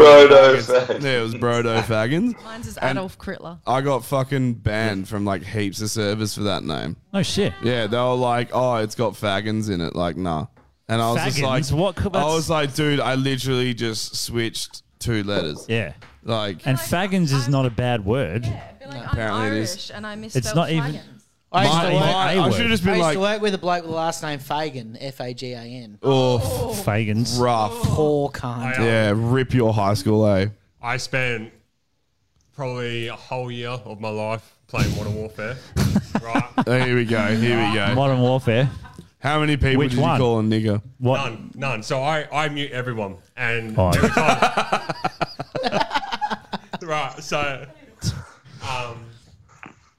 S4: Brodo Faggins.
S2: yeah, it was Brodo Faggins.
S6: Mine's is
S2: And-
S6: Adolf Krittler.
S2: I got fucking banned from like heaps of servers for that name.
S3: Oh shit!
S2: Yeah, they were like, "Oh, it's got faggins in it." Like, nah. And I was
S3: Faggins?
S2: just like,
S3: What could-
S2: I
S3: that's-
S2: was like, dude, I literally just switched two letters.
S3: Yeah.
S2: Like,
S3: And faggins is not a bad word.
S2: apparently it is.
S6: and I
S3: It's not even.
S5: I used to
S3: My-
S5: work.
S3: my- I should've just been
S5: I used
S3: like-
S5: to work with a bloke with the last name Fagan, F A G A N.
S2: Oh,
S3: Fagans.
S2: Rough.
S5: Poor
S3: um,
S5: cunt.
S2: Yeah, rip your high school, eh?
S19: I spent probably a whole year of my life playing Modern Warfare. right?
S2: Here we go. Here we go.
S3: Modern Warfare.
S2: How many people
S3: Which
S2: did you
S3: one?
S2: call a nigger?
S19: None. None. So I, I mute everyone. And
S2: Oh.
S19: every time. right. So um,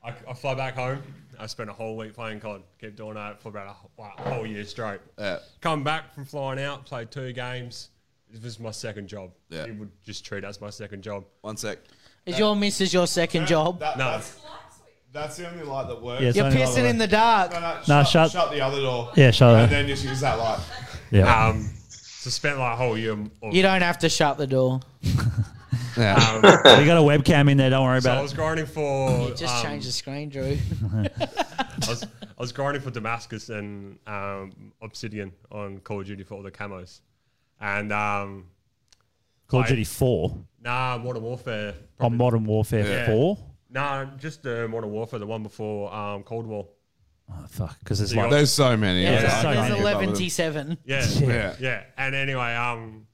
S19: I, I fly back home. I spent a whole week playing COD. Kept doing that for about a wh- like, a whole year straight.
S2: Yeah.
S19: Come back from flying out, played two games. This was my second job. Yeah. You would just treat it as my second job.
S2: One sec.
S3: Uh,
S5: Is your missus your second job?
S19: no.
S20: That's the only light that works.
S3: Yeah, it's
S5: You're
S3: only light
S5: pissing
S3: that
S5: in the dark.
S20: No, no,
S3: No,
S20: shut,
S3: shut-
S20: shut the other door.
S3: Yeah, shut
S20: And
S3: it.
S20: then just use that light.
S3: Yeah.
S19: Um, so spent like a whole year. Of,
S5: You don't have to shut the door.
S2: Yeah.
S3: we got a webcam in there. Don't worry
S19: So I
S3: about
S19: was grinding for.
S5: You just
S19: um,
S5: changed the screen, Drew.
S19: I was, I was grinding for Damascus and um, Obsidian on Call of Duty for all the camos, and um,
S3: it. Call of
S19: I-
S3: Duty Four.
S19: Nah, Modern Warfare.
S3: On Modern Warfare
S19: Yeah.
S3: Four.
S19: Nah, just uh, Modern Warfare, the one before um, Cold War.
S3: Oh, fuck, because there's
S19: You
S3: like
S19: got-
S2: There's so many.
S3: Yeah,
S2: Yeah,
S3: there's
S2: I
S3: so
S2: can't
S3: many.
S2: keep up with them.
S5: Seven.
S19: Yeah,
S3: Yeah.
S19: yeah, yeah. And anyway, um,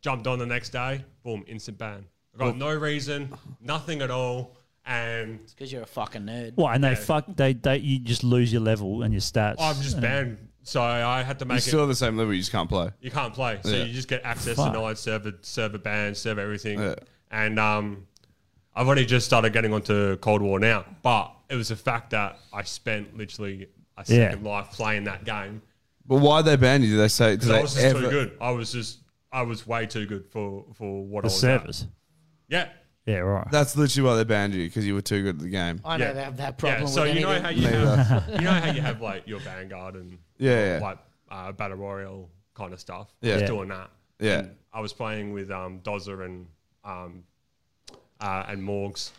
S19: jumped on the next day. Boom, instant ban. I got no reason, nothing at all, and
S5: because you're a fucking nerd.
S3: Well, and they
S19: Yeah.
S3: fuck. They they you just lose your level and your stats.
S19: I'm just
S3: and-
S19: banned, so I had to make
S2: You're
S19: it.
S2: still at the same level. You just can't play.
S19: You can't play, so
S2: Yeah.
S19: you just get access
S2: Fuck.
S19: denied, server server bans, server everything. And um, I've only just started getting onto Cold War now, but it was a fact that I spent literally a
S2: Yeah.
S19: second life playing that game
S2: But why they ban you? Did they say? Did
S19: because I was
S2: they
S19: just
S2: ever?
S19: too good. I was just I was way too good for for what I
S3: The
S19: was at.
S3: servers?
S19: Yeah,
S3: Yeah, right.
S2: That's literally why they banned you because you were too good at the game.
S5: I
S19: yeah.
S5: never have that
S19: Yeah,
S5: problem.
S19: so
S5: with
S19: you know
S5: anything.
S19: how you have, you know how you have like your Vanguard and
S2: Yeah, yeah.
S19: like uh, battle royal kind of stuff.
S2: Yeah.
S19: just
S2: Yeah.
S19: doing that.
S2: Yeah.
S19: And I was playing with um, Dozzer and um, uh, and Morgs,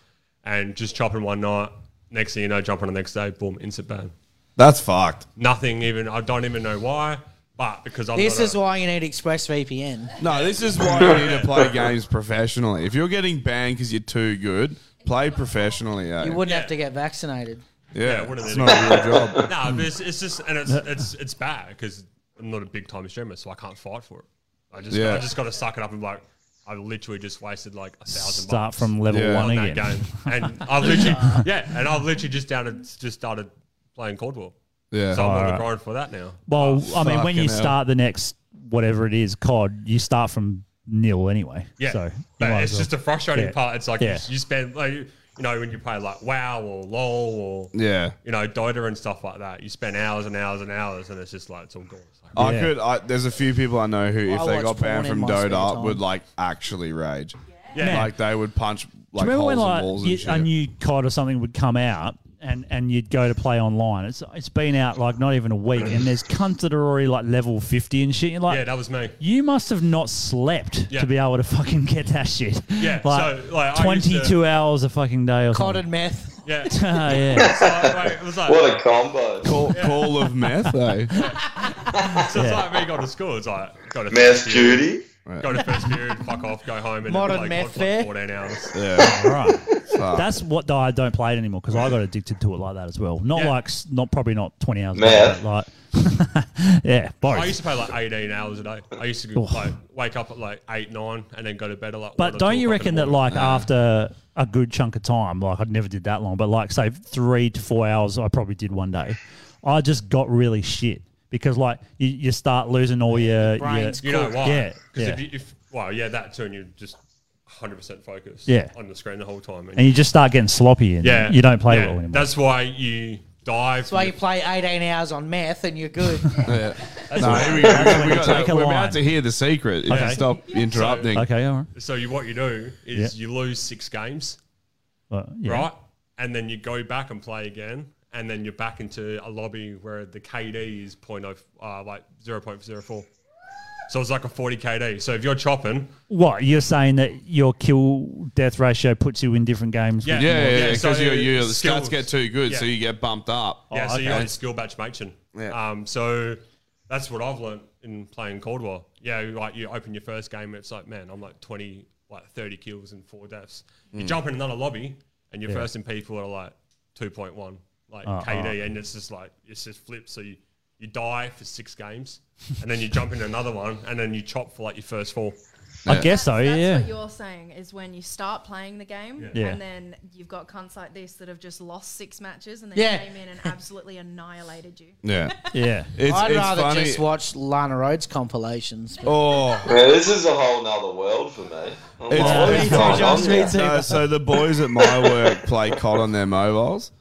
S19: and just chopping one night. Next thing you know, jumping the next day, boom, instant ban.
S2: That's fucked.
S19: Nothing even. I don't even know why, but because I'm
S5: This
S19: not
S5: is why you need ExpressVPN.
S2: No, this is why you need to play games professionally. If you're getting banned because you're too good, play professionally. Eh?
S5: You wouldn't have to get vaccinated.
S2: Yeah,
S19: wouldn't
S2: it's
S19: it?
S2: not a real job.
S19: no, but it's, it's just and it's it's it's bad because I'm not a big time streamer, so I can't fight for it. I just
S2: Yeah.
S19: I just got to suck it up and be like I literally just wasted like a thousand.
S3: Start
S19: bucks
S3: from level Yeah. one
S19: on that
S3: again.
S19: game, and I've literally yeah, and I've literally just started just started playing Cold War.
S2: Yeah.
S19: so I'm on the
S3: Alright.
S19: grind for that now.
S3: Well,
S19: But-
S3: I mean, when you
S19: Fucking hell.
S3: start the next whatever it is, COD, you start from nil anyway.
S19: Yeah,
S3: So you might
S19: but
S3: as
S19: it's
S3: well.
S19: just a frustrating
S3: Yeah.
S19: part. It's like
S3: yeah.
S19: you, you spend like you know when you play like WoW or LOL or
S2: Yeah.
S19: you know Dota and stuff like that. You spend hours and hours and hours, and it's just like it's all gone. It's like,
S2: I could. I, there's a few people I know who, if
S19: I
S2: they
S19: watch
S2: got
S19: porn
S2: banned
S19: in
S2: from
S19: my spare
S2: Dota,
S19: time.
S2: would like actually rage.
S19: Yeah. Man.
S2: like they would punch like
S3: Do you remember
S2: holes
S3: when
S2: in
S3: like
S2: walls
S3: you-
S2: and shit.
S3: a new COD or something would come out and, and you'd go to play online? It's it's been out like not even a week, and there's cunts that are already like level fifty and shit. You're like,
S19: yeah, that was me.
S3: you must have not slept
S19: Yeah.
S3: to be able to fucking get that shit.
S19: Yeah,
S3: like,
S19: so, like, I used to-
S3: twenty two hours a fucking day or something.
S5: meth.
S19: Yeah.
S3: Ah, yeah.
S19: So, like, it was like,
S4: What a combo.
S2: Call, call of meth, eh?
S19: So
S3: Oh,
S19: it's
S2: Yeah.
S19: like when you go to school, it's like go to
S4: Meth
S19: first period,
S2: duty.
S19: Go to first period, fuck off, go home, and
S5: Modern
S19: like,
S5: meth
S19: watch, like,
S5: fair.
S19: fourteen hours.
S2: Yeah.
S3: Right.
S2: Fuck.
S3: That's what I don't play it anymore because I got addicted to it like that as well. Not
S19: Yeah.
S3: like, s- not probably not twenty hours. a
S19: Man.
S3: day, but Like, yeah, both. Oh.
S19: I used to play like eighteen hours a day. I used to like wake up at like eight, nine, and then go to bed at like. one
S3: But
S19: or
S3: don't
S19: two
S3: you
S19: o'clock in
S3: reckon
S19: the
S3: that like
S19: morning.
S3: after a good chunk of time, like I never did that long, but like say three to four hours, I probably did one day. I just got really shit because like you, you start losing all your, your
S19: you know why?
S3: Yeah,
S19: because
S3: yeah.
S19: if, you- if well, yeah, that too, and you just hundred percent focused.
S3: Yeah.
S19: on the screen the whole time,
S3: and you just start getting sloppy and
S19: yeah,
S3: you don't play
S19: yeah.
S3: well anymore.
S19: That's why you dive.
S5: That's why you play 18 hours on meth and you're good.
S2: Yeah.
S19: That's
S2: No,
S19: what-
S2: here we go.
S19: That's
S2: We
S19: when you
S2: got-
S19: take a
S2: we're
S19: line.
S2: about to hear the secret. If you
S19: Okay.
S2: stop interrupting.
S3: Okay, all right.
S19: So you, what you do is you lose six games,
S3: Well, yeah.
S19: right? and then you go back and play again, and then you're back into a lobby where the KD is point oh, uh, like zero point zero four. So it's like a forty KD. So if you're chopping,
S3: What you're saying that your kill death ratio puts you in different games?
S19: Yeah.
S3: with
S2: Yeah,
S3: more-
S2: yeah,
S19: Yeah,
S2: because
S19: so
S2: your, your
S19: it's
S2: stats
S19: skills.
S2: get too good, so
S19: Yeah.
S2: you get bumped up.
S19: yeah, so you're
S2: Okay.
S19: in skill batch matching. Yeah. Um, so that's what I've learned in playing Cold War. Yeah, like you open your first game, it's like, man, I'm like 20, like 30 kills and four deaths. You
S21: Mm.
S19: jump in another lobby and you're
S21: Yeah.
S19: first in people are like 2.1, like
S21: Oh,
S19: KD,
S21: oh.
S19: and it's just like, it's just flipped. So you, you die for six games and then you jump into another one and then you chop for like your first four.
S3: I guess so.
S6: That's
S3: yeah.
S6: what you're saying is when you start playing the game
S3: Yeah. Yeah.
S6: and then you've got cunts like this that have just lost six matches and then
S22: Yeah.
S6: came in and absolutely annihilated you.
S2: Yeah.
S22: Yeah.
S2: It's-
S22: I'd
S2: it's
S22: rather
S2: funny- Oh.
S22: just watch Lana Rhodes compilations. but-
S5: Oh.
S4: Yeah, this is a whole nother world for me. I'm
S2: It's,
S4: like, what's
S2: it's
S4: going
S2: fun.
S4: on here?
S2: No, so the boys at my work play COD on their mobiles.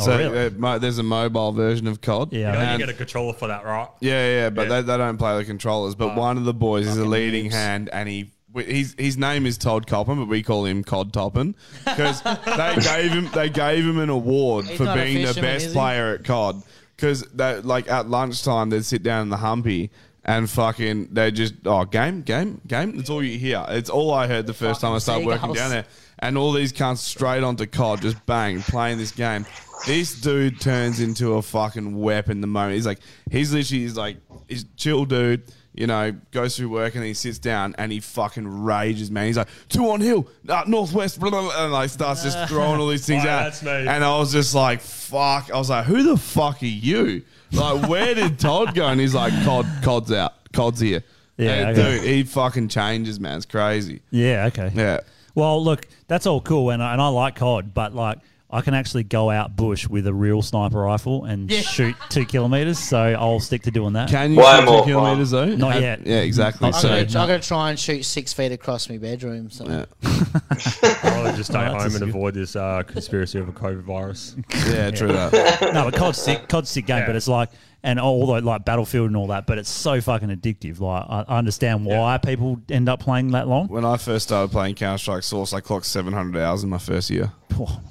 S19: Oh,
S2: So
S19: really?
S2: uh, mo- there's a mobile version of COD.
S19: You, know, you
S2: And-
S19: get a controller for that, right?
S2: Yeah, yeah, but They, they don't play the controllers. But one of the boys is a leading hand, and he we- he's, his name is Todd Coppin, but we call him Cod Toppin because they gave him they gave him an award
S21: He's
S2: for
S21: not a
S2: being the
S21: fisherman,
S2: best
S21: is he?
S2: player at COD because that like at lunchtime they'd sit down in the humpy. And fucking, they just oh game, game, game. That's all you hear. It's all I heard the first time I started working
S21: seagulls.
S2: down there. And all these cunts straight onto COD, just bang, playing this game. This dude turns into a fucking weapon the moment. He's like, he's literally, he's like, he's chill dude, you know, goes through work and he sits down and he fucking rages, man. He's like, two on hill, uh, northwest, blah, blah, blah, and like starts just throwing all these things
S21: Uh. Why,
S2: out.
S21: that's me.
S2: And I was just like, fuck. I was like, who the fuck are you? Like, where did Todd go? And he's like, Cod, Cod's out. Cod's here.
S3: Yeah,
S2: And
S3: okay.
S2: dude, he fucking changes, man. It's crazy.
S3: Yeah. Okay.
S2: Yeah.
S3: Well, look, that's all cool, and I, and I like COD, but like I can actually go out bush with a real sniper rifle and shoot two kilometers, so I'll stick to doing that.
S2: Can you Way shoot two more fun. kilometres, though?
S3: Not
S2: Have-
S3: yet.
S2: yeah, exactly.
S3: Not
S2: So-
S3: yet.
S22: I'm gonna try and shoot six feet across my bedroom. So.
S19: I'll just stay
S3: Oh, that's
S19: home and
S3: good.
S19: avoid this uh, conspiracy of a COVID virus.
S2: Yeah, true that.
S3: no, but COD's sick, COD's sick game, but it's like, and although like Battlefield and all that, but it's so fucking addictive. Like, I I understand why people end up playing that long.
S2: When I first started playing Counter Strike Source, I clocked 700 hours in my first year.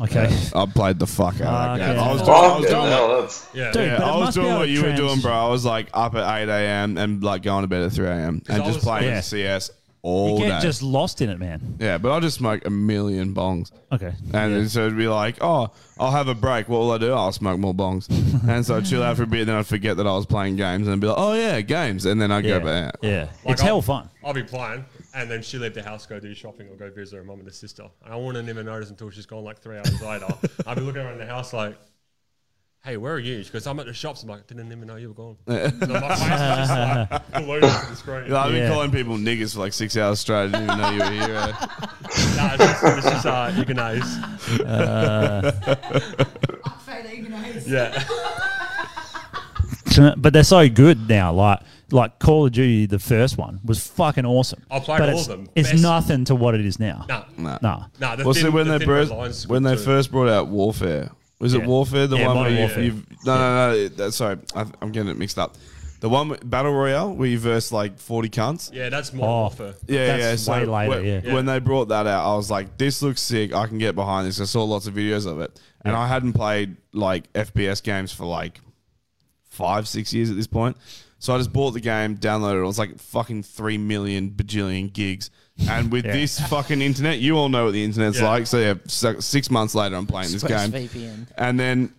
S3: okay. Ah,
S2: Yeah, I played the fuck out of that
S21: Okay.
S2: game. I was doing, I
S21: Fucking
S2: was doing,
S21: hell,
S2: what-
S21: that's-
S2: yeah.
S21: Yeah. Dude, but it
S2: I was
S21: must be
S2: doing
S21: able
S2: what
S21: to
S2: you were doing,
S21: trans-
S2: bro. I was like up at 8 a.m. and like going to bed at 3 a.m. and
S3: I
S2: just
S3: was-
S2: playing
S3: Yeah.
S2: CS all
S3: you get
S2: day.
S3: just lost in it, man.
S2: Yeah, but I'll just smoke a million bongs.
S3: Okay.
S2: And then so it'd be like, oh, I'll have a break. What will I do? I'll smoke more bongs. and so I'd chill out for a bit, then I'd forget that I was playing games and I'd be like, oh, yeah, games. And then I'd
S3: Yeah.
S2: go back out.
S3: Yeah.
S19: Like,
S3: it's hell
S19: I'll-
S3: fun.
S19: I'll be playing, and then she leave the house, go do shopping, or go visit her mum and her sister. And I wouldn't even notice until she's gone like three hours later. I'll be looking around the house like, "Hey, where are you?" She goes, "I'm at the shops." I'm like, "Didn't even know you were gone."
S2: Yeah.
S19: so my face was just like glued to the screen.
S2: Like, I've been calling people niggers for like six hours straight. I didn't even know you were here. eh?
S19: Nah, it's just, it's just uh, Ignaz.
S3: Uh.
S19: Yeah.
S3: but they're so good now. Like like Call of Duty, the first one was fucking awesome.
S19: I played
S3: But
S19: all
S3: it's,
S19: of them.
S3: It's
S19: Best-
S3: nothing to what it is now.
S19: Nah.
S2: Nah.
S3: Nah.
S19: Nah, the
S2: well, see,
S19: thin-
S2: when
S19: the
S2: they
S19: thin
S2: first,
S19: red line's
S2: when they
S19: good too.
S2: first brought out Warfare, was it
S19: Yeah.
S2: Warfare the
S21: Yeah,
S2: one
S21: Modern
S2: where
S21: Warfare.
S2: you you've, no, no, no, that- sorry, I, I'm getting it mixed up. The one with- Battle Royale where you verse like 40 cunts.
S19: Yeah, that's Modern Oh. Warfare.
S2: Yeah,
S3: That's
S2: yeah.
S3: way
S2: so
S3: later,
S2: when,
S3: yeah.
S2: when they brought that out, I was like, "This looks sick. I can get behind this." I saw lots of videos of it, and I hadn't played like FPS games for like five, six years at this point. So I just bought the game, downloaded it. It was like fucking three million bajillion gigs. And with
S21: Yeah.
S2: this fucking internet, you all know what the internet's
S21: Yeah.
S2: like. So yeah, so six months later, I'm playing this game.
S21: SpaceVPN.
S2: And then,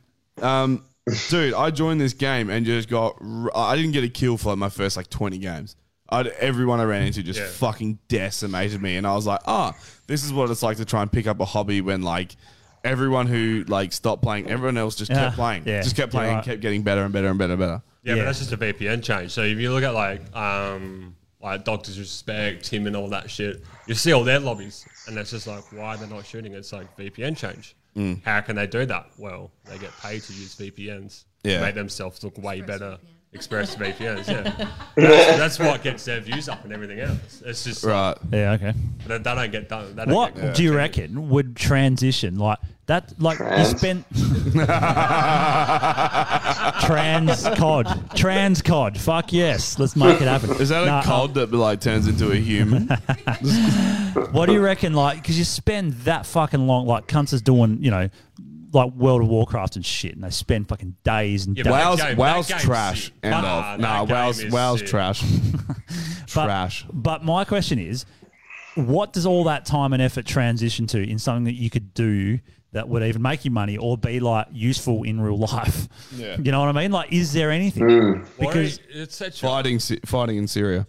S2: um, dude, I joined this game and just got. r- I didn't get a kill for like my first like 20 games. I'd, everyone I ran into just
S21: Yeah.
S2: fucking decimated me. And I was like, ah, this is what it's like to try and pick up a hobby when like everyone who like stopped playing, everyone else just
S19: Yeah.
S2: kept playing.
S19: Yeah.
S2: Just kept
S19: You're
S2: playing,
S19: right.
S2: kept getting better and better and better and better.
S19: Yeah, but that's just a VPN change. So if you look at like um like Doctors Respect, him and all that shit, you see all their lobbies, and that's just like why they're not shooting. It's like VPN change.
S21: Mm.
S19: How can they do that? Well, they get paid to use VPNs. to
S21: Yeah.
S19: make themselves look way better. Express VPNs, yeah. that's, that's what gets their views up and everything else. It's just like-
S2: Right.
S3: Yeah, okay.
S19: But they, they don't get done. They don't
S3: What
S19: get
S3: do you reckon would transition like that? Like you
S19: Trans?
S3: spent trans cod, trans cod. Fuck yes, let's make it happen.
S2: Is that
S3: Nah, uh,
S2: a cod that like turns into a human?
S3: What do you reckon? Like, because you spend that fucking long, like, cunts is doing, you know, like World of Warcraft and shit, and they spend fucking days and
S2: Yeah,
S3: days.
S2: but Wales- that game- Wales that game's trash. sick. End Nah, of. that Nah, game Wales- is Wales sick. trash.
S3: trash. But my question is, what does all that time and effort transition to in something that you could do that would even make you money or be like useful in real life?
S2: Yeah.
S3: You know what I mean? Like, is there anything?
S2: Hmm.
S3: Because
S2: it's fighting, Si- fighting in Syria,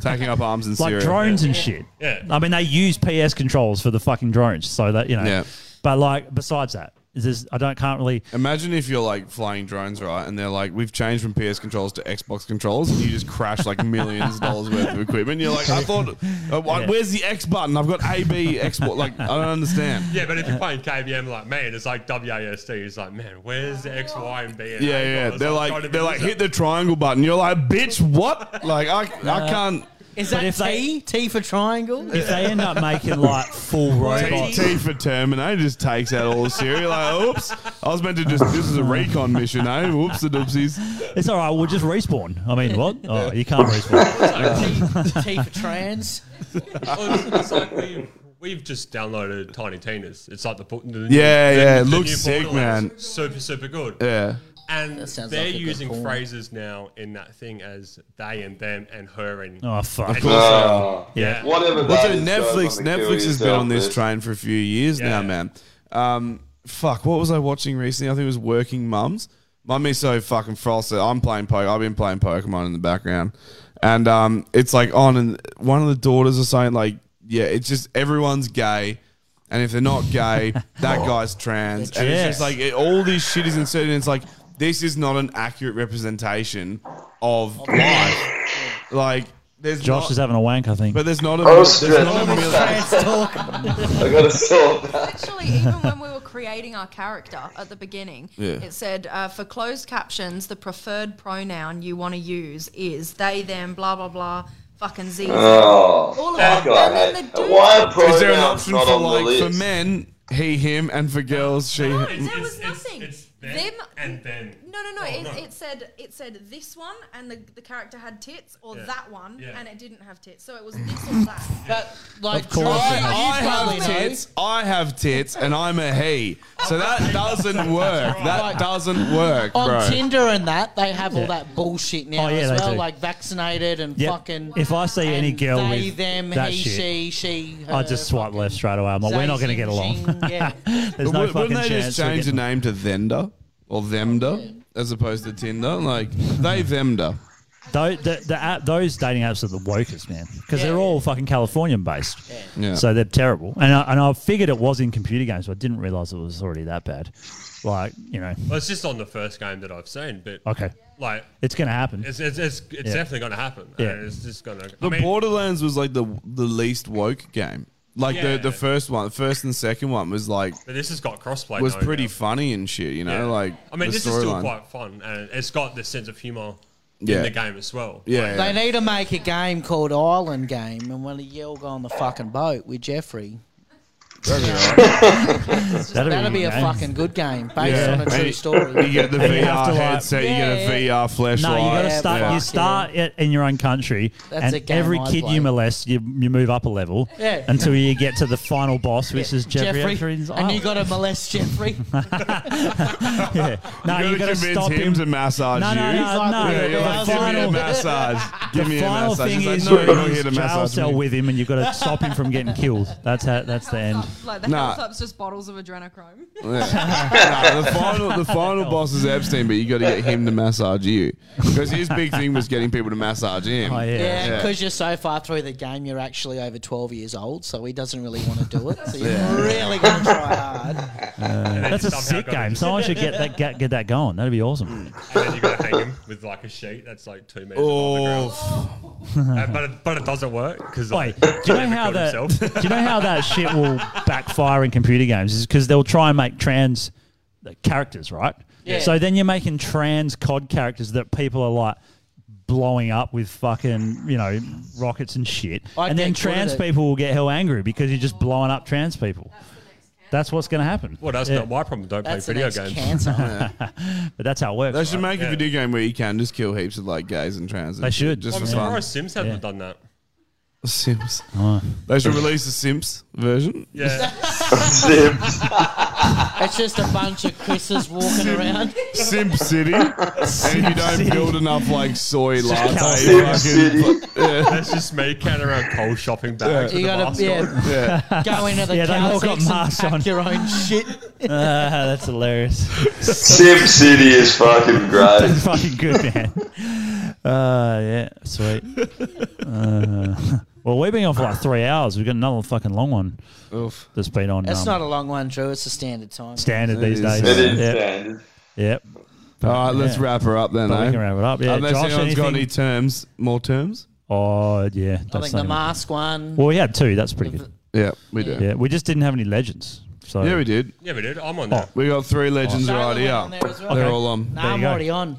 S2: taking up arms in
S3: like
S2: Syria,
S3: drones and shit.
S2: Yeah.
S3: I mean, they use PS controls for the fucking drones, so that you know.
S2: Yeah.
S3: But like, besides that, is this, I don't can't really.
S2: Imagine if you're like flying drones, right? And they're like, we've changed from PS controls to Xbox controls, and you just crash like millions of dollars worth of equipment. You're like, I thought, uh, why-
S19: Yeah.
S2: where's the X button? I've got A, B, X. button." Like, I don't understand.
S19: Yeah, but if you're playing KVM, like man, it's like WASD. It's like man, where's the X, Y, and B? And
S2: Yeah,
S19: A
S2: yeah.
S19: buttons?
S2: They're
S19: I've got to
S2: like, they're
S19: use
S2: like,
S19: it.
S2: hit the triangle button. You're like, bitch, what? Like, I, I can't.
S22: Is that T? T for triangle?
S3: If they end up making like full
S2: T,
S3: robots,
S2: T for Terminator just takes out all the cereal. Like, oops, I was meant to just. This is a recon mission, eh? Whoops, the doopsies.
S3: it's all right. We'll just respawn. I mean, what? Oh, you can't respawn.
S22: T for trans.
S19: Well, Oh, it's, it's like we've, we've just downloaded Tiny Tina's. It's like the, por- the
S2: Yeah,
S19: the,
S2: yeah, it
S19: the
S2: looks
S19: new
S2: sick,
S19: Borderlands.
S2: man.
S19: Super, super good.
S2: Yeah.
S19: And
S2: That sounds
S19: they're
S2: like a good
S19: using
S2: porn.
S19: phrases now in that thing as they and them and her and
S3: Oh, fuck.
S19: and-
S2: Of course they are.
S19: yeah.
S2: Also, Netflix. Netflix has been on this
S19: train.
S2: train for a few years now, man. Um, fuck, what was I watching recently? I think it was Working Mums. Mum is so fucking frosted. I'm playing poker. I've been playing Pokemon in the background, and um, it's like on and one of the daughters or something. Like, yeah, it's just everyone's gay. And if they're not gay, that guy's trans. And it's
S3: Yes.
S2: just like it, all this shit is inserted. And it's like, this is not an accurate representation of life. Like, there's
S3: Josh
S2: not-
S3: is having a wank, I think.
S2: But there's not a.
S3: Oh,
S2: there's
S3: stress.
S2: not a real-
S3: I
S2: gotta stop
S6: Actually, even when we were creating our character at the beginning,
S2: Yeah.
S6: it said uh, for closed captions, the preferred pronoun you want to use is they, them, blah, blah, blah, fucking Z.
S4: Oh,
S6: All of
S4: that
S6: that.
S4: guy.
S6: And then
S4: had-
S6: the dude-
S4: Why are
S2: Is there an
S4: pronouns
S2: option
S4: not
S2: for
S4: on the
S2: like for
S4: list?
S2: men he him and for girls she? him?
S6: There was nothing. them
S19: and them.
S6: No, no, no.
S19: Oh,
S6: it,
S19: no.
S6: it said it said this one, and the, the character had tits, or
S2: Yeah.
S6: that one,
S2: Yeah.
S6: and it didn't have tits. So it was this or that.
S22: But
S2: Of course,
S22: Josh, you
S2: I, I
S22: probably
S2: have
S22: know.
S2: tits. I have tits, and I'm a he. So that doesn't work. That doesn't work,
S22: On
S2: bro.
S22: Tinder and that, they have all
S2: Yeah.
S22: that bullshit now
S3: Oh, yeah,
S22: as
S3: they
S22: well,
S3: do.
S22: like vaccinated and
S3: Yep.
S22: fucking.
S3: If I see any
S22: and
S3: girl
S22: they,
S3: with
S22: them,
S3: that
S22: he,
S3: shit,
S22: she, she,
S3: I
S22: her, Mm,
S3: just swipe
S22: Uh,
S3: left straight away. I'm like, we're not going to get along.
S22: yeah.
S3: There's no fucking
S2: Wouldn't- Wouldn't they
S3: chance.
S2: just
S3: we're
S2: change the
S3: getting-
S2: name to Thender or Themda as opposed to Tinder? Like they Themda.
S3: Tho- the, the app, those dating apps are the wokest, man, because they're all fucking Californian based.
S2: Yeah.
S3: So they're terrible. And I, and I figured it was in computer games, but I didn't realize it was already that bad. Like, you know,
S19: Well, it's just on the first game that I've seen, but
S3: Okay.
S19: like
S3: It's gonna happen.
S19: It's it's it's, it's
S3: Yeah.
S19: definitely gonna happen.
S3: Yeah.
S19: Yeah, it's just gonna.
S2: The
S19: I mean,
S2: Borderlands was like the the least woke game. Like
S19: Yeah.
S2: the, the first one, the first and second one was like
S19: but this has got crossplay.
S2: was
S19: though,
S2: pretty
S19: now.
S2: funny and shit. You know,
S19: Yeah.
S2: like
S19: I mean,
S2: the
S19: this is still
S2: storyline.
S19: quite fun, and it's got the sense of humor
S2: Yeah.
S19: in the game as well.
S2: Yeah,
S22: They need to make a game called Island Game, and when you all go on the fucking boat with Jeffrey. That'd,
S2: That'd be
S22: be, a
S2: nice.
S22: fucking good game based
S2: Yeah.
S22: on a
S2: And
S22: true
S2: you-
S22: story.
S2: you get the
S3: And you
S2: VR
S3: have to, like-
S2: headset, you get a
S3: Yeah.
S2: VR flashlight.
S3: No, you got to start.
S2: Yeah.
S3: You start it in your own country,
S22: That's a
S3: and
S22: game
S3: every
S22: I
S3: kid
S22: play.
S3: you molest, you, you move up a level
S22: Yeah.
S3: until you get to the final boss, which is Jeffrey. Epstein's
S22: and you
S3: Island.
S22: got to molest Jeffrey.
S3: yeah. No,
S2: you
S3: you got to
S2: got convince
S3: stop
S2: him, to massage
S3: No,
S2: you.
S3: no, no, no.
S2: Yeah, you're
S3: The
S2: like, give me a
S3: final-
S2: massage.
S3: The
S2: Give me a
S3: final
S2: massage.
S3: thing
S2: He's like,
S3: is
S2: no, you're
S3: you're
S2: not
S3: in
S2: here to
S3: his jail
S2: massage
S3: cell
S2: me.
S3: with him, and you've got to stop him from getting killed. That's how. That's the end.
S6: Like the health up's just bottles of adrenochrome.
S2: Yeah. No, the final, the final boss is Epstein, but you got to get him to massage you because his big thing was getting people to massage him.
S3: Oh,
S22: Yeah, because you're so far through the game, you're actually over 12 years old, so he doesn't really want to do it. So you're
S3: Yeah.
S22: really going to try hard.
S3: Uh, That's a sick game. Someone should get that get, get that going. That'd be
S2: Mm.
S3: awesome.
S19: And then you gotta hang him with like a sheet that's like two meters above the ground. Uh, but it, but it doesn't work because like,
S3: do you know
S19: David
S3: how
S19: killed
S3: that?
S19: himself.
S3: do you know how that shit will backfire in computer games? Is because they'll try and make trans like, characters, right?
S19: Yeah.
S3: So then you're making trans COD characters that people are like blowing up with fucking you know rockets and shit,
S22: I'd
S3: and then
S22: get good at
S3: trans
S22: it.
S3: people will get hell angry because you're just blowing up trans people. That's what's going to happen.
S19: Well, that's not my problem. Don't
S3: That's the
S19: play video
S3: next
S19: games.
S3: cancer. but that's how it works.
S2: They should
S3: right?
S2: make a video game where you can just kill heaps of like gays and trans. and
S3: They
S2: shit,
S3: should.
S2: just
S19: I'm
S2: for
S19: surprised
S2: fun.
S19: Sims haven't done that.
S2: Sims. They should release a Sims version.
S19: Yeah.
S22: It's just a bunch of Chris's walking around.
S2: Simp City. and if you don't build enough like soy latte,
S19: California.
S2: fucking-
S19: That's just me carrying around coal shopping bags.
S22: You
S19: with a
S22: gotta
S19: mask
S22: yeah,
S19: on.
S22: go into the
S3: Yeah, they all
S22: cow
S3: got
S22: section,
S3: masks
S22: pack
S3: on.
S22: your own shit.
S3: Ah, that's hilarious.
S4: Simp City is fucking great.
S3: That's fucking good, man. Uh, yeah, sweet. Uh, well, we've been on for like three hours. We've got another fucking long one that's been on.
S22: That's
S3: um,
S22: not a long one, Drew. It's a standard time.
S3: standard these days. Yep. Yep.
S2: All right, let's
S3: Yeah.
S2: wrap her up then.
S3: But we
S2: eh?
S3: can wrap it up, yeah.
S2: Unless
S3: Josh,
S2: anyone's got
S3: anything-
S2: any terms, more terms.
S3: Oh yeah,
S22: I
S3: that's
S22: think the
S3: something.
S22: mask one.
S3: Well, we had two. That's pretty good.
S2: Yeah, we do.
S3: Yeah, we just didn't have any legends. So
S2: Yeah, we did.
S19: Yeah, we did. I'm on
S3: Oh.
S19: that.
S2: We got three legends
S3: Oh.
S2: already
S3: Charlotte
S2: up.
S3: went on there as well.
S2: They're
S3: Okay.
S2: all on.
S3: Nah, There you I'm go. already
S22: on.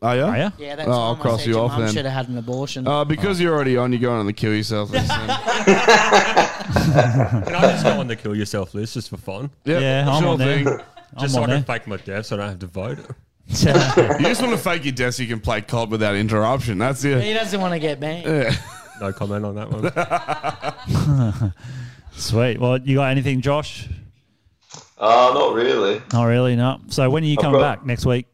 S2: Are you?
S3: Are ya?
S22: Yeah, that's
S2: oh,
S22: time
S2: I'll
S22: I
S2: cross
S22: said
S2: you
S22: your
S2: off
S22: mum
S2: then.
S22: should have had an abortion.
S2: Uh, because you're already on, you're going on to kill yourself.
S19: Can I just go on the kill yourself list just for fun?
S2: Yep, Yeah, I'm sure on there. thing.
S19: Just
S2: I'm
S19: so
S2: on
S19: I can fake my death so I don't have to vote.
S2: you just want to fake your death so you can play COD without interruption. That's
S22: He
S2: it.
S22: doesn't want to get banned.
S2: Yeah.
S19: No comment on that one.
S3: Sweet. Well, you got anything, Josh?
S4: Uh, not really.
S3: Not really. No. So when are you
S4: I've
S3: coming
S4: got-
S3: back next week?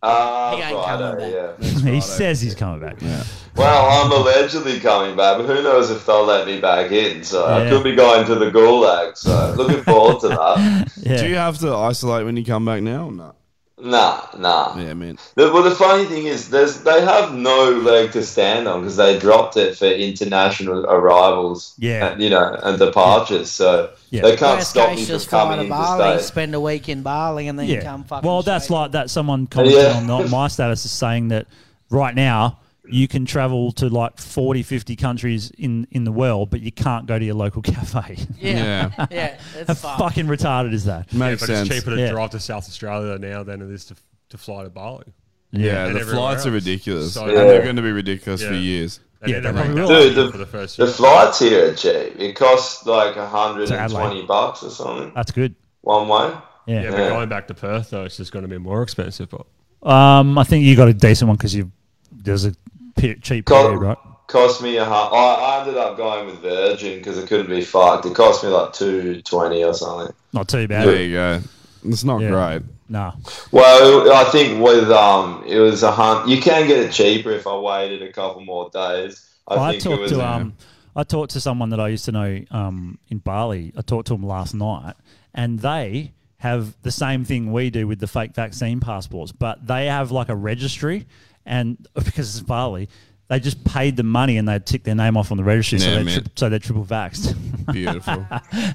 S4: Uh, Friday, yeah.
S3: he says he's coming back. Yeah.
S4: Well, I'm allegedly coming back, but who knows if they'll let me back in. So
S3: Yeah.
S4: I could be going to the gulag. So looking forward to that.
S2: Do you have to isolate when you come back now or not?
S4: Nah, nah.
S2: Yeah, man.
S4: The, well, the funny thing is, there's they have no leg to stand on because they dropped it for international arrivals.
S3: Yeah.
S4: and, you know, and departures. So they can't
S22: Worst
S4: stop
S22: case,
S4: me from
S22: just fly
S4: coming
S22: to
S4: into
S22: Bali,
S4: state.
S22: spend a week in Bali, and then come fucking.
S3: well, that's like that. Someone commented
S4: Yeah.
S3: on not my status is saying that right now you can travel to like 40, 50 countries in, in the world, but you can't go to your local cafe.
S19: Yeah. Yeah. Yeah,
S3: How
S19: it's fucked.
S3: fucking retarded is that?
S19: yeah, but It's cheaper to drive to South Australia now than it is to, to fly to Bali.
S2: Yeah,
S19: And
S2: the
S19: everywhere
S2: flights are
S19: else.
S2: ridiculous.
S19: So-
S2: and they're going to be ridiculous for
S19: Yeah.
S2: years.
S19: And Yeah, they probably will.
S4: Dude,
S19: for the
S4: the,
S19: first
S4: the
S19: year.
S4: flights here are cheap. It costs like
S3: To Adelaide.
S4: 120 bucks or something.
S3: That's good.
S4: One way.
S3: Yeah.
S19: but
S4: Yeah.
S19: going back to Perth though, it's just going to be more expensive. But
S3: Um, I think you got a decent one because you there's a pe- cheap period, right?
S4: Cost me a hundred. I, I ended up going with Virgin because it couldn't be fucked. It cost me like 220 or something.
S3: Not too bad.
S2: There you go. It's not great.
S3: Nah.
S4: Well, I think with um, it was a hunt. You can get it cheaper if I waited a couple more days. I,
S3: I,
S4: think it
S3: talked
S4: was
S3: to um, I talked to someone that I used to know um, in Bali. I talked to them last night, and they have the same thing we do with the fake vaccine passports, but they have like a registry, and because it's Bali. They just paid the money and they ticked their name off on the registry,
S2: Yeah,
S3: so, they're
S2: man.
S3: tri- so they're triple vaxxed.
S2: Beautiful.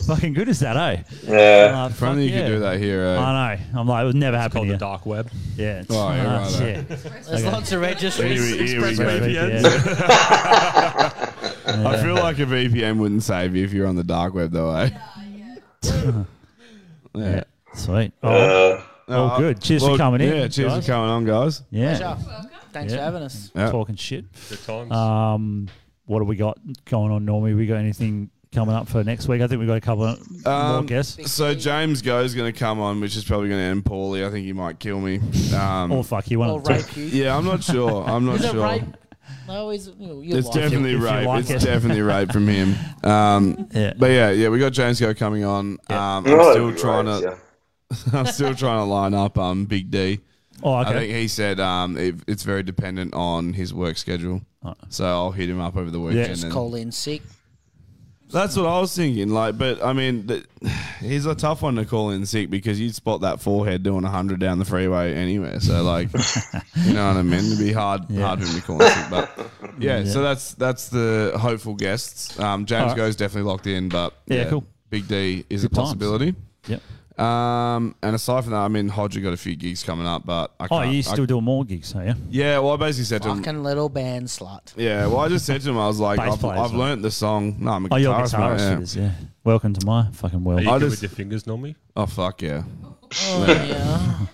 S3: Fucking good is that, eh?
S2: Yeah.
S3: Uh,
S2: If only
S3: fuck
S2: you could
S3: yeah.
S2: do that here, eh?
S3: I know. I'm like, it would never happen
S19: called
S3: here.
S19: the dark web.
S3: Yeah. it's-
S2: Oh, yeah,
S3: uh,
S2: right,
S3: shit.
S22: There's
S3: Okay.
S22: lots of registries.
S2: Here we- here we
S22: Express
S2: go.
S22: VPNs.
S3: Yeah.
S2: I feel like a VPN wouldn't save you if you're on the dark web, though, eh?
S3: Yeah. Sweet. Oh,
S2: Uh,
S3: all
S2: uh,
S3: good. Cheers
S2: well,
S3: for coming in.
S2: yeah, cheers for
S3: guys.
S2: coming on, guys.
S3: Yeah.
S22: Pleasure. Thanks for having us.
S2: Yeah.
S3: Talking shit.
S19: Good times.
S3: Um, what have we got going on, Normie? We got anything coming up for next week? I think we got a couple of more
S2: Um,
S3: guests.
S2: so James Go's going to come on, which is probably going to end poorly. I think he might kill me. Um,
S3: Or Oh, fuck you, one of Or the two. rape you.
S2: Yeah, I'm not sure. I'm not
S22: Is it
S2: sure.
S22: rape? No, he's, you, you
S2: It's
S22: like it.
S2: definitely
S3: If you
S2: rape.
S3: like
S2: it's
S3: it.
S2: definitely rape from him. Um, But yeah, yeah, we got James Go coming on. Um, I'm
S4: Oh,
S2: still
S4: that'd be
S2: trying
S4: great,
S2: to. I'm still trying to line up um, Big D.
S3: Oh, okay.
S2: I think he said um, it, it's very dependent on his work schedule. So I'll hit him up over the weekend.
S22: Just
S2: and-
S22: call in sick.
S2: that's what I was thinking. Like, but I mean, th- he's a tough one to call in sick because you'd spot that forehead doing hundred down the freeway anywhere. So like, you know what I mean? It'd be hard, hard for him to call in sick. But yeah,
S3: Yeah.
S2: so that's that's the hopeful guests. Um, James
S3: Alright.
S2: goes definitely locked in, but
S3: Yeah, cool.
S2: Big D is
S3: Good
S2: a
S3: times.
S2: possibility.
S3: Yep.
S2: Um, and aside from that, I mean, Hodge got a few gigs coming up, but I
S3: Oh,
S2: can't.
S3: you still
S2: I,
S3: doing more gigs, are you?
S2: Yeah, well, I basically said to him,
S22: Fucking little band slut.
S2: yeah, well, I just said to him, I was like,
S3: Bass
S2: I've,
S3: players,
S2: I've
S3: like-
S2: learnt the song. No, I'm a
S3: Oh, you're a
S2: guitarist. mate,
S3: guitarist.
S2: yeah.
S3: it is, yeah. Welcome to my fucking world.
S19: Are you
S2: I
S19: good
S2: just-
S19: with your fingers normally?
S2: Oh fuck yeah.
S19: Oh,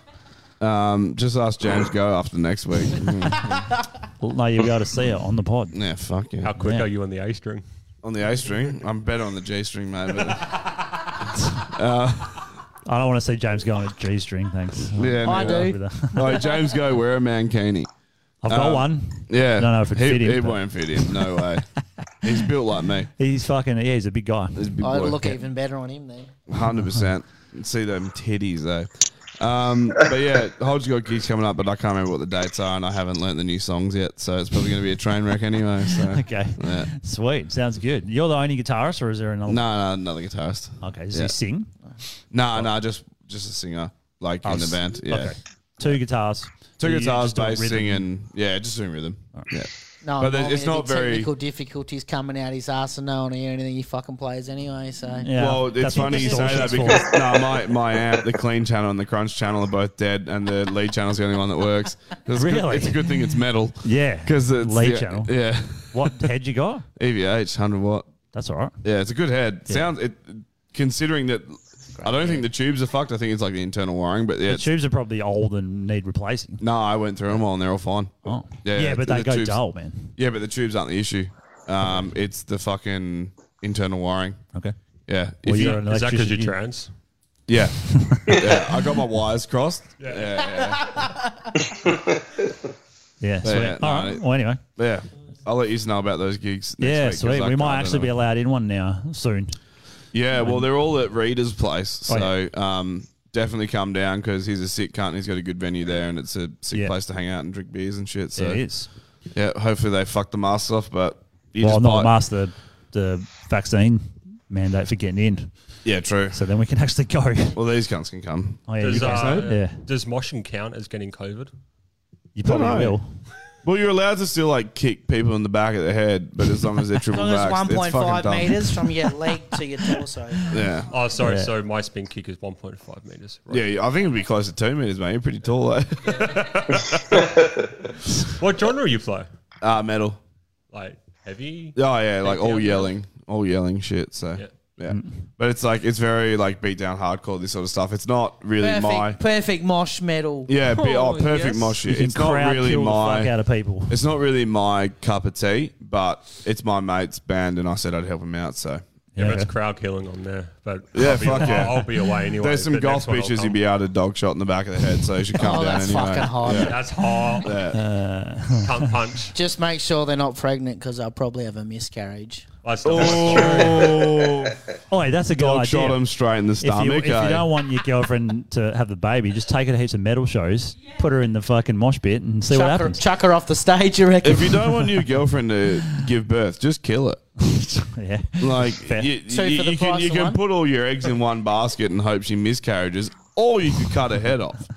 S2: Um, just ask James go after next week.
S3: Well, no, you'll be able to see it on the pod.
S2: Yeah, fuck yeah.
S19: How quick
S3: Yeah.
S19: are you on the A string?
S2: on the A string, I'm better on the G string, mate. But, uh,
S3: I don't want to see James going a G string, thanks.
S2: yeah,
S3: I'm
S2: no.
S3: happy with that.
S2: Like James go wear a mankini. Um,
S3: I've got one.
S2: Yeah,
S3: Don't know if it'd
S2: he,
S3: fit him,
S2: It
S3: but-
S2: won't fit him. No way. He's built like me.
S3: He's fucking, yeah, he's a big guy.
S2: He's a big
S22: I'd
S2: boy.
S22: look even better on him then.
S2: Hundred percent. see them titties though. Um, but yeah, Hodge got gigs coming up, but I can't remember what the dates are, and I haven't learnt the new songs yet, so it's probably going to be a train wreck anyway. So
S3: Okay.
S2: yeah.
S3: Sweet. Sounds good. You're the only guitarist, or is there another?
S2: No, no, another guitarist.
S3: Okay. Does he sing?
S2: No, no, just just a singer, like
S3: Oh,
S2: in the
S3: s-
S2: band. Yeah,
S3: okay. Two guitars.
S2: two
S3: You
S2: guitars,
S3: just do a
S2: bass,
S3: rhythm.
S2: singing. Yeah, just doing rhythm. Yeah,
S22: No,
S2: but there's-
S22: normally
S2: it's not
S22: the
S2: very.
S22: technical difficulties coming out his ass and no one hear anything he fucking plays anyway. So
S2: Well, Oh, it's funny you say that because no, my my amp, the clean channel and the crunch channel are both dead, and the lead channel's the only one that works. It's a good-
S3: Really?
S2: it's a good thing it's metal.
S3: Yeah.
S2: because it's
S3: Lead
S2: the-
S3: channel.
S2: Yeah,
S3: What head you got?
S2: EVH hundred watt.
S3: That's all right.
S2: Yeah, it's a good head.
S3: Yeah.
S2: Sounds it, considering that. I don't think the tubes are fucked. I think it's like the internal wiring, but yeah,
S3: the
S2: it's-
S3: tubes are probably old and need replacing.
S2: No, I went through them all and they're all fine.
S3: Oh. Yeah, but
S2: the-
S3: they
S2: the
S3: go dull, man.
S2: Yeah, but the tubes aren't the issue. Um, it's the fucking internal wiring.
S3: Okay.
S2: Yeah.
S3: Well,
S2: If
S3: you're an Is that 'cause electrician, you're you-
S19: trans?
S2: Yeah. yeah. I got my wires crossed.
S19: Yeah.
S2: yeah,
S3: Yeah, sweet. All right. Well, anyway.
S2: Yeah. I'll let you know about those gigs. Next
S3: yeah,
S2: week 'cause
S3: sweet. We
S2: I can't- I
S3: might
S2: don't
S3: actually
S2: know.
S3: be allowed in one now soon.
S2: Yeah, well,
S3: Um,
S2: they're all at Reader's Place, so
S3: Oh,
S2: um, definitely come down because he's a sick cunt. and He's got a good venue there, and it's a sick place to hang out and drink beers and shit. So
S3: It is.
S2: Yeah, hopefully they fuck the masks off, but you
S3: well,
S2: just
S3: not
S2: buy-
S3: past the the vaccine mandate for getting in.
S2: Yeah, true.
S3: So then we can actually go.
S2: Well, these cunts can come.
S3: Oh yeah, you
S19: does,
S3: guys
S19: uh,
S3: know. Yeah.
S19: does moshing count as getting COVID?
S3: You
S2: Don't
S3: probably
S2: know.
S3: will.
S2: Well, you're allowed to still like kick people in the back of the head, but as long as they're
S22: As
S2: triple
S22: long as
S2: vaxxed, it's fucking
S22: 1.5
S2: dumb.
S22: meters from your leg to your torso.
S2: Yeah.
S19: Oh, sorry.
S2: Yeah.
S19: So my spin kick is 1.5 meters. Right.
S2: Yeah, I think it'd be close to two meters, mate. You're pretty tall, eh?
S19: What genre you play?
S2: Ah, metal.
S19: Like heavy?
S2: Oh yeah, like
S19: Beat
S2: all
S19: down.
S2: yelling, all yelling shit. So yeah, but it's like it's very like beat down hardcore this sort of stuff. It's not really
S22: perfect,
S2: my
S22: perfect mosh metal.
S2: yeah, be, oh, perfect mosh
S22: You
S2: shit.
S22: can
S2: It's not
S22: crowd
S2: really
S22: kill the
S2: my
S22: fuck out of people.
S2: It's not really my cup of tea, but it's my mate's band, and I said I'd help him out. So
S19: Yeah, that's crowd killing on there. But
S2: Yeah,
S19: I'll be,
S2: fuck yeah.
S19: I'll, I'll be away anyway.
S2: There's some
S19: but next one
S2: golf
S19: I'll
S2: bitches
S19: come.
S2: you'd be out of dog shot in the back of the head, so you should come
S22: Oh,
S2: down
S22: that's
S2: anyway.
S22: fucking hot.
S19: That's hot.
S2: Yeah.
S22: Uh,
S19: Cunt punch.
S22: Just make sure they're not pregnant because I'll probably have a miscarriage.
S19: That's
S2: not Oh.
S3: Oh, hey, that's a good
S2: Dog
S3: idea.
S2: shot him straight in the
S3: If you,
S2: stomach,
S3: if you
S2: eh?
S3: don't want your girlfriend to have the baby, just take her to heaps of metal shows, put her in the fucking mosh pit, and see what
S22: chuck, her,
S3: happens.
S22: chuck her off the stage, you reckon?
S2: If you don't want your girlfriend to give birth, just kill it.
S3: yeah.
S2: Like you,
S22: Two
S2: you-
S22: for the
S2: you can,
S22: price
S2: you
S22: of
S2: can
S22: one.
S2: put all your eggs in one basket and hope she miscarriages, or you could cut her head off.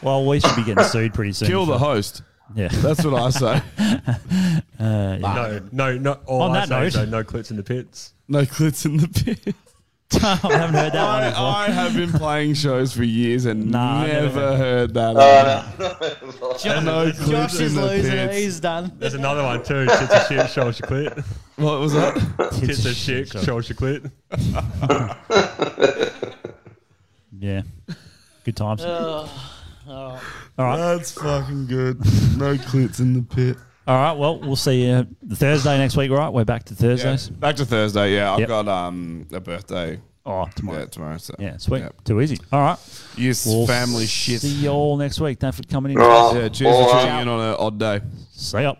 S3: Well, we should be getting sued pretty soon.
S2: Kill the
S3: for-
S2: host.
S3: Yeah.
S2: That's what I say.
S3: Uh, yeah.
S19: No, no, no. All
S3: On
S19: I
S3: that
S19: say is
S3: note-
S19: though, no clits in the pits.
S2: No clits in the pit.
S3: I haven't heard that
S2: I,
S3: one before.
S2: I have been playing shows for years and
S3: Nah, I
S2: never,
S3: never heard-
S2: heard
S15: Oh,
S2: that.
S19: Uh,
S2: no
S3: Josh
S2: clits in
S3: is
S2: the
S3: losing it.
S2: pits.
S3: He's done.
S19: There's another one too. Tits a shit, show should quit.
S2: What was that?
S19: Tits a shit, show should quit.
S3: Yeah. Good times.
S22: Ugh.
S5: Uh,
S22: Oh.
S3: All right.
S2: That's fucking good. No clits in the pit.
S3: All right. Well, we'll see you Thursday next week, right? We're back to Thursdays.
S2: Yeah. Back to Thursday. Yeah, I've
S3: Yep.
S2: got um a birthday.
S3: Oh, tomorrow.
S2: Yeah, tomorrow. So
S3: Yeah, sweet.
S2: Yep.
S3: Too easy. All right.
S2: Yes, family shit.
S3: See you all next week. Thanks for coming in.
S2: Yeah, cheers for
S3: Ciao.
S2: tuning in on an odd day.
S3: Stay up.